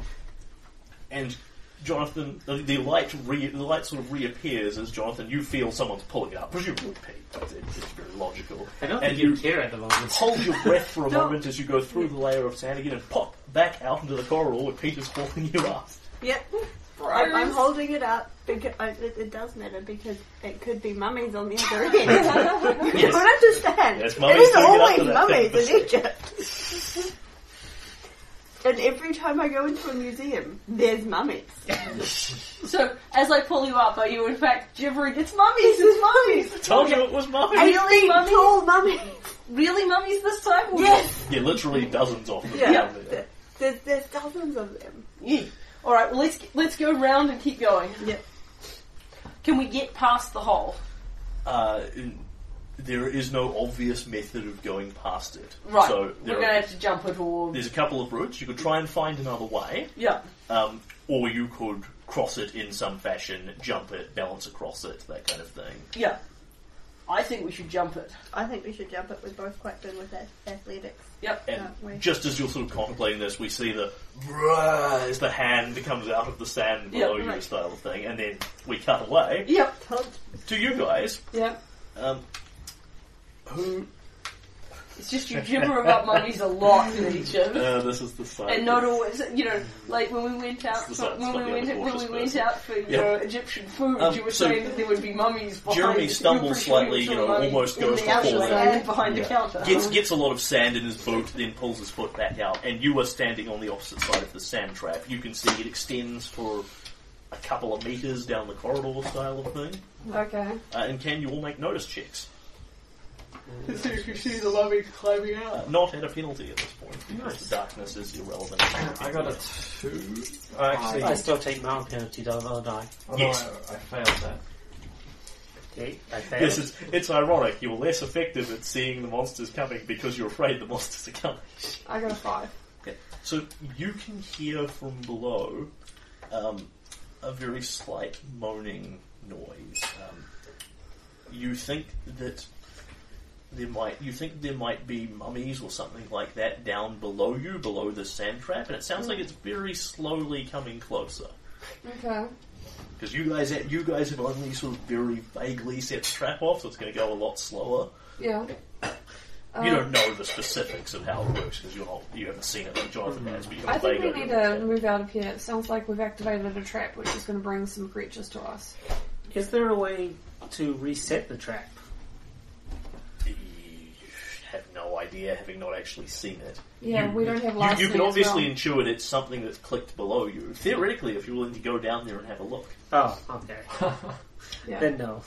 [SPEAKER 1] and Jonathan, the, the light re, the light sort of reappears as Jonathan. You feel someone's pulling it up, presumably Pete. It's, it's very logical.
[SPEAKER 3] I don't
[SPEAKER 1] and
[SPEAKER 3] think you
[SPEAKER 1] you
[SPEAKER 3] care at the moment.
[SPEAKER 1] hold your breath for a moment as you go through the layer of sand again and pop back out into the corridor where Peter's hauling you up.
[SPEAKER 7] Yep. I'm, I'm holding it up because I, it, it does matter because it could be mummies on the other end. you
[SPEAKER 1] Yes.
[SPEAKER 7] don't understand.
[SPEAKER 1] Yes,
[SPEAKER 7] it
[SPEAKER 1] mummies
[SPEAKER 7] is
[SPEAKER 1] do get up to
[SPEAKER 7] always
[SPEAKER 1] that thing.
[SPEAKER 7] mummies in Egypt. and every time I go into a museum, there's mummies.
[SPEAKER 2] uh, so as I pull you up, are you in fact gibbering? It's mummies, it's mummies.
[SPEAKER 1] Told you it was mine.
[SPEAKER 7] Really
[SPEAKER 2] mummies?
[SPEAKER 7] tall mummies.
[SPEAKER 2] Really, mummies this time?
[SPEAKER 7] Yes.
[SPEAKER 1] Yeah, literally dozens of them.
[SPEAKER 7] Yeah.
[SPEAKER 1] down there.
[SPEAKER 7] There's, there's dozens of them.
[SPEAKER 2] Yeah. All right. Well, let's let's go round and keep going.
[SPEAKER 7] Yep.
[SPEAKER 2] Can we get past the hole?
[SPEAKER 1] Uh, in- there is no obvious method of going past it.
[SPEAKER 2] Right.
[SPEAKER 1] So
[SPEAKER 2] We're
[SPEAKER 1] there
[SPEAKER 2] gonna
[SPEAKER 1] are,
[SPEAKER 2] have to jump it or
[SPEAKER 1] there's a couple of routes. You could try and find another way.
[SPEAKER 2] yeah.
[SPEAKER 1] Um, or you could cross it in some fashion, jump it, balance across it, that kind of thing.
[SPEAKER 2] Yeah. I think we should jump it.
[SPEAKER 7] I think we should jump it. We're both quite good with ath- athletics.
[SPEAKER 2] Yep.
[SPEAKER 1] And
[SPEAKER 7] That way.
[SPEAKER 1] just as you're sort of contemplating this, we see the "Bruh" as the hand comes out of the sand
[SPEAKER 2] Yeah,
[SPEAKER 1] below you
[SPEAKER 2] right.
[SPEAKER 1] style of thing, and then we cut away
[SPEAKER 2] Yep.
[SPEAKER 1] to you guys.
[SPEAKER 2] Yep.
[SPEAKER 1] Um, who?
[SPEAKER 2] It's just you gibber about mummies a lot in Egypt.
[SPEAKER 1] Uh, this is the side.
[SPEAKER 2] And not always, you know, like when we went out
[SPEAKER 1] It's the
[SPEAKER 2] for,
[SPEAKER 1] same, it's
[SPEAKER 2] when
[SPEAKER 1] not
[SPEAKER 2] we
[SPEAKER 1] the
[SPEAKER 2] went
[SPEAKER 1] other
[SPEAKER 2] when we
[SPEAKER 1] cautious
[SPEAKER 2] went
[SPEAKER 1] person.
[SPEAKER 2] out for you
[SPEAKER 1] Yeah.
[SPEAKER 2] know Egyptian food,
[SPEAKER 1] Um,
[SPEAKER 2] you were
[SPEAKER 1] so
[SPEAKER 2] saying that there would be mummies. Behind,
[SPEAKER 1] Jeremy
[SPEAKER 2] you were
[SPEAKER 1] stumbles
[SPEAKER 2] pretty sure
[SPEAKER 1] slightly,
[SPEAKER 2] you saw
[SPEAKER 1] you know,
[SPEAKER 2] mummies
[SPEAKER 1] almost
[SPEAKER 2] in
[SPEAKER 1] goes
[SPEAKER 2] the
[SPEAKER 1] to
[SPEAKER 2] outer
[SPEAKER 1] fall
[SPEAKER 2] side
[SPEAKER 7] in.
[SPEAKER 2] behind
[SPEAKER 1] Yeah.
[SPEAKER 2] the counter.
[SPEAKER 1] Gets gets a lot of sand in his boot, then pulls his foot back out, and you are standing on the opposite side of the sand trap. You can see it extends for a couple of meters down the corridor style of thing.
[SPEAKER 4] Okay.
[SPEAKER 1] Uh, and can you all make notice checks?
[SPEAKER 2] so you can see the mummy climbing
[SPEAKER 1] Uh,
[SPEAKER 2] out.
[SPEAKER 1] not at a penalty at this point because the darkness is irrelevant.
[SPEAKER 5] I got a two. I actually,
[SPEAKER 3] I still take my own penalty, don't I? Don't I?
[SPEAKER 5] although
[SPEAKER 1] Yes.
[SPEAKER 5] I, I failed that.
[SPEAKER 3] Okay, I failed.
[SPEAKER 1] This is it's ironic. You're less effective at seeing the monsters coming because you're afraid the monsters are coming.
[SPEAKER 4] I got a five.
[SPEAKER 1] So you can hear from below um, a very slight moaning noise. Um, you think that there might you think there might be mummies or something like that down below you, below the sand trap, and it sounds like it's very slowly coming closer.
[SPEAKER 4] Okay.
[SPEAKER 1] Because you guys, you guys have only sort of very vaguely set the trap off, so it's going to go a lot slower.
[SPEAKER 4] Yeah.
[SPEAKER 1] you
[SPEAKER 4] Uh,
[SPEAKER 1] don't know the specifics of how it works because you're not, you haven't seen it like Jonathan has. But you
[SPEAKER 4] I
[SPEAKER 1] have a
[SPEAKER 4] think
[SPEAKER 1] vague
[SPEAKER 4] we
[SPEAKER 1] idea
[SPEAKER 4] need
[SPEAKER 1] of
[SPEAKER 4] to
[SPEAKER 1] it.
[SPEAKER 4] move out of here. It sounds like we've activated a trap, which is going to bring some creatures to us.
[SPEAKER 3] Is there a way to reset the trap?
[SPEAKER 1] You have no idea, having not actually seen it.
[SPEAKER 4] Yeah,
[SPEAKER 1] You-
[SPEAKER 4] we don't have
[SPEAKER 1] You,
[SPEAKER 4] last
[SPEAKER 1] you can
[SPEAKER 4] name as
[SPEAKER 1] obviously
[SPEAKER 4] well.
[SPEAKER 1] intuit it's something that's clicked below you. Theoretically, if you're willing to go down there and have a look,
[SPEAKER 3] Oh, okay.
[SPEAKER 4] Yeah.
[SPEAKER 3] Then no.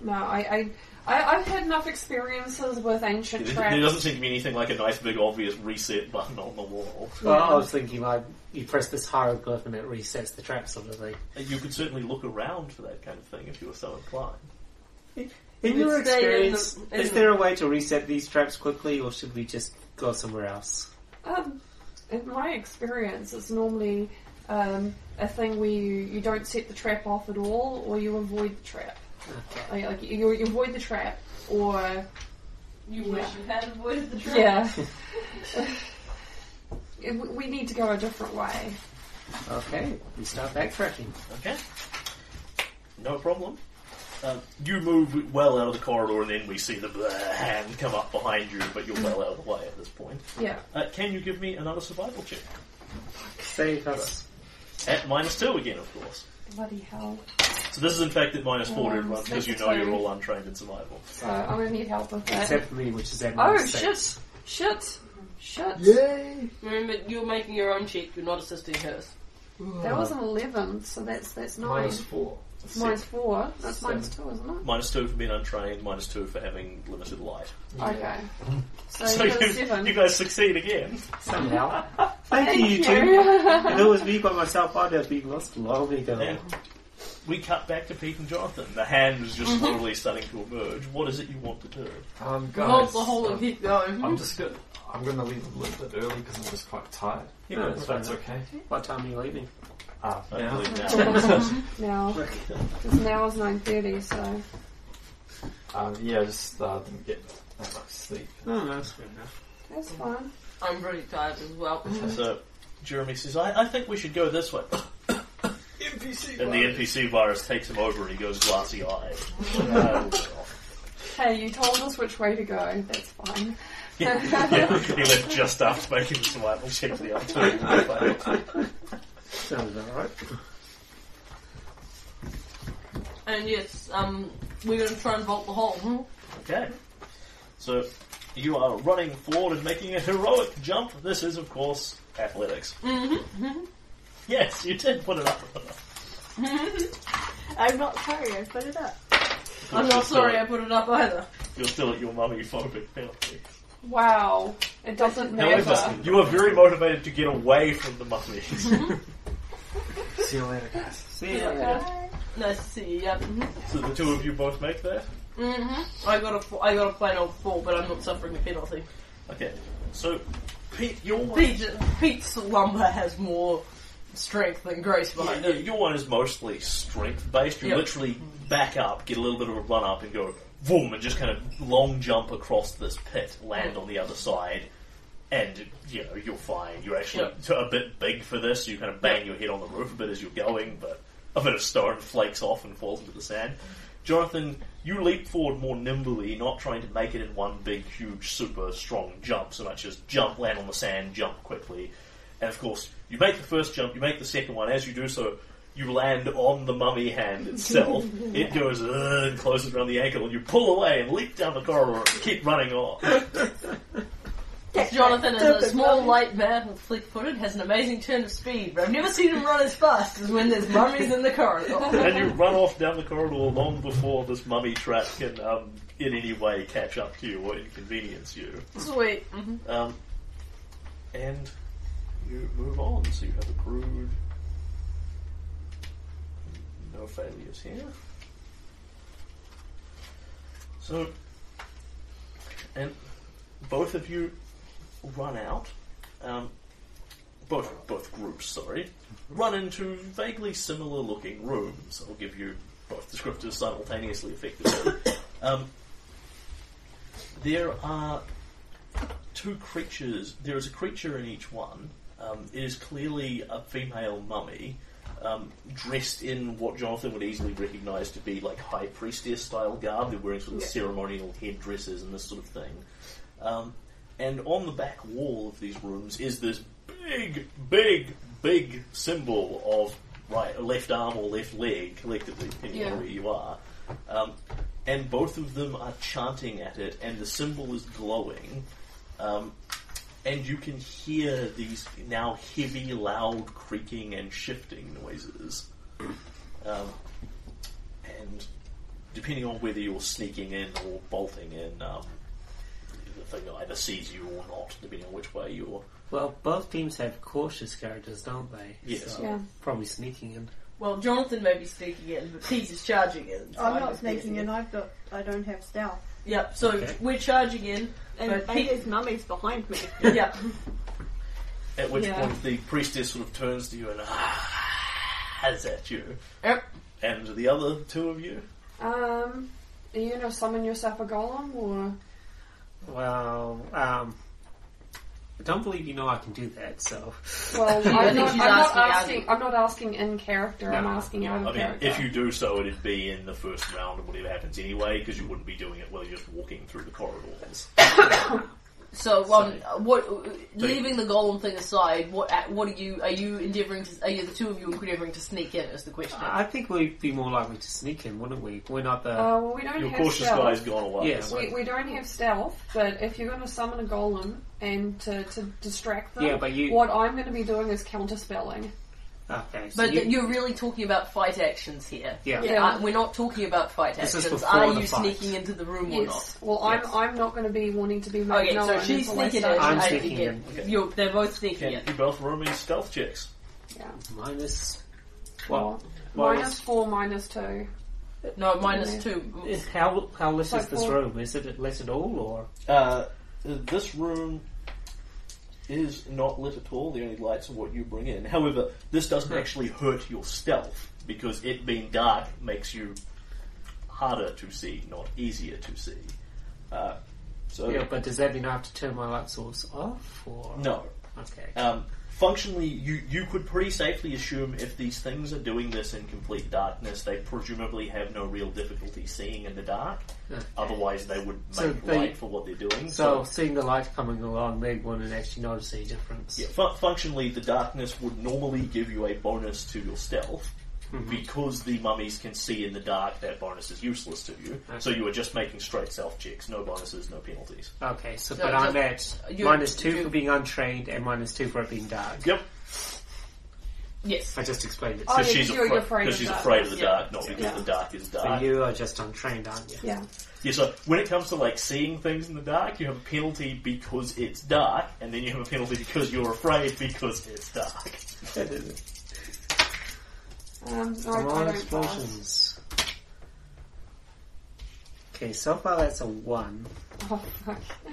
[SPEAKER 4] No, I, I, I, I've had enough experiences with ancient
[SPEAKER 1] there
[SPEAKER 4] traps.
[SPEAKER 1] there doesn't seem to be anything like a nice big obvious reset button on the wall.
[SPEAKER 3] Well, I was thinking like you press this hieroglyph and it resets the trap sort of thing.
[SPEAKER 1] You could certainly look around for that kind of thing if you were so inclined.
[SPEAKER 3] In
[SPEAKER 2] We'd
[SPEAKER 3] your
[SPEAKER 2] stay in the-
[SPEAKER 3] experience,
[SPEAKER 2] in
[SPEAKER 3] is
[SPEAKER 2] the-
[SPEAKER 3] there a way to reset these traps quickly, or should we just go somewhere else?
[SPEAKER 4] Um, in my experience, it's normally um, a thing where you, you don't set the trap off at all, or you avoid the trap. Like, like you, you avoid the trap, or
[SPEAKER 2] You wish you had avoided the trap.
[SPEAKER 4] yeah, It- we- we need to go a different way.
[SPEAKER 3] Okay, we start backtracking.
[SPEAKER 1] Okay. No problem. Uh, you move well out of the corridor, and then we see the uh, hand come up behind you, but you're well out of the way at this point.
[SPEAKER 4] Yeah,
[SPEAKER 1] Uh, can you give me another survival check?
[SPEAKER 3] Save us.
[SPEAKER 1] At minus two again, of course.
[SPEAKER 4] bloody hell.
[SPEAKER 1] So this is in fact at minus four to
[SPEAKER 4] Um,
[SPEAKER 1] everyone because you
[SPEAKER 4] that's
[SPEAKER 1] know
[SPEAKER 4] fine.
[SPEAKER 1] you're all untrained in survival.
[SPEAKER 4] So I'm gonna need help with that.
[SPEAKER 3] Except for me, which is at
[SPEAKER 4] Oh
[SPEAKER 3] minus six.
[SPEAKER 4] shit! Shit! Shit!
[SPEAKER 3] Yay!
[SPEAKER 2] Remember, you're making your own check. You're not assisting hers.
[SPEAKER 4] That was an eleven, so that's that's nine.
[SPEAKER 5] Minus four.
[SPEAKER 4] It's minus four. That's minus two, isn't it?
[SPEAKER 1] Minus two for being untrained, minus two for having limited light.
[SPEAKER 4] Okay. So,
[SPEAKER 1] So
[SPEAKER 4] Oh, you got a
[SPEAKER 1] you,
[SPEAKER 4] seven.
[SPEAKER 1] you guys succeed again.
[SPEAKER 3] Somehow. Thank you, you
[SPEAKER 4] Thank
[SPEAKER 3] two.
[SPEAKER 4] you.
[SPEAKER 3] If it was me by myself, I'd have been lost long ago.
[SPEAKER 1] Yeah. We cut back to Pete and Jonathan. The hand is just slowly starting to emerge. What is it you want to do?
[SPEAKER 5] Um, guys,
[SPEAKER 2] Hold the whole
[SPEAKER 5] um,
[SPEAKER 2] and keep going.
[SPEAKER 5] I'm just gonna. I'm gonna leave a little bit early because I'm just quite tired.
[SPEAKER 1] You
[SPEAKER 3] No,
[SPEAKER 1] know,
[SPEAKER 3] it's
[SPEAKER 5] If
[SPEAKER 1] so-
[SPEAKER 5] that's okay.
[SPEAKER 3] Oh, What time are you leaving?
[SPEAKER 5] Ah,
[SPEAKER 1] I
[SPEAKER 5] yeah.
[SPEAKER 1] believe now.
[SPEAKER 4] Now, because now is nine thirty, so
[SPEAKER 5] Um, yeah, I just uh, didn't get that much sleep.
[SPEAKER 3] No, no, that's fair enough.
[SPEAKER 4] that's fine.
[SPEAKER 2] I'm really tired as well.
[SPEAKER 1] so Jeremy says, I, I think we should go this way.
[SPEAKER 5] NPC.
[SPEAKER 1] And the NPC virus takes him over and he goes glassy eyed. Uh,
[SPEAKER 4] Hey, you told us which way to go. That's fine.
[SPEAKER 1] yeah, he left just after making the survival check for the other two.
[SPEAKER 3] Sounds alright.
[SPEAKER 2] And yes, um, we're going to try and vault the hole. Hmm?
[SPEAKER 1] Okay. So you are running forward and making a heroic jump. This is, of course, athletics. Mm-hmm. Yes, you did put it up.
[SPEAKER 7] I'm not sorry, I put it up.
[SPEAKER 2] I'm
[SPEAKER 1] You're
[SPEAKER 2] not
[SPEAKER 1] still
[SPEAKER 2] sorry I
[SPEAKER 1] at-
[SPEAKER 2] put it up either.
[SPEAKER 1] You're still at your mummy phobic penalty.
[SPEAKER 4] Wow, it doesn't
[SPEAKER 1] However,
[SPEAKER 4] matter.
[SPEAKER 1] you are very motivated to get away from the mummies.
[SPEAKER 2] Mm-hmm.
[SPEAKER 5] See you later, guys.
[SPEAKER 3] See ya.
[SPEAKER 4] Yeah.
[SPEAKER 2] Nice to see you. Yeah. hmm
[SPEAKER 1] so the two of you both make that.
[SPEAKER 2] hmm I got a fo- I got a plain old four, but I'm not suffering a penalty.
[SPEAKER 1] Okay. So, Pete, your one,
[SPEAKER 2] Pete, Pete's lumber has more strength than grace
[SPEAKER 1] yeah,
[SPEAKER 2] behind
[SPEAKER 1] yeah,
[SPEAKER 2] it.
[SPEAKER 1] your one is mostly strength based. You
[SPEAKER 2] Yep.
[SPEAKER 1] literally back up, get a little bit of a run up, and go boom, and just kind of long jump across this pit, land on the other side, and you know you're fine. You're actually
[SPEAKER 2] Yep.
[SPEAKER 1] t- a bit big for this. You kind of bang your head on the roof a bit as you're going, but a bit of stone flakes off and falls into the sand. Jonathan, you leap forward more nimbly, not trying to make it in one big, huge, super strong jump so much as jump, land on the sand, jump quickly. And of course, you make the first jump, you make the second one. As you do so, you land on the mummy hand itself. it goes uh, and closes around the ankle, and you pull away and leap down the corridor and keep running on.
[SPEAKER 2] Jonathan is a small, light man with fleet footed, has an amazing turn of speed, but I've never seen him run as fast as when there's mummies in the corridor.
[SPEAKER 1] and you run off down the corridor long before this mummy trap can um, in any way catch up to you or inconvenience you.
[SPEAKER 2] Sweet. hmm
[SPEAKER 1] Um, and you move on, so you have accrued no failures here. So, and both of you run out. Um, both both groups, sorry, run into vaguely similar looking rooms. I'll give you both descriptors simultaneously, effectively. um, there are two creatures. There is a creature in each one. Um, it is clearly a female mummy, um, dressed in what Jonathan would easily recognise to be like high priestess style garb. They're wearing sort of ceremonial headdresses and this sort of thing. Um, and on the back wall of these rooms is this big, big, big symbol of right left arm or left leg, collectively depending
[SPEAKER 4] Yeah.
[SPEAKER 1] on where you are. Um, and both of them are chanting at it, and the symbol is glowing. Um, and you can hear these now heavy, loud creaking and shifting noises. Um, and depending on whether you're sneaking in or bolting in, um, the thing either sees you or not, depending on which way you're.
[SPEAKER 3] Well, both teams have cautious characters, don't they?
[SPEAKER 1] Yes.
[SPEAKER 3] So,
[SPEAKER 4] Yeah.
[SPEAKER 3] Probably sneaking in.
[SPEAKER 2] Well, Jonathan may be sneaking in, but Pete is charging in. so
[SPEAKER 7] I'm
[SPEAKER 2] I
[SPEAKER 7] not
[SPEAKER 2] don't think
[SPEAKER 7] sneaking
[SPEAKER 2] it's-
[SPEAKER 7] in, I've got, I don't have stealth.
[SPEAKER 2] Yep, so
[SPEAKER 3] Okay.
[SPEAKER 2] we're charging in.
[SPEAKER 7] And,
[SPEAKER 2] But
[SPEAKER 7] and
[SPEAKER 2] Pete-
[SPEAKER 7] there's mummies behind me.
[SPEAKER 2] yeah.
[SPEAKER 1] At which
[SPEAKER 4] Yeah.
[SPEAKER 1] point the priestess sort of turns to you and has at you.
[SPEAKER 2] Yep.
[SPEAKER 1] And the other two of you.
[SPEAKER 4] Um, are you gonna summon yourself a golem or?
[SPEAKER 3] Well, um, I don't believe you know I can do that, so.
[SPEAKER 4] Well,
[SPEAKER 2] Yeah, I
[SPEAKER 4] I'm,
[SPEAKER 2] think
[SPEAKER 4] not,
[SPEAKER 2] she's
[SPEAKER 4] I'm not
[SPEAKER 2] asking out of-
[SPEAKER 4] asking. Uh, I'm not asking in character. I'm
[SPEAKER 3] No.
[SPEAKER 4] asking
[SPEAKER 3] Yeah.
[SPEAKER 4] out of
[SPEAKER 1] I mean,
[SPEAKER 4] character.
[SPEAKER 1] if you do so, it'd be in the first round of whatever happens anyway, because you wouldn't be doing it while you're just walking through the corridors.
[SPEAKER 2] So, um,
[SPEAKER 1] Sorry.
[SPEAKER 2] uh, what? uh, Leaving the golem thing aside, what? uh, What are you? Are you endeavouring to? Are you the two of you endeavouring to sneak in? Is the question.
[SPEAKER 3] I think we'd be more likely to sneak in, wouldn't we? We're not the.
[SPEAKER 4] Uh, well, we don't
[SPEAKER 1] Your
[SPEAKER 4] have
[SPEAKER 1] cautious
[SPEAKER 4] stealth.
[SPEAKER 1] guy's gone away.
[SPEAKER 3] Yeah.
[SPEAKER 4] We, we don't have stealth, but if you're going to summon a golem and to, to distract them,
[SPEAKER 3] Yeah, but you-
[SPEAKER 4] what I'm going to be doing is counterspelling.
[SPEAKER 3] okay, so
[SPEAKER 2] but
[SPEAKER 3] you,
[SPEAKER 2] th- you're really talking about fight actions here.
[SPEAKER 3] Yeah.
[SPEAKER 4] Yeah.
[SPEAKER 2] Uh, we're not talking about fight
[SPEAKER 3] This is
[SPEAKER 2] actions.
[SPEAKER 3] before
[SPEAKER 2] Are
[SPEAKER 3] the
[SPEAKER 2] you
[SPEAKER 3] fight.
[SPEAKER 2] sneaking into the room or not?
[SPEAKER 4] Yes. Well, I'm
[SPEAKER 3] Yes.
[SPEAKER 4] I'm not going to be wanting to be made
[SPEAKER 2] Okay,
[SPEAKER 4] known.
[SPEAKER 2] so she's
[SPEAKER 4] until I
[SPEAKER 2] sneaking in.
[SPEAKER 4] start.
[SPEAKER 3] I'm
[SPEAKER 2] I
[SPEAKER 3] sneaking
[SPEAKER 2] think it-
[SPEAKER 3] in.
[SPEAKER 1] Okay.
[SPEAKER 2] You're, they're both sneaking
[SPEAKER 1] Can
[SPEAKER 2] in.
[SPEAKER 1] you both roll me stealth checks?
[SPEAKER 4] Yeah.
[SPEAKER 3] minus.
[SPEAKER 4] Four.
[SPEAKER 3] Well,
[SPEAKER 4] Minus four, minus two.
[SPEAKER 2] No, minus two.
[SPEAKER 3] is- How, how less
[SPEAKER 4] Like
[SPEAKER 3] is this
[SPEAKER 4] four.
[SPEAKER 3] room? Is it less at all, or.
[SPEAKER 1] Uh, this room is not lit at all. The only lights are what you bring in. However, this doesn't actually hurt your stealth because it being dark makes you harder to see, not easier to see. Uh, so
[SPEAKER 3] Yeah, but does that mean I have to turn my light source off, or.
[SPEAKER 1] no.
[SPEAKER 3] Okay.
[SPEAKER 1] Um, functionally, you you could pretty safely assume if these things are doing this in complete darkness, they presumably have no real difficulty seeing in the dark.
[SPEAKER 3] Okay.
[SPEAKER 1] Otherwise, they would make
[SPEAKER 3] So they-
[SPEAKER 1] light for what they're doing.
[SPEAKER 3] So, seeing the light coming along, they wouldn't actually notice any difference.
[SPEAKER 1] Yeah, fun- functionally, the darkness would normally give you a bonus to your stealth. Because the mummies can see in the dark, that bonus is useless to you.
[SPEAKER 3] I
[SPEAKER 1] So
[SPEAKER 3] see.
[SPEAKER 1] you are just making straight self checks, no bonuses, no penalties.
[SPEAKER 3] Okay, so,
[SPEAKER 2] So
[SPEAKER 3] but
[SPEAKER 2] it's
[SPEAKER 3] I'm
[SPEAKER 2] a-
[SPEAKER 3] at
[SPEAKER 2] you-
[SPEAKER 3] minus two
[SPEAKER 2] you-
[SPEAKER 3] for being untrained and minus two for it being dark.
[SPEAKER 1] Yep.
[SPEAKER 2] Yes.
[SPEAKER 3] I just explained it.
[SPEAKER 4] Oh,
[SPEAKER 3] So,
[SPEAKER 4] yeah,
[SPEAKER 1] Because she's,
[SPEAKER 4] you're
[SPEAKER 1] afraid,
[SPEAKER 4] afraid of
[SPEAKER 1] she's
[SPEAKER 4] darkness.
[SPEAKER 1] afraid of the
[SPEAKER 2] Yeah.
[SPEAKER 1] dark, not because
[SPEAKER 4] Yeah.
[SPEAKER 1] the dark is
[SPEAKER 3] so
[SPEAKER 1] dark.
[SPEAKER 3] you are just untrained, aren't you?
[SPEAKER 4] Yeah.
[SPEAKER 1] Yeah, so when it comes to like seeing things in the dark, you have a penalty because it's dark, and then you have a penalty because you're afraid because it's dark.
[SPEAKER 4] Um, no,
[SPEAKER 3] Come
[SPEAKER 4] I- I
[SPEAKER 3] on,
[SPEAKER 4] don't
[SPEAKER 3] explosions. Okay, so far that's a one.
[SPEAKER 4] pass. Oh, fuck.
[SPEAKER 2] Uh,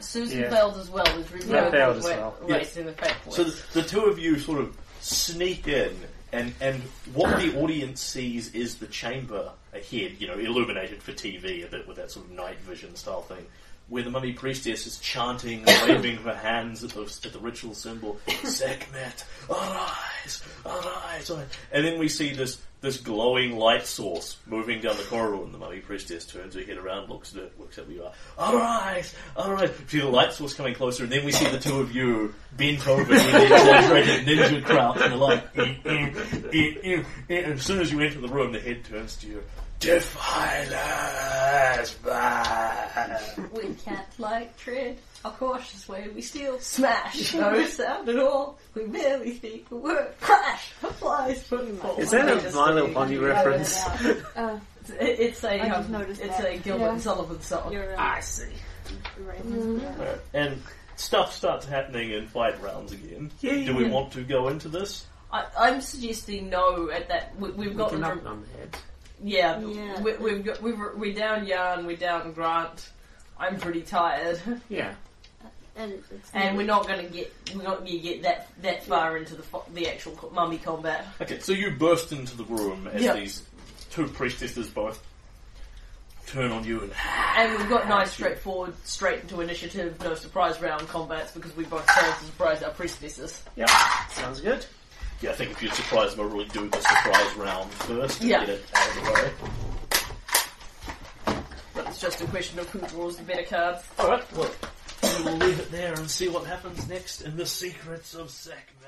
[SPEAKER 2] Susan
[SPEAKER 3] Yeah.
[SPEAKER 2] failed as well. There's really
[SPEAKER 3] Yeah,
[SPEAKER 2] no
[SPEAKER 3] failed
[SPEAKER 2] point
[SPEAKER 3] as
[SPEAKER 2] wa-
[SPEAKER 3] well.
[SPEAKER 2] wasting the fate point.
[SPEAKER 1] So the, the two of you sort of sneak in, and, and what the audience sees is the chamber ahead, you know, illuminated for TV a bit with that sort of night vision style thing, where the mummy priestess is chanting and waving her hands at the, at the ritual symbol, Sekhmet, arise, arise, arise. And then we see this, this glowing light source moving down the corridor, and the mummy priestess turns her head around, looks at it, looks at where you are. Arise, arise. See the light source coming closer, and then we see the two of you bent over in the exaggerated ninja crouch, and you're like, "Eh, eh, eh, eh, eh." and as soon as you enter the room, the head turns to you. Defilers, man.
[SPEAKER 7] We can't like tread a cautious way. We still smash. No sound at all. We barely speak a word. Crash. Flies. Football.
[SPEAKER 2] Oh,
[SPEAKER 3] Is that a My Little Pony reference?
[SPEAKER 4] Uh,
[SPEAKER 2] It- it's a
[SPEAKER 7] I just
[SPEAKER 2] um,
[SPEAKER 7] noticed
[SPEAKER 2] it's
[SPEAKER 7] that.
[SPEAKER 2] a Gilbert
[SPEAKER 4] Yeah.
[SPEAKER 2] and Sullivan song.
[SPEAKER 7] You're right.
[SPEAKER 3] I see.
[SPEAKER 7] You're right.
[SPEAKER 1] And stuff starts happening in fight rounds again.
[SPEAKER 3] Yeah,
[SPEAKER 1] Do we
[SPEAKER 3] yeah.
[SPEAKER 1] want to go into this?
[SPEAKER 2] I, I'm suggesting no at that. We, we've
[SPEAKER 3] We
[SPEAKER 2] got
[SPEAKER 3] can
[SPEAKER 2] the,
[SPEAKER 3] knock it on the head.
[SPEAKER 2] yeah,
[SPEAKER 7] Yeah.
[SPEAKER 2] We, we've got we've, we're down Yarn, we're down Grant. I'm pretty tired,
[SPEAKER 3] Yeah.
[SPEAKER 7] And it's- it's
[SPEAKER 2] and we're not going to get we're not going to get that that far into the fo- the actual co- mummy combat.
[SPEAKER 1] Okay, so you burst into the room as
[SPEAKER 2] Yeah.
[SPEAKER 1] these two priestesses both turn on you and
[SPEAKER 2] And we've got nice straightforward, straight into initiative, no surprise round combats because we both failed to surprise our priestesses.
[SPEAKER 3] Sounds good.
[SPEAKER 1] Yeah, I think if you're surprised, we'll really do the surprise round first to
[SPEAKER 2] Yeah.
[SPEAKER 1] get it out of the way.
[SPEAKER 2] But it's just a question of who draws the better cards.
[SPEAKER 1] Alright, well, we will leave it there and see what happens next in the Secrets of Sackman.